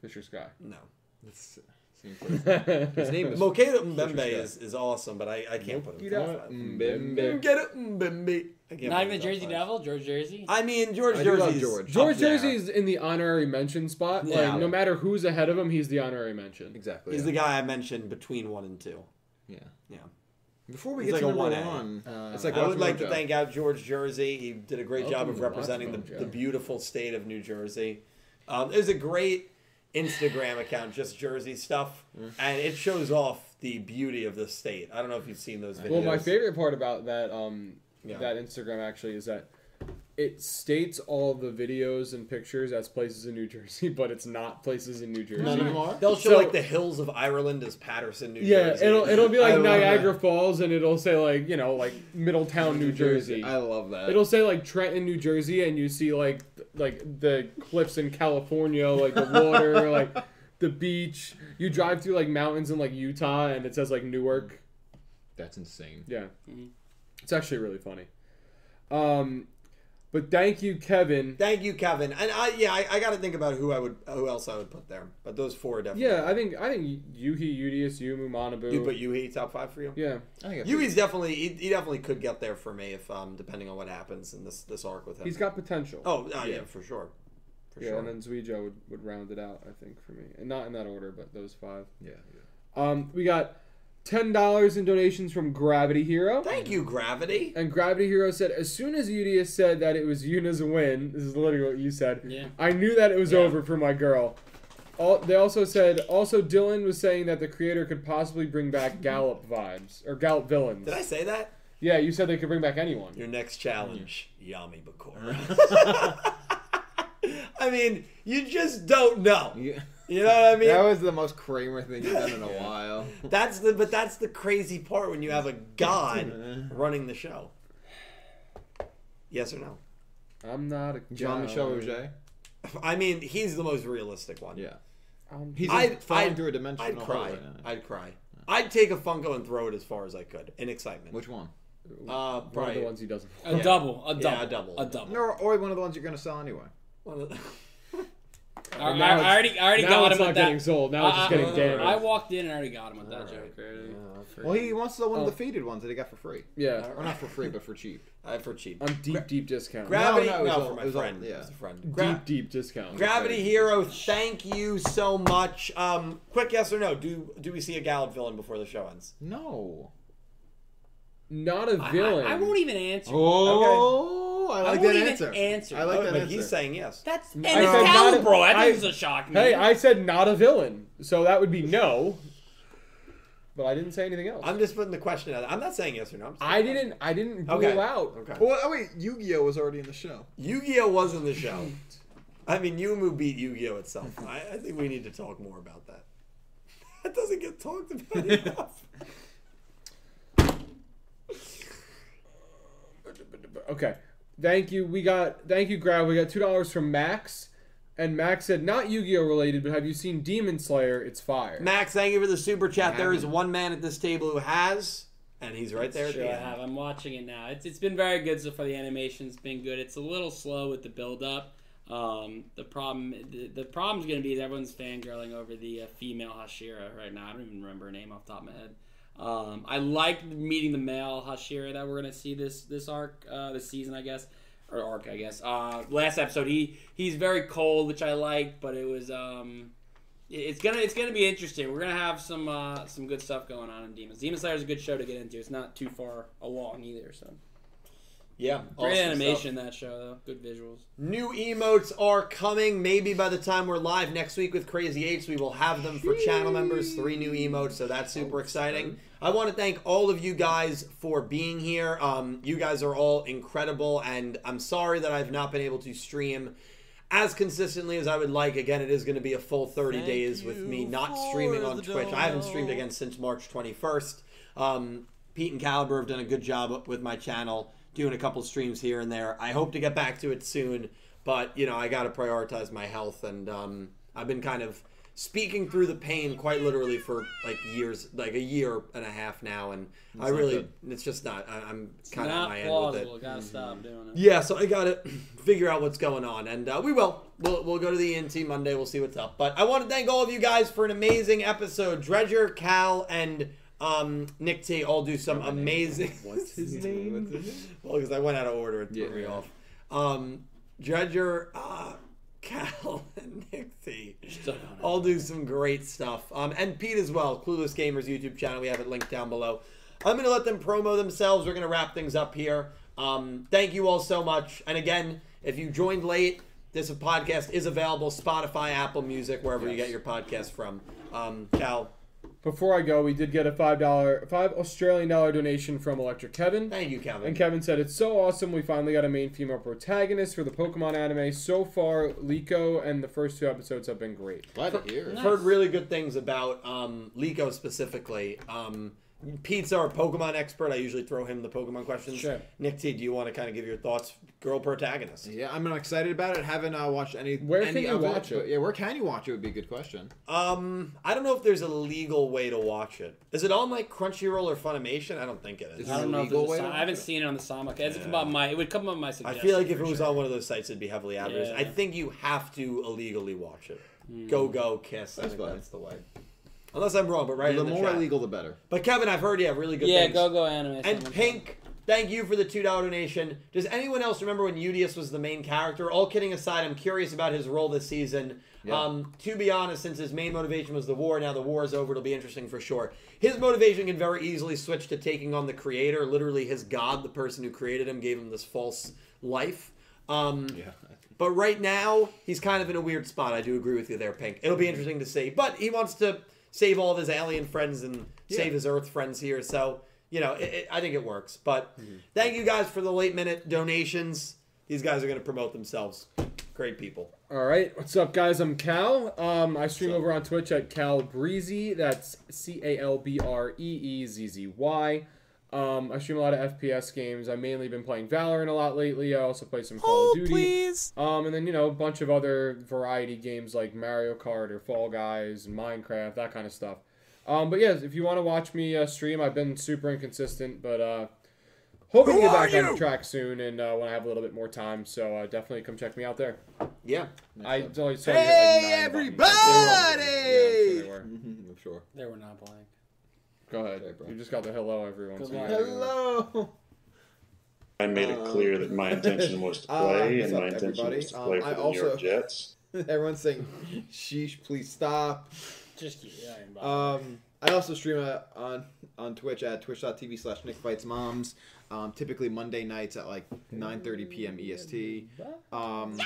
[SPEAKER 1] Fisher Sky.
[SPEAKER 4] No.
[SPEAKER 3] That's, seems pretty- His name is
[SPEAKER 4] Mokeda Mbembe is, is awesome, but I, I can't put him.
[SPEAKER 1] Mokeda
[SPEAKER 4] top five.
[SPEAKER 3] Mbembe.
[SPEAKER 4] Get it, Mbembe. I can't
[SPEAKER 2] Not
[SPEAKER 4] put him
[SPEAKER 2] even
[SPEAKER 4] top
[SPEAKER 2] Jersey
[SPEAKER 4] five.
[SPEAKER 2] Devil, George Jersey.
[SPEAKER 4] I mean, George
[SPEAKER 3] I do
[SPEAKER 4] Jersey's.
[SPEAKER 3] love George.
[SPEAKER 1] George
[SPEAKER 4] up there.
[SPEAKER 1] Jersey is in the honorary mention spot.
[SPEAKER 4] Yeah.
[SPEAKER 1] Like, no matter who's ahead of him, he's the honorary mention.
[SPEAKER 3] Exactly.
[SPEAKER 4] He's
[SPEAKER 3] yeah.
[SPEAKER 4] the guy I mentioned between one and two.
[SPEAKER 3] Yeah.
[SPEAKER 4] Yeah.
[SPEAKER 3] Before we
[SPEAKER 4] He's
[SPEAKER 3] get
[SPEAKER 4] like
[SPEAKER 3] to
[SPEAKER 4] a
[SPEAKER 3] number
[SPEAKER 4] 1A.
[SPEAKER 3] one,
[SPEAKER 1] Uh,
[SPEAKER 3] it's like
[SPEAKER 4] I would
[SPEAKER 3] Watson
[SPEAKER 4] like to
[SPEAKER 3] Mojo.
[SPEAKER 4] thank out George Jersey. He did a great job
[SPEAKER 1] Welcome
[SPEAKER 4] of
[SPEAKER 1] to Watson
[SPEAKER 4] representing the,
[SPEAKER 1] Mojo.
[SPEAKER 4] the beautiful state of New Jersey. Um, there's a great Instagram account, just Jersey stuff, and it shows off the beauty of the state. I don't know if you've seen those videos.
[SPEAKER 1] Well, my favorite part about that um,
[SPEAKER 4] Yeah.
[SPEAKER 1] that Instagram actually is that it states all the videos and pictures as places in New Jersey, but it's not places in New Jersey.
[SPEAKER 3] None of them are?
[SPEAKER 4] They'll show
[SPEAKER 1] So-
[SPEAKER 4] like the hills of Ireland as Patterson, New
[SPEAKER 1] Yeah,
[SPEAKER 4] Jersey.
[SPEAKER 1] it'll it'll be
[SPEAKER 3] I
[SPEAKER 1] like
[SPEAKER 3] love that.
[SPEAKER 1] Niagara Falls, and it'll say like you know like Middletown, New Jersey.
[SPEAKER 3] I love that.
[SPEAKER 1] It'll say like Trenton, New Jersey, and you see like th- like the cliffs in California, like the water, like the beach. You drive through like mountains in like Utah, and it says like Newark.
[SPEAKER 3] That's insane.
[SPEAKER 1] Yeah,
[SPEAKER 4] Mm-hmm.
[SPEAKER 1] it's actually really funny. Um, but thank you, Kevin.
[SPEAKER 4] Thank you, Kevin. And I yeah, I, I got to think about who I would, who else I would put there. But those four are definitely.
[SPEAKER 1] Yeah, I think I think Yuhi, Udius, Yumu, Manabu.
[SPEAKER 4] You put Yuhi top five for you.
[SPEAKER 1] yeah,
[SPEAKER 3] I think I
[SPEAKER 4] Yuhi's definitely he, he definitely could get there for me if um depending on what happens in this this arc with him.
[SPEAKER 1] he's got potential.
[SPEAKER 4] oh, oh yeah. for sure, for
[SPEAKER 1] yeah,
[SPEAKER 4] sure.
[SPEAKER 1] and then Zuijo would, would round it out, I think, for me, and not in that order, but those five.
[SPEAKER 3] Yeah. yeah.
[SPEAKER 1] Um, we got ten dollars in donations from Gravity Hero.
[SPEAKER 4] Thank you, Gravity.
[SPEAKER 1] And Gravity Hero said, as soon as Udius said that it was Yuna's win, this is literally what you said.
[SPEAKER 2] Yeah.
[SPEAKER 1] I knew that it was over for my girl. All, they also said, also Dylan was saying that the creator could possibly bring back Gallop vibes or Gallop villains.
[SPEAKER 4] Did I say that?
[SPEAKER 1] Yeah, you said they could bring back anyone.
[SPEAKER 4] Your next challenge, Yami Bakura. I mean, you just don't know.
[SPEAKER 3] Yeah.
[SPEAKER 4] You know what I mean?
[SPEAKER 3] That was the most Kramer thing you've done in a while.
[SPEAKER 4] That's the but that's the crazy part when you have a god running the show. Yes or no?
[SPEAKER 1] I'm not a
[SPEAKER 3] Jean Michel
[SPEAKER 1] guy.
[SPEAKER 3] Rouget.
[SPEAKER 4] I mean, he's the most realistic one.
[SPEAKER 3] Yeah.
[SPEAKER 1] I'm-
[SPEAKER 3] He's
[SPEAKER 4] I'd-
[SPEAKER 3] just falling
[SPEAKER 4] I'd-
[SPEAKER 3] through a dimensional
[SPEAKER 4] I'd
[SPEAKER 3] hole
[SPEAKER 4] cry.
[SPEAKER 3] right now.
[SPEAKER 4] I'd cry. I'd take a Funko and throw it as far as I could in excitement.
[SPEAKER 3] Which one?
[SPEAKER 4] uh,
[SPEAKER 1] One of
[SPEAKER 4] probably
[SPEAKER 1] the ones he doesn't.
[SPEAKER 2] A double, a double,
[SPEAKER 4] Yeah,
[SPEAKER 2] a
[SPEAKER 4] a
[SPEAKER 2] double,
[SPEAKER 4] double.
[SPEAKER 2] a double.
[SPEAKER 3] No, or one of the ones you're gonna sell anyway.
[SPEAKER 4] one of the-
[SPEAKER 2] I,
[SPEAKER 1] now
[SPEAKER 2] I- I
[SPEAKER 1] it's-
[SPEAKER 2] already, I already
[SPEAKER 1] now
[SPEAKER 2] got
[SPEAKER 1] it's
[SPEAKER 2] him
[SPEAKER 1] not
[SPEAKER 2] with
[SPEAKER 1] getting
[SPEAKER 2] that. Uh,
[SPEAKER 1] sold. Now it's just
[SPEAKER 2] I-
[SPEAKER 1] getting damaged.
[SPEAKER 2] I walked in and already got him with that joke.
[SPEAKER 4] Uh,
[SPEAKER 2] already.
[SPEAKER 3] Well, he wants the one
[SPEAKER 1] Oh.
[SPEAKER 3] of the defeated ones that he got for free,
[SPEAKER 1] yeah,
[SPEAKER 3] or not for free, but for cheap.
[SPEAKER 4] uh, for cheap.
[SPEAKER 1] on deep, deep discount.
[SPEAKER 4] Gravity.
[SPEAKER 3] no,
[SPEAKER 4] No,
[SPEAKER 3] it was
[SPEAKER 4] for
[SPEAKER 3] all-
[SPEAKER 4] my
[SPEAKER 3] it was all-
[SPEAKER 4] friend.
[SPEAKER 3] yeah.
[SPEAKER 4] It was a friend. Gra-
[SPEAKER 1] deep, deep discount.
[SPEAKER 4] Gravity Hero, thank you so much. Um, quick yes or no? Do do we see a Gallup villain before the show ends?
[SPEAKER 3] No.
[SPEAKER 1] Not a
[SPEAKER 2] I-
[SPEAKER 1] villain.
[SPEAKER 2] I, I won't even answer.
[SPEAKER 3] Oh, I like
[SPEAKER 2] won't
[SPEAKER 3] that
[SPEAKER 2] even
[SPEAKER 3] answer.
[SPEAKER 2] answer.
[SPEAKER 3] I like
[SPEAKER 4] Oh, But
[SPEAKER 3] that answer.
[SPEAKER 4] he's saying yes.
[SPEAKER 2] That's and
[SPEAKER 1] I said not a-
[SPEAKER 2] Excalibur. That
[SPEAKER 1] I-
[SPEAKER 2] doesn't shock me.
[SPEAKER 1] Hey,
[SPEAKER 4] Mm-hmm.
[SPEAKER 1] I said not a villain, so that would be no. But I didn't say anything else.
[SPEAKER 4] I'm just putting the question out. I'm not saying yes or no. I'm just-
[SPEAKER 1] I didn't. I didn't rule
[SPEAKER 4] Okay.
[SPEAKER 1] out.
[SPEAKER 4] Okay.
[SPEAKER 3] Well, oh wait, Yu-Gi-Oh was already in the show.
[SPEAKER 4] Yu-Gi-Oh was in the show. I mean, Yumu beat Yu-Gi-Oh itself. I, I think we need to talk more about that. That doesn't get talked about enough.
[SPEAKER 1] Okay. Thank you. We got thank you, Grav. We got two dollars from Max, and Max said not Yu-Gi-Oh related, but have you seen Demon Slayer? It's fire.
[SPEAKER 4] Max, thank you for the super chat. There is one man at this table who has, and he's right there at
[SPEAKER 2] Sure,
[SPEAKER 4] the
[SPEAKER 2] I
[SPEAKER 4] end.
[SPEAKER 2] have. I'm watching it now. It's, it's been very good so far. The animation's been good. It's a little slow with the build up. Um, the problem the, the problem's going to be is everyone's fangirling over the uh, female Hashira right now. I don't even remember her name off the top of my head. Um, I like meeting the male Hashira that we're going to see this this arc, uh, this season, I guess, or arc, I guess. Uh, last episode, he he's very cold, which I like, but it was um, it's gonna it's gonna be interesting. We're gonna have some uh, some good stuff going on in Demon Demon Slayer is a good show to get into. It's not too far along either. So
[SPEAKER 4] Yeah,
[SPEAKER 2] great
[SPEAKER 4] awesome
[SPEAKER 2] animation
[SPEAKER 4] stuff.
[SPEAKER 2] in that show though. Good visuals.
[SPEAKER 4] New emotes are coming. Maybe by the time we're live next week with Crazy Eights, we will have them for channel members. Three new emotes, so that's super exciting. I want to thank all of you guys for being here. Um, you guys are all incredible, and I'm sorry that I've not been able to stream as consistently as I would like. Again, it is going to be a full 30
[SPEAKER 5] Thank
[SPEAKER 4] days with me
[SPEAKER 5] you
[SPEAKER 4] not
[SPEAKER 5] for
[SPEAKER 4] streaming on
[SPEAKER 5] the
[SPEAKER 4] Twitch. I haven't streamed
[SPEAKER 5] dono.
[SPEAKER 4] again since March 21st. Um, Pete and Caliber have done a good job with my channel, doing a couple streams here and there. I hope to get back to it soon, but you know I got to prioritize my health, and um, I've been kind of speaking through the pain quite literally for like years, like a year and a half now, and I really it's just not. I, I'm kind of at
[SPEAKER 2] Not
[SPEAKER 4] my end with it.
[SPEAKER 2] plausible. Gotta stop doing it.
[SPEAKER 4] Yeah, so I gotta figure out what's going on, and uh, we will. We'll, we'll go to the ENT Monday. We'll see what's up. But I want to thank all of you guys for an amazing episode. Dredger, Cal, and um, Nick T all do some amazing. What's his name? well, because I went out of order. It threw me
[SPEAKER 3] Yeah.
[SPEAKER 4] off. Um, Dredger, uh, Cal, and Nick T
[SPEAKER 2] Still don't know.
[SPEAKER 4] all do some great stuff. Um, and Pete as well, Clueless Gamers YouTube channel. We have it linked down below. I'm going to let them promo themselves. We're going to wrap things up here. Um, thank you all so much. And again, if you joined late, this podcast is available Spotify, Apple Music, wherever you get your podcast from. Um, Cal,
[SPEAKER 1] Before I go, we did get a five dollar, five Australian dollar donation from Electric Kevin.
[SPEAKER 4] thank you, Kevin.
[SPEAKER 1] And Kevin said, It's so awesome we finally got a main female protagonist for the Pokemon anime. So far, Liko and the first two episodes have been great.
[SPEAKER 3] Glad to hear.
[SPEAKER 2] Nice.
[SPEAKER 4] heard really good things about um, Liko specifically. Um, Pete's our Pokemon expert. I usually throw him the Pokemon questions.
[SPEAKER 2] Sure.
[SPEAKER 4] Nick T, do you want to kind of give your thoughts, girl protagonist?
[SPEAKER 3] Yeah, I'm excited about it. Haven't uh, watched any.
[SPEAKER 1] Where
[SPEAKER 3] any
[SPEAKER 1] can you
[SPEAKER 3] of
[SPEAKER 1] watch it?
[SPEAKER 3] but Yeah, where can you watch it would be a good question.
[SPEAKER 4] Um, I don't know if there's a legal way to watch it. Is it on like Crunchyroll or Funimation? I don't think it is.
[SPEAKER 3] Is
[SPEAKER 2] I
[SPEAKER 3] it-
[SPEAKER 2] don't know if
[SPEAKER 3] Legal
[SPEAKER 2] there's a
[SPEAKER 3] way to
[SPEAKER 2] sign-
[SPEAKER 3] watch
[SPEAKER 2] I haven't
[SPEAKER 3] it?
[SPEAKER 2] seen it on the Sonic. It hasn't come up my. It would come up my
[SPEAKER 4] I
[SPEAKER 2] suggestion.
[SPEAKER 4] feel like if it
[SPEAKER 2] for
[SPEAKER 4] was
[SPEAKER 2] sure.
[SPEAKER 4] on one of those sites, it'd be heavily advertised. I
[SPEAKER 2] Yeah.
[SPEAKER 4] think you have to illegally watch it. Go go kiss. I
[SPEAKER 3] That's
[SPEAKER 4] think
[SPEAKER 3] fine.
[SPEAKER 4] that's the way. Unless I'm wrong, but right
[SPEAKER 3] the
[SPEAKER 4] in the
[SPEAKER 3] more
[SPEAKER 4] chat.
[SPEAKER 3] illegal, the better.
[SPEAKER 4] But Kevin, I've heard you have really good.
[SPEAKER 2] yeah,
[SPEAKER 4] things.
[SPEAKER 2] go go anime.
[SPEAKER 4] And Pink, thank you for the $2 donation. Does anyone else remember when Udius was the main character? All kidding aside, I'm curious about his role this season.
[SPEAKER 3] Yeah.
[SPEAKER 4] Um, to be honest, since his main motivation was the war, now the war is over, it'll be interesting for sure. His motivation can very easily switch to taking on the creator, literally his god, the person who created him, gave him this false life. Um, but right now, he's kind of in a weird spot. I do agree with you there, Pink. It'll be interesting to see. But he wants to save all of his alien friends and save his Earth friends here. So, you know, it, it, I think it works. But thank you guys for the late minute donations. These guys are going to promote themselves. Great people.
[SPEAKER 1] All right, what's up, guys? I'm Cal. Um, I stream over on Twitch at Cal Breezy. That's C A L B R E E Z Z Y. Um, I stream a lot of FPS games. I've mainly been playing Valorant a lot lately. I also play some Call of Duty.
[SPEAKER 5] please.
[SPEAKER 1] Um, and then you know a bunch of other variety games like Mario Kart or Fall Guys, and Minecraft, that kind of stuff. Um, but yeah, if you want to watch me uh, stream, I've been super inconsistent, but uh, hoping to get back on track soon and uh, when I have a little bit more time. So uh, definitely come check me out there.
[SPEAKER 4] Yeah.
[SPEAKER 1] I only started
[SPEAKER 3] Hey,
[SPEAKER 1] at, like, nine
[SPEAKER 3] everybody!
[SPEAKER 1] buttons. They were all- yeah, I'm sure they were.
[SPEAKER 3] I'm sure.
[SPEAKER 2] They were not blank.
[SPEAKER 1] Go ahead.
[SPEAKER 3] Okay, bro.
[SPEAKER 1] You just got the hello every once
[SPEAKER 2] Good
[SPEAKER 1] in a
[SPEAKER 2] luck.
[SPEAKER 1] while.
[SPEAKER 3] Hello.
[SPEAKER 12] I made it clear that my intention was to
[SPEAKER 3] Uh,
[SPEAKER 12] play,
[SPEAKER 3] what's
[SPEAKER 12] and my
[SPEAKER 3] up,
[SPEAKER 12] intention
[SPEAKER 3] everybody?
[SPEAKER 12] was to
[SPEAKER 3] Um,
[SPEAKER 12] play for
[SPEAKER 3] I
[SPEAKER 12] the
[SPEAKER 3] also-
[SPEAKER 12] New York Jets.
[SPEAKER 3] Everyone's saying, "Sheesh, please stop."
[SPEAKER 2] Just keep yeah, I ain't bothered.
[SPEAKER 3] Um, I also stream uh, on on Twitch at twitch.tv slash Nick Fights Moms. Um, typically Monday nights at like 9:30 p.m. EST. E Um,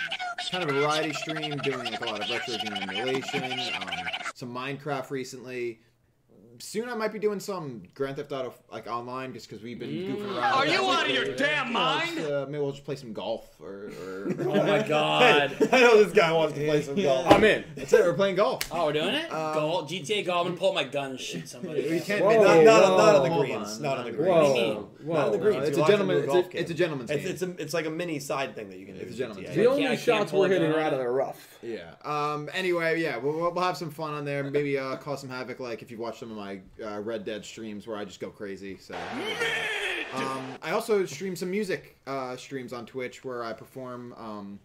[SPEAKER 3] kind of a variety stream, doing like a lot of retro game emulation, um, some Minecraft recently. Soon I might be doing some Grand Theft Auto like online, just because we've been goofing around.
[SPEAKER 11] Mm. Are you out of your damn mind?
[SPEAKER 3] Uh, maybe we'll just play some golf or. or...
[SPEAKER 2] oh my god.
[SPEAKER 4] I know this guy wants to play some golf.
[SPEAKER 1] I'm in.
[SPEAKER 3] That's it. We're playing golf.
[SPEAKER 2] Oh, we're doing it?
[SPEAKER 3] Um,
[SPEAKER 2] Gol GTA golf. I'm gonna pull up my gun and shoot somebody.
[SPEAKER 3] We can't.
[SPEAKER 4] not,
[SPEAKER 1] Whoa,
[SPEAKER 4] not,
[SPEAKER 1] whoa,
[SPEAKER 4] not on the
[SPEAKER 3] hold
[SPEAKER 4] greens.
[SPEAKER 3] on,
[SPEAKER 4] Not on the greens.
[SPEAKER 2] What do
[SPEAKER 1] Whoa,
[SPEAKER 2] you mean?
[SPEAKER 1] whoa.
[SPEAKER 4] Not on the
[SPEAKER 3] No,
[SPEAKER 4] greens. You
[SPEAKER 3] it's a
[SPEAKER 4] watch them
[SPEAKER 3] gentleman.
[SPEAKER 4] do
[SPEAKER 3] It's
[SPEAKER 4] golf
[SPEAKER 3] a, it's a
[SPEAKER 4] games.
[SPEAKER 3] gentleman's
[SPEAKER 4] It's,
[SPEAKER 3] game.
[SPEAKER 4] it's, a, it's like a mini side thing that you can do.
[SPEAKER 3] It's a
[SPEAKER 4] with
[SPEAKER 3] gentleman's
[SPEAKER 4] GTA.
[SPEAKER 1] The
[SPEAKER 2] I
[SPEAKER 1] only
[SPEAKER 2] can't
[SPEAKER 1] shots
[SPEAKER 2] pull
[SPEAKER 1] we're
[SPEAKER 2] it
[SPEAKER 1] hitting
[SPEAKER 2] down.
[SPEAKER 1] are out of the rough.
[SPEAKER 3] Yeah. Um. Anyway, yeah, we'll- we'll, we'll have some fun on there. Maybe uh, cause some havoc, like if you watch some of my uh, Red Dead streams where I just go crazy. So. Um, I also stream some music uh, streams on Twitch where I perform um,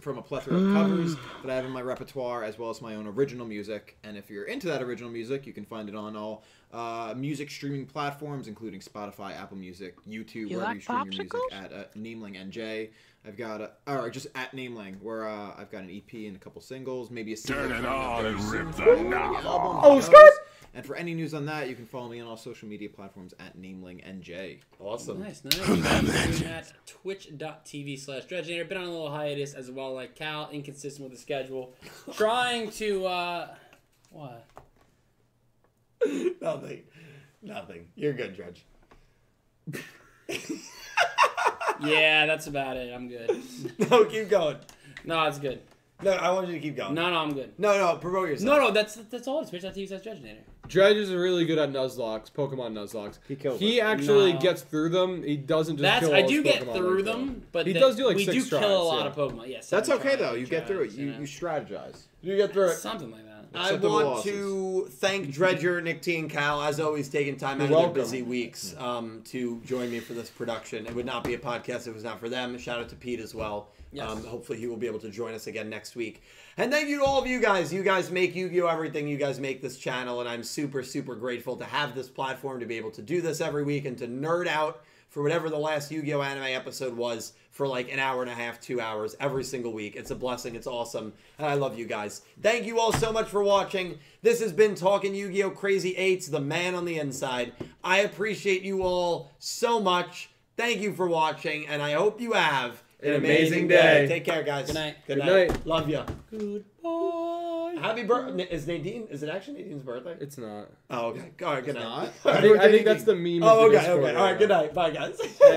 [SPEAKER 3] from a plethora of covers that I have in my repertoire, as well as my own original music. And if you're into that original music, you can find it on all uh, music streaming platforms, including Spotify, Apple Music, YouTube, wherever you stream your music at uh, Nameling NJ. I've got, a, or just at Nameling, where uh, I've got an EP and a couple singles, maybe a single. Turn it on and rip the knob Oh, skirt! And for any news on that, you can follow me on all social media platforms at Nameling NJ.
[SPEAKER 4] Awesome.
[SPEAKER 2] Nice, nice. You can stream at twitch.tv slash Dredgenator. Been on a little hiatus as well, like Cal, inconsistent with the schedule. Trying to, uh, what?
[SPEAKER 4] Nothing. Nothing. You're good, Judge.
[SPEAKER 2] Yeah, that's about it. I'm good.
[SPEAKER 4] No, keep going.
[SPEAKER 2] No, it's good.
[SPEAKER 4] No, I want you to keep going.
[SPEAKER 2] No, no, I'm good.
[SPEAKER 4] no, no, promote yourself.
[SPEAKER 2] No, no, that's that's all. It's twitch.tv slash Dredgenator.
[SPEAKER 1] Dredge is really good at Nuzlocks, Pokemon Nuzlocks. He
[SPEAKER 3] kills
[SPEAKER 1] He actually
[SPEAKER 2] No.
[SPEAKER 1] gets through them. He doesn't just
[SPEAKER 2] That's
[SPEAKER 1] kill
[SPEAKER 2] I
[SPEAKER 1] all
[SPEAKER 2] do
[SPEAKER 1] his
[SPEAKER 2] get
[SPEAKER 1] Pokemon
[SPEAKER 2] through
[SPEAKER 1] like
[SPEAKER 2] them,
[SPEAKER 1] that.
[SPEAKER 2] but
[SPEAKER 1] He
[SPEAKER 2] then
[SPEAKER 1] does do, like,
[SPEAKER 2] we
[SPEAKER 1] six
[SPEAKER 2] do kill a
[SPEAKER 1] tries,
[SPEAKER 2] lot
[SPEAKER 1] yeah.
[SPEAKER 2] of Pokemon. Yes,
[SPEAKER 3] That's okay though. You get through it. You, you strategize.
[SPEAKER 4] You get through it.
[SPEAKER 2] something like that.
[SPEAKER 4] I
[SPEAKER 3] Acceptable
[SPEAKER 4] want
[SPEAKER 3] losses.
[SPEAKER 4] to thank Dredger, Nick T, and Cal, as always, taking time out
[SPEAKER 1] You're
[SPEAKER 4] of
[SPEAKER 1] welcome.
[SPEAKER 4] their busy weeks um, to join me for this production. It would not be a podcast if it was not for them. Shout out to Pete as well.
[SPEAKER 2] Yes.
[SPEAKER 4] Um, hopefully, he will be able to join us again next week. And thank you to all of you guys. You guys make Yu Gi Oh! everything. You guys make this channel. And I'm super, super grateful to have this platform to be able to do this every week and to nerd out for whatever the last Yu-Gi-Oh anime episode was for like an hour and a half, two hours every single week. It's a blessing. It's awesome, and I love you guys. Thank you all so much for watching. This has been Talking Yu-Gi-Oh Crazy Eights, the man on the inside. I appreciate you all so much. Thank you for watching, and I hope you have an, amazing,
[SPEAKER 1] amazing
[SPEAKER 4] day.
[SPEAKER 1] day.
[SPEAKER 4] Take care, guys.
[SPEAKER 2] Good night.
[SPEAKER 4] Good
[SPEAKER 1] Good
[SPEAKER 4] night.
[SPEAKER 1] night.
[SPEAKER 4] Love you. Goodbye. Happy birthday. Is Nadine? Is it actually Nadine's birthday?
[SPEAKER 1] It's not.
[SPEAKER 4] oh, okay. All right. Good night.
[SPEAKER 3] not?
[SPEAKER 4] All
[SPEAKER 1] I
[SPEAKER 4] right,
[SPEAKER 1] think,
[SPEAKER 4] we're
[SPEAKER 1] I think
[SPEAKER 4] taking-
[SPEAKER 1] that's the meme. of
[SPEAKER 4] Oh,
[SPEAKER 1] the
[SPEAKER 4] okay.
[SPEAKER 1] Discord
[SPEAKER 4] Okay. All
[SPEAKER 1] right
[SPEAKER 4] right.
[SPEAKER 1] now.
[SPEAKER 4] Good night. Bye, guys.